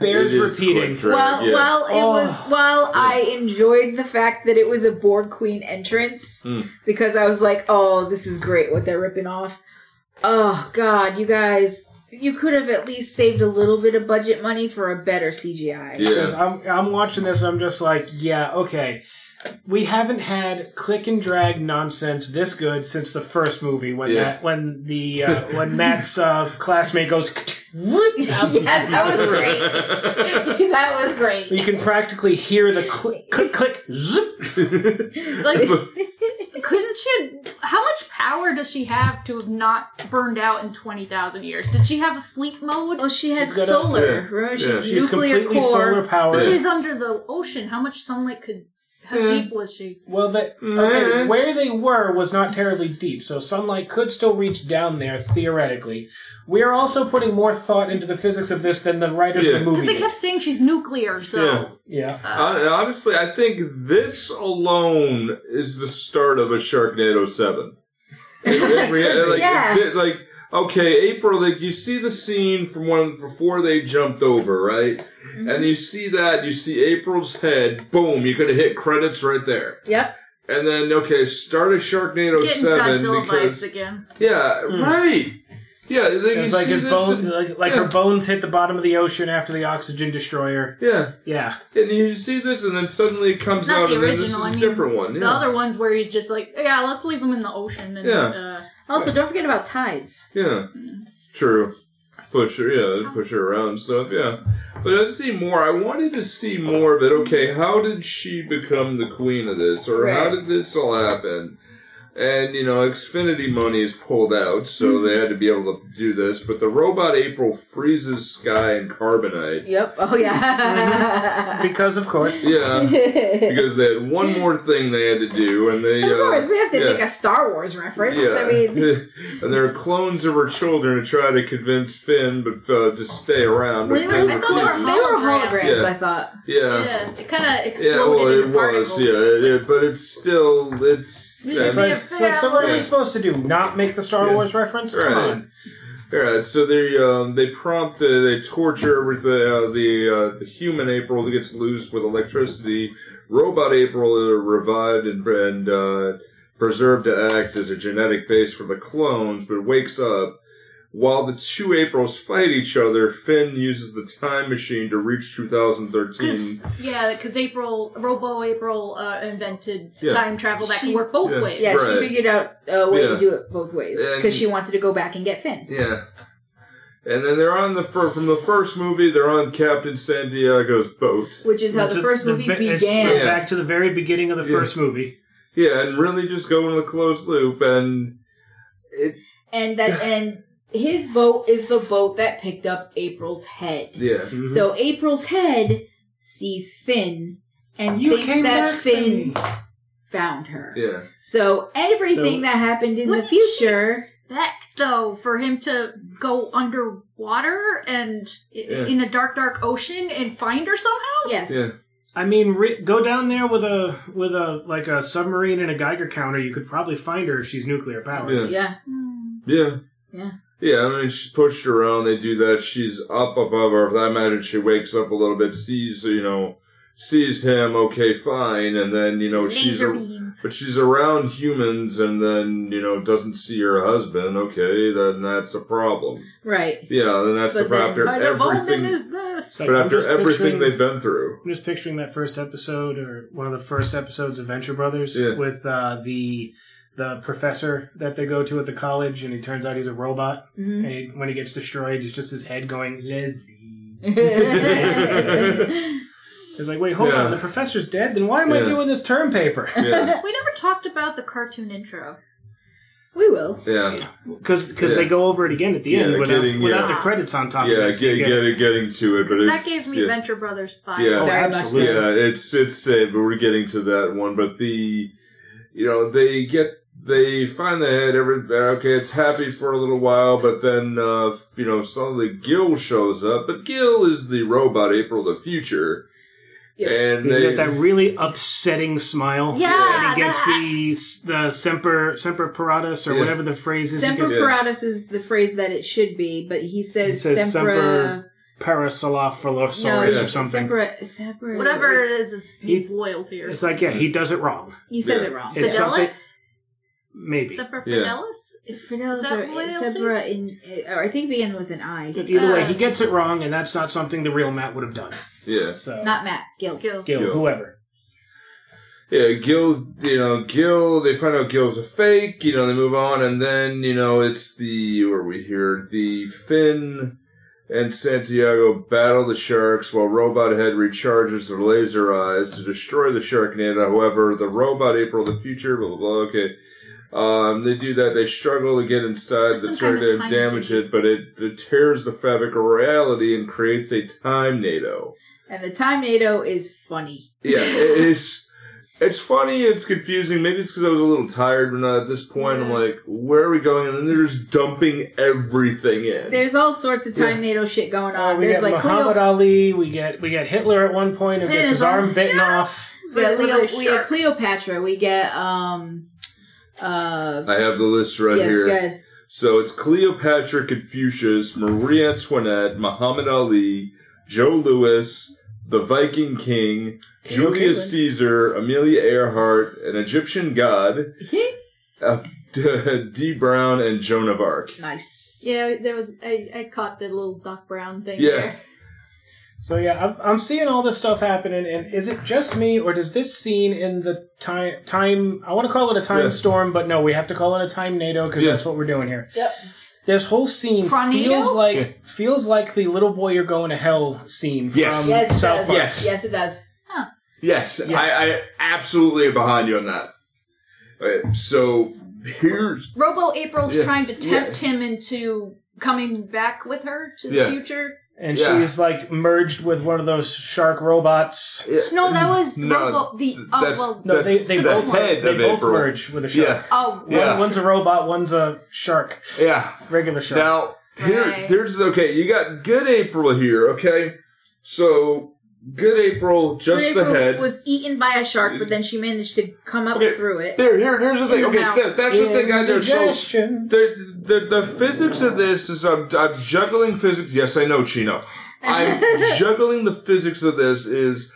[SPEAKER 5] bears
[SPEAKER 1] It is
[SPEAKER 5] repeating.
[SPEAKER 1] quick drag,
[SPEAKER 2] Well,
[SPEAKER 1] yeah.
[SPEAKER 2] well, it
[SPEAKER 5] Oh.
[SPEAKER 2] was. Well, I enjoyed the fact that it was a Borg Queen entrance
[SPEAKER 1] Mm.
[SPEAKER 2] because I was like, "Oh, this is great! What they're ripping off." Oh God, you guys, you could have at least saved a little bit of budget money for a better CGI.
[SPEAKER 5] Because
[SPEAKER 1] yeah.
[SPEAKER 5] I'm I'm watching this, I'm just like, yeah, okay. We haven't had click and drag nonsense this good since the first movie when
[SPEAKER 1] Yeah.
[SPEAKER 5] that when the uh, when Matt's uh, classmate goes. whoop
[SPEAKER 2] yeah, that was great. that was great.
[SPEAKER 5] You can practically hear the cl- click click zip.
[SPEAKER 4] like. couldn't she? How much power does she have to have not burned out in twenty thousand years? Did she have a sleep mode?
[SPEAKER 2] Well, she had
[SPEAKER 5] She's got a-
[SPEAKER 2] solar.
[SPEAKER 1] Yeah.
[SPEAKER 2] Remember,
[SPEAKER 1] Yeah.
[SPEAKER 2] she's,
[SPEAKER 5] She's
[SPEAKER 2] nuclear
[SPEAKER 5] completely
[SPEAKER 2] core.
[SPEAKER 5] solar powered.
[SPEAKER 4] But she's under the ocean. How much sunlight could? How deep was she?
[SPEAKER 5] Well, that okay, where they were was not terribly deep, so sunlight could still reach down there theoretically. We are also putting more thought into the physics of this than the writers of
[SPEAKER 1] Yeah.
[SPEAKER 5] the movie.
[SPEAKER 4] Because they
[SPEAKER 5] did.
[SPEAKER 4] kept saying she's nuclear. So
[SPEAKER 1] Yeah.
[SPEAKER 5] yeah,
[SPEAKER 1] Hon- Honestly, I think this alone is the start of a Sharknado Seven. It- it rea- like,
[SPEAKER 2] yeah.
[SPEAKER 1] it- like, okay, April. Like you see the scene from when before they jumped over, right?
[SPEAKER 4] Mm-hmm.
[SPEAKER 1] And you see that you see April's head. Boom! You could have hit credits right there.
[SPEAKER 2] Yep.
[SPEAKER 1] And then okay, start a Sharknado
[SPEAKER 4] getting
[SPEAKER 1] Seven
[SPEAKER 4] Godzilla
[SPEAKER 1] because
[SPEAKER 4] vibes Hmm. again.
[SPEAKER 1] yeah, right. Yeah, then you
[SPEAKER 5] it's like
[SPEAKER 1] see
[SPEAKER 5] his
[SPEAKER 1] this
[SPEAKER 5] bone,
[SPEAKER 1] and-
[SPEAKER 5] like, like her bones hit the bottom of the ocean after the oxygen destroyer.
[SPEAKER 1] yeah,
[SPEAKER 5] Yeah,
[SPEAKER 1] and you see this, and then suddenly it comes
[SPEAKER 4] Not
[SPEAKER 1] out,
[SPEAKER 4] the
[SPEAKER 1] and then this is
[SPEAKER 4] original,
[SPEAKER 1] a
[SPEAKER 4] I mean,
[SPEAKER 1] different one. Yeah.
[SPEAKER 4] The other ones where he's just like, yeah, let's leave him in the ocean. And,
[SPEAKER 1] Yeah.
[SPEAKER 4] Uh,
[SPEAKER 2] Also, don't forget about tides.
[SPEAKER 1] Yeah, true. Push her, yeah, push her around and stuff, yeah. But I see more. I wanted to see more of it. Okay, how did she become the queen of this, or how
[SPEAKER 2] Right.
[SPEAKER 1] did this all happen? And you know, Xfinity money is pulled out, so
[SPEAKER 2] Mm-hmm.
[SPEAKER 1] they had to be able to do this. But the robot April freezes Sky and Carbonite.
[SPEAKER 2] Yep. Oh yeah.
[SPEAKER 5] because of course,
[SPEAKER 1] Yeah, because they had one more thing they had to do, and they
[SPEAKER 2] Of course,
[SPEAKER 1] uh,
[SPEAKER 2] we have to
[SPEAKER 1] yeah.
[SPEAKER 2] make a Star Wars reference.
[SPEAKER 1] Yeah.
[SPEAKER 2] I mean,
[SPEAKER 1] and there are clones of her children to try to convince Finn, but uh, to stay around. but
[SPEAKER 2] we
[SPEAKER 1] Finn
[SPEAKER 2] were still they were
[SPEAKER 1] refuses.
[SPEAKER 4] Holograms.
[SPEAKER 2] holograms.
[SPEAKER 1] Yeah.
[SPEAKER 2] I thought.
[SPEAKER 1] Yeah.
[SPEAKER 4] yeah, it kind of exploded.
[SPEAKER 1] Yeah, well, it
[SPEAKER 4] in
[SPEAKER 1] was.
[SPEAKER 4] particles.
[SPEAKER 1] Yeah, it, it- but it's still it's. Yeah,
[SPEAKER 5] it's like, it's like so. What are
[SPEAKER 1] Yeah.
[SPEAKER 5] we supposed to do? Not make the Star
[SPEAKER 1] Yeah.
[SPEAKER 5] Wars reference? Come
[SPEAKER 1] Right.
[SPEAKER 5] on.
[SPEAKER 1] all right. So they um, they prompt uh, they torture with the uh, the uh, the human April that gets loose with electricity. Robot April is revived and and uh, preserved to act as a genetic base for the clones, but wakes up. While the two Aprils fight each other, Finn uses the time machine to reach 2013.
[SPEAKER 4] Because yeah, because April Robo April uh, invented
[SPEAKER 1] Yeah.
[SPEAKER 4] time travel that
[SPEAKER 2] She-
[SPEAKER 4] can work both
[SPEAKER 1] yeah.
[SPEAKER 4] ways.
[SPEAKER 2] Yeah,
[SPEAKER 1] Right.
[SPEAKER 2] she figured out a way
[SPEAKER 1] Yeah.
[SPEAKER 2] to do it both ways
[SPEAKER 1] And-
[SPEAKER 2] because she wanted to go back and get Finn.
[SPEAKER 1] Yeah. And then they're on the fir- from the first movie. They're on Captain Santiago's boat.
[SPEAKER 2] Which is how
[SPEAKER 5] Which
[SPEAKER 2] the
[SPEAKER 5] is
[SPEAKER 2] first
[SPEAKER 5] the
[SPEAKER 2] movie
[SPEAKER 5] ve- it's
[SPEAKER 2] began.
[SPEAKER 1] Yeah.
[SPEAKER 5] Back to the very beginning of the
[SPEAKER 1] Yeah.
[SPEAKER 5] first movie.
[SPEAKER 1] Yeah, and really just go in the closed loop. And it,
[SPEAKER 2] And that and his boat is the boat that picked up April's head.
[SPEAKER 1] yeah,
[SPEAKER 5] Mm-hmm.
[SPEAKER 2] So April's head sees Finn and thinks that Finn found her.
[SPEAKER 1] yeah,
[SPEAKER 2] So everything
[SPEAKER 5] So-
[SPEAKER 2] that happened in
[SPEAKER 4] What
[SPEAKER 2] the
[SPEAKER 4] did she
[SPEAKER 2] future,
[SPEAKER 4] expect though for him to go underwater and i
[SPEAKER 1] Yeah.
[SPEAKER 4] in a dark, dark ocean and find her somehow?
[SPEAKER 2] yes,
[SPEAKER 1] yeah.
[SPEAKER 5] I mean, re- go down there with a with a like a submarine and a Geiger counter. You could probably find her if she's nuclear powered.
[SPEAKER 1] Yeah.
[SPEAKER 2] yeah,
[SPEAKER 4] Hmm.
[SPEAKER 1] Yeah.
[SPEAKER 2] Yeah.
[SPEAKER 1] Yeah, I mean, she's pushed around. They do that. She's up above her. I imagine she wakes up a little bit, sees, you know, sees him, okay, fine, and then, you know, she's
[SPEAKER 4] Laser
[SPEAKER 1] a,
[SPEAKER 4] beams.
[SPEAKER 1] but she's around humans and then, you know, doesn't see her husband, okay, then that's a problem.
[SPEAKER 2] Right.
[SPEAKER 1] Yeah, then that's the
[SPEAKER 2] then
[SPEAKER 1] problem.
[SPEAKER 2] kind
[SPEAKER 1] After
[SPEAKER 2] of
[SPEAKER 1] everything,
[SPEAKER 2] omen is this?
[SPEAKER 5] Like,
[SPEAKER 1] but
[SPEAKER 5] I'm just
[SPEAKER 1] after everything
[SPEAKER 5] picturing-
[SPEAKER 1] they've been through.
[SPEAKER 5] I'm just picturing that first episode or one of the first episodes of Venture Brothers
[SPEAKER 1] Yeah.
[SPEAKER 5] with uh, the the professor that they go to at the college, and he turns out he's a robot.
[SPEAKER 2] Mhm.
[SPEAKER 5] And he, when he gets destroyed, it's just his head going Leslie.
[SPEAKER 2] Mm-hmm.
[SPEAKER 5] It's like, wait, hold
[SPEAKER 1] Yeah.
[SPEAKER 5] on, the professor's dead. Then why am I
[SPEAKER 1] Yeah.
[SPEAKER 5] doing this term paper?
[SPEAKER 1] Yeah,
[SPEAKER 4] We never talked about the cartoon intro.
[SPEAKER 2] we will.
[SPEAKER 1] yeah,
[SPEAKER 5] Because
[SPEAKER 1] Yeah.
[SPEAKER 5] they go over it again at the
[SPEAKER 1] Yeah,
[SPEAKER 5] end
[SPEAKER 1] they're
[SPEAKER 5] without,
[SPEAKER 1] getting,
[SPEAKER 5] without
[SPEAKER 1] yeah.
[SPEAKER 5] the credits on top.
[SPEAKER 1] yeah.
[SPEAKER 5] of
[SPEAKER 1] Get,
[SPEAKER 5] this. They get-
[SPEAKER 1] get, getting to it, but
[SPEAKER 4] That
[SPEAKER 1] it's
[SPEAKER 4] gave me
[SPEAKER 1] yeah.
[SPEAKER 4] Venture Brothers vibes.
[SPEAKER 1] Yeah.
[SPEAKER 5] Oh,
[SPEAKER 2] Very much
[SPEAKER 5] absolutely.
[SPEAKER 1] Yeah, it's it's safe, but we're getting to that one. But the, you know, they get they find the head. Every okay, it's happy for a little while, but then uh, you know suddenly Gil shows up. But Gil is the robot April the future,
[SPEAKER 2] Yeah.
[SPEAKER 1] and
[SPEAKER 5] He's
[SPEAKER 1] they
[SPEAKER 5] got that really upsetting smile.
[SPEAKER 4] Yeah,
[SPEAKER 5] Oh, And he gets
[SPEAKER 4] that-
[SPEAKER 5] the the semper semper paratus or
[SPEAKER 1] Yeah.
[SPEAKER 5] whatever the phrase is.
[SPEAKER 2] Semper
[SPEAKER 5] he gets
[SPEAKER 1] Yeah.
[SPEAKER 2] paratus is the phrase that it should be, but he says,
[SPEAKER 5] It says
[SPEAKER 2] sempra.
[SPEAKER 5] parasolophilosaurus
[SPEAKER 2] no,
[SPEAKER 5] or
[SPEAKER 2] it's
[SPEAKER 5] something.
[SPEAKER 2] Sempra, sempra.
[SPEAKER 4] Whatever it is, is needs loyalty or
[SPEAKER 5] It's like yeah, he does it wrong.
[SPEAKER 2] He says
[SPEAKER 1] Yeah.
[SPEAKER 2] it wrong.
[SPEAKER 5] It's something-
[SPEAKER 4] Fidelis?
[SPEAKER 5] Maybe.
[SPEAKER 4] Separate
[SPEAKER 1] Yeah.
[SPEAKER 4] Fidelis?
[SPEAKER 2] If Fidelis
[SPEAKER 4] Is that
[SPEAKER 2] or
[SPEAKER 4] loyalty?
[SPEAKER 2] Sempra in, or I think it began with an I.
[SPEAKER 5] But either way,
[SPEAKER 4] Uh,
[SPEAKER 5] he gets it wrong, and that's not something the real Matt would have done.
[SPEAKER 1] yeah,
[SPEAKER 5] So
[SPEAKER 2] Not Matt, Gil.
[SPEAKER 4] Gil.
[SPEAKER 5] Gil,
[SPEAKER 1] Gil.
[SPEAKER 5] whoever.
[SPEAKER 1] yeah. Gil, you know, Gil. They find out Gil's a fake. You know, they move on, and then you know it's the where we hear the Finn. and Santiago battle the sharks while Robot Head recharges their laser eyes to destroy the Sharknado. However, the robot April of the future, blah blah blah. Okay, um, they do that. They struggle to get inside
[SPEAKER 4] There's
[SPEAKER 1] the
[SPEAKER 4] some kind
[SPEAKER 1] tornado
[SPEAKER 4] of time
[SPEAKER 1] and damage
[SPEAKER 4] thing.
[SPEAKER 1] it, but it, it tears the fabric of reality and creates a time nado.
[SPEAKER 2] And the time NATO is funny.
[SPEAKER 1] Yeah, it- it's it's funny. It's confusing. Maybe it's because I was a little tired, but not at this point. I'm like, where are we going? And then they're just dumping everything in.
[SPEAKER 2] There's all sorts of time NATO shit going on.
[SPEAKER 5] Oh, we
[SPEAKER 2] Uh, There's
[SPEAKER 5] get
[SPEAKER 2] like
[SPEAKER 5] Muhammad
[SPEAKER 2] Cleo,
[SPEAKER 5] Ali. We get we get Hitler at one point who
[SPEAKER 2] Hitler's
[SPEAKER 5] gets his
[SPEAKER 2] on-
[SPEAKER 5] arm bitten off.
[SPEAKER 2] we get
[SPEAKER 4] Little
[SPEAKER 2] Leo, we get
[SPEAKER 4] shark.
[SPEAKER 2] Cleopatra. We get um, uh,
[SPEAKER 1] I have the list right
[SPEAKER 2] yes,
[SPEAKER 1] here.
[SPEAKER 2] good.
[SPEAKER 1] So it's Cleopatra, Confucius, Marie Antoinette, Muhammad Ali, Joe Louis, the Viking King, Julius Caesar, Amelia Earhart, an Egyptian god, uh, D. D. Brown, and Joan of Arc.
[SPEAKER 2] nice.
[SPEAKER 4] Yeah, there was. I, I caught the little Doc Brown thing
[SPEAKER 1] Yeah.
[SPEAKER 4] there.
[SPEAKER 5] So yeah, I'm, I'm seeing all this stuff happening, and is it just me, or does this scene in the time time I want to call it a time
[SPEAKER 1] Yeah.
[SPEAKER 5] storm, but no, we have to call it a time NATO because
[SPEAKER 1] Yeah.
[SPEAKER 5] that's what we're doing here.
[SPEAKER 2] Yep.
[SPEAKER 5] This whole scene
[SPEAKER 4] Tornado?
[SPEAKER 5] feels like
[SPEAKER 1] Yeah.
[SPEAKER 5] feels like the little boy you're going to hell scene from
[SPEAKER 1] Yes.
[SPEAKER 2] Yes, it
[SPEAKER 5] South
[SPEAKER 2] does.
[SPEAKER 5] Park.
[SPEAKER 1] Yes.
[SPEAKER 2] yes, it does.
[SPEAKER 1] Yes, I, I absolutely am behind you on that. Okay, so here's
[SPEAKER 4] Robo April's
[SPEAKER 1] Yeah.
[SPEAKER 4] trying to tempt him into coming back with her to
[SPEAKER 1] Yeah.
[SPEAKER 4] the future.
[SPEAKER 5] And
[SPEAKER 1] Yeah.
[SPEAKER 5] she's like merged with one of those shark robots.
[SPEAKER 4] No, that was
[SPEAKER 1] Mm, No,
[SPEAKER 4] Robo. The oh
[SPEAKER 1] that's-
[SPEAKER 4] well.
[SPEAKER 5] No, they
[SPEAKER 1] That's
[SPEAKER 5] they
[SPEAKER 1] the
[SPEAKER 5] both
[SPEAKER 1] head
[SPEAKER 5] they
[SPEAKER 1] of
[SPEAKER 5] both
[SPEAKER 1] April.
[SPEAKER 5] merge with a shark.
[SPEAKER 4] Oh,
[SPEAKER 1] Yeah.
[SPEAKER 5] One, one's a robot, one's a shark,
[SPEAKER 1] yeah.
[SPEAKER 5] regular shark.
[SPEAKER 1] Now, here,
[SPEAKER 4] Right.
[SPEAKER 1] here's okay. You got good April here, okay? So good April, just
[SPEAKER 2] Cleopatra
[SPEAKER 1] the head.
[SPEAKER 2] was eaten by a shark, but then she managed to come up
[SPEAKER 1] Okay.
[SPEAKER 2] through it.
[SPEAKER 1] There, here, here's the thing.
[SPEAKER 2] the
[SPEAKER 1] Okay,
[SPEAKER 2] mouth.
[SPEAKER 1] th- that's the thing I know. So
[SPEAKER 5] Indigestion.
[SPEAKER 1] the, the the physics of this is I'm, I'm juggling physics. Yes, I know, Chino. I'm juggling the physics of this is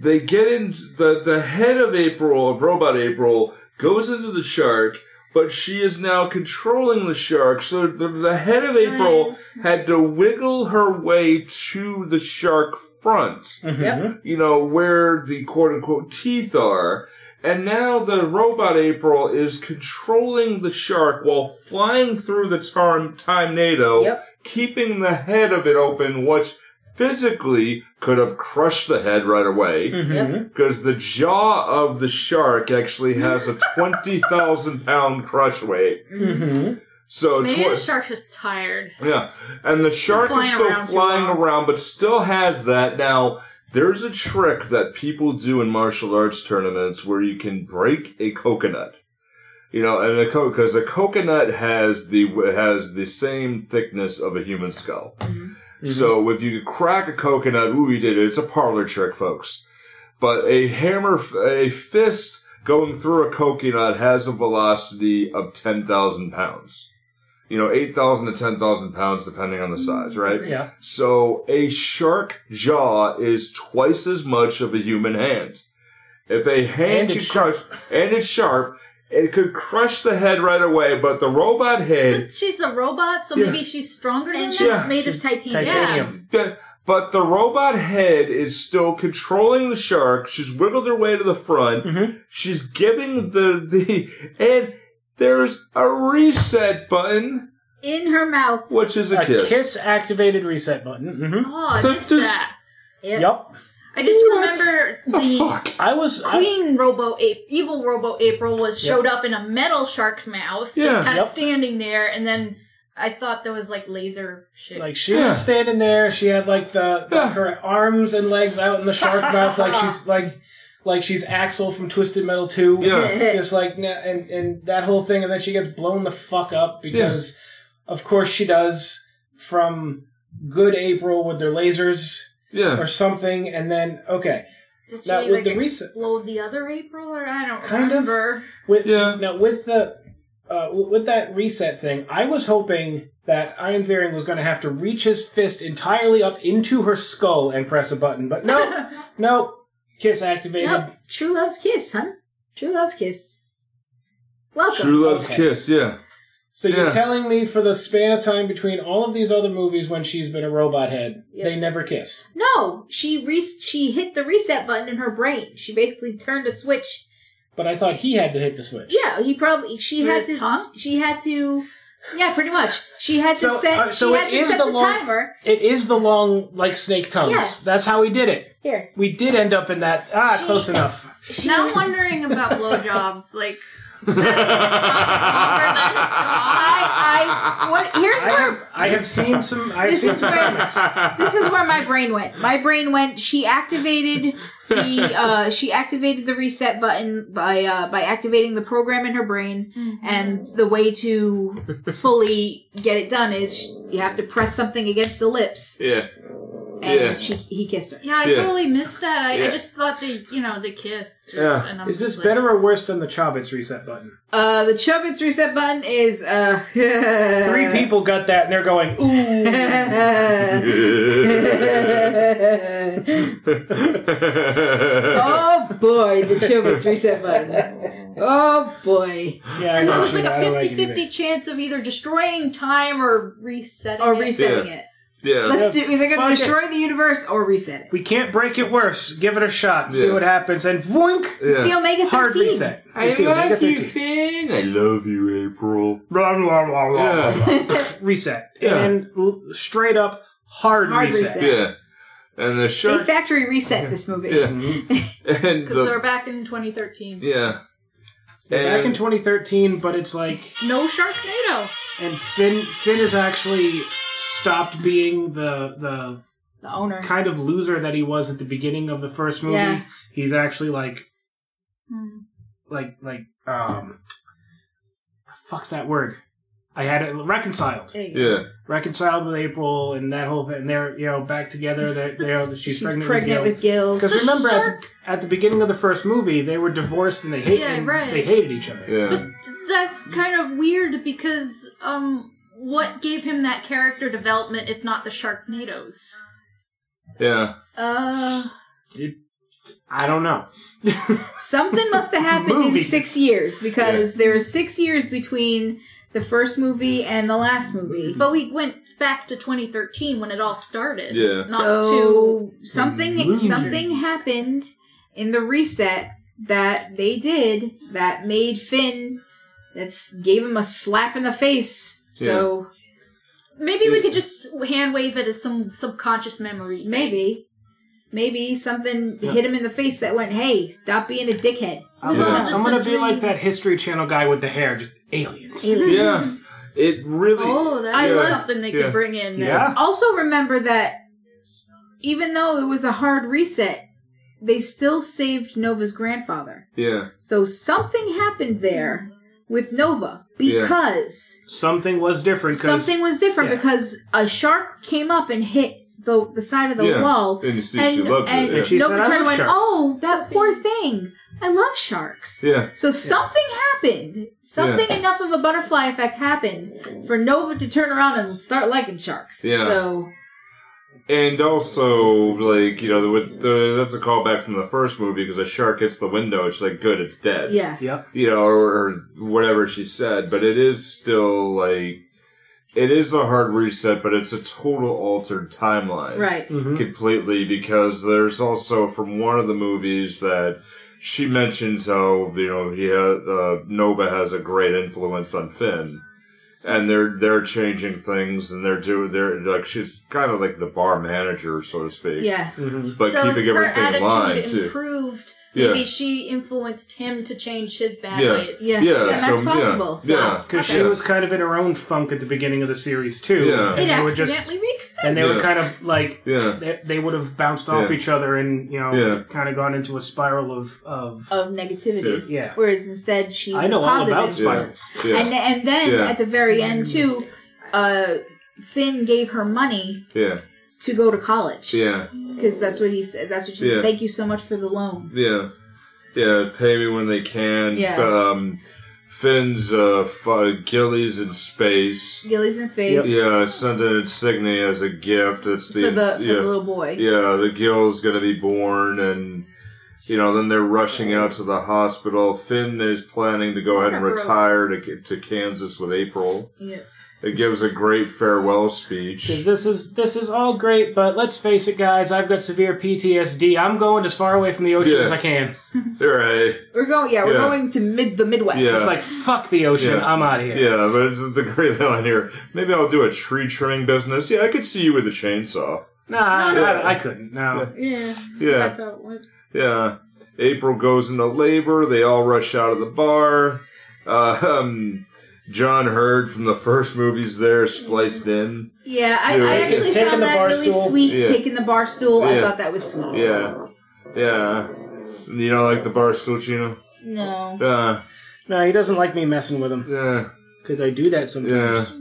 [SPEAKER 1] they get in the the head of April of Robot April goes into the shark, but she is now controlling the shark. So the, the head of April had to wiggle her way to the shark front
[SPEAKER 5] Mhm.
[SPEAKER 1] you know, where the quote unquote teeth are. And now the robot April is controlling the shark while flying through the time, time NATO,
[SPEAKER 2] Yep.
[SPEAKER 1] keeping the head of it open, which physically could have crushed the head right away
[SPEAKER 5] Mhm.
[SPEAKER 1] because the jaw of the shark actually has a 20,000 pound crush weight.
[SPEAKER 5] Mhm.
[SPEAKER 2] Mm-hmm.
[SPEAKER 1] So
[SPEAKER 4] maybe the
[SPEAKER 1] twen-
[SPEAKER 4] shark's just tired.
[SPEAKER 1] yeah, and the shark
[SPEAKER 4] Flying
[SPEAKER 1] is still
[SPEAKER 4] around too
[SPEAKER 1] flying
[SPEAKER 4] long.
[SPEAKER 1] around, but still has that. Now, there's a trick that people do in martial arts tournaments where you can break a coconut. You know, and a coconut because a coconut has the has the same thickness of a human skull.
[SPEAKER 5] Mm-hmm.
[SPEAKER 1] So if you crack a coconut, ooh, you did it. It's a parlor trick, folks. But a hammer, f- a fist going through a coconut has a velocity of ten thousand pounds. you know, 8,000 to 10,000 pounds, depending on the size, right?
[SPEAKER 5] Mm-hmm. Yeah.
[SPEAKER 1] So a shark jaw is twice as much of a human hand. If a hand
[SPEAKER 5] And
[SPEAKER 1] could
[SPEAKER 5] it's
[SPEAKER 1] crush, and it's sharp, it could crush the head right away, but the robot head,
[SPEAKER 4] But she's a robot, so
[SPEAKER 1] Yeah.
[SPEAKER 4] maybe she's stronger than
[SPEAKER 2] And she's
[SPEAKER 4] that.
[SPEAKER 1] Yeah.
[SPEAKER 2] made of titanium.
[SPEAKER 5] mm-hmm. Titanium.
[SPEAKER 1] but the robot head is still controlling the shark. She's wiggled her way to the front.
[SPEAKER 5] Mhm.
[SPEAKER 1] She's giving the, the, and there's a reset button,
[SPEAKER 2] In her mouth.
[SPEAKER 1] which is a,
[SPEAKER 5] A kiss. activated reset button. hmm
[SPEAKER 2] Oh, I
[SPEAKER 1] That's
[SPEAKER 2] missed
[SPEAKER 1] just-
[SPEAKER 2] that. Yep.
[SPEAKER 5] Yup.
[SPEAKER 2] I just
[SPEAKER 1] What
[SPEAKER 2] remember
[SPEAKER 1] The
[SPEAKER 2] the
[SPEAKER 1] fuck?
[SPEAKER 5] I was. I-
[SPEAKER 4] Queen Robo Ape, evil Robo April, was
[SPEAKER 5] Yep.
[SPEAKER 4] showed up in a metal shark's mouth,
[SPEAKER 1] Yeah.
[SPEAKER 4] just kind of
[SPEAKER 5] Yep.
[SPEAKER 4] standing there, and then I thought there was like laser shit.
[SPEAKER 5] Like she
[SPEAKER 1] Yeah.
[SPEAKER 5] was standing there, she had like the
[SPEAKER 1] Yeah.
[SPEAKER 5] her arms and legs out in the shark mouth, like she's like like she's Axel from Twisted Metal Two.
[SPEAKER 1] Yeah.
[SPEAKER 5] just like nah, and and that whole thing, and then she gets blown the fuck up because, of course, she does from Good April with their lasers
[SPEAKER 1] Yeah.
[SPEAKER 5] or something, and then okay,
[SPEAKER 4] Did she
[SPEAKER 5] Now, with
[SPEAKER 4] like
[SPEAKER 5] the recent-
[SPEAKER 4] explode the other April, or I don't
[SPEAKER 5] Kind of.
[SPEAKER 4] remember.
[SPEAKER 5] with
[SPEAKER 1] Yeah.
[SPEAKER 5] now with the uh, w- with that reset thing, I was hoping that Iron Thering was going to have to reach his fist entirely up into her skull and press a button, but no, no, kiss activated.
[SPEAKER 2] Nope. True love's kiss, huh? True love's kiss. Welcome.
[SPEAKER 1] True Love's
[SPEAKER 5] Okay.
[SPEAKER 1] Kiss, yeah.
[SPEAKER 5] So
[SPEAKER 1] Yeah.
[SPEAKER 5] you're telling me for the span of time between all of these other movies when she's been a robot head,
[SPEAKER 2] Yep.
[SPEAKER 5] they never kissed.
[SPEAKER 2] No, she re- she hit the reset button in her brain. She basically turned a switch.
[SPEAKER 5] But I thought he had to hit the switch.
[SPEAKER 2] Yeah, he probably she
[SPEAKER 4] With
[SPEAKER 2] had
[SPEAKER 4] his
[SPEAKER 2] to
[SPEAKER 4] tongue?
[SPEAKER 2] she had to yeah, pretty much. She had to
[SPEAKER 5] So,
[SPEAKER 2] set
[SPEAKER 5] uh, so
[SPEAKER 2] she
[SPEAKER 5] it
[SPEAKER 2] had to
[SPEAKER 5] is
[SPEAKER 2] set
[SPEAKER 5] the
[SPEAKER 2] the,
[SPEAKER 5] long-
[SPEAKER 2] timer.
[SPEAKER 5] It is the long like snake tongues.
[SPEAKER 2] Yes.
[SPEAKER 5] That's how he did it.
[SPEAKER 2] Here.
[SPEAKER 5] We did end up in that ah
[SPEAKER 2] She-
[SPEAKER 5] close enough.
[SPEAKER 2] She
[SPEAKER 4] Now I'm wondering about blowjobs. Like, seven is longer than his dog.
[SPEAKER 2] I, I what here's
[SPEAKER 5] I
[SPEAKER 2] where
[SPEAKER 5] have, I have seen some I've
[SPEAKER 2] This
[SPEAKER 5] seen
[SPEAKER 2] is
[SPEAKER 5] some
[SPEAKER 2] where-
[SPEAKER 5] comments.
[SPEAKER 2] this is where my brain went. My brain went. She activated the uh, she activated the reset button by uh, by activating the program in her brain,
[SPEAKER 5] Mm-hmm.
[SPEAKER 2] and the way to fully get it done is you have to press something against the lips,
[SPEAKER 1] yeah.
[SPEAKER 2] and
[SPEAKER 1] Yeah.
[SPEAKER 2] she he kissed her.
[SPEAKER 4] Yeah, I
[SPEAKER 1] Yeah.
[SPEAKER 4] totally missed that. I,
[SPEAKER 1] Yeah.
[SPEAKER 4] I just thought they, you know, they kissed.
[SPEAKER 1] Yeah.
[SPEAKER 4] And I'm
[SPEAKER 5] Is this
[SPEAKER 4] just like-
[SPEAKER 5] better or worse than the Chobits reset button?
[SPEAKER 2] Uh, the Chubbits reset button is uh, three
[SPEAKER 5] Three
[SPEAKER 2] Uh,
[SPEAKER 5] people got that and they're going, ooh.
[SPEAKER 2] oh boy, the Chubbits reset button. Oh boy.
[SPEAKER 5] Yeah,
[SPEAKER 4] And
[SPEAKER 5] I
[SPEAKER 4] there was
[SPEAKER 5] see
[SPEAKER 4] like a
[SPEAKER 5] that. I don't like it
[SPEAKER 4] 50 50 chance of either destroying time or resetting.
[SPEAKER 2] or
[SPEAKER 4] it.
[SPEAKER 2] resetting
[SPEAKER 1] Yeah.
[SPEAKER 2] it.
[SPEAKER 1] yeah.
[SPEAKER 2] Let's do. They're gonna
[SPEAKER 5] Fuck it.
[SPEAKER 2] destroy the universe or reset it.
[SPEAKER 5] We can't break it worse. Give it a shot. See
[SPEAKER 1] Yeah.
[SPEAKER 5] what happens. And voink!
[SPEAKER 2] It's the
[SPEAKER 1] Yeah.
[SPEAKER 2] Omega
[SPEAKER 5] Hard
[SPEAKER 2] thirteen.
[SPEAKER 5] reset.
[SPEAKER 1] I
[SPEAKER 5] It's the Omega
[SPEAKER 1] love you,
[SPEAKER 5] 13.
[SPEAKER 1] Finn. I love you, April.
[SPEAKER 5] Blah, blah, blah, blah,
[SPEAKER 1] Yeah.
[SPEAKER 5] blah, blah. reset.
[SPEAKER 1] Yeah.
[SPEAKER 5] And l- straight up hard,
[SPEAKER 2] Hard
[SPEAKER 5] reset.
[SPEAKER 2] reset.
[SPEAKER 1] Yeah. And the
[SPEAKER 2] They
[SPEAKER 1] shark.
[SPEAKER 2] factory reset this movie.
[SPEAKER 1] Yeah.
[SPEAKER 5] Mm-hmm.
[SPEAKER 1] And
[SPEAKER 4] Because they're
[SPEAKER 1] the.
[SPEAKER 4] back in 2013.
[SPEAKER 1] Yeah.
[SPEAKER 5] They're Back in
[SPEAKER 1] And
[SPEAKER 5] 2013, but it's like,
[SPEAKER 4] No Sharknado.
[SPEAKER 5] and Finn Finn has actually stopped being the the
[SPEAKER 2] The owner.
[SPEAKER 5] kind of loser that he was at the beginning of the first movie.
[SPEAKER 2] Yeah.
[SPEAKER 5] He's actually like
[SPEAKER 4] Hmm.
[SPEAKER 5] like like um, the fuck's that word? I had it reconciled,
[SPEAKER 2] There you go.
[SPEAKER 1] yeah.
[SPEAKER 5] reconciled with April, and that whole thing. And they're you know back together. They're, they're she's,
[SPEAKER 2] She's,
[SPEAKER 5] pregnant,
[SPEAKER 2] pregnant, with Gil.
[SPEAKER 5] Because
[SPEAKER 4] The
[SPEAKER 5] remember, at
[SPEAKER 4] shark-
[SPEAKER 5] the, at the beginning of the first movie, they were divorced and they hate,
[SPEAKER 4] Yeah,
[SPEAKER 5] and
[SPEAKER 4] right.
[SPEAKER 5] they hated each other.
[SPEAKER 1] Yeah.
[SPEAKER 4] That's kind of weird because um, what gave him that character development if not the Sharknados?
[SPEAKER 1] Yeah.
[SPEAKER 2] Uh,
[SPEAKER 5] It- I don't know.
[SPEAKER 2] something must have happened in
[SPEAKER 5] Movies.
[SPEAKER 2] six years because there was six years between the first movie and the last movie.
[SPEAKER 4] But we went back to 2013 when it all started.
[SPEAKER 1] Yeah.
[SPEAKER 4] Not to.
[SPEAKER 2] so something
[SPEAKER 5] Loser.
[SPEAKER 2] something happened in the reset that they did that made Finn that's gave him a slap in the face. So
[SPEAKER 4] Maybe we could just hand wave it as some subconscious memory.
[SPEAKER 2] maybe maybe something hit him in the face that went, "Hey, stop being a dickhead."
[SPEAKER 5] I'm,
[SPEAKER 1] Yeah.
[SPEAKER 5] gonna, I'm
[SPEAKER 4] Just
[SPEAKER 5] gonna
[SPEAKER 4] a
[SPEAKER 5] be
[SPEAKER 4] dream.
[SPEAKER 5] like that History Channel guy with the hair, just aliens.
[SPEAKER 1] Yeah. It really.
[SPEAKER 4] Oh, that's
[SPEAKER 1] I love-
[SPEAKER 4] something they
[SPEAKER 1] yeah.
[SPEAKER 4] could bring in.
[SPEAKER 5] Yeah.
[SPEAKER 2] Also remember that even though it was a hard reset, they still saved Nova's grandfather.
[SPEAKER 1] Yeah.
[SPEAKER 2] So something happened there with Nova
[SPEAKER 1] Yeah.
[SPEAKER 2] because
[SPEAKER 5] Something was different because
[SPEAKER 2] something was different
[SPEAKER 5] yeah.
[SPEAKER 2] because a shark came up and hit the the side of the
[SPEAKER 1] Yeah.
[SPEAKER 2] wall.
[SPEAKER 1] And you see,
[SPEAKER 2] And,
[SPEAKER 1] she loves
[SPEAKER 2] and
[SPEAKER 1] it. Yeah.
[SPEAKER 5] And she said,
[SPEAKER 2] Nobody
[SPEAKER 5] "I
[SPEAKER 2] turned and
[SPEAKER 5] love
[SPEAKER 2] went,
[SPEAKER 5] sharks."
[SPEAKER 2] "Oh, that poor thing! I love sharks."
[SPEAKER 1] yeah.
[SPEAKER 2] So something happened. Something enough of a butterfly effect happened for Nova to turn around and start liking sharks.
[SPEAKER 1] Yeah.
[SPEAKER 2] So
[SPEAKER 1] And also, like, you know, the, with the, that's a callback from the first movie because a shark hits the window. It's like, good, it's dead.
[SPEAKER 2] yeah,
[SPEAKER 5] Yep.
[SPEAKER 1] You know, or, or whatever she said. But it is still, like, it is a hard reset, but it's a total altered timeline.
[SPEAKER 2] right.
[SPEAKER 5] Mhm.
[SPEAKER 1] completely because there's also from one of the movies that she mentions how you know he ha- uh, Nova has a great influence on Finn, and they're they're changing things and they're doing they're like she's kind of like the bar manager so to speak,
[SPEAKER 2] Yeah,
[SPEAKER 5] Mhm.
[SPEAKER 1] but
[SPEAKER 4] so
[SPEAKER 1] keeping
[SPEAKER 4] if her
[SPEAKER 1] everything in
[SPEAKER 4] attitude
[SPEAKER 1] line too.
[SPEAKER 4] improved.
[SPEAKER 1] Yeah.
[SPEAKER 4] Maybe she influenced him to change his bad
[SPEAKER 1] Yeah.
[SPEAKER 4] ways.
[SPEAKER 2] yeah,
[SPEAKER 1] Yeah,
[SPEAKER 2] And
[SPEAKER 1] so
[SPEAKER 2] that's possible.
[SPEAKER 1] yeah,
[SPEAKER 2] So
[SPEAKER 1] yeah.
[SPEAKER 5] Because she
[SPEAKER 1] Okay.
[SPEAKER 5] was kind of in her own funk at the beginning of the series too.
[SPEAKER 1] Yeah.
[SPEAKER 5] And
[SPEAKER 2] it
[SPEAKER 5] they were
[SPEAKER 2] accidentally
[SPEAKER 5] just
[SPEAKER 2] makes sense.
[SPEAKER 5] and they
[SPEAKER 1] Yeah.
[SPEAKER 5] were kind of like
[SPEAKER 1] Yeah.
[SPEAKER 5] they, they would have bounced off
[SPEAKER 1] Yeah.
[SPEAKER 5] each other and you know
[SPEAKER 1] Yeah.
[SPEAKER 5] kind of gone into a spiral of of
[SPEAKER 2] of negativity.
[SPEAKER 5] yeah.
[SPEAKER 2] Whereas instead she's
[SPEAKER 5] I know
[SPEAKER 2] a
[SPEAKER 5] all
[SPEAKER 2] positive
[SPEAKER 5] about
[SPEAKER 2] influence.
[SPEAKER 5] spirals.
[SPEAKER 1] Yeah,
[SPEAKER 2] And and then
[SPEAKER 1] Yeah.
[SPEAKER 2] at the very end too, uh, Finn gave her money
[SPEAKER 1] yeah,
[SPEAKER 2] to go to college
[SPEAKER 1] yeah,
[SPEAKER 2] because that's what he said. That's what she
[SPEAKER 1] Yeah.
[SPEAKER 2] said. Thank you so much for the loan.
[SPEAKER 1] yeah, yeah. Pay me when they can.
[SPEAKER 2] Yeah.
[SPEAKER 1] Um, Finn's uh, f- Gillies in space.
[SPEAKER 2] Gillies in space.
[SPEAKER 1] Yeah, send an insignia as a gift. It's the,
[SPEAKER 2] for the for
[SPEAKER 1] yeah,
[SPEAKER 2] the little boy.
[SPEAKER 1] yeah, the gill's gonna be born, and you know, then they're rushing out to the hospital. Finn is planning to go ahead and retire to get to Kansas with April.
[SPEAKER 2] Yeah.
[SPEAKER 1] It gives a great farewell speech.
[SPEAKER 5] Because this is this is all great, but let's face it, guys. I've got severe PTSD. I'm going as far away from the ocean
[SPEAKER 1] Yeah.
[SPEAKER 5] as I can.
[SPEAKER 1] All right,
[SPEAKER 2] We're going. Yeah, we're
[SPEAKER 1] Yeah.
[SPEAKER 2] going to mid the Midwest.
[SPEAKER 1] Yeah.
[SPEAKER 5] It's like fuck the ocean.
[SPEAKER 1] Yeah.
[SPEAKER 5] I'm out of here.
[SPEAKER 1] yeah, but it's the great line here. Maybe I'll do a tree trimming business. Yeah, I could see you with a chainsaw.
[SPEAKER 5] Nah,
[SPEAKER 1] No,
[SPEAKER 5] I,
[SPEAKER 1] no.
[SPEAKER 5] I couldn't. No.
[SPEAKER 4] yeah.
[SPEAKER 1] Yeah,
[SPEAKER 4] That's how it went.
[SPEAKER 1] Yeah. April goes into labor. They all rush out of the bar. Uh, um, John Hurd from the first movie's there, spliced in.
[SPEAKER 2] Yeah, I,
[SPEAKER 1] Dude.
[SPEAKER 2] I actually
[SPEAKER 5] Taking
[SPEAKER 2] found
[SPEAKER 5] the
[SPEAKER 2] that
[SPEAKER 5] bar
[SPEAKER 2] really
[SPEAKER 5] stool.
[SPEAKER 2] sweet.
[SPEAKER 1] Yeah.
[SPEAKER 2] Taking the bar stool, I
[SPEAKER 1] Yeah.
[SPEAKER 2] thought that was sweet.
[SPEAKER 1] Yeah. Yeah. You know, like the bar stool, Chino?
[SPEAKER 2] No.
[SPEAKER 1] Yeah.
[SPEAKER 5] No, he doesn't like me messing with him
[SPEAKER 1] Yeah.
[SPEAKER 5] because I do that
[SPEAKER 1] Yeah.
[SPEAKER 5] sometimes.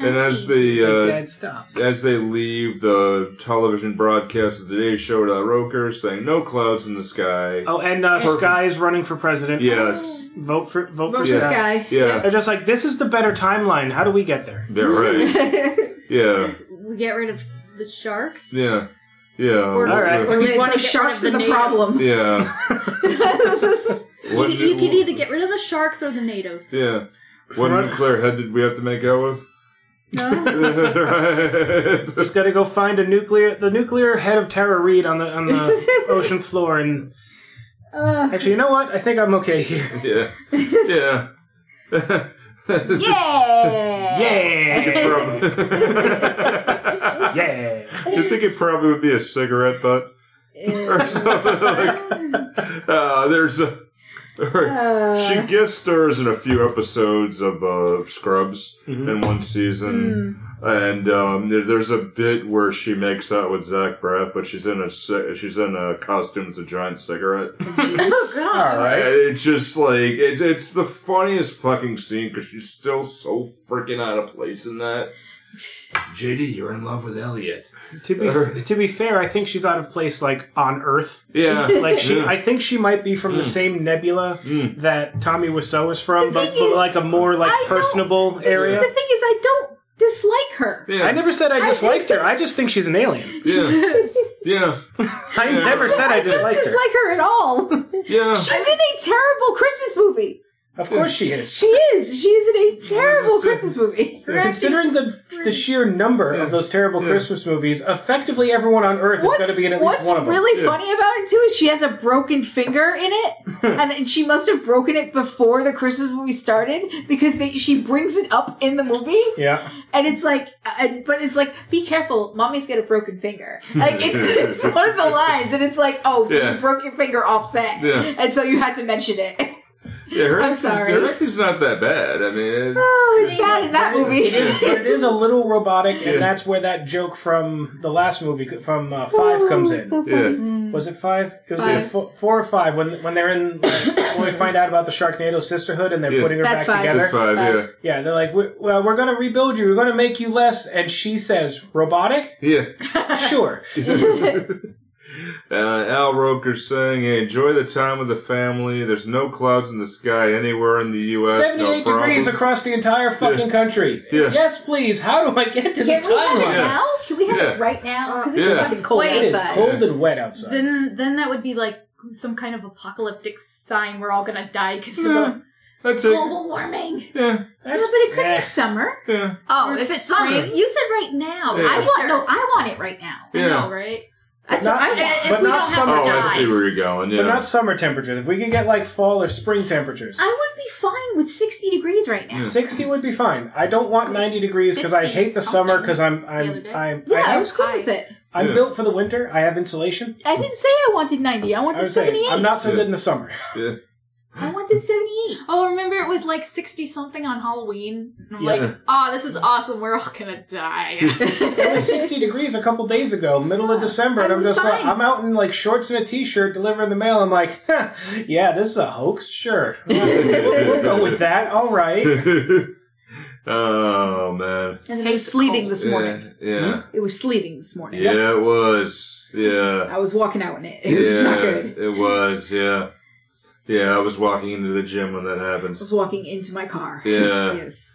[SPEAKER 1] And as
[SPEAKER 5] He's like,
[SPEAKER 1] the
[SPEAKER 5] Dad, stop.
[SPEAKER 1] uh, as they leave the television broadcast of today's show to Roker saying no clouds in the sky.
[SPEAKER 5] Oh, and uh,
[SPEAKER 1] Perfect.
[SPEAKER 5] Sky is running for president.
[SPEAKER 1] Yes.
[SPEAKER 5] Vote for vote,
[SPEAKER 2] Vote
[SPEAKER 5] for
[SPEAKER 2] for
[SPEAKER 5] Sky.
[SPEAKER 2] Sky.
[SPEAKER 1] Yeah.
[SPEAKER 5] They're just like this is the better timeline. How do we get there?
[SPEAKER 1] Yeah, right. Yeah.
[SPEAKER 4] We get rid of the sharks.
[SPEAKER 1] Yeah. Yeah.
[SPEAKER 4] Or-
[SPEAKER 5] All right.
[SPEAKER 2] Or
[SPEAKER 4] We
[SPEAKER 2] it's
[SPEAKER 4] wanna
[SPEAKER 2] like
[SPEAKER 4] get
[SPEAKER 2] sharks are
[SPEAKER 4] rid
[SPEAKER 2] the,
[SPEAKER 4] of the
[SPEAKER 2] problem.
[SPEAKER 1] Yeah.
[SPEAKER 2] This is-
[SPEAKER 4] You,
[SPEAKER 1] What-
[SPEAKER 4] you could either get rid of the sharks or the NATOs.
[SPEAKER 1] Yeah. What
[SPEAKER 5] Right.
[SPEAKER 1] nuclear head did we have to make out with?
[SPEAKER 4] No?
[SPEAKER 5] Just got to go find a nuclear the nuclear head of Tara Reid on the on the ocean floor and. Actually, you know what? I think I'm okay here.
[SPEAKER 1] yeah. Yeah.
[SPEAKER 2] yeah.
[SPEAKER 5] Yeah,
[SPEAKER 1] Probably-
[SPEAKER 5] yeah.
[SPEAKER 1] you think it probably would be a cigarette butt or
[SPEAKER 2] Yeah.
[SPEAKER 1] something like uh, there's a
[SPEAKER 2] Uh,
[SPEAKER 4] Uh.
[SPEAKER 1] she guest stars in a few episodes of uh, Scrubs in one
[SPEAKER 2] hmm.
[SPEAKER 1] season, and um, there- there's a bit where she makes out with Zach Braff, but she's in a ci- she's in a costume as a giant cigarette.
[SPEAKER 2] oh god.
[SPEAKER 5] All right.
[SPEAKER 1] And It's just like it's it's the funniest fucking scene because she's still so freaking out of place in that. JD, you're in love with Elliot.
[SPEAKER 5] To be f- to be fair, I think she's out of place like on Earth.
[SPEAKER 1] Yeah,
[SPEAKER 5] Like she,
[SPEAKER 1] Yeah.
[SPEAKER 5] I think she might be from the same nebula that Tommy Wiseau is from, but, but like a more like
[SPEAKER 2] I don't-
[SPEAKER 5] personable area.
[SPEAKER 2] The thing is, I don't dislike her.
[SPEAKER 1] yeah,
[SPEAKER 5] I never said I disliked her.
[SPEAKER 2] this-
[SPEAKER 5] I just think she's an alien.
[SPEAKER 1] yeah, yeah,
[SPEAKER 5] I never said
[SPEAKER 2] I
[SPEAKER 5] I
[SPEAKER 2] don't
[SPEAKER 5] disliked her.
[SPEAKER 2] dislike her at all.
[SPEAKER 1] yeah.
[SPEAKER 2] She's in a terrible Christmas movie.
[SPEAKER 5] Of course she is.
[SPEAKER 2] She is. She is in a terrible
[SPEAKER 1] What's it say?
[SPEAKER 2] Christmas movie. Her
[SPEAKER 5] Considering
[SPEAKER 2] acting's-
[SPEAKER 5] the the sheer number of those terrible Christmas movies, effectively everyone on Earth is going to be in at least
[SPEAKER 2] what's
[SPEAKER 5] one of them.
[SPEAKER 2] really funny about it too is she has a broken finger in it, and she must have broken it before the Christmas movie started because they, she brings it up in the movie,
[SPEAKER 5] yeah.
[SPEAKER 2] and it's like, uh, and, but it's like, be careful, mommy's got a broken finger. Like it's, it's one of the lines, and it's like, oh, so
[SPEAKER 1] Yeah.
[SPEAKER 2] you broke your finger offset,
[SPEAKER 1] Yeah.
[SPEAKER 2] and so you had to mention it.
[SPEAKER 1] Yeah, her
[SPEAKER 2] I'm
[SPEAKER 1] acting's-
[SPEAKER 2] sorry.
[SPEAKER 1] Her acting's not that bad. I mean, it's-
[SPEAKER 2] Oh, it's bad in that movie.
[SPEAKER 5] It is, but it is a little robotic,
[SPEAKER 1] Yeah.
[SPEAKER 5] and that's where that joke from the last movie from uh, Five comes in.
[SPEAKER 1] yeah.
[SPEAKER 5] Was it five? It was
[SPEAKER 2] Five.
[SPEAKER 5] either four, four or five when when they're in when we find out about the Sharknado sisterhood and they're
[SPEAKER 1] Yeah.
[SPEAKER 5] putting her
[SPEAKER 2] That's
[SPEAKER 5] back
[SPEAKER 2] five.
[SPEAKER 5] together.
[SPEAKER 1] That's five, yeah.
[SPEAKER 5] Yeah, they're like, "We- well, we're gonna rebuild you. We're gonna make you less. And she says, robotic.
[SPEAKER 1] Yeah.
[SPEAKER 5] Sure.
[SPEAKER 1] Uh, Al Roker saying, "Enjoy the time with the family. There's no clouds in the sky anywhere in the U.S.
[SPEAKER 5] Seventy-eight
[SPEAKER 1] no
[SPEAKER 5] degrees
[SPEAKER 1] problems."
[SPEAKER 5] across the entire fucking country.
[SPEAKER 1] Yeah.
[SPEAKER 5] Yes, please. How do I get to
[SPEAKER 2] Can
[SPEAKER 5] this
[SPEAKER 2] we have it
[SPEAKER 5] timeline?
[SPEAKER 1] Yeah.
[SPEAKER 2] now? Can we have
[SPEAKER 1] Yeah.
[SPEAKER 2] it right now? Because it's
[SPEAKER 1] Yeah.
[SPEAKER 2] fucking cold
[SPEAKER 4] Wait,
[SPEAKER 5] It is
[SPEAKER 2] outside.
[SPEAKER 5] cold and wet outside.
[SPEAKER 4] Then, then that would be like some kind of apocalyptic sign we're all gonna die because
[SPEAKER 1] Yeah.
[SPEAKER 4] of
[SPEAKER 1] That's
[SPEAKER 4] the
[SPEAKER 1] it.
[SPEAKER 4] global warming.
[SPEAKER 1] Yeah,
[SPEAKER 2] Yeah,
[SPEAKER 5] That's-
[SPEAKER 2] but it could
[SPEAKER 5] yeah.
[SPEAKER 2] be summer.
[SPEAKER 1] yeah.
[SPEAKER 4] Oh,
[SPEAKER 2] Or
[SPEAKER 4] if it's
[SPEAKER 2] spring.
[SPEAKER 4] summer,
[SPEAKER 2] You said right now.
[SPEAKER 1] Yeah.
[SPEAKER 2] I want no. I want it right now.
[SPEAKER 4] I
[SPEAKER 1] Yeah.
[SPEAKER 4] know, right?
[SPEAKER 2] That's
[SPEAKER 5] But
[SPEAKER 2] what I
[SPEAKER 5] not-
[SPEAKER 2] want.
[SPEAKER 4] If
[SPEAKER 5] but
[SPEAKER 4] we
[SPEAKER 5] not
[SPEAKER 4] don't
[SPEAKER 1] Oh,
[SPEAKER 4] have
[SPEAKER 5] summertime.
[SPEAKER 4] to
[SPEAKER 1] I
[SPEAKER 4] die,
[SPEAKER 1] see where you're going. Yeah,
[SPEAKER 5] But not summer temperatures. If we could get like fall or spring temperatures,
[SPEAKER 2] I would be fine with sixty degrees right now.
[SPEAKER 5] sixty would be fine. I don't want ninety
[SPEAKER 4] It's
[SPEAKER 5] degrees because I
[SPEAKER 4] 50
[SPEAKER 5] hate the summer
[SPEAKER 4] something
[SPEAKER 5] because I'm
[SPEAKER 4] the other
[SPEAKER 5] I'm
[SPEAKER 4] day.
[SPEAKER 5] I'm
[SPEAKER 2] Yeah,
[SPEAKER 5] I
[SPEAKER 2] I
[SPEAKER 5] have
[SPEAKER 2] was good with it.
[SPEAKER 5] I'm
[SPEAKER 1] Yeah.
[SPEAKER 5] built for the winter. I have insulation.
[SPEAKER 2] I didn't say I wanted ninety. I
[SPEAKER 5] I
[SPEAKER 2] wanted
[SPEAKER 5] was saying
[SPEAKER 2] seventy-eight.
[SPEAKER 5] I'm not so
[SPEAKER 1] Yeah.
[SPEAKER 5] good in the summer.
[SPEAKER 1] yeah.
[SPEAKER 2] I wanted seventy-eight.
[SPEAKER 4] Oh, remember it was like sixty something on Halloween. And I'm
[SPEAKER 1] Yeah.
[SPEAKER 4] like, oh, this is awesome. We're all gonna die.
[SPEAKER 5] It was 60 degrees a couple days ago, middle of December, and
[SPEAKER 4] I
[SPEAKER 5] I'm
[SPEAKER 4] was
[SPEAKER 5] just like,
[SPEAKER 4] fine.
[SPEAKER 5] I'm out in like shorts and a t-shirt delivering the mail. I'm like, huh, yeah, this is a hoax. Sure, we'll go with that. All right.
[SPEAKER 1] oh man.
[SPEAKER 2] And it was sleeting this
[SPEAKER 1] Yeah,
[SPEAKER 2] morning. Hmm?
[SPEAKER 1] yeah,
[SPEAKER 2] It was sleeting this morning.
[SPEAKER 1] yeah. It was. Yeah,
[SPEAKER 2] I was walking out in it. It was
[SPEAKER 1] yeah.
[SPEAKER 2] not good.
[SPEAKER 1] It was. Yeah, yeah. I was walking into the gym when that happened.
[SPEAKER 2] I was walking into my car.
[SPEAKER 1] Yeah.
[SPEAKER 2] yes.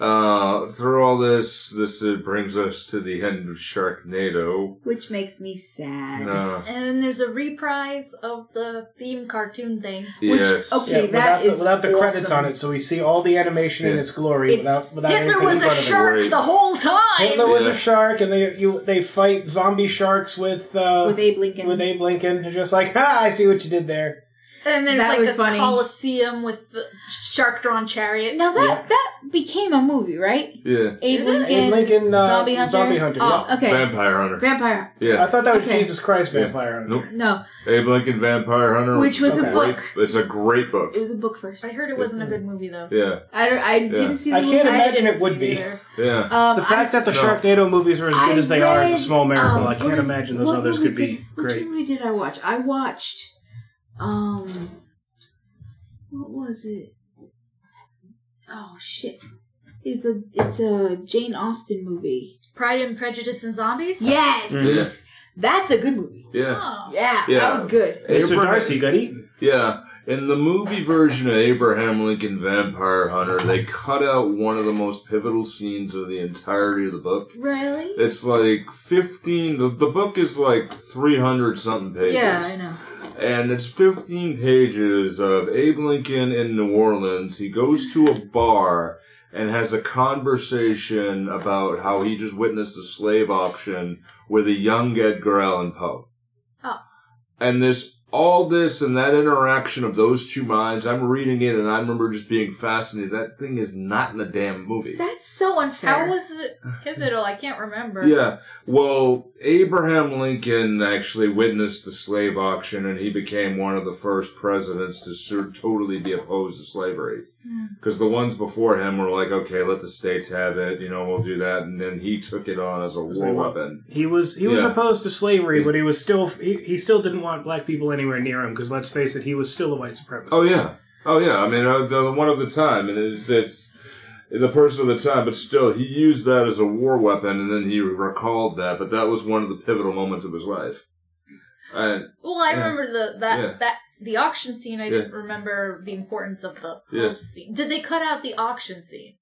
[SPEAKER 1] Uh, through all this, this uh, brings us to the end of Sharknado.
[SPEAKER 2] Which makes me sad.
[SPEAKER 1] Uh,
[SPEAKER 4] and there's a reprise of the theme cartoon thing.
[SPEAKER 2] Which-
[SPEAKER 1] yes.
[SPEAKER 2] okay. that
[SPEAKER 5] Yeah, without, the,
[SPEAKER 2] is
[SPEAKER 5] without the credits
[SPEAKER 2] awesome.
[SPEAKER 5] on it, so we see all the animation in
[SPEAKER 1] Yeah.
[SPEAKER 5] its glory
[SPEAKER 2] It's-
[SPEAKER 5] without without
[SPEAKER 4] Hitler
[SPEAKER 5] anything
[SPEAKER 4] was
[SPEAKER 5] in
[SPEAKER 4] a
[SPEAKER 5] front of it.
[SPEAKER 4] shark
[SPEAKER 1] Right.
[SPEAKER 4] the whole time.
[SPEAKER 5] Hitler was
[SPEAKER 1] Yeah.
[SPEAKER 5] a shark, and they you they fight zombie sharks with uh,
[SPEAKER 2] With Abe Lincoln.
[SPEAKER 5] with Abe Lincoln. It's just like, ha, I see what you did there.
[SPEAKER 4] and there's
[SPEAKER 2] That
[SPEAKER 4] like
[SPEAKER 2] was
[SPEAKER 4] a
[SPEAKER 2] funny.
[SPEAKER 4] coliseum with the shark drawn chariots.
[SPEAKER 2] Now that that became a movie, right?
[SPEAKER 1] Yeah.
[SPEAKER 2] Abe Lincoln.
[SPEAKER 5] Abe Lincoln, uh,
[SPEAKER 2] Zombie Hunter?
[SPEAKER 5] Zombie Hunter.
[SPEAKER 2] Oh,
[SPEAKER 5] yeah.
[SPEAKER 2] okay.
[SPEAKER 1] Vampire Hunter.
[SPEAKER 2] Vampire.
[SPEAKER 5] I
[SPEAKER 1] yeah.
[SPEAKER 5] thought that was
[SPEAKER 2] Okay.
[SPEAKER 5] Jesus Christ
[SPEAKER 1] Yeah.
[SPEAKER 5] Vampire Hunter.
[SPEAKER 1] Nope.
[SPEAKER 2] No,
[SPEAKER 1] Abe Lincoln Vampire Hunter.
[SPEAKER 2] which was
[SPEAKER 5] Oh, Okay.
[SPEAKER 2] a
[SPEAKER 1] great,
[SPEAKER 2] book.
[SPEAKER 1] It's a great book.
[SPEAKER 2] It was a book first.
[SPEAKER 4] I heard it wasn't a good movie though.
[SPEAKER 1] Yeah.
[SPEAKER 2] I, don't, I didn't see. The
[SPEAKER 5] I can't
[SPEAKER 2] movie.
[SPEAKER 5] imagine
[SPEAKER 2] didn't
[SPEAKER 5] it would
[SPEAKER 2] see
[SPEAKER 5] be.
[SPEAKER 2] either.
[SPEAKER 1] Yeah.
[SPEAKER 2] Um,
[SPEAKER 5] The fact that the
[SPEAKER 1] No.
[SPEAKER 5] Sharknado movies are as good
[SPEAKER 2] I
[SPEAKER 5] as they are is a
[SPEAKER 2] read,
[SPEAKER 5] small miracle.
[SPEAKER 2] um,
[SPEAKER 5] I can't
[SPEAKER 2] what-
[SPEAKER 5] imagine those
[SPEAKER 2] what
[SPEAKER 5] others
[SPEAKER 2] movie
[SPEAKER 5] could be
[SPEAKER 2] did-
[SPEAKER 5] great.
[SPEAKER 2] Which movie did I watch? I watched. Um, what was it? Oh shit! It's a it's a Jane Austen movie.
[SPEAKER 4] Pride and Prejudice and Zombies.
[SPEAKER 2] Yes,
[SPEAKER 5] Mm-hmm.
[SPEAKER 1] Mhm.
[SPEAKER 2] that's a good movie.
[SPEAKER 1] Yeah.
[SPEAKER 4] Oh.
[SPEAKER 2] Yeah,
[SPEAKER 1] Yeah.
[SPEAKER 2] that was good.
[SPEAKER 5] Mr.
[SPEAKER 1] Abraham-
[SPEAKER 5] Darcy got eaten.
[SPEAKER 1] Yeah. In the movie version of Abraham Lincoln Vampire Hunter, they cut out one of the most pivotal scenes of the entirety of the book.
[SPEAKER 2] Really?
[SPEAKER 1] It's like 15, the, the book is like 300 something pages.
[SPEAKER 2] Yeah, I know.
[SPEAKER 1] and it's 15 pages of Abe Lincoln in New Orleans. He goes to a bar and has a conversation about how he just witnessed a slave auction with a young Edgar Allan Poe.
[SPEAKER 4] Oh.
[SPEAKER 1] And this, all this and that interaction of those two minds, I'm reading it and I remember just being fascinated. That thing is not in the damn movie.
[SPEAKER 2] That's so unfair.
[SPEAKER 4] How was it pivotal? I can't remember.
[SPEAKER 1] Yeah. Well, Abraham Lincoln actually witnessed the slave auction and he became one of the first presidents to sur- totally be opposed to slavery. Because the ones before him were like, okay, let the states have it, you know, we'll do that. And then he took it on as a
[SPEAKER 5] like,
[SPEAKER 1] war
[SPEAKER 5] well-
[SPEAKER 1] weapon.
[SPEAKER 5] He was he was
[SPEAKER 1] Yeah.
[SPEAKER 5] opposed to slavery,
[SPEAKER 1] Yeah.
[SPEAKER 5] but he was still he, he still didn't want black people anywhere near him because let's face it, he was still a white supremacist.
[SPEAKER 1] Oh, yeah. Oh, yeah. I mean, uh, the one of the time. And it, it's the person of the time, but still, he used that as a war weapon and then he recalled that. But that was one of the pivotal moments of his life. And
[SPEAKER 4] Well, I
[SPEAKER 1] Yeah.
[SPEAKER 4] remember the that
[SPEAKER 1] Yeah.
[SPEAKER 4] that the auction scene. I
[SPEAKER 1] Yeah.
[SPEAKER 4] didn't remember the importance of the
[SPEAKER 1] Yeah.
[SPEAKER 4] whole scene. Did they cut out the auction scene?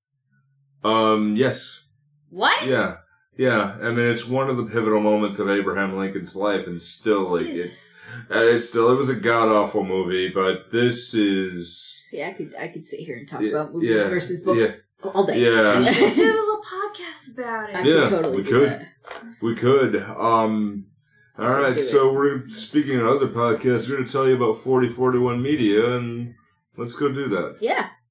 [SPEAKER 1] Um, yes.
[SPEAKER 4] What?
[SPEAKER 1] Yeah. Yeah. I mean, it's one of the pivotal moments of Abraham Lincoln's life, and still, like, it,
[SPEAKER 4] Jesus.
[SPEAKER 1] uh, it's still, it was a god awful movie, but this is.
[SPEAKER 2] See, I could I could sit here and talk
[SPEAKER 1] Yeah,
[SPEAKER 2] about movies
[SPEAKER 1] yeah,
[SPEAKER 2] versus books all day.
[SPEAKER 1] Yeah.
[SPEAKER 4] We should do a little podcast about
[SPEAKER 2] I
[SPEAKER 4] it.
[SPEAKER 1] Yeah.
[SPEAKER 2] could totally
[SPEAKER 1] we
[SPEAKER 2] do
[SPEAKER 1] could.
[SPEAKER 2] that.
[SPEAKER 1] We could. Um, all right.
[SPEAKER 2] do
[SPEAKER 1] So, we're speaking of other podcasts, we're going to tell you about 4041 Media, and let's go do that.
[SPEAKER 2] Yeah.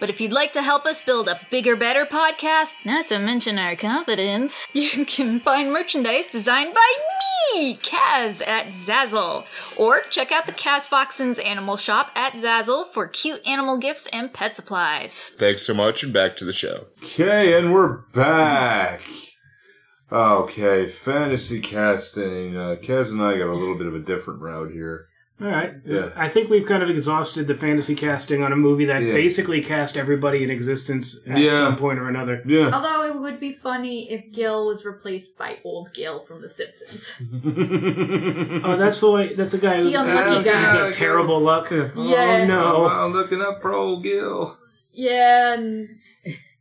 [SPEAKER 7] But if you'd like to help us build a bigger, better podcast, not to mention our confidence, you can find merchandise designed by me, Kaz, at Zazzle. Or check out the Kaz Foxen's Animal Shop at Zazzle for cute animal gifts and pet supplies.
[SPEAKER 1] Thanks so much, and back to the show.
[SPEAKER 8] Okay, and we're back. Okay, fantasy casting. Uh, Kaz and I got a little bit of a different route here.
[SPEAKER 5] All right.
[SPEAKER 8] Yeah.
[SPEAKER 5] I think we've kind of exhausted the fantasy casting on a movie that
[SPEAKER 8] Yeah.
[SPEAKER 5] basically cast everybody in existence at
[SPEAKER 8] Yeah.
[SPEAKER 5] some point or another.
[SPEAKER 8] Yeah.
[SPEAKER 4] Although it would be funny if Gil was replaced by old Gil from The Simpsons.
[SPEAKER 5] Oh, that's the way. That's the guy who
[SPEAKER 4] The unlucky
[SPEAKER 5] has
[SPEAKER 4] guy.
[SPEAKER 2] Oh,
[SPEAKER 5] got terrible luck.
[SPEAKER 4] Yeah.
[SPEAKER 5] Oh no.
[SPEAKER 8] I'm looking up for old Gil.
[SPEAKER 4] Yeah, and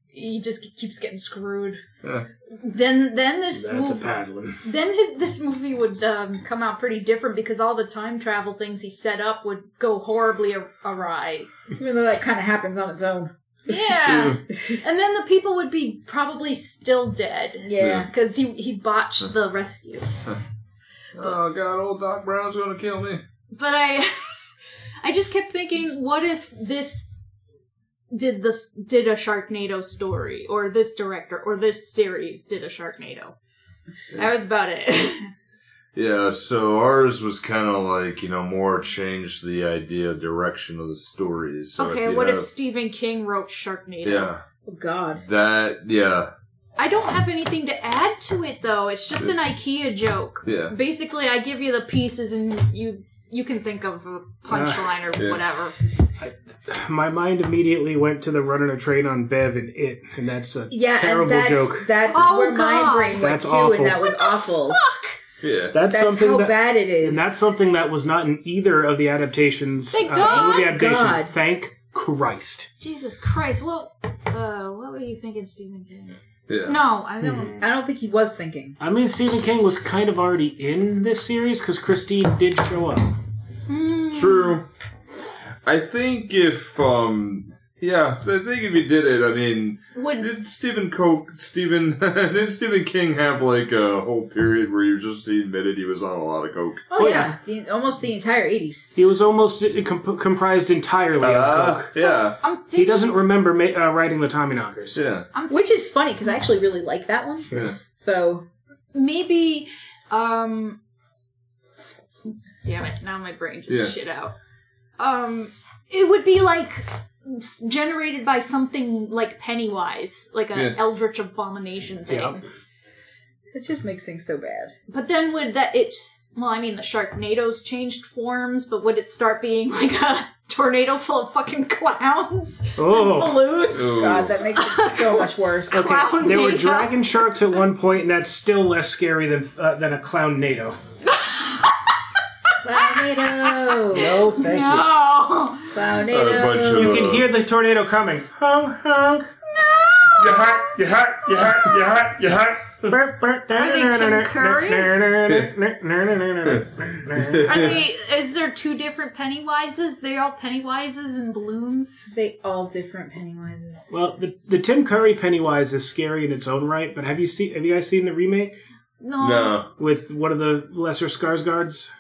[SPEAKER 4] he just keeps getting screwed.
[SPEAKER 8] Yeah.
[SPEAKER 4] Then, then this
[SPEAKER 5] That's a
[SPEAKER 4] movie,
[SPEAKER 5] bad one.
[SPEAKER 4] then his, this movie would um, come out pretty different because all the time travel things he set up would go horribly a- awry.
[SPEAKER 2] Even though that kind of happens on its own.
[SPEAKER 4] Yeah, and then the people would be probably still dead
[SPEAKER 2] Yeah.
[SPEAKER 4] because he he botched the rescue.
[SPEAKER 8] Oh God, old Doc Brown's gonna kill me.
[SPEAKER 4] but I, I just kept thinking, what if this did this did a Sharknado story, or this director, or this series did a Sharknado? That was about it.
[SPEAKER 8] Yeah, so ours was kind of like you know more changed the idea of direction of the stories. So
[SPEAKER 4] okay,
[SPEAKER 8] you
[SPEAKER 4] what
[SPEAKER 8] have,
[SPEAKER 4] if Stephen King wrote Sharknado?
[SPEAKER 8] Yeah,
[SPEAKER 2] Oh, God.
[SPEAKER 8] that. Yeah,
[SPEAKER 4] I don't have anything to add to it though. It's just an IKEA joke.
[SPEAKER 8] Yeah.
[SPEAKER 4] Basically, I give you the pieces, and you you can think of a punchline or
[SPEAKER 8] Yeah.
[SPEAKER 4] whatever.
[SPEAKER 5] My mind immediately went to the running a train on Bev and it, and that's a
[SPEAKER 2] Yeah, and
[SPEAKER 5] terrible
[SPEAKER 2] that's,
[SPEAKER 5] joke.
[SPEAKER 2] That's
[SPEAKER 4] Oh,
[SPEAKER 2] where
[SPEAKER 4] God.
[SPEAKER 2] my brain went
[SPEAKER 5] That's
[SPEAKER 2] too,
[SPEAKER 5] awful.
[SPEAKER 2] and that was awful.
[SPEAKER 4] Fuck!
[SPEAKER 8] yeah.
[SPEAKER 5] That's,
[SPEAKER 2] That's
[SPEAKER 5] something
[SPEAKER 2] how
[SPEAKER 5] that,
[SPEAKER 2] bad it is.
[SPEAKER 5] and that's something that was not in either of the adaptations.
[SPEAKER 4] Thank
[SPEAKER 5] uh,
[SPEAKER 4] God.
[SPEAKER 5] Movie adaptations.
[SPEAKER 2] God.
[SPEAKER 5] Thank Christ.
[SPEAKER 4] Jesus Christ! Well, uh, what were you thinking, Stephen King?
[SPEAKER 8] Yeah. Hmm.
[SPEAKER 4] No, I don't.
[SPEAKER 2] I don't think he was thinking.
[SPEAKER 5] I mean, Stephen King was kind of already in this series because Christine did show up.
[SPEAKER 8] True. I think if um yeah, I think if you did it, I mean, did Stephen Coke Stephen did Stephen King have like a whole period where you just he admitted he was on a lot of coke?
[SPEAKER 2] Oh, yeah. The, almost the entire 80s.
[SPEAKER 5] He was almost uh, comp- comprised entirely of
[SPEAKER 8] Uh,
[SPEAKER 5] coke.
[SPEAKER 8] yeah,
[SPEAKER 4] I'm thinking.
[SPEAKER 5] He doesn't remember ma- uh, writing the Tommyknockers.
[SPEAKER 8] yeah,
[SPEAKER 4] I'm
[SPEAKER 2] Which is funny because I actually really like that one.
[SPEAKER 8] yeah.
[SPEAKER 2] So,
[SPEAKER 4] maybe um damn it now my brain just
[SPEAKER 8] Yeah.
[SPEAKER 4] shit out um it would be like s- generated by something like pennywise like an
[SPEAKER 8] Yeah.
[SPEAKER 4] eldritch abomination thing
[SPEAKER 5] Yep.
[SPEAKER 2] it just makes things so bad.
[SPEAKER 4] but then would that it's well i mean the sharknado's changed forms but would it start being like a tornado full of fucking clowns
[SPEAKER 5] Oh.
[SPEAKER 4] balloons
[SPEAKER 8] Ooh.
[SPEAKER 2] God, that makes it so much worse.
[SPEAKER 4] clown
[SPEAKER 5] There were
[SPEAKER 4] NATO.
[SPEAKER 5] dragon sharks at one point, and that's still less scary than uh, than a clown NATO.
[SPEAKER 2] Clownado.
[SPEAKER 5] No, thank
[SPEAKER 4] no
[SPEAKER 2] Clownado.
[SPEAKER 8] bunch of- uh,
[SPEAKER 5] You can hear the tornado coming. Honk, honk.
[SPEAKER 1] You hot, you hot, you hot, you hot, you hot.
[SPEAKER 5] Burp, burp, Are
[SPEAKER 4] they Tim Curry? are they is there two different pennywises they're all pennywises and balloons
[SPEAKER 2] They all different Pennywises.
[SPEAKER 5] Well, the, the Tim Curry Pennywise is scary in its own right, but have you seen? Have you guys seen the remake
[SPEAKER 4] no
[SPEAKER 8] No,
[SPEAKER 5] with one of the lesser Skarsgårds?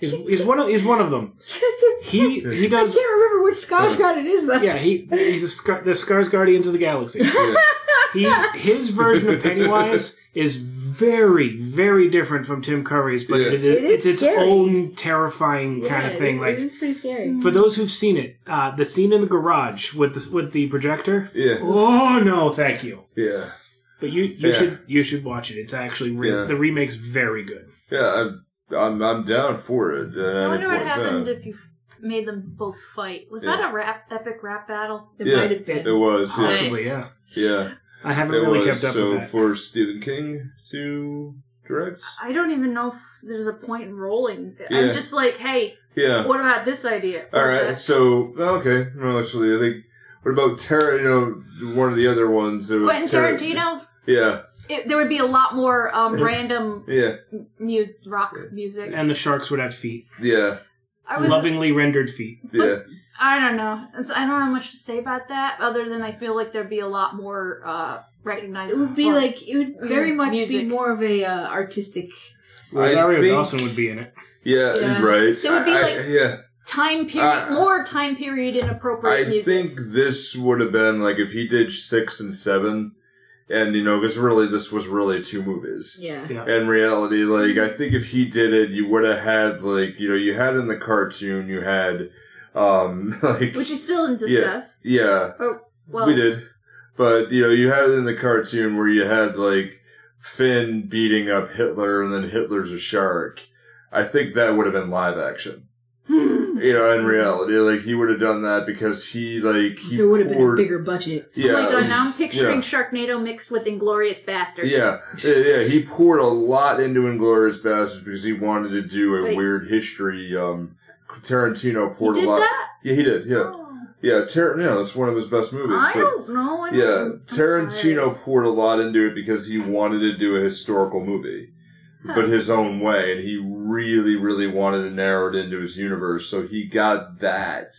[SPEAKER 5] he's, he's one of he's one of them. He he
[SPEAKER 2] I
[SPEAKER 5] does
[SPEAKER 2] can't remember which Skarsgård it is though.
[SPEAKER 5] yeah he he's a Scar, the Skarsgård Guardians of the Galaxy. He his version of Pennywise is very very different from Tim Curry's, but
[SPEAKER 8] Yeah.
[SPEAKER 5] it is,
[SPEAKER 2] It is
[SPEAKER 5] it's its
[SPEAKER 2] scary.
[SPEAKER 5] own terrifying kind of
[SPEAKER 2] Yeah,
[SPEAKER 5] thing.
[SPEAKER 2] it-
[SPEAKER 5] like
[SPEAKER 2] it is pretty scary.
[SPEAKER 5] for those who've seen it, uh, the scene in the garage with the with the projector.
[SPEAKER 8] yeah,
[SPEAKER 5] Oh no, thank you.
[SPEAKER 8] yeah,
[SPEAKER 5] But you, you
[SPEAKER 8] Yeah.
[SPEAKER 5] should you should watch it. It's actually re-
[SPEAKER 8] Yeah.
[SPEAKER 5] the remake's very good.
[SPEAKER 8] yeah. I'm I'm, I'm down for it. uh, at
[SPEAKER 4] I
[SPEAKER 8] any
[SPEAKER 4] wonder what
[SPEAKER 8] point in
[SPEAKER 4] happened
[SPEAKER 8] time.
[SPEAKER 4] if you f- made them both fight. Was
[SPEAKER 8] Yeah.
[SPEAKER 4] that a rap, epic rap battle?
[SPEAKER 2] It
[SPEAKER 8] Yeah.
[SPEAKER 2] might have been.
[SPEAKER 8] It was, yeah,
[SPEAKER 4] Nice.
[SPEAKER 5] Possibly, yeah.
[SPEAKER 8] yeah.
[SPEAKER 5] I haven't
[SPEAKER 8] It
[SPEAKER 5] really
[SPEAKER 8] was
[SPEAKER 5] kept up
[SPEAKER 8] so
[SPEAKER 5] with that.
[SPEAKER 8] for Stephen King to direct.
[SPEAKER 4] I don't even know if there's a point in rolling.
[SPEAKER 8] Yeah.
[SPEAKER 4] I'm just like, hey,
[SPEAKER 8] Yeah.
[SPEAKER 4] what about this idea? uh,
[SPEAKER 8] All right, so okay. Well, actually, I think What about Terra? You know, one of the other ones. It was
[SPEAKER 4] Quentin
[SPEAKER 8] Tar-
[SPEAKER 4] Tarantino,
[SPEAKER 8] Yeah,
[SPEAKER 4] it, there would be a lot more um, random
[SPEAKER 8] yeah,
[SPEAKER 4] mus- rock music.
[SPEAKER 5] And the sharks would have feet.
[SPEAKER 8] yeah,
[SPEAKER 4] I was,
[SPEAKER 5] Lovingly rendered feet.
[SPEAKER 8] yeah.
[SPEAKER 4] I don't know. It's- I don't have much to say about that, other than I feel like there'd be a lot more uh, recognized.
[SPEAKER 2] It would be
[SPEAKER 4] or-
[SPEAKER 2] like it would very much be
[SPEAKER 4] Music.
[SPEAKER 2] more of a uh, artistic.
[SPEAKER 5] Rosario
[SPEAKER 8] I think-
[SPEAKER 5] Dawson would be in it.
[SPEAKER 8] Yeah,
[SPEAKER 2] Yeah.
[SPEAKER 8] right.
[SPEAKER 4] It would be
[SPEAKER 8] I- I-
[SPEAKER 4] like-
[SPEAKER 8] yeah.
[SPEAKER 4] time period,
[SPEAKER 8] Uh,
[SPEAKER 4] more time period inappropriate
[SPEAKER 8] I
[SPEAKER 4] music.
[SPEAKER 8] think this would have been like if he did six and seven, and you know, because really this was really two movies.
[SPEAKER 2] Yeah.
[SPEAKER 8] In reality, like I think if he did it, you would have had like you know you had in the cartoon you had, um, like
[SPEAKER 2] Which you still didn't
[SPEAKER 8] Yeah.
[SPEAKER 2] discuss.
[SPEAKER 8] yeah,
[SPEAKER 4] Oh,
[SPEAKER 2] Well,
[SPEAKER 8] we did, but you know you had it in the cartoon where you had like Finn beating up Hitler, and then Hitler's a shark. I think that would have been live action.
[SPEAKER 4] Oh
[SPEAKER 8] you know,
[SPEAKER 2] Mm-hmm.
[SPEAKER 8] in reality, like he would have done that because he like he
[SPEAKER 2] there would have been a
[SPEAKER 8] poured-
[SPEAKER 2] bigger budget.
[SPEAKER 8] yeah.
[SPEAKER 4] Oh my god, now I'm picturing
[SPEAKER 8] Yeah.
[SPEAKER 4] Sharknado mixed with Inglorious Bastards.
[SPEAKER 8] Yeah, yeah, yeah. He poured a lot into Inglorious Bastards because he wanted to do a
[SPEAKER 4] Wait.
[SPEAKER 8] weird history. Um, Tarantino
[SPEAKER 4] He
[SPEAKER 8] poured
[SPEAKER 4] did
[SPEAKER 8] a lot.
[SPEAKER 4] that?
[SPEAKER 8] Yeah, he did. Yeah,
[SPEAKER 4] Oh,
[SPEAKER 8] yeah. Tar- yeah, that's one of his best movies.
[SPEAKER 4] I
[SPEAKER 8] but-
[SPEAKER 4] don't know. I don't,
[SPEAKER 8] yeah,
[SPEAKER 4] I'm
[SPEAKER 8] Tarantino
[SPEAKER 4] tired.
[SPEAKER 8] poured a lot into it because he wanted to do a historical movie, but his own way, and he really, really wanted to narrow it into his universe. So he got that,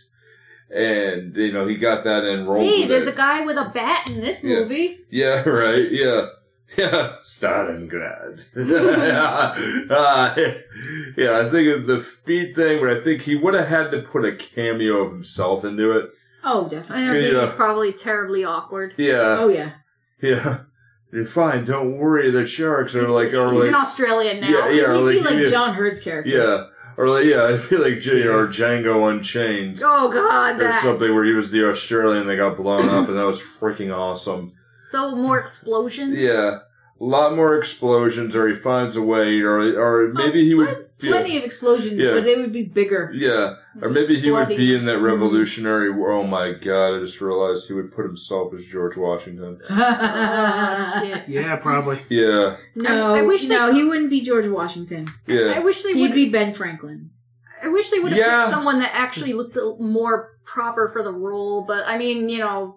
[SPEAKER 8] and you know, he got that and rolled.
[SPEAKER 4] Hey,
[SPEAKER 8] with
[SPEAKER 4] there's
[SPEAKER 8] it.
[SPEAKER 4] a guy with a bat in this
[SPEAKER 8] Yeah.
[SPEAKER 4] movie.
[SPEAKER 8] Yeah, right. Yeah. Yeah, Stalingrad. uh, yeah, I think of the feet thing, but I think he would have had to put a cameo of himself into it.
[SPEAKER 2] Oh, definitely.
[SPEAKER 4] And it'd be
[SPEAKER 8] Yeah.
[SPEAKER 4] probably terribly awkward.
[SPEAKER 8] Yeah,
[SPEAKER 2] Oh yeah.
[SPEAKER 8] yeah. You're fine. Don't worry. The sharks are like, are
[SPEAKER 4] He's in
[SPEAKER 8] like,
[SPEAKER 4] Australia now.
[SPEAKER 8] yeah, yeah,
[SPEAKER 2] He'd
[SPEAKER 8] or
[SPEAKER 2] be
[SPEAKER 8] like,
[SPEAKER 2] like
[SPEAKER 8] yeah,
[SPEAKER 2] John Hurt's character.
[SPEAKER 8] yeah, or like, yeah. I feel like J or Django Unchained
[SPEAKER 4] Oh god,
[SPEAKER 8] or
[SPEAKER 4] that.
[SPEAKER 8] something where he was the Australian that got blown up, and that was freaking awesome.
[SPEAKER 4] So more explosions.
[SPEAKER 8] Yeah, a lot more explosions, or he finds a way, or or maybe he would.
[SPEAKER 2] Plenty
[SPEAKER 8] Yeah,
[SPEAKER 2] of explosions,
[SPEAKER 8] Yeah.
[SPEAKER 2] but they would be bigger.
[SPEAKER 8] yeah, or maybe he would
[SPEAKER 4] Bloody.
[SPEAKER 8] be in that revolutionary. war. Oh my god! I just realized he would put himself as George Washington.
[SPEAKER 4] Oh, shit.
[SPEAKER 5] Yeah, probably.
[SPEAKER 8] Yeah,
[SPEAKER 2] No,
[SPEAKER 4] I- I
[SPEAKER 2] I
[SPEAKER 4] wish
[SPEAKER 2] wish
[SPEAKER 4] they-
[SPEAKER 2] no, he wouldn't be George Washington.
[SPEAKER 4] I
[SPEAKER 8] yeah,
[SPEAKER 4] wish they
[SPEAKER 2] He'd
[SPEAKER 4] would.
[SPEAKER 2] be Ben Franklin.
[SPEAKER 4] I wish they would have
[SPEAKER 8] Yeah.
[SPEAKER 4] picked someone that actually looked a- more proper for the role. But I mean, you know,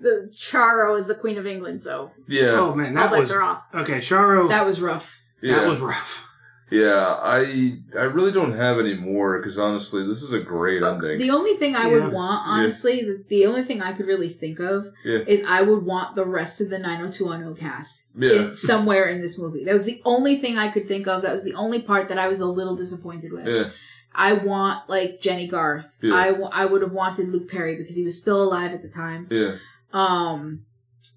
[SPEAKER 4] the Charo is the Queen of England, so
[SPEAKER 8] yeah,
[SPEAKER 5] Oh man,
[SPEAKER 4] all
[SPEAKER 5] that
[SPEAKER 4] bets
[SPEAKER 5] was
[SPEAKER 4] are off.
[SPEAKER 5] okay.
[SPEAKER 8] Oh.
[SPEAKER 5] Sharo, that,
[SPEAKER 2] That was rough.
[SPEAKER 8] yeah,
[SPEAKER 5] was rough.
[SPEAKER 8] yeah. I I really don't have any more because honestly, this is a great ending.
[SPEAKER 2] The only thing I
[SPEAKER 5] Yeah.
[SPEAKER 2] would want, honestly, the, the only thing I could really think of
[SPEAKER 8] Yeah.
[SPEAKER 2] is I would want the rest of the 90210 cast
[SPEAKER 8] Yeah,
[SPEAKER 2] in, somewhere in this movie. That was the only thing I could think of. That was the only part that I was a little disappointed with.
[SPEAKER 8] yeah,
[SPEAKER 2] I want like Jenny Garth.
[SPEAKER 8] Yeah.
[SPEAKER 2] I wa- I would have wanted Luke Perry because he was still alive at the time.
[SPEAKER 8] yeah.
[SPEAKER 2] Um,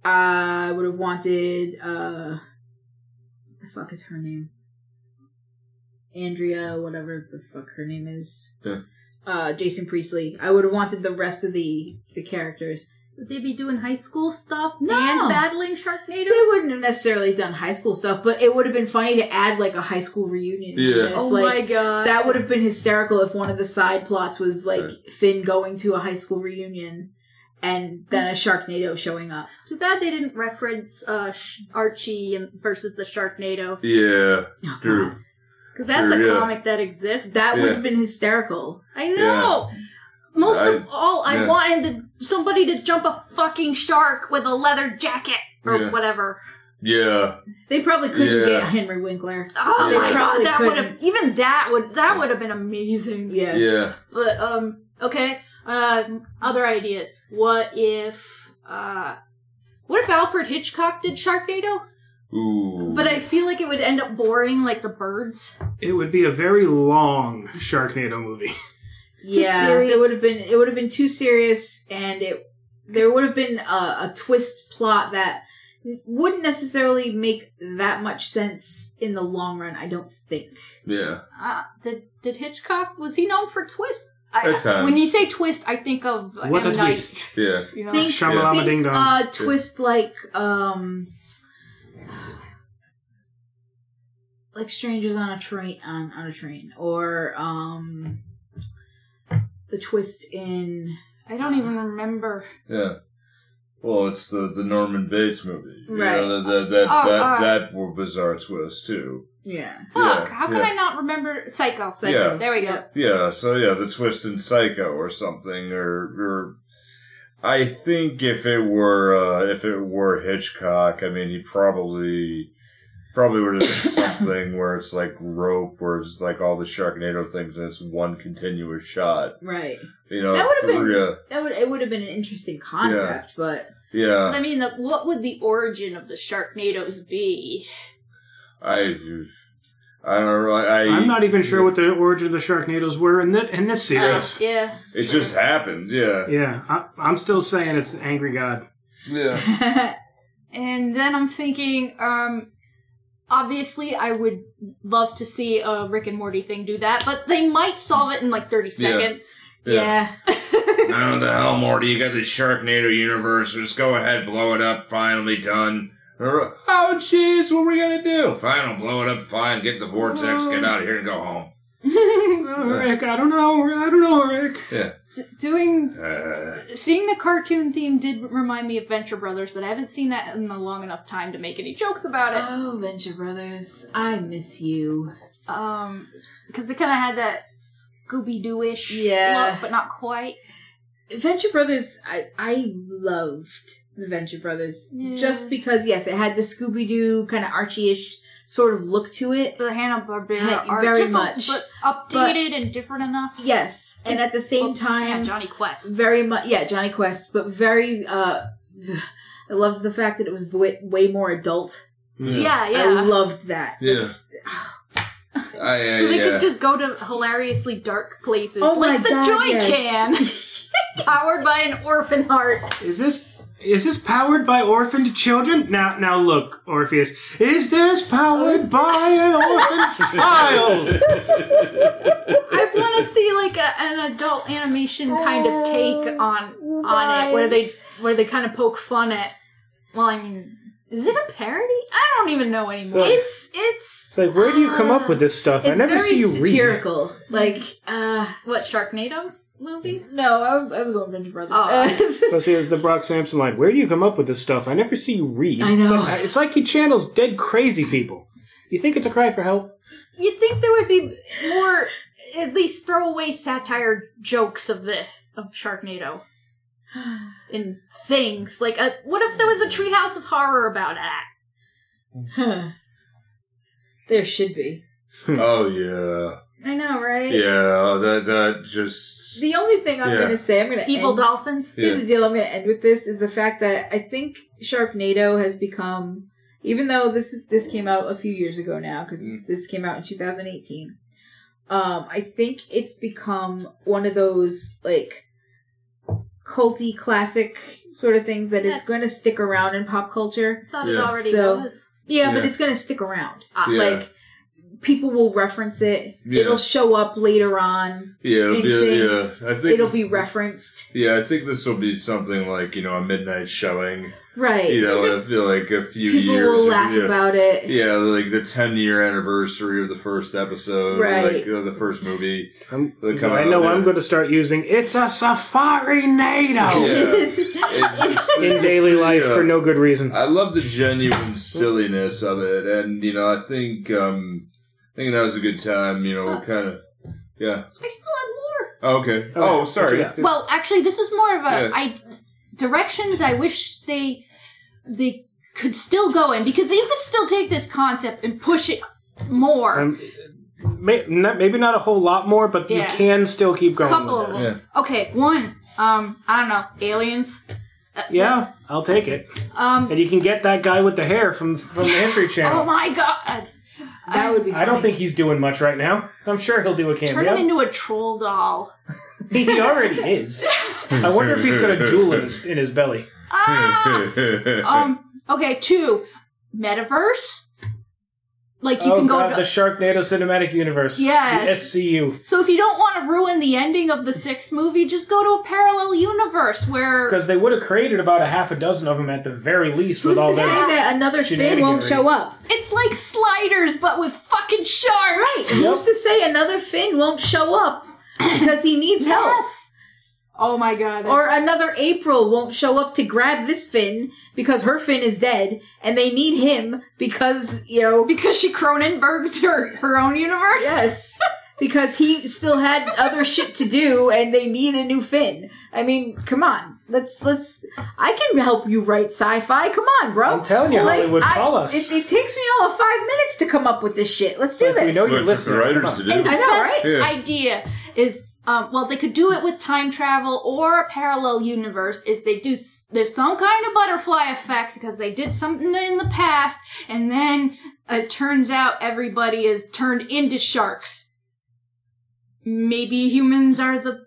[SPEAKER 2] I would have wanted uh, what the fuck is her name? Andrea, whatever the fuck her name is.
[SPEAKER 8] Yeah.
[SPEAKER 2] Uh, Jason Priestley. I would have wanted the rest of the the characters.
[SPEAKER 4] Would they be doing high school stuff
[SPEAKER 2] No.
[SPEAKER 4] and battling Sharknadoes?
[SPEAKER 2] They wouldn't have necessarily done high school stuff, but it would have been funny to add like a high school reunion. To
[SPEAKER 8] Yeah.
[SPEAKER 2] this.
[SPEAKER 4] Oh
[SPEAKER 2] like,
[SPEAKER 4] my god,
[SPEAKER 2] That would have been hysterical if one of the side plots was like
[SPEAKER 8] Right.
[SPEAKER 2] Finn going to a high school reunion and then a Sharknado showing up.
[SPEAKER 4] Too bad they didn't reference uh, Sh- Archie and versus the Sharknado
[SPEAKER 8] Yeah,
[SPEAKER 2] Oh,
[SPEAKER 8] true.
[SPEAKER 2] God.
[SPEAKER 4] because that's a
[SPEAKER 8] Sure, yeah.
[SPEAKER 4] comic that exists.
[SPEAKER 2] That
[SPEAKER 8] Yeah.
[SPEAKER 2] would have been hysterical.
[SPEAKER 4] I know. Most of
[SPEAKER 8] I-
[SPEAKER 4] all, I
[SPEAKER 8] yeah.
[SPEAKER 4] wanted somebody to jump a fucking shark with a leather jacket or
[SPEAKER 8] Yeah.
[SPEAKER 4] whatever.
[SPEAKER 8] Yeah,
[SPEAKER 2] They probably couldn't
[SPEAKER 8] Yeah.
[SPEAKER 2] get Henry Winkler.
[SPEAKER 4] Oh
[SPEAKER 8] They
[SPEAKER 4] my god,
[SPEAKER 2] probably
[SPEAKER 4] that would
[SPEAKER 2] couldn't.
[SPEAKER 4] have even that would that would have been amazing.
[SPEAKER 2] Yes.
[SPEAKER 8] yeah,
[SPEAKER 4] But um, okay. Uh, other ideas. What if uh, what if Alfred Hitchcock did Sharknado?
[SPEAKER 8] ooh,
[SPEAKER 4] But I feel like it would end up boring, like the birds.
[SPEAKER 5] It would be a very long Sharknado movie.
[SPEAKER 2] Yeah.
[SPEAKER 4] serious.
[SPEAKER 2] It would have been it would have been too serious and it there would have been a, a twist plot that wouldn't necessarily make that much sense in the long run, I don't think.
[SPEAKER 8] yeah,
[SPEAKER 4] Uh, did did Hitchcock was he known for twists? I,
[SPEAKER 8] At times.
[SPEAKER 4] When you say twist, I think of uh,
[SPEAKER 5] What a
[SPEAKER 4] M. Night.
[SPEAKER 5] twist!
[SPEAKER 8] yeah.
[SPEAKER 4] Yeah.
[SPEAKER 2] think,
[SPEAKER 5] Shamalama
[SPEAKER 2] think,
[SPEAKER 5] Ding Dong.
[SPEAKER 2] uh, twist like um like strangers on a train on, on a train or um the twist in
[SPEAKER 4] I don't even remember.
[SPEAKER 8] Yeah. Well, it's the, the Norman Bates movie. You
[SPEAKER 2] Right.
[SPEAKER 8] know, that that,
[SPEAKER 4] Oh,
[SPEAKER 8] that,
[SPEAKER 4] uh,
[SPEAKER 8] that were bizarre twist, too.
[SPEAKER 2] yeah
[SPEAKER 4] Fuck!
[SPEAKER 8] Yeah,
[SPEAKER 4] how can
[SPEAKER 8] yeah.
[SPEAKER 4] I not remember Psycho?
[SPEAKER 8] Yeah.
[SPEAKER 4] There we go.
[SPEAKER 8] Yeah, so yeah, the twist in Psycho or something, or, or I think if it were uh, if it were Hitchcock, I mean, he probably probably would have done something where it's like rope, where it's like all the Sharknado things, and it's one continuous shot.
[SPEAKER 2] Right.
[SPEAKER 8] You
[SPEAKER 5] Oh,
[SPEAKER 8] know,
[SPEAKER 2] That would've been-
[SPEAKER 8] through ya.
[SPEAKER 2] That would it would have been an interesting concept, but
[SPEAKER 8] yeah.
[SPEAKER 4] I mean, the, what would the origin of the Sharknadoes be?
[SPEAKER 8] I I don't know. I,
[SPEAKER 5] I'm not even Oh, sure what the origin of the Sharknadoes were in this in this series.
[SPEAKER 4] Yeah.
[SPEAKER 8] It just happened. Yeah.
[SPEAKER 5] Yeah, I, I'm still saying it's Angry God.
[SPEAKER 8] Yeah.
[SPEAKER 4] and then I'm thinking, um, obviously, I would love to see a Rick and Morty thing do that, but they might solve it in like 30
[SPEAKER 8] Yeah.
[SPEAKER 4] seconds.
[SPEAKER 2] yeah.
[SPEAKER 8] Oh, the hell, Morty? You got the Sharknado universe. Just go ahead, blow it up. Finally done. Or, Oh, jeez, what are we gonna do? Fine, I'll blow it up. Fine, get the vortex, get out of here, and go home.
[SPEAKER 5] Oh, Rick, I don't know. I don't know, Rick.
[SPEAKER 4] D- doing
[SPEAKER 8] Uh,
[SPEAKER 4] Seeing the cartoon theme did remind me of Venture Brothers, but I haven't seen that in a long enough time to make any jokes about it.
[SPEAKER 2] Oh, Venture Brothers, I miss you.
[SPEAKER 4] Um, because it kind of had that Scooby Doo ish
[SPEAKER 2] Yeah.
[SPEAKER 4] look, but not quite.
[SPEAKER 2] Venture Brothers, I I loved the Venture Brothers
[SPEAKER 4] Yeah.
[SPEAKER 2] just because yes, it had the Scooby Doo kind of Archie-ish sort of look to it.
[SPEAKER 4] The Hanna Barbera
[SPEAKER 2] Hey,
[SPEAKER 4] art,
[SPEAKER 2] very
[SPEAKER 4] just a-
[SPEAKER 2] much.
[SPEAKER 4] but updated and different enough.
[SPEAKER 2] Yes, and at the same
[SPEAKER 4] Well, yeah,
[SPEAKER 2] time,
[SPEAKER 4] Johnny Quest.
[SPEAKER 2] very much yeah Johnny Quest, but very uh, I loved the fact that it was way, way more adult.
[SPEAKER 4] Yeah, yeah.
[SPEAKER 2] I loved that.
[SPEAKER 8] Yeah.
[SPEAKER 2] It's-
[SPEAKER 8] I, uh,
[SPEAKER 4] so they
[SPEAKER 8] yeah.
[SPEAKER 4] could just go to hilariously dark places,
[SPEAKER 2] Oh my
[SPEAKER 4] like the
[SPEAKER 2] God,
[SPEAKER 4] Joy
[SPEAKER 2] yes.
[SPEAKER 4] Can, powered by an orphan heart.
[SPEAKER 5] Is this is this powered by orphaned children? Now, now look, Orpheus. Is this powered by an orphaned child?
[SPEAKER 4] I want to see like a, an adult animation kind of
[SPEAKER 2] Oh,
[SPEAKER 4] take on on it, where they where they kind of poke fun at. Well, I mean, is it a parody? I don't even know anymore.
[SPEAKER 5] So-
[SPEAKER 2] It's it's
[SPEAKER 5] It's like, where do you come up with this stuff?
[SPEAKER 2] it's
[SPEAKER 5] I never
[SPEAKER 2] very
[SPEAKER 5] see you read.
[SPEAKER 2] satirical. Like uh,
[SPEAKER 4] what Sharknado's movies?
[SPEAKER 2] no, I, I was going Venture Brothers.
[SPEAKER 4] Oh.
[SPEAKER 5] So see, it's the Brock Sampson line. Where do you come up with this stuff? I never see you read.
[SPEAKER 2] I know.
[SPEAKER 5] It's like, it's like he channels dead crazy people. You think it's a cry for help?
[SPEAKER 4] You'd think there would be more, at least throwaway satire jokes of this of Sharknado. And things like, a, what if there was a Treehouse of Horror about it?
[SPEAKER 2] Huh. There should be.
[SPEAKER 8] oh yeah,
[SPEAKER 2] I know, right?
[SPEAKER 8] yeah. oh, That that just
[SPEAKER 2] The only thing I'm
[SPEAKER 8] Yeah.
[SPEAKER 2] going to say, I'm going to
[SPEAKER 4] Evil
[SPEAKER 2] end,
[SPEAKER 4] dolphins.
[SPEAKER 2] Here's
[SPEAKER 8] Yeah.
[SPEAKER 2] the deal. I'm going to end with this: is the fact that I think Sharknado has become, even though this is, this came out a few years ago now, because
[SPEAKER 8] Mm.
[SPEAKER 2] this came out in 2018. Um, I think it's become one of those like culty classic sort of things that it's going to stick around in pop culture.
[SPEAKER 4] Thought it
[SPEAKER 8] Yeah.
[SPEAKER 4] already
[SPEAKER 2] So-
[SPEAKER 4] was.
[SPEAKER 2] Yeah, but
[SPEAKER 8] Yeah.
[SPEAKER 2] it's going to stick around. Uh,
[SPEAKER 4] Ah,
[SPEAKER 8] Yeah.
[SPEAKER 2] Like people will reference it.
[SPEAKER 8] Yeah.
[SPEAKER 2] It'll show up later on.
[SPEAKER 8] yeah, it'll
[SPEAKER 2] in
[SPEAKER 8] be, yeah.
[SPEAKER 2] things,
[SPEAKER 8] I think
[SPEAKER 2] It'll
[SPEAKER 8] this-
[SPEAKER 2] be referenced.
[SPEAKER 8] Yeah, I think this will be something like you know a midnight showing.
[SPEAKER 2] Right.
[SPEAKER 8] You know, in a, like a few
[SPEAKER 2] People
[SPEAKER 8] years.
[SPEAKER 2] will laugh
[SPEAKER 8] yeah.
[SPEAKER 2] about it.
[SPEAKER 8] Yeah, like the ten year anniversary of the first episode, or,
[SPEAKER 2] Right.
[SPEAKER 8] like of the first movie.
[SPEAKER 5] I'm-
[SPEAKER 8] They come
[SPEAKER 5] I
[SPEAKER 8] out,
[SPEAKER 5] know I'm
[SPEAKER 8] yeah.
[SPEAKER 5] going to start using. It's a safari nado in daily life
[SPEAKER 8] yeah.
[SPEAKER 5] for no good reason.
[SPEAKER 8] uh, I love the genuine silliness of it, and you know, I think um, I think that was a good time. You know, kind of, yeah.
[SPEAKER 4] I still have more.
[SPEAKER 8] Oh, okay. Oh, sorry.
[SPEAKER 5] What you
[SPEAKER 4] Well, actually, this is more of a
[SPEAKER 8] Yeah.
[SPEAKER 4] I, directions. I wish they they could still go in because they could still take this concept and push it more.
[SPEAKER 5] Um, may, not, maybe not a whole lot more, but
[SPEAKER 4] Yeah.
[SPEAKER 5] you can still keep going
[SPEAKER 4] Couple
[SPEAKER 5] with
[SPEAKER 4] of
[SPEAKER 5] this.
[SPEAKER 4] them. Okay, one. Um, I don't know, aliens. Uh,
[SPEAKER 5] Yeah, I'll take it.
[SPEAKER 4] Um.
[SPEAKER 5] And you can get that guy with the hair from from the History
[SPEAKER 4] Oh
[SPEAKER 5] Channel.
[SPEAKER 4] my god! Uh,
[SPEAKER 2] That would be. Funny.
[SPEAKER 5] I don't think he's doing much right now. I'm sure he'll do a cameo.
[SPEAKER 4] Turn him into a troll doll.
[SPEAKER 5] he already is. I wonder if he's got a jewel in his, in his belly.
[SPEAKER 4] Ah. um. Okay. Two. Metaverse. Like you
[SPEAKER 5] oh
[SPEAKER 4] can go.
[SPEAKER 5] god,
[SPEAKER 4] to,
[SPEAKER 5] the Sharknado cinematic universe.
[SPEAKER 4] Yes.
[SPEAKER 5] The SCU.
[SPEAKER 4] So if you don't want to ruin the ending of the sixth movie, just go to a parallel universe where
[SPEAKER 5] Because they would have created about a half a dozen of them at the very least
[SPEAKER 2] Who's
[SPEAKER 5] with all
[SPEAKER 2] to say
[SPEAKER 5] that.
[SPEAKER 2] that another Finn won't
[SPEAKER 5] shenanigans.
[SPEAKER 2] show up?
[SPEAKER 4] it's like sliders but with fucking sharks.
[SPEAKER 2] Who's to say another Finn won't show up because he needs help?
[SPEAKER 4] Oh my god. Or
[SPEAKER 2] Or another April won't show up to grab this Finn because her Finn is dead, and they need him because you know.
[SPEAKER 4] because she Cronenberged her, her own universe.
[SPEAKER 2] Yes. Because he still had other shit to do and they need a new Finn. I mean, come on. Let's let's. I can help you write sci-fi. Come on, bro.
[SPEAKER 5] I'm telling you, Hollywood, call us.
[SPEAKER 2] It, it takes me all of five minutes to come up with this shit. Let's do
[SPEAKER 5] Like, we
[SPEAKER 2] this.
[SPEAKER 5] know
[SPEAKER 9] What
[SPEAKER 5] you
[SPEAKER 9] it took
[SPEAKER 5] listen.
[SPEAKER 9] the writers to
[SPEAKER 5] Come
[SPEAKER 9] do.
[SPEAKER 2] I know, right?
[SPEAKER 4] Best
[SPEAKER 8] Yeah.
[SPEAKER 4] idea is um, well, they could do it with time travel or a parallel universe. Is they do s- there's some kind of butterfly effect because they did something in the past, and then it turns out everybody is turned into sharks. Maybe humans are the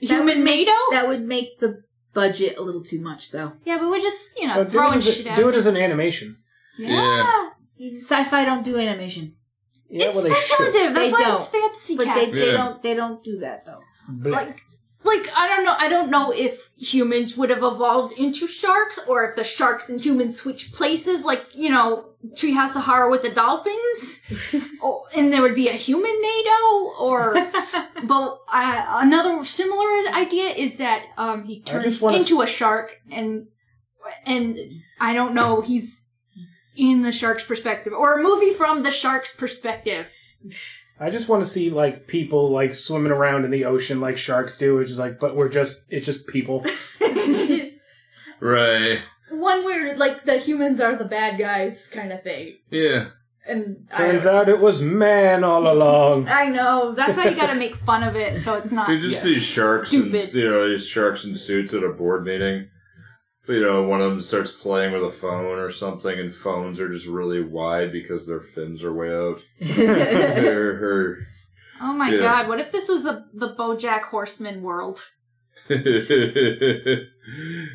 [SPEAKER 4] human
[SPEAKER 2] make-
[SPEAKER 4] mado.
[SPEAKER 2] That would make the budget a little too much, though.
[SPEAKER 4] Yeah, but we're just you know
[SPEAKER 5] But do it,
[SPEAKER 4] throwing
[SPEAKER 5] as
[SPEAKER 4] shit
[SPEAKER 5] a,
[SPEAKER 4] out.
[SPEAKER 5] do it as an animation.
[SPEAKER 4] yeah.
[SPEAKER 2] Sci-fi don't do animation,
[SPEAKER 5] Yeah,
[SPEAKER 4] it's
[SPEAKER 5] well, they should.
[SPEAKER 4] speculative. That's
[SPEAKER 2] They
[SPEAKER 4] why
[SPEAKER 2] don't.
[SPEAKER 4] it's fantasy.
[SPEAKER 2] but they, they
[SPEAKER 8] Yeah.
[SPEAKER 2] don't they don't do that though.
[SPEAKER 5] Blah.
[SPEAKER 4] like I don't know. I don't know if humans would have evolved into sharks or if the sharks and humans switch places, like you know, Treehouse of Horror with the dolphins, oh, and there would be a human NATO. Or, but uh, another similar idea is that um, he
[SPEAKER 5] I
[SPEAKER 4] turns
[SPEAKER 5] just wanna s-
[SPEAKER 4] into a shark, and and I don't know. He's in the shark's perspective, or a movie from the shark's perspective.
[SPEAKER 5] I just want to see like people like swimming around in the ocean like sharks do, which is like, but we're just it's just people.
[SPEAKER 8] Right.
[SPEAKER 4] One where like the humans are the bad guys, kind of thing.
[SPEAKER 8] Yeah.
[SPEAKER 4] And
[SPEAKER 5] Turns out it was man all along.
[SPEAKER 4] I know. That's how you got to make fun of it, so it's not.
[SPEAKER 8] You just see sharks
[SPEAKER 4] Uh, Stupid.
[SPEAKER 8] and you know these sharks in suits at a board meeting. You know, one of them starts playing with a phone or something, and phones are just really wide because their fins are way out. They're- her-
[SPEAKER 4] Oh my
[SPEAKER 8] Yeah.
[SPEAKER 4] god! What if this was a, the BoJack Horseman world?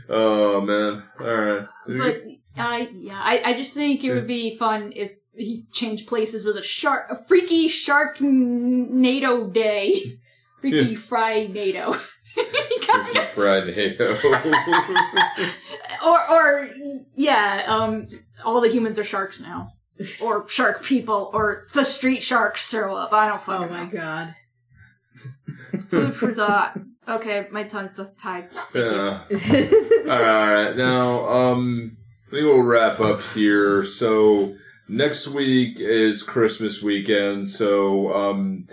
[SPEAKER 8] oh man! All right.
[SPEAKER 4] But I, yeah, I, I just think it would be fun if he changed places with a shark, a freaky shark NATO day, freaky fry NATO,
[SPEAKER 8] Freaky Friday.
[SPEAKER 4] or or yeah, um, all the humans are sharks now, or shark people, or the street sharks show up. I don't fucking
[SPEAKER 10] Oh my
[SPEAKER 4] know.
[SPEAKER 10] god.
[SPEAKER 4] Food for thought. Okay, my tongue's tied.
[SPEAKER 8] Hmm. yeah. All right. Now, um, I think we'll wrap up here. So next week is Christmas weekend. So, um,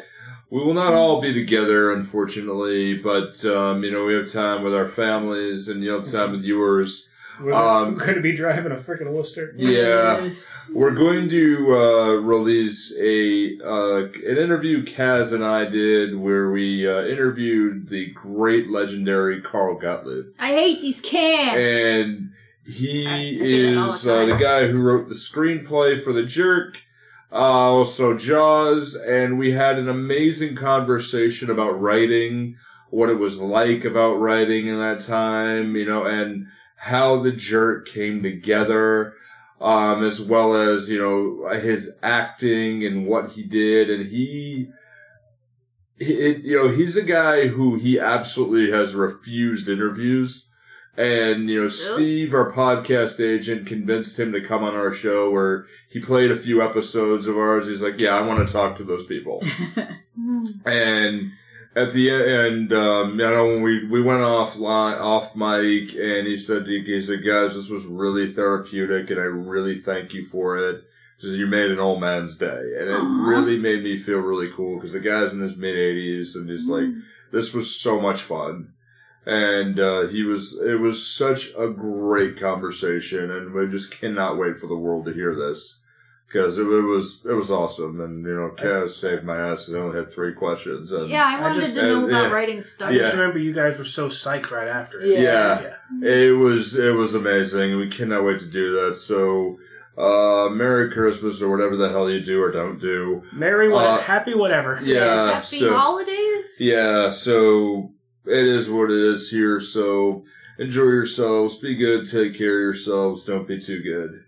[SPEAKER 8] we will not all be together, unfortunately, but, um, you know, we have time with our families and you have time with yours.
[SPEAKER 5] We're
[SPEAKER 8] Um,
[SPEAKER 5] going to be driving a freaking Worcester.
[SPEAKER 8] Yeah. We're going to uh, release a uh, an interview Kaz and I did where we uh, interviewed the great legendary Carl Gottlieb.
[SPEAKER 4] I hate these cans.
[SPEAKER 8] and he
[SPEAKER 4] I- I see that all the
[SPEAKER 8] is uh, the
[SPEAKER 4] time.
[SPEAKER 8] guy who wrote the screenplay for The Jerk, uh, also Jaws, and we had an amazing conversation about writing, what it was like about writing in that time, you know, and how The Jerk came together. Um, as well as you know his acting and what he did, and he it, you know, he's a guy who he absolutely has refused interviews. And, you know, Steve, our podcast agent, convinced him to come on our show where he played a few episodes of ours. He's like, yeah, I want to talk to those people. and at the end, um, you know, when we, we went offline, off mic and he said, he said, guys, this was really therapeutic and I really thank you for it. He says, you made an old man's day. And it
[SPEAKER 4] Aw.
[SPEAKER 8] really made me feel really cool because the guy's in his mid eighties and he's like, this was so much fun. And, uh, he was, it was such a great conversation and we just cannot wait for the world to hear this. Cause it, it was, it was awesome. And, you know, Kaz saved my ass and I only had three questions. And,
[SPEAKER 4] Yeah, I
[SPEAKER 5] I
[SPEAKER 4] wanted
[SPEAKER 5] just-
[SPEAKER 4] to know
[SPEAKER 8] uh,
[SPEAKER 4] about
[SPEAKER 8] yeah.
[SPEAKER 4] writing stuff.
[SPEAKER 5] I
[SPEAKER 8] Yeah.
[SPEAKER 5] just remember you guys were so psyched right after. it.
[SPEAKER 10] Yeah.
[SPEAKER 8] Yeah. It was it was amazing. We cannot wait to do that. So uh Merry Christmas or whatever the hell you do or don't do.
[SPEAKER 5] Merry, what,
[SPEAKER 8] Uh,
[SPEAKER 5] happy, whatever.
[SPEAKER 8] Yeah.
[SPEAKER 4] Happy
[SPEAKER 8] Uh, So
[SPEAKER 4] holidays.
[SPEAKER 8] yeah, so it is what it is here, so enjoy yourselves, be good, take care of yourselves, don't be too good.